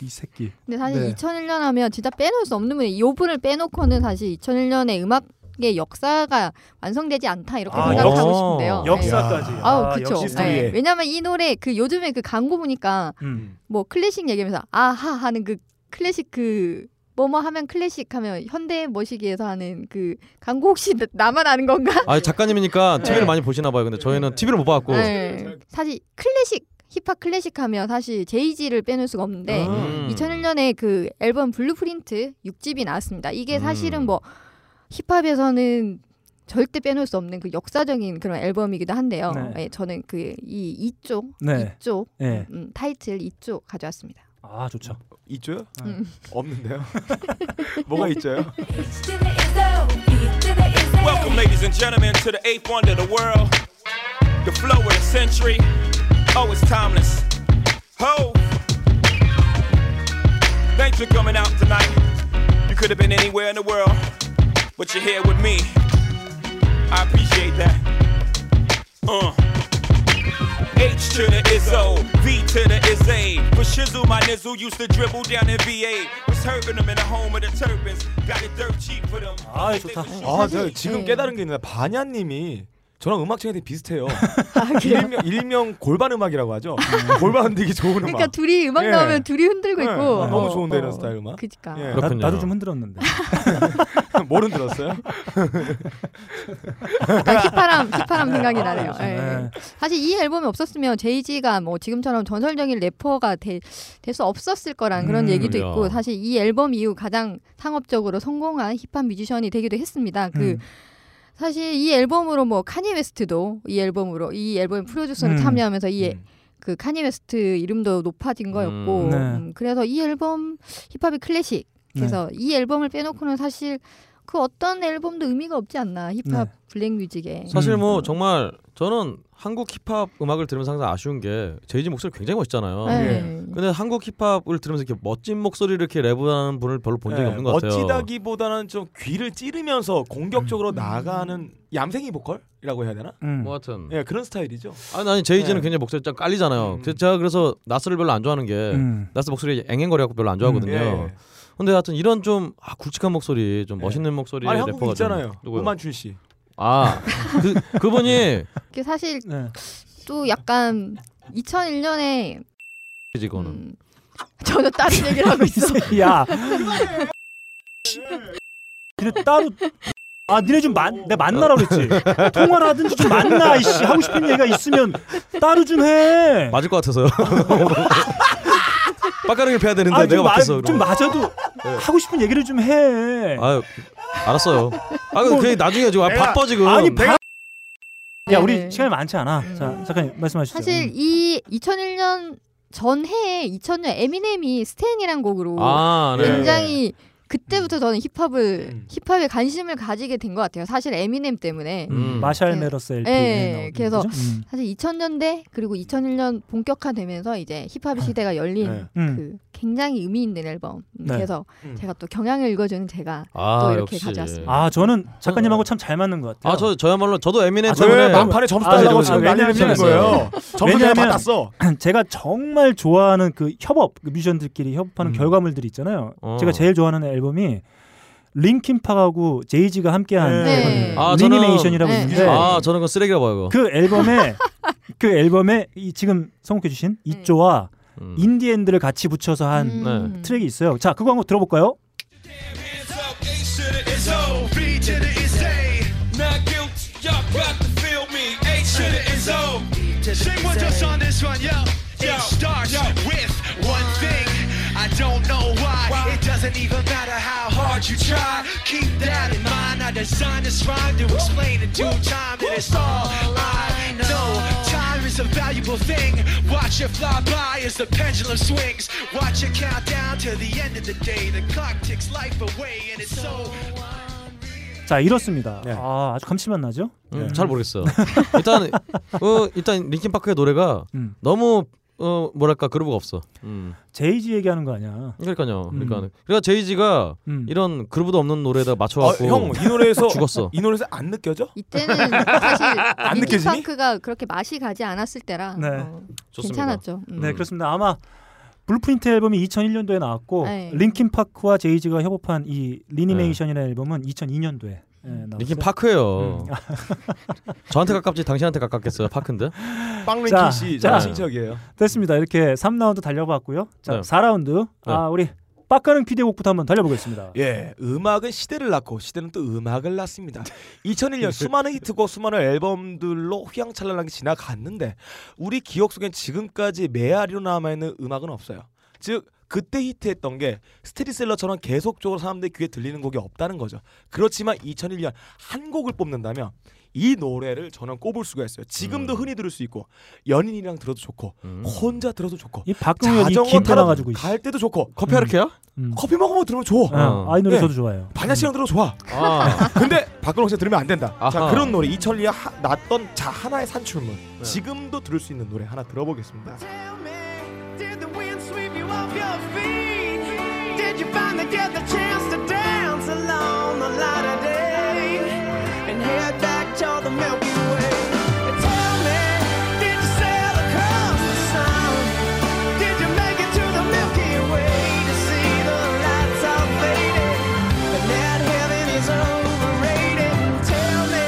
이 새끼. 근데 사실 네. 2001년 하면 진짜 빼놓을 수 없는 분이 요 분을 빼놓고는 사실 2001년의 음악의 역사가 완성되지 않다 이렇게 아, 생각하고 역사. 싶은데요. 역사까지. 네. 아, 아우 그쵸. 역시 스토리에. 네. 왜냐면 이 노래 그 요즘에 그 광고 보니까 음. 뭐 클래식 얘기하면서 아하 하는 그 클래식 그 뭐뭐 하면 클래식 하면 현대 머시기에서 하는 그 광고 혹시 나- 나만 아는 건가? 아 작가님이니까 TV를 많이 보시나 봐요. 근데 저희는 TV를 못 봐갖고. 네. 사실 클래식 힙합 클래식 하면 사실 제이지를 빼놓을 수가 없는데 음. 2001년에 그 앨범 블루프린트 6집이 나왔습니다. 이게 음. 사실은 뭐 힙합에서는 절대 빼놓을 수 없는 그 역사적인 그런 앨범이기도 한데요. 네. 예, 저는 그 이 이쪽 네. 이쪽 네. 음, 타이틀 이쪽 가져왔습니다. 아 좋죠. 있죠요? 아, 음. 없는데요. 뭐가 있죠요? Welcome, ladies and gentlemen, to the eighth wonder of the world. The flow of the century. Oh, it's timeless. Ho! Thanks for coming out tonight. You could have been anywhere in the world, but you're here with me. I appreciate that. Uh. H to the Izzo, V to the Izzy. For Shizzle, my nizzle used to dribble down in VA. Was herbing them in the home of the turbans. Got it dirt cheap for them. 아 좋다. 아, 제가 지금 네. 깨달은 게 있는데 반야님이 저랑 음악층이 되게 비슷해요. 아, 일명, 일명 골반 음악이라고 하죠. 골반 흔들기 좋은 음악. 그러니까 둘이 음악 예. 나오면 둘이 흔들고 네, 있고 너무 어, 좋은데 어. 이런 스타일 음악. 그니까. 예. 나, 나도 좀 흔들었는데. 뭘 흔들었어요? 약간 힙하람 힙하람 생각이 나네요. 아, 예. 네. 사실 이 앨범이 없었으면 제이지가 뭐 지금처럼 전설적인 래퍼가 될 수 없었을 거란 그런 음, 얘기도 야. 있고 사실 이 앨범 이후 가장 상업적으로 성공한 힙합 뮤지션이 되기도 했습니다. 그 음. 사실 이 앨범으로 뭐 카니 웨스트도 이 앨범으로 이 앨범 프로듀서로 음. 참여하면서 이 그 카니 웨스트 이름도 높아진 거였고 음. 네. 음, 그래서 이 앨범 힙합이 클래식 그래서 이 앨범을 빼놓고는 사실 그 어떤 앨범도 의미가 없지 않나 힙합 네. 블랙뮤직에 사실 뭐 정말 저는 한국 힙합 음악을 들으면서 항상 아쉬운 게 제이지 목소리 굉장히 멋있잖아요. 예. 예. 네. 근데 한국 힙합을 들으면서 이렇게 멋진 목소리를 이렇게 랩하는 분을 별로 본 적이 예, 없는 것 같아요. 멋지다기보다는 좀 귀를 찌르면서 공격적으로 음. 나가는 얌생이 보컬이라고 해야 되나? 음. 뭐 하여튼. 예, 그런 스타일이죠. 아니 아니 제이지는 예. 굉장히 목소리 좀 깔리잖아요. 그래서 제가 그래서 나스를 별로 안 좋아하는 게 음. 나스 목소리 앵앵거리하고 별로 안 좋아하거든요. 음, 예, 예. 근데 하여튼 이런 좀 아, 굵직한 목소리, 좀 멋있는 목소리 아니 래퍼가 한국 있잖아요. 좀 누구요? 오만춘 씨. 아, 그 그분이 그게 사실 네. 또 약간 2001년에 이거는 음. 저는 다른 얘기를 하고 있어. 야. 니네 따로 아 니네 좀 만, 내가 만나라 그랬지 네. 통화를 하든지 좀 만나 이씨 하고 싶은 얘기가 있으면 따로 좀해 맞을 것 같아서요. 빡가릉이 패야 되는데 아, 내가 좀, 마, 맞겠어. 네. 좀 맞아도 하고 싶은 얘기를 좀해 아유, 알았어요. 아, 그 뭐, 게 나중에 지금 아, 내가- 바빠 지금. 아니, 바- 야 네네. 음. 우리 시간이 많지 않아 자 잠깐 말씀하시죠 음. 사실 이 2001년 전해에 2000년 에미넴이 스탠이란 곡으로 아, 네. 굉장히 그때부터 저는 힙합을 힙합에 관심을 가지게 된 것 같아요. 사실 에미넴 때문에. 음, 아, 마샬 메러스 LP 네, 나오는 그래서 거죠? 음. 사실 2000년대 그리고 2001년 본격화되면서 이제 힙합 시대가 열린 네. 음. 그 굉장히 의미 있는 앨범. 음, 네. 그래서 제가 또 경향을 읽어주는 제가 아, 또 이렇게 역시. 가져왔습니다. 아 저는 어. 작가님하고 참 잘 맞는 것 같아요 아, 저 저야말로 저도 에미넴 아, 저는 네, 때문에 막판에 점수 달라고 지금 난리 왜냐면- 내는 거예요. 점수 내가 받았어. 제가 정말 좋아하는 그 협업 그 뮤지션들끼리 협업하는 결과물들이 있잖아요. 음. 어. 제가 제일 좋아하는 앨범이 링킨 팍하고 제이지가 함께한 네. 앨범이에요. 아, 저는- 리니메이션이라고 네. 있는데 아, 저는 그거 쓰레기라 봐요. 그거. 그 앨범에 그 앨범에 이 지금 선곡해 주신 네. 이조와 인디엔드를 같이 붙여서 한 음. 트랙이 있어요. 자, 그거 한번 들어볼까요? It's O, B to the is A. Not guilty, y'all got to feel me. H to the is O. Sing with us on this one, yo. It starts with one thing. I don't know why. It doesn't even matter how hard you try. Keep that in mind. I designed this rhyme to explain in due time that it's all I know. Time is a valuable thing. Watch it fly by as the pendulum swings. Watch it count down to the end of the day. The clock ticks life away, and it's so. 자, 이렇습니다. 네. 아, 아주 감칠맛 나죠? 음, 잘 모르겠어요. 일단 어, 일단 링킨 파크의 노래가 너무 어, 뭐랄까 그루브가 없어. 음. 제이지 얘기하는 거 아니야. 그러니까요. 음. 그러니까 그러니까 제이지가 음. 이런 그루브도 없는 노래에다 맞춰 아, 갖고 형 이 노래에서 죽었어. 이 노래에서 안 느껴져? 이때는 사실 안 링킨 느껴지니? 파크가 그렇게 맛이 가지 않았을 때라 네. 어, 괜찮았죠. 음. 네, 그렇습니다. 아마 블루프린트 앨범이 2001년도에 나왔고 네. 링킨 파크와 제이지가 협업한 이 네. 리니메이션이라는 앨범은 2002년도에 네, 나왔어요. 링킨 파크예요. 저한테 가깝지 당신한테 가깝겠어요. 파크인데. 자, 자, 친척이에요. 됐습니다. 이렇게 3라운드 달려봤고요. 자, 네. 4라운드. 아, 우리 빡가는 피디의 곡부터 한번 달려보겠습니다. 예, 음악은 시대를 낳고 시대는 또 음악을 낳습니다. 2001년 수많은 히트곡, 수많은 앨범들로 휘황찬란하게 지나갔는데 우리 기억 속엔 지금까지 메아리로 남아있는 음악은 없어요. 즉 그때 히트했던 게 스테디셀러처럼 계속적으로 사람들 귀에 들리는 곡이 없다는 거죠. 그렇지만 2001년 한 곡을 뽑는다면 이 노래를 저는 꼽을 수가 있어요. 지금도 흔히 들을 수 있고 연인이랑 들어도 좋고 혼자 들어도 좋고 이 박동현이 자전거 기타 타러 나가지고 갈 때도 좋고 커피 하르케야? 커피 먹으면 들으면 좋아. 어, 아, 이 예. 노래 저도 좋아요. 반야 씨랑 들어도 좋아. 아. 근데 박근홍 씨 들으면 안 된다. 자 아하. 네. 그런 노래 이천리에 하- 났던 자 하나의 산출물 지금도 들을 수 있는 노래 하나 들어보겠습니다. Did the wind sweep you off your feet? Did you finally get the chance to dance along the light of day and head back to the Milky Way? And tell me, did you sail across the sun? Did you make it to the Milky Way to see the lights all faded and that heaven is overrated? Tell me,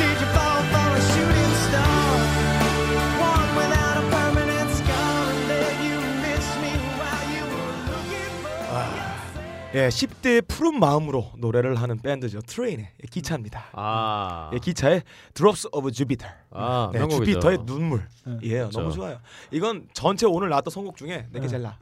did you fall for a shooting star? One without a permanent scar and then you miss me while you were looking for 예, 10대의 푸른 마음으로 노래를 하는 밴드죠. 트레인의 기차입니다. 아. 예, 기차의 Drops of Jupiter. 아, 네, 명곡이죠. 주피터의 눈물. 네. 예, 그렇죠. 너무 좋아요. 이건 전체 오늘 나왔던 선곡 중에 네. 내게 제일 나.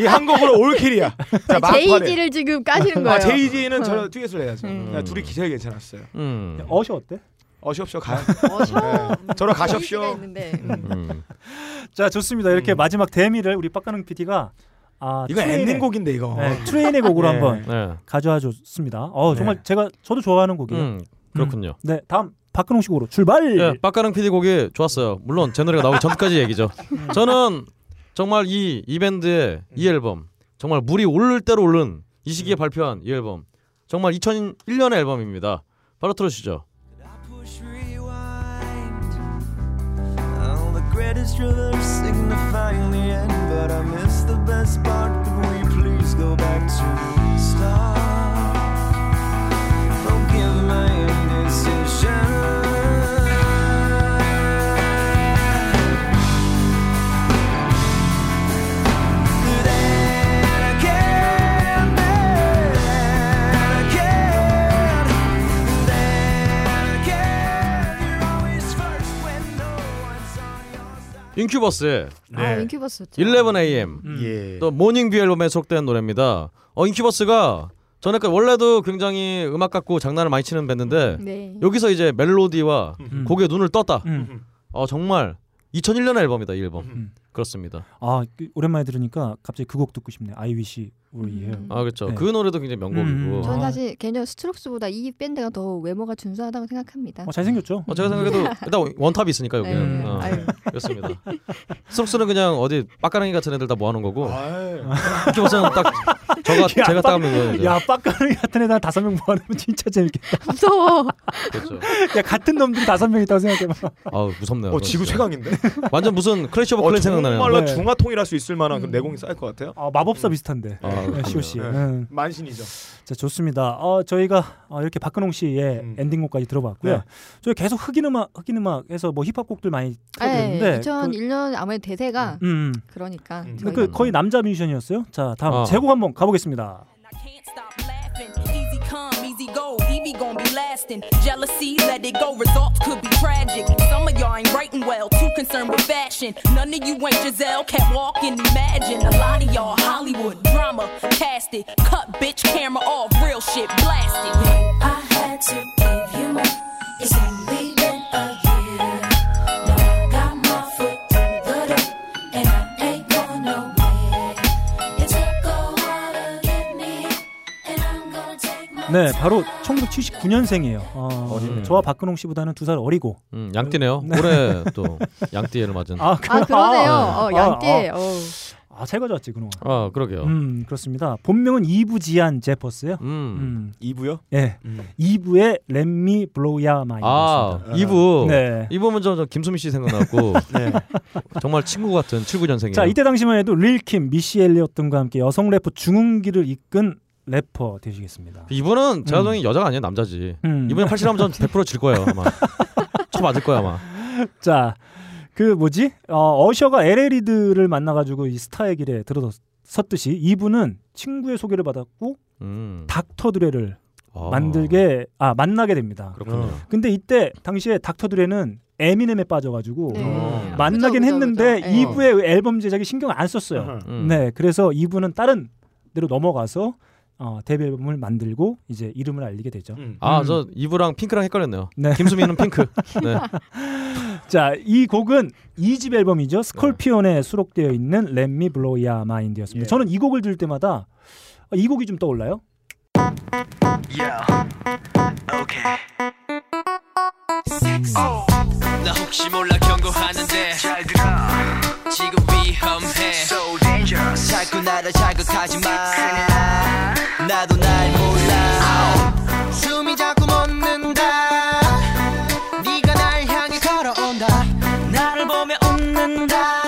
이한 곡으로 올킬이야. 자, 막판에. 제이지를 지금 까시는 거예요. 아, 제이지는 어. 저 듀엣을 해야죠. 음. 야, 둘이 기차에 괜찮았어요. 음. 어시 어때? 어시없쇼 가. 어셔. 네. 저러 가십시오. 음. 자, 좋습니다. 이렇게 마지막 대미를 우리 빡가는 PD가 아, 음. 이거 트레인의- 엔딩곡인데, 이거. 네, 트레인의 곡으로 네. 한번 네. 가져와 줬습니다. 어, 정말 제가 저도 좋아하는 곡이에요. 음, 그렇군요. 네, 다음 박근홍 식으로 출발. 예, 빡가릉 PD 곡이 좋았어요. 물론 제 노래가 나오기 전까지 얘기죠. 저는 정말 이 이 밴드의 이 앨범 정말 물이 오를 대로 오른 이 시기에 발표한 이 앨범 정말 2001년의 앨범입니다. 바로 틀어주시죠. All the greatest rivers signifying the end, but I miss the best part. Could we please go back to the start? Forgive my indecision. 인큐버스의 아, 인큐버스였죠. 11am 또 모닝뷰 앨범에 수록된 노래입니다. 어 인큐버스가 전에까지 원래도 굉장히 음악 갖고 장난을 많이 치는 밴드인데 네. 여기서 이제 멜로디와 음. 곡에 눈을 떴다. 음. 어 정말 2001년 앨범이다 이 앨범. 음. 그렇습니다. 아 그- 오랜만에 들으니까 갑자기 그 곡 듣고 싶네. I Wish Were Here. 아 그렇죠. 네. 그 노래도 굉장히 명곡이고. 음. 저는 사실 개념 스트록스보다 이 밴드가 더 외모가 준수하다고 생각합니다. 어, 잘생겼죠? 어, 제가 생각해도 일단 원탑이 있으니까 여기는 음. 음. 네. 어, 아유. 그렇습니다. 스톡스는 그냥 어디 빡가랑이 같은 애들 다 모아놓은 거고 이렇게 보면 딱 저가 야, 제가 빡- 따면 거예요. 이제. 음. 야, 빡가는 같은 애들 한 다섯 명 모아놓으면 진짜 재밌겠다. 무서워. 그렇죠. 야, 같은 놈들이 다섯 명 있다고 생각해봐. 아우 무섭네요. 어, 지구 최강인데? 완전 무슨 클래시 오브 어, 클랜 생각나네요. 정말로 네. 중화통일할 수 있을 만한 음. 그런 내공이 쌓일 것 같아요. 아, 마법사 비슷한데. 아, 네, 그렇군요. COC. 예. 네. 음. 만신이죠. 자 좋습니다. 어, 저희가 어, 이렇게 박근홍 씨의 엔딩곡까지 들어봤고요. 네. 저희 계속 흑인 음악, 흑인 음악에서 뭐 힙합 곡들 많이 네, 틀었는데 그 2001년 아무래도 대세가 음, 음. 그러니까 그, 저희가 그 거의 남자 뮤지션이었어요. 자 다음 아. 제곡 한번 가보겠습니다. Easy come, easy go. Evie gon' be lasting. Jealousy, let it go. Results could be tragic. Some of y'all ain't writing well, too concerned with fashion. None of you ain't Giselle, can't walk and imagine. A lot of y'all Hollywood drama, cast it. Cut bitch camera off, real shit blasted. I had to give you my. It's only been a year. Now I got my foot in the door, and I ain't going nowhere. It took a while to get me here, and I'm gonna take my 네, 바로 1979년생이에요. 어, 어리네. 저와 박근홍 씨보다는 두 살 어리고. 음, 양띠네요. 올해 또 양띠를 맞은. 아, 아 그러네요. 어, 양띠. 아, 어. 아, 아, 잘 가져왔지 그놈아. 아 그러게요. 음 그렇습니다. 본명은 이부지안 제퍼스요. 음. 이부요? 예. 이부의 렛미 블로우야 마이. 아 이부 음, 네. 이부 먼저 저 김수미 씨 생각났고 정말 친구 같은 79년생이에요. 자 이때 당시만 해도 릴킴, 미시 엘리엇 등과 함께 여성 래퍼 중흥기를 이끈 래퍼 되시겠습니다. 이분은 제가 음. 보기엔 여자가 아니에요 남자지. 음. 이분이 80하면 전 100%질 거예요 아마. 쳐 맞을 거야 아마. 자, 그 뭐지? 어, 어셔가 LL이드를 만나가지고 이 스타의 길에 들어섰듯이 이분은 친구의 소개를 받았고 음. 닥터 드레를 아. 만들게 아 만나게 됩니다. 그렇군요. 어. 근데 이때 당시에 닥터 드레는 에미넴에 빠져가지고 네. 음. 만나긴 했는데 네. 그죠. 예. 이부의 앨범 제작에 신경 안 썼어요. 음. 네, 그래서 이부는 다른 데로 넘어가서 어, 데뷔 앨범을 만들고 이제 이름을 알리게 되죠. 아 음. 저 이브랑 핑크랑 헷갈렸네요. 김수미는 핑크. 네. 자, 이 곡은 2집 앨범이죠. 스콜피온에 수록되어 있는 Let Me Blow Your Mind였습니다. 저는 이 곡을 들을 때마다 아, 이 곡이 좀 떠올라요. 나 혹시 몰라 경고하는데 잘 들어 지금 위험해 So dangerous 자꾸 나를 자극하지 마 나도 날 몰라 숨이 자꾸 멎는다 네가 날 향해 걸어온다 나를 보며 웃는다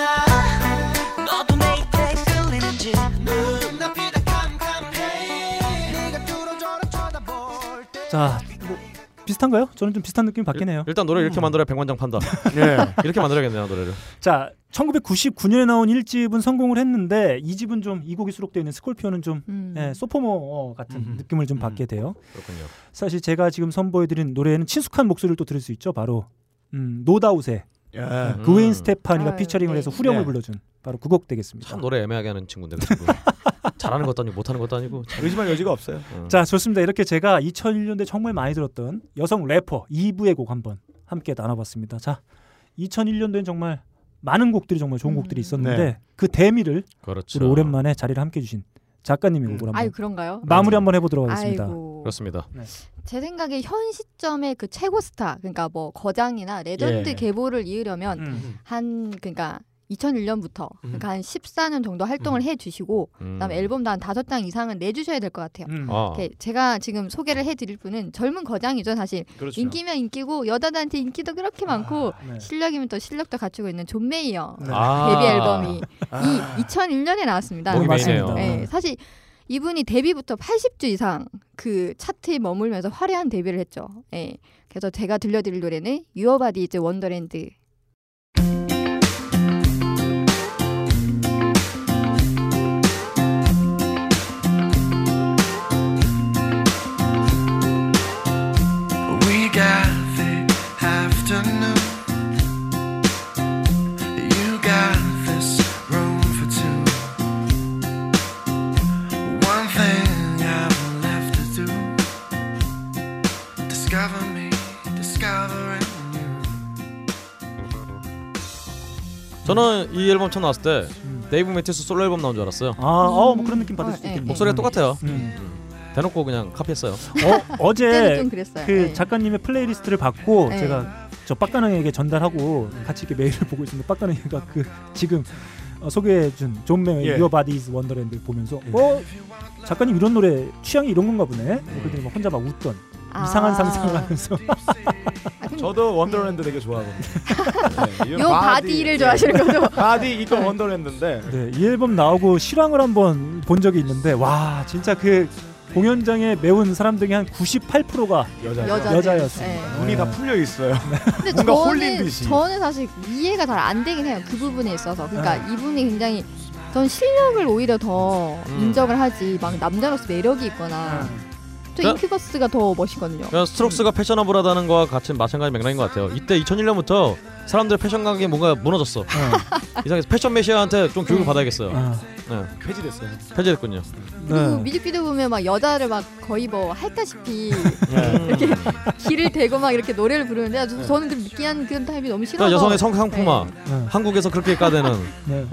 너도 내게 끌리는지 눈앞이 다 캄캄해 네가 뚫어져라 쳐다볼 때 자, 뭐 비슷한가요? 저는 좀 비슷한 느낌이 받긴 해요. 일단 노래 이렇게 만들어야 백만장 판다. 예. 이렇게 만들어야겠네요 노래를. 자, 1999년에 나온 1집은 성공을 했는데 2집은 좀 이 곡이 수록되어 있는 스콜피온은 좀 음. 예, 소포모 같은 느낌을 좀 받게 돼요. 그렇군요. 사실 제가 지금 선보여드린 노래에는 친숙한 목소리를 또 들을 수 있죠. 바로 음, 노다우세 예. 그웨인 음. 스테파니가 아유, 피처링을 네. 해서 후렴을 네. 불러준 바로 그 곡 되겠습니다. 참 노래 애매하게 하는 친구인데 그 친구. 잘하는 것도 아니고 못하는 것도 아니고 참. 의심할 여지가 없어요. 음. 자 좋습니다. 이렇게 제가 2001년대 정말 많이 들었던 여성 래퍼 2부의 곡 한번 함께 나눠봤습니다. 자 2001년도엔 정말 많은 곡들이 정말 좋은 곡들이 있었는데 네. 그 대미를 그렇죠. 우리 오랜만에 자리를 함께 해주신 작가님이 곡을 한번 아유 그런가요? 마무리 한번 해보도록 하겠습니다. 아이고. 그렇습니다. 제 생각에 현 시점의 그 최고 스타 그러니까 뭐 거장이나 레전드 예. 계보를 이으려면 음. 한 그러니까 2001년부터 그러니까 한 14년 정도 활동을 해주시고 음. 그다음에 앨범도 한 다섯 장 이상은 내주셔야 될 것 같아요. 음. 아. 이렇게 제가 지금 소개를 해드릴 분은 젊은 거장이죠 사실. 그렇죠. 아, 인기면 인기고 여자들한테 인기도 그렇게 많고 실력이면 또 실력도 갖추고 있는 존 메이어 네. 아. 데뷔 앨범이 아. 이 2001년에 나왔습니다. 음. 목이 메이네요. 네, 사실 이분이 데뷔부터 80주 이상 그 차트에 머물면서 화려한 데뷔를 했죠. 예. 그래서 제가 들려드릴 노래는 유어바디 이제 원더랜드. We got the afternoon. You 저는 이 앨범 처음 나왔을 때 데이브 매튜스 솔로 앨범 나온 줄 알았어요. 아, 어, 뭐 그런 느낌 받을 수도 음. 있겠네. 목소리가 똑같아요. 음. 대놓고 그냥 카피했어요. 어, 그때는 어제 좀 그랬어요. 그 네. 작가님의 플레이리스트를 받고 네. 제가 저 빡가능에게 전달하고 같이 이렇게 메일을 보고 있는데 빡가능이가 그 지금 어, 소개해준 존 메어의 예. Your Body is Wonderland 을 보면서 어 작가님 이런 노래 취향이 이런 건가 보네. 그랬더니 막 혼자 막 웃던 아. 이상한 상상을 하면서 저도 원더랜드 되게 좋아하거든요. 네, 예, 요 바디를 좋아하시는 거죠? 바디 이건 원더랜드인데 네, 이 앨범 나오고 실황을 한번 본 적이 있는데 와 진짜 그 공연장에 매운 사람 등의 한 98%가 여자죠. 여자들. 여자였습니다. 네. 눈이 다 풀려 있어요. 근데 뭔가 저는 홀린 듯이. 저는 사실 이해가 잘 안 되긴 해요. 그 부분에 있어서. 그러니까 네. 이분이 굉장히 전 실력을 오히려 더 음. 인정을 하지 막 남자로서 매력이 있거나 네. 저 그러니까- 인큐버스가 더 멋있거든요. 그냥 어, 스트록스가 패셔너블하다는 거와 같은 마찬가지 맥락인 것 같아요. 이때 2001년부터 사람들의 패션 감각이 뭔가 무너졌어. 이상해서 패션 메시아한테 좀 교육을 받아야겠어요. 네. 폐지됐어요. 폐지됐군요. 그리고 네. 뮤직비디오 보면 막 여자를 막 거의 뭐 할다시피 이렇게 길을 대고 막 이렇게 노래를 부르는데 네. 아주 저는 그 느끼한 그런 타입이 너무 싫어서 그러니까 여성의 성상품화. 네. 한국에서 그렇게 까대는 네.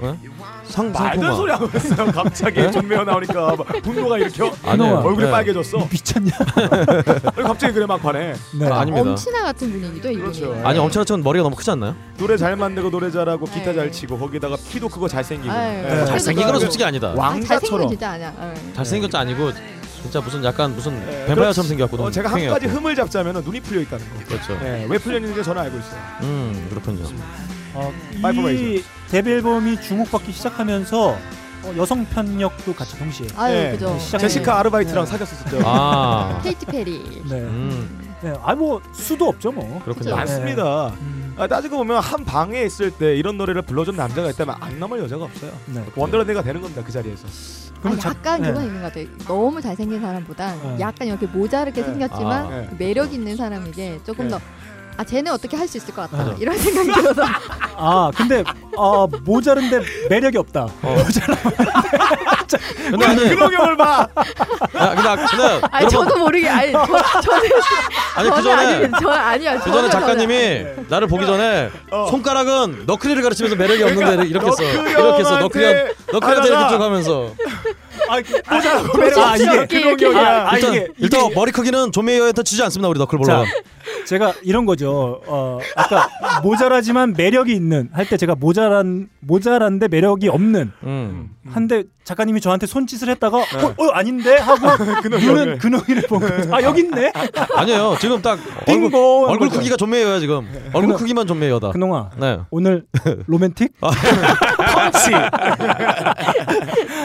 상, 말도 상품화. 소리 하고 있어요. 갑자기 네? 존메어 나오니까 막 분노가 일으켜. 아니에요. 얼굴이 네. 빨개졌어. 미쳤냐? 갑자기 그래 막 화내. 네. 아, 닙니다 엄친아 같은 분위기죠 이분이. 그렇죠. 아니 엄청나 전 머리가 너무 크지 않나요? 노래 잘 만들고 노래 잘하고 기타 잘 치고 거기다가 키도 크고 잘생기고. 네. 아유, 네. 잘생긴 건 솔직히 아니다. 아니, 잘생긴 건 왕자처럼. 진짜 아니야. 네. 잘생겼지 아니고 진짜 무슨 약간 무슨 네, 그렇지. 뱀파이어처럼 생겼고 어, 너무 제가 한 휑해갖고. 가지 흠을 잡자면 눈이 풀려 있다는 거. 그렇죠. 네, 왜 풀려 있는지 저는 알고 있어요. 음 그렇군요. 어, 이 파이브레이저. 데뷔 앨범이 주목받기 시작하면서 어, 여성 편력도 같이 동시에 아유, 그죠. 시작을- 네. 제시카 아르바이트랑 네. 사귀었었죠. 아. 음, 케이티 페리. 네. 네. 아뭐 수도 없죠 뭐. 그렇군요. 많습니다. 네. 아, 따지고 보면 한 방에 있을 때 이런 노래를 불러준 남자가 있다면 안 남을 여자가 없어요. 네. 원더랜드가 되는 겁니다 그 자리에서. 아니, 약간 네. 그건 있는 것 같아요. 너무 잘생긴 사람보다 네. 약간 이렇게 모자르게 네. 생겼지만 아. 그 매력 있는 사람에게 조금 네. 더. 아 쟤는 어떻게 할 수 있을 것 같다 맞아. 이런 생각이 들어서 아 근데 아 모자른데 매력이 없다. 모자라. 근데 아니- 형을 봐. 아 근데 아- 근데 아니 여러분, 저도 모르게 아니 저, 저는 아니, 저는 그 전에- 아니에요. 저는 아니야 그 전에 작가님이 나를 보기 전에 손가락은 너클리를 가르치면서 매력이 없는데 이렇게 했어 이렇게 했어 너클리한테 너클리한테 하다가- 이렇게 쭉 하면서 그 모자라고 아, 이게 아, 아, 일단, 이게- 일단 머리 크기는 조메이어한테 지지 않습니다 우리 너클볼러 제가 이런 거죠. 어, 아까 모자라지만 매력이 있는 할 때 제가 모자란 모자란데 매력이 없는 음. 한데 작가님이 저한테 손짓을 했다가 어, 어, 아닌데 하고 눈은 근홍이를 본 거예요. 아 여기 있네. 아니에요 지금 딱 얼굴, 빙고 얼굴 거죠. 크기가 조메이어야 지금 얼굴 근홍- 크기만 조메이어다 근홍아. 네 오늘 로맨틱 펀치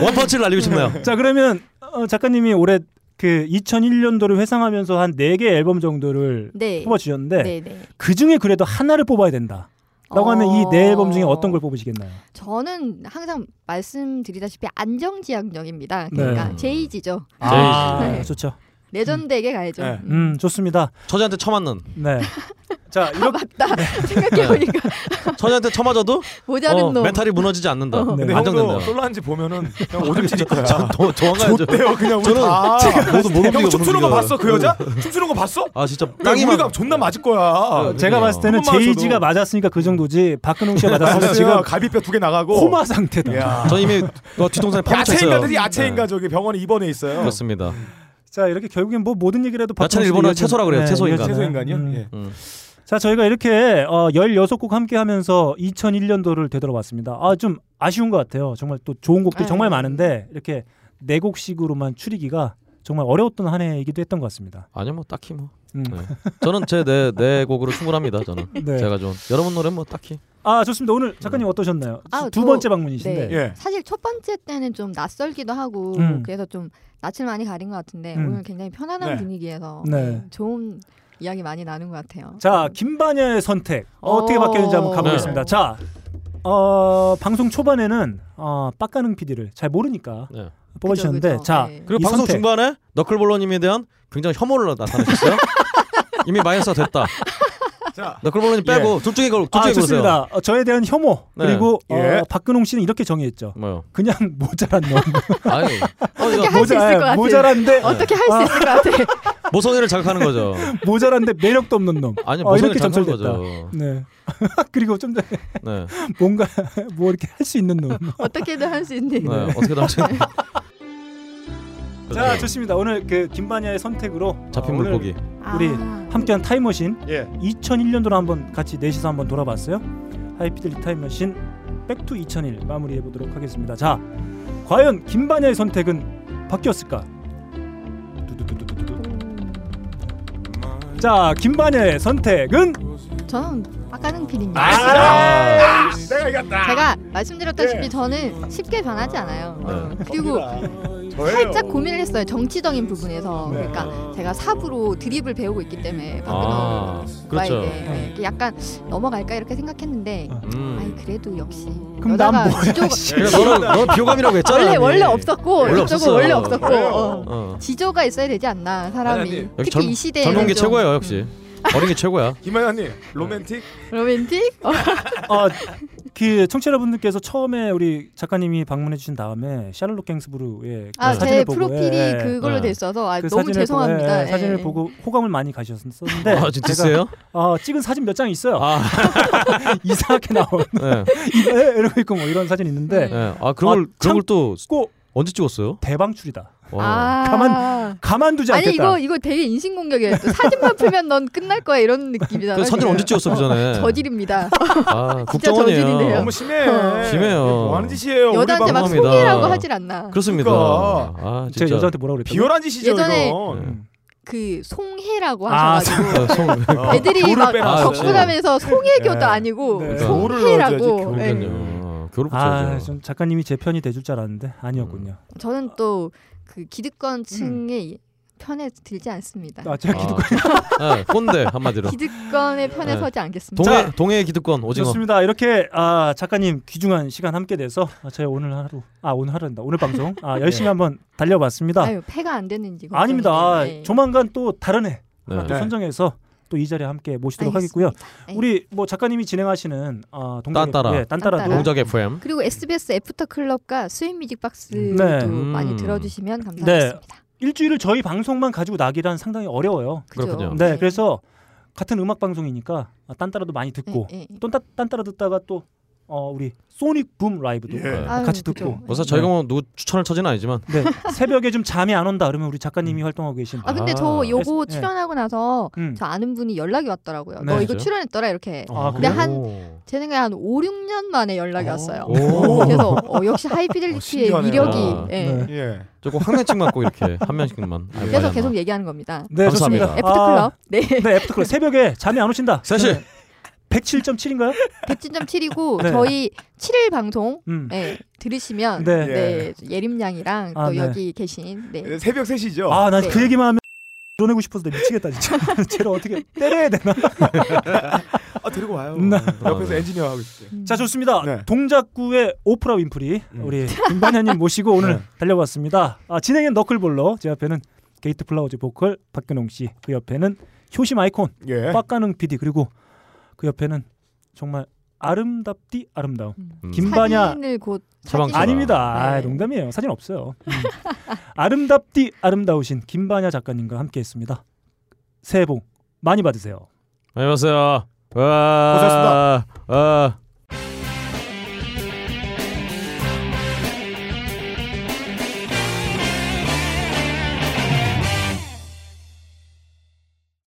원펀치를 날리고 싶네요 자 그러면 어, 작가님이 올해 그 2001년도를 회상하면서 한 4개 앨범 정도를 네. 뽑아주셨는데 네, 네. 그 중에 그래도 하나를 뽑아야 된다. 라고 하면 이 네 앨범 중에 어떤 걸 뽑으시겠나요? 저는 항상 말씀드리다시피 안정지향적입니다. 네. 그러니까 제이지죠. 아, 네. 좋죠. 레전드에게 가야죠. 네. 음. 음 좋습니다. 처제한테 처맞는 네. 아, 자 이렇게 아, 네. 생각해보니까 처제한테 처맞아도 모자른 네. 어, 놈. 멘탈이 무너지지 않는다 네. 근데 형도 안정된다 아, 솔로한지 보면은 그냥 오줌 찌질 거야. 저- 도- 도망가야죠. 좋대요 그냥 우리 저는 다. 제가 아, 모두 모르는 형 게 춤추는 거 없는 봤어 그 거야. 여자? 춤추는 거 봤어? 아 진짜 땅이 땅이만 그러니까 아, 우리가 존나 맞을 거야. 제가 봤을 때는 조금만 제이지가 맞춰도. 맞았으니까 그 정도지 박근홍 아, 씨가 맞았으면 맞았어요. 지금 갈비뼈 두 개 나가고 코마 상태다. 저 이미 너 뒤통수에 파묻혀 있어요. 야채인가들이 야채인가 저기 병원에 입원해 있어요. 네. 그렇습니다. 음. 자 이렇게 결국엔 뭐 모든 얘기라도 야채는 박근홍 씨가 일본어 이어지는- 채소라 그래요. 네, 채소 인간. 이어지는- 음. 예. 자 저희가 이렇게 어, 16곡 함께 하면서 2001년도를 되돌아봤습니다. 아 좀 아쉬운 것 같아요. 정말 또 좋은 곡들이 아, 정말 네. 많은데 이렇게 네 곡씩으로만 추리기가 정말 어려웠던 한 해이기도 했던 것 같습니다. 아니요 뭐 딱히 뭐. 음. 네. 저는 제내내 곡으로 충분합니다. 저는 네. 제가 좀 여러분 노래 뭐 딱히 아 좋습니다. 오늘 음. 작가님 어떠셨나요? 아, 두 저- 번째 방문이신데. 예. 네. 사실 첫 번째 때는 좀 낯설기도 하고 음. 그래서 좀 낯을 많이 가린 것 같은데 음. 오늘 굉장히 편안한 네. 분위기에서 네. 좋은 이야기 많이 나눈 것 같아요. 음. 자 김반야의 선택 어떻게 바뀌었는지 한번 가보겠습니다. 네. 자 어, 방송 초반에는 어, 빡가능 PD를 잘 모르니까 네. 뽑아주셨는데 자 그리고 이 방송 선택. 중반에 너클볼러님에 대한 굉장히 혐오를 나타내셨어요. 이미 마이너스가 됐다. 너클볼러님 빼고 둘 중에 걸 둘 중에 예. 아, 고르세요. 좋습니다. 어, 저에 대한 혐오 네. 그리고 어, 예. 박근홍 씨는 이렇게 정의했죠. 뭐요? 그냥 모자란 놈. 아니, 어, 어떻게 할 수 있을 것 같아. 모자란데 어떻게 할 수 있을 것 같아. 모성애를 자극하는 거죠. 모자란데 매력도 없는 놈. 아니, 어, 모성애를 이렇게 자극하는 점철됐다. 거죠. 네. 그리고 좀 전에 네. 뭔가 뭐 이렇게 할 수 있는 놈. 그렇죠. 어떻게든 할 수 있는. 네, 어떻게든 할수 있는. 자 좋습니다. 오늘 그 김바냐의 선택으로 어, 잡힌 오늘 물고기. 우리 아. 함께한 타임머신 2001년도로 한번 같이 넷이서 한번 돌아봤어요. 하이피델리 타임머신 백투 2001 마무리해 보도록 하겠습니다. 자 과연 김바냐의 선택은 바뀌었을까? 두두두두두두. 자 김바냐의 선택은 저는 박가능 PD입니다. 아, 내가 이겼다. 제가 말씀드렸다시피 네. 저는 쉽게 변하지 않아요. 네. 어, 어, 그리고 啊 살짝 고민을 했어요. 정치적인 부분에서 네. 그러니까 제가 삽으로 드립을 배우고 있기 때문에 박근홍 아, 오빠에게 그렇죠. 네, 이렇게 약간 넘어갈까 이렇게 생각했는데 음. 아이 그래도 역시 그럼 여자가 난 뭐야, 지조가- 씨. 그래, 너는- 너는 비호감이라고 했잖아, 원래 이미. 원래 없었고 원래 이쪽은 없었어. 원래 없었고 그래요. 어. 어. 지조가 있어야 되지 않나 사람이 아니, 아니. 여기 특히 젊, 이 음. 시대에 젊은 게 최고예요 역시. 어린 게 최고야. 김하연님 로맨틱 로맨틱 어. 아그 청취자 여러분들께서 처음에 우리 작가님이 방문해 주신 다음에 샤를록 갱스부르의 그 아, 사진을 제 보고 프로필이 예, 그걸로 예. 돼 있어서 아, 그 너무 사진을 보고, 죄송합니다. 예, 사진을 예. 보고 호감을 많이 가셨었는데 아, 진짜 네. 제가, 있어요? 어, 찍은 사진 몇 장 있어요. 이상하게 나온 아. 네. 이거 에? 이러고 있고 뭐 이런 사진 있는데 네. 아 그런 걸 그런 걸 또 언제 찍었어요? 대방출이다. 아, 와. 가만 가만두지 않겠다. 아니 이거 이거 되게 인신공격이에요. 또 사진만 풀면 넌 끝날 거야 이런 느낌이잖아. 네. 그 사진 언제 찍었어, 그 전에? 저질입니다. 아 진짜 저질이네요. 국정원이에요. 너무 심해. 심해요. 뭐 하는 짓이에요? 우리 여자한테 막 방송합니다. 소개라고 하질 않나. 그렇습니다. 그러니까. 아 제가 진짜 여자한테 뭐라 그랬다고? 음. 비열한 짓이죠 예전에- 이건. 그 송해라고 아, 하셔가지고 송- 어, 송- 애들이 교를 막 빼놨어요. 적분하면서 송해교도 네. 아니고 그러니까. 송해라고. 예. 네. 그러니까요. 교를 아, 붙여야죠. 좀 작가님이 제 편이 돼줄 줄 알았는데 아니었군요. 저는 또 그 기득권층의 편에 들지 않습니다. 음. 아, 제가 아, 네, 꼰대 한마디로. 기득권의 편에 네. 서지 않겠습니다. 동해 동해 기득권 오징어. 좋습니다. 이렇게 아, 작가님 귀중한 시간 함께 돼서 아, 저희 오늘 하루 아 오늘 하루다 오늘 방송 아, 열심히 네. 한번 달려봤습니다. 아유 패가 안 되는지. 걱정이 아닙니다. 아, 되네. 조만간 또 다른 해 하나 네. 또 네. 선정해서 또 이 자리에 함께 모시도록 알겠습니다. 하겠고요. 우리 뭐 작가님이 진행하시는 아, 동작 딴따라. 예, 네. 딴따라도 동작 FM. 그리고 SBS 애프터 클럽과 스윗 뮤직 박스도 네. 음. 많이 들어주시면 감사하겠습니다. 네. 일주일을 저희 방송만 가지고 나기란 상당히 어려워요. 그죠. 그렇군요. 네, 그래서 같은 음악 방송이니까 아, 딴따라도 많이 예, 음. 듣고 또 따- 딴따라 듣다가 또 어, 우리 소닉 붐 라이브도 아유, 같이 그죠. 듣고. 그래서 예. 네. 저희가 네. 뭐 누구 추천을 쳐지는 아니지만. 네. 새벽에 좀 잠이 안 온다 그러면 우리 작가님이 음. 활동하고 계신. 아 근데 저 요거 예. 출연하고 나서 음. 저 아는 분이 연락이 왔더라고요. 네. 너 이거 진짜요? 출연했더라 이렇게. 아, 근데 그래요? 네. 한제 생각에 한 5, 6년 만에 연락이 왔어요. 오. 그래서 어, 역시 하이피델리티의 신기하네요. 위력이 아, 예. 네. 저거 한 명씩만 꼭 이렇게 한 명씩만. 그래서 계속 얘기하는 겁니다. 네, 감사합니다. 좋습니다. 애프터 클럽. 네. 네, 애프터 클럽 새벽에 잠이 안 오신다. 네, 사실 107.7인가요? 107.7이고 네. 저희 7일 방송 음. 예, 들으시면 네. 네. 예림 양이랑 아, 또 네. 여기 계신 네. 새벽 3시죠. 아, 난 네. 그 얘기만 하면 드러내고 싶어서 내가 미치겠다 진짜. 쟤를 어떻게 때려야 되나? 아 데리고 와요. 네. 옆에서 엔지니어 하고 있어요. 자, 좋습니다. 동작구의 오프라 윈프리 우리 김반야님 모시고 오늘 달려봤습니다. 아, 진행은 너클볼러, 제 옆에는 게이트 플라워즈 보컬 박근홍 씨, 그 옆에는 효심 아이콘 예. 빡가능 PD 그리고 그 옆에는 정말 아름답디 아름다운 네. 음. 김반야 사진을 곧 사방수다. 아닙니다. 아, 농담이에요. 사진 없어요. 음. 아름답디 아름다우신 김반야 작가님과 함께했습니다. 새해 복 많이 받으세요. 안녕하세요. 고생하셨습니다. 아.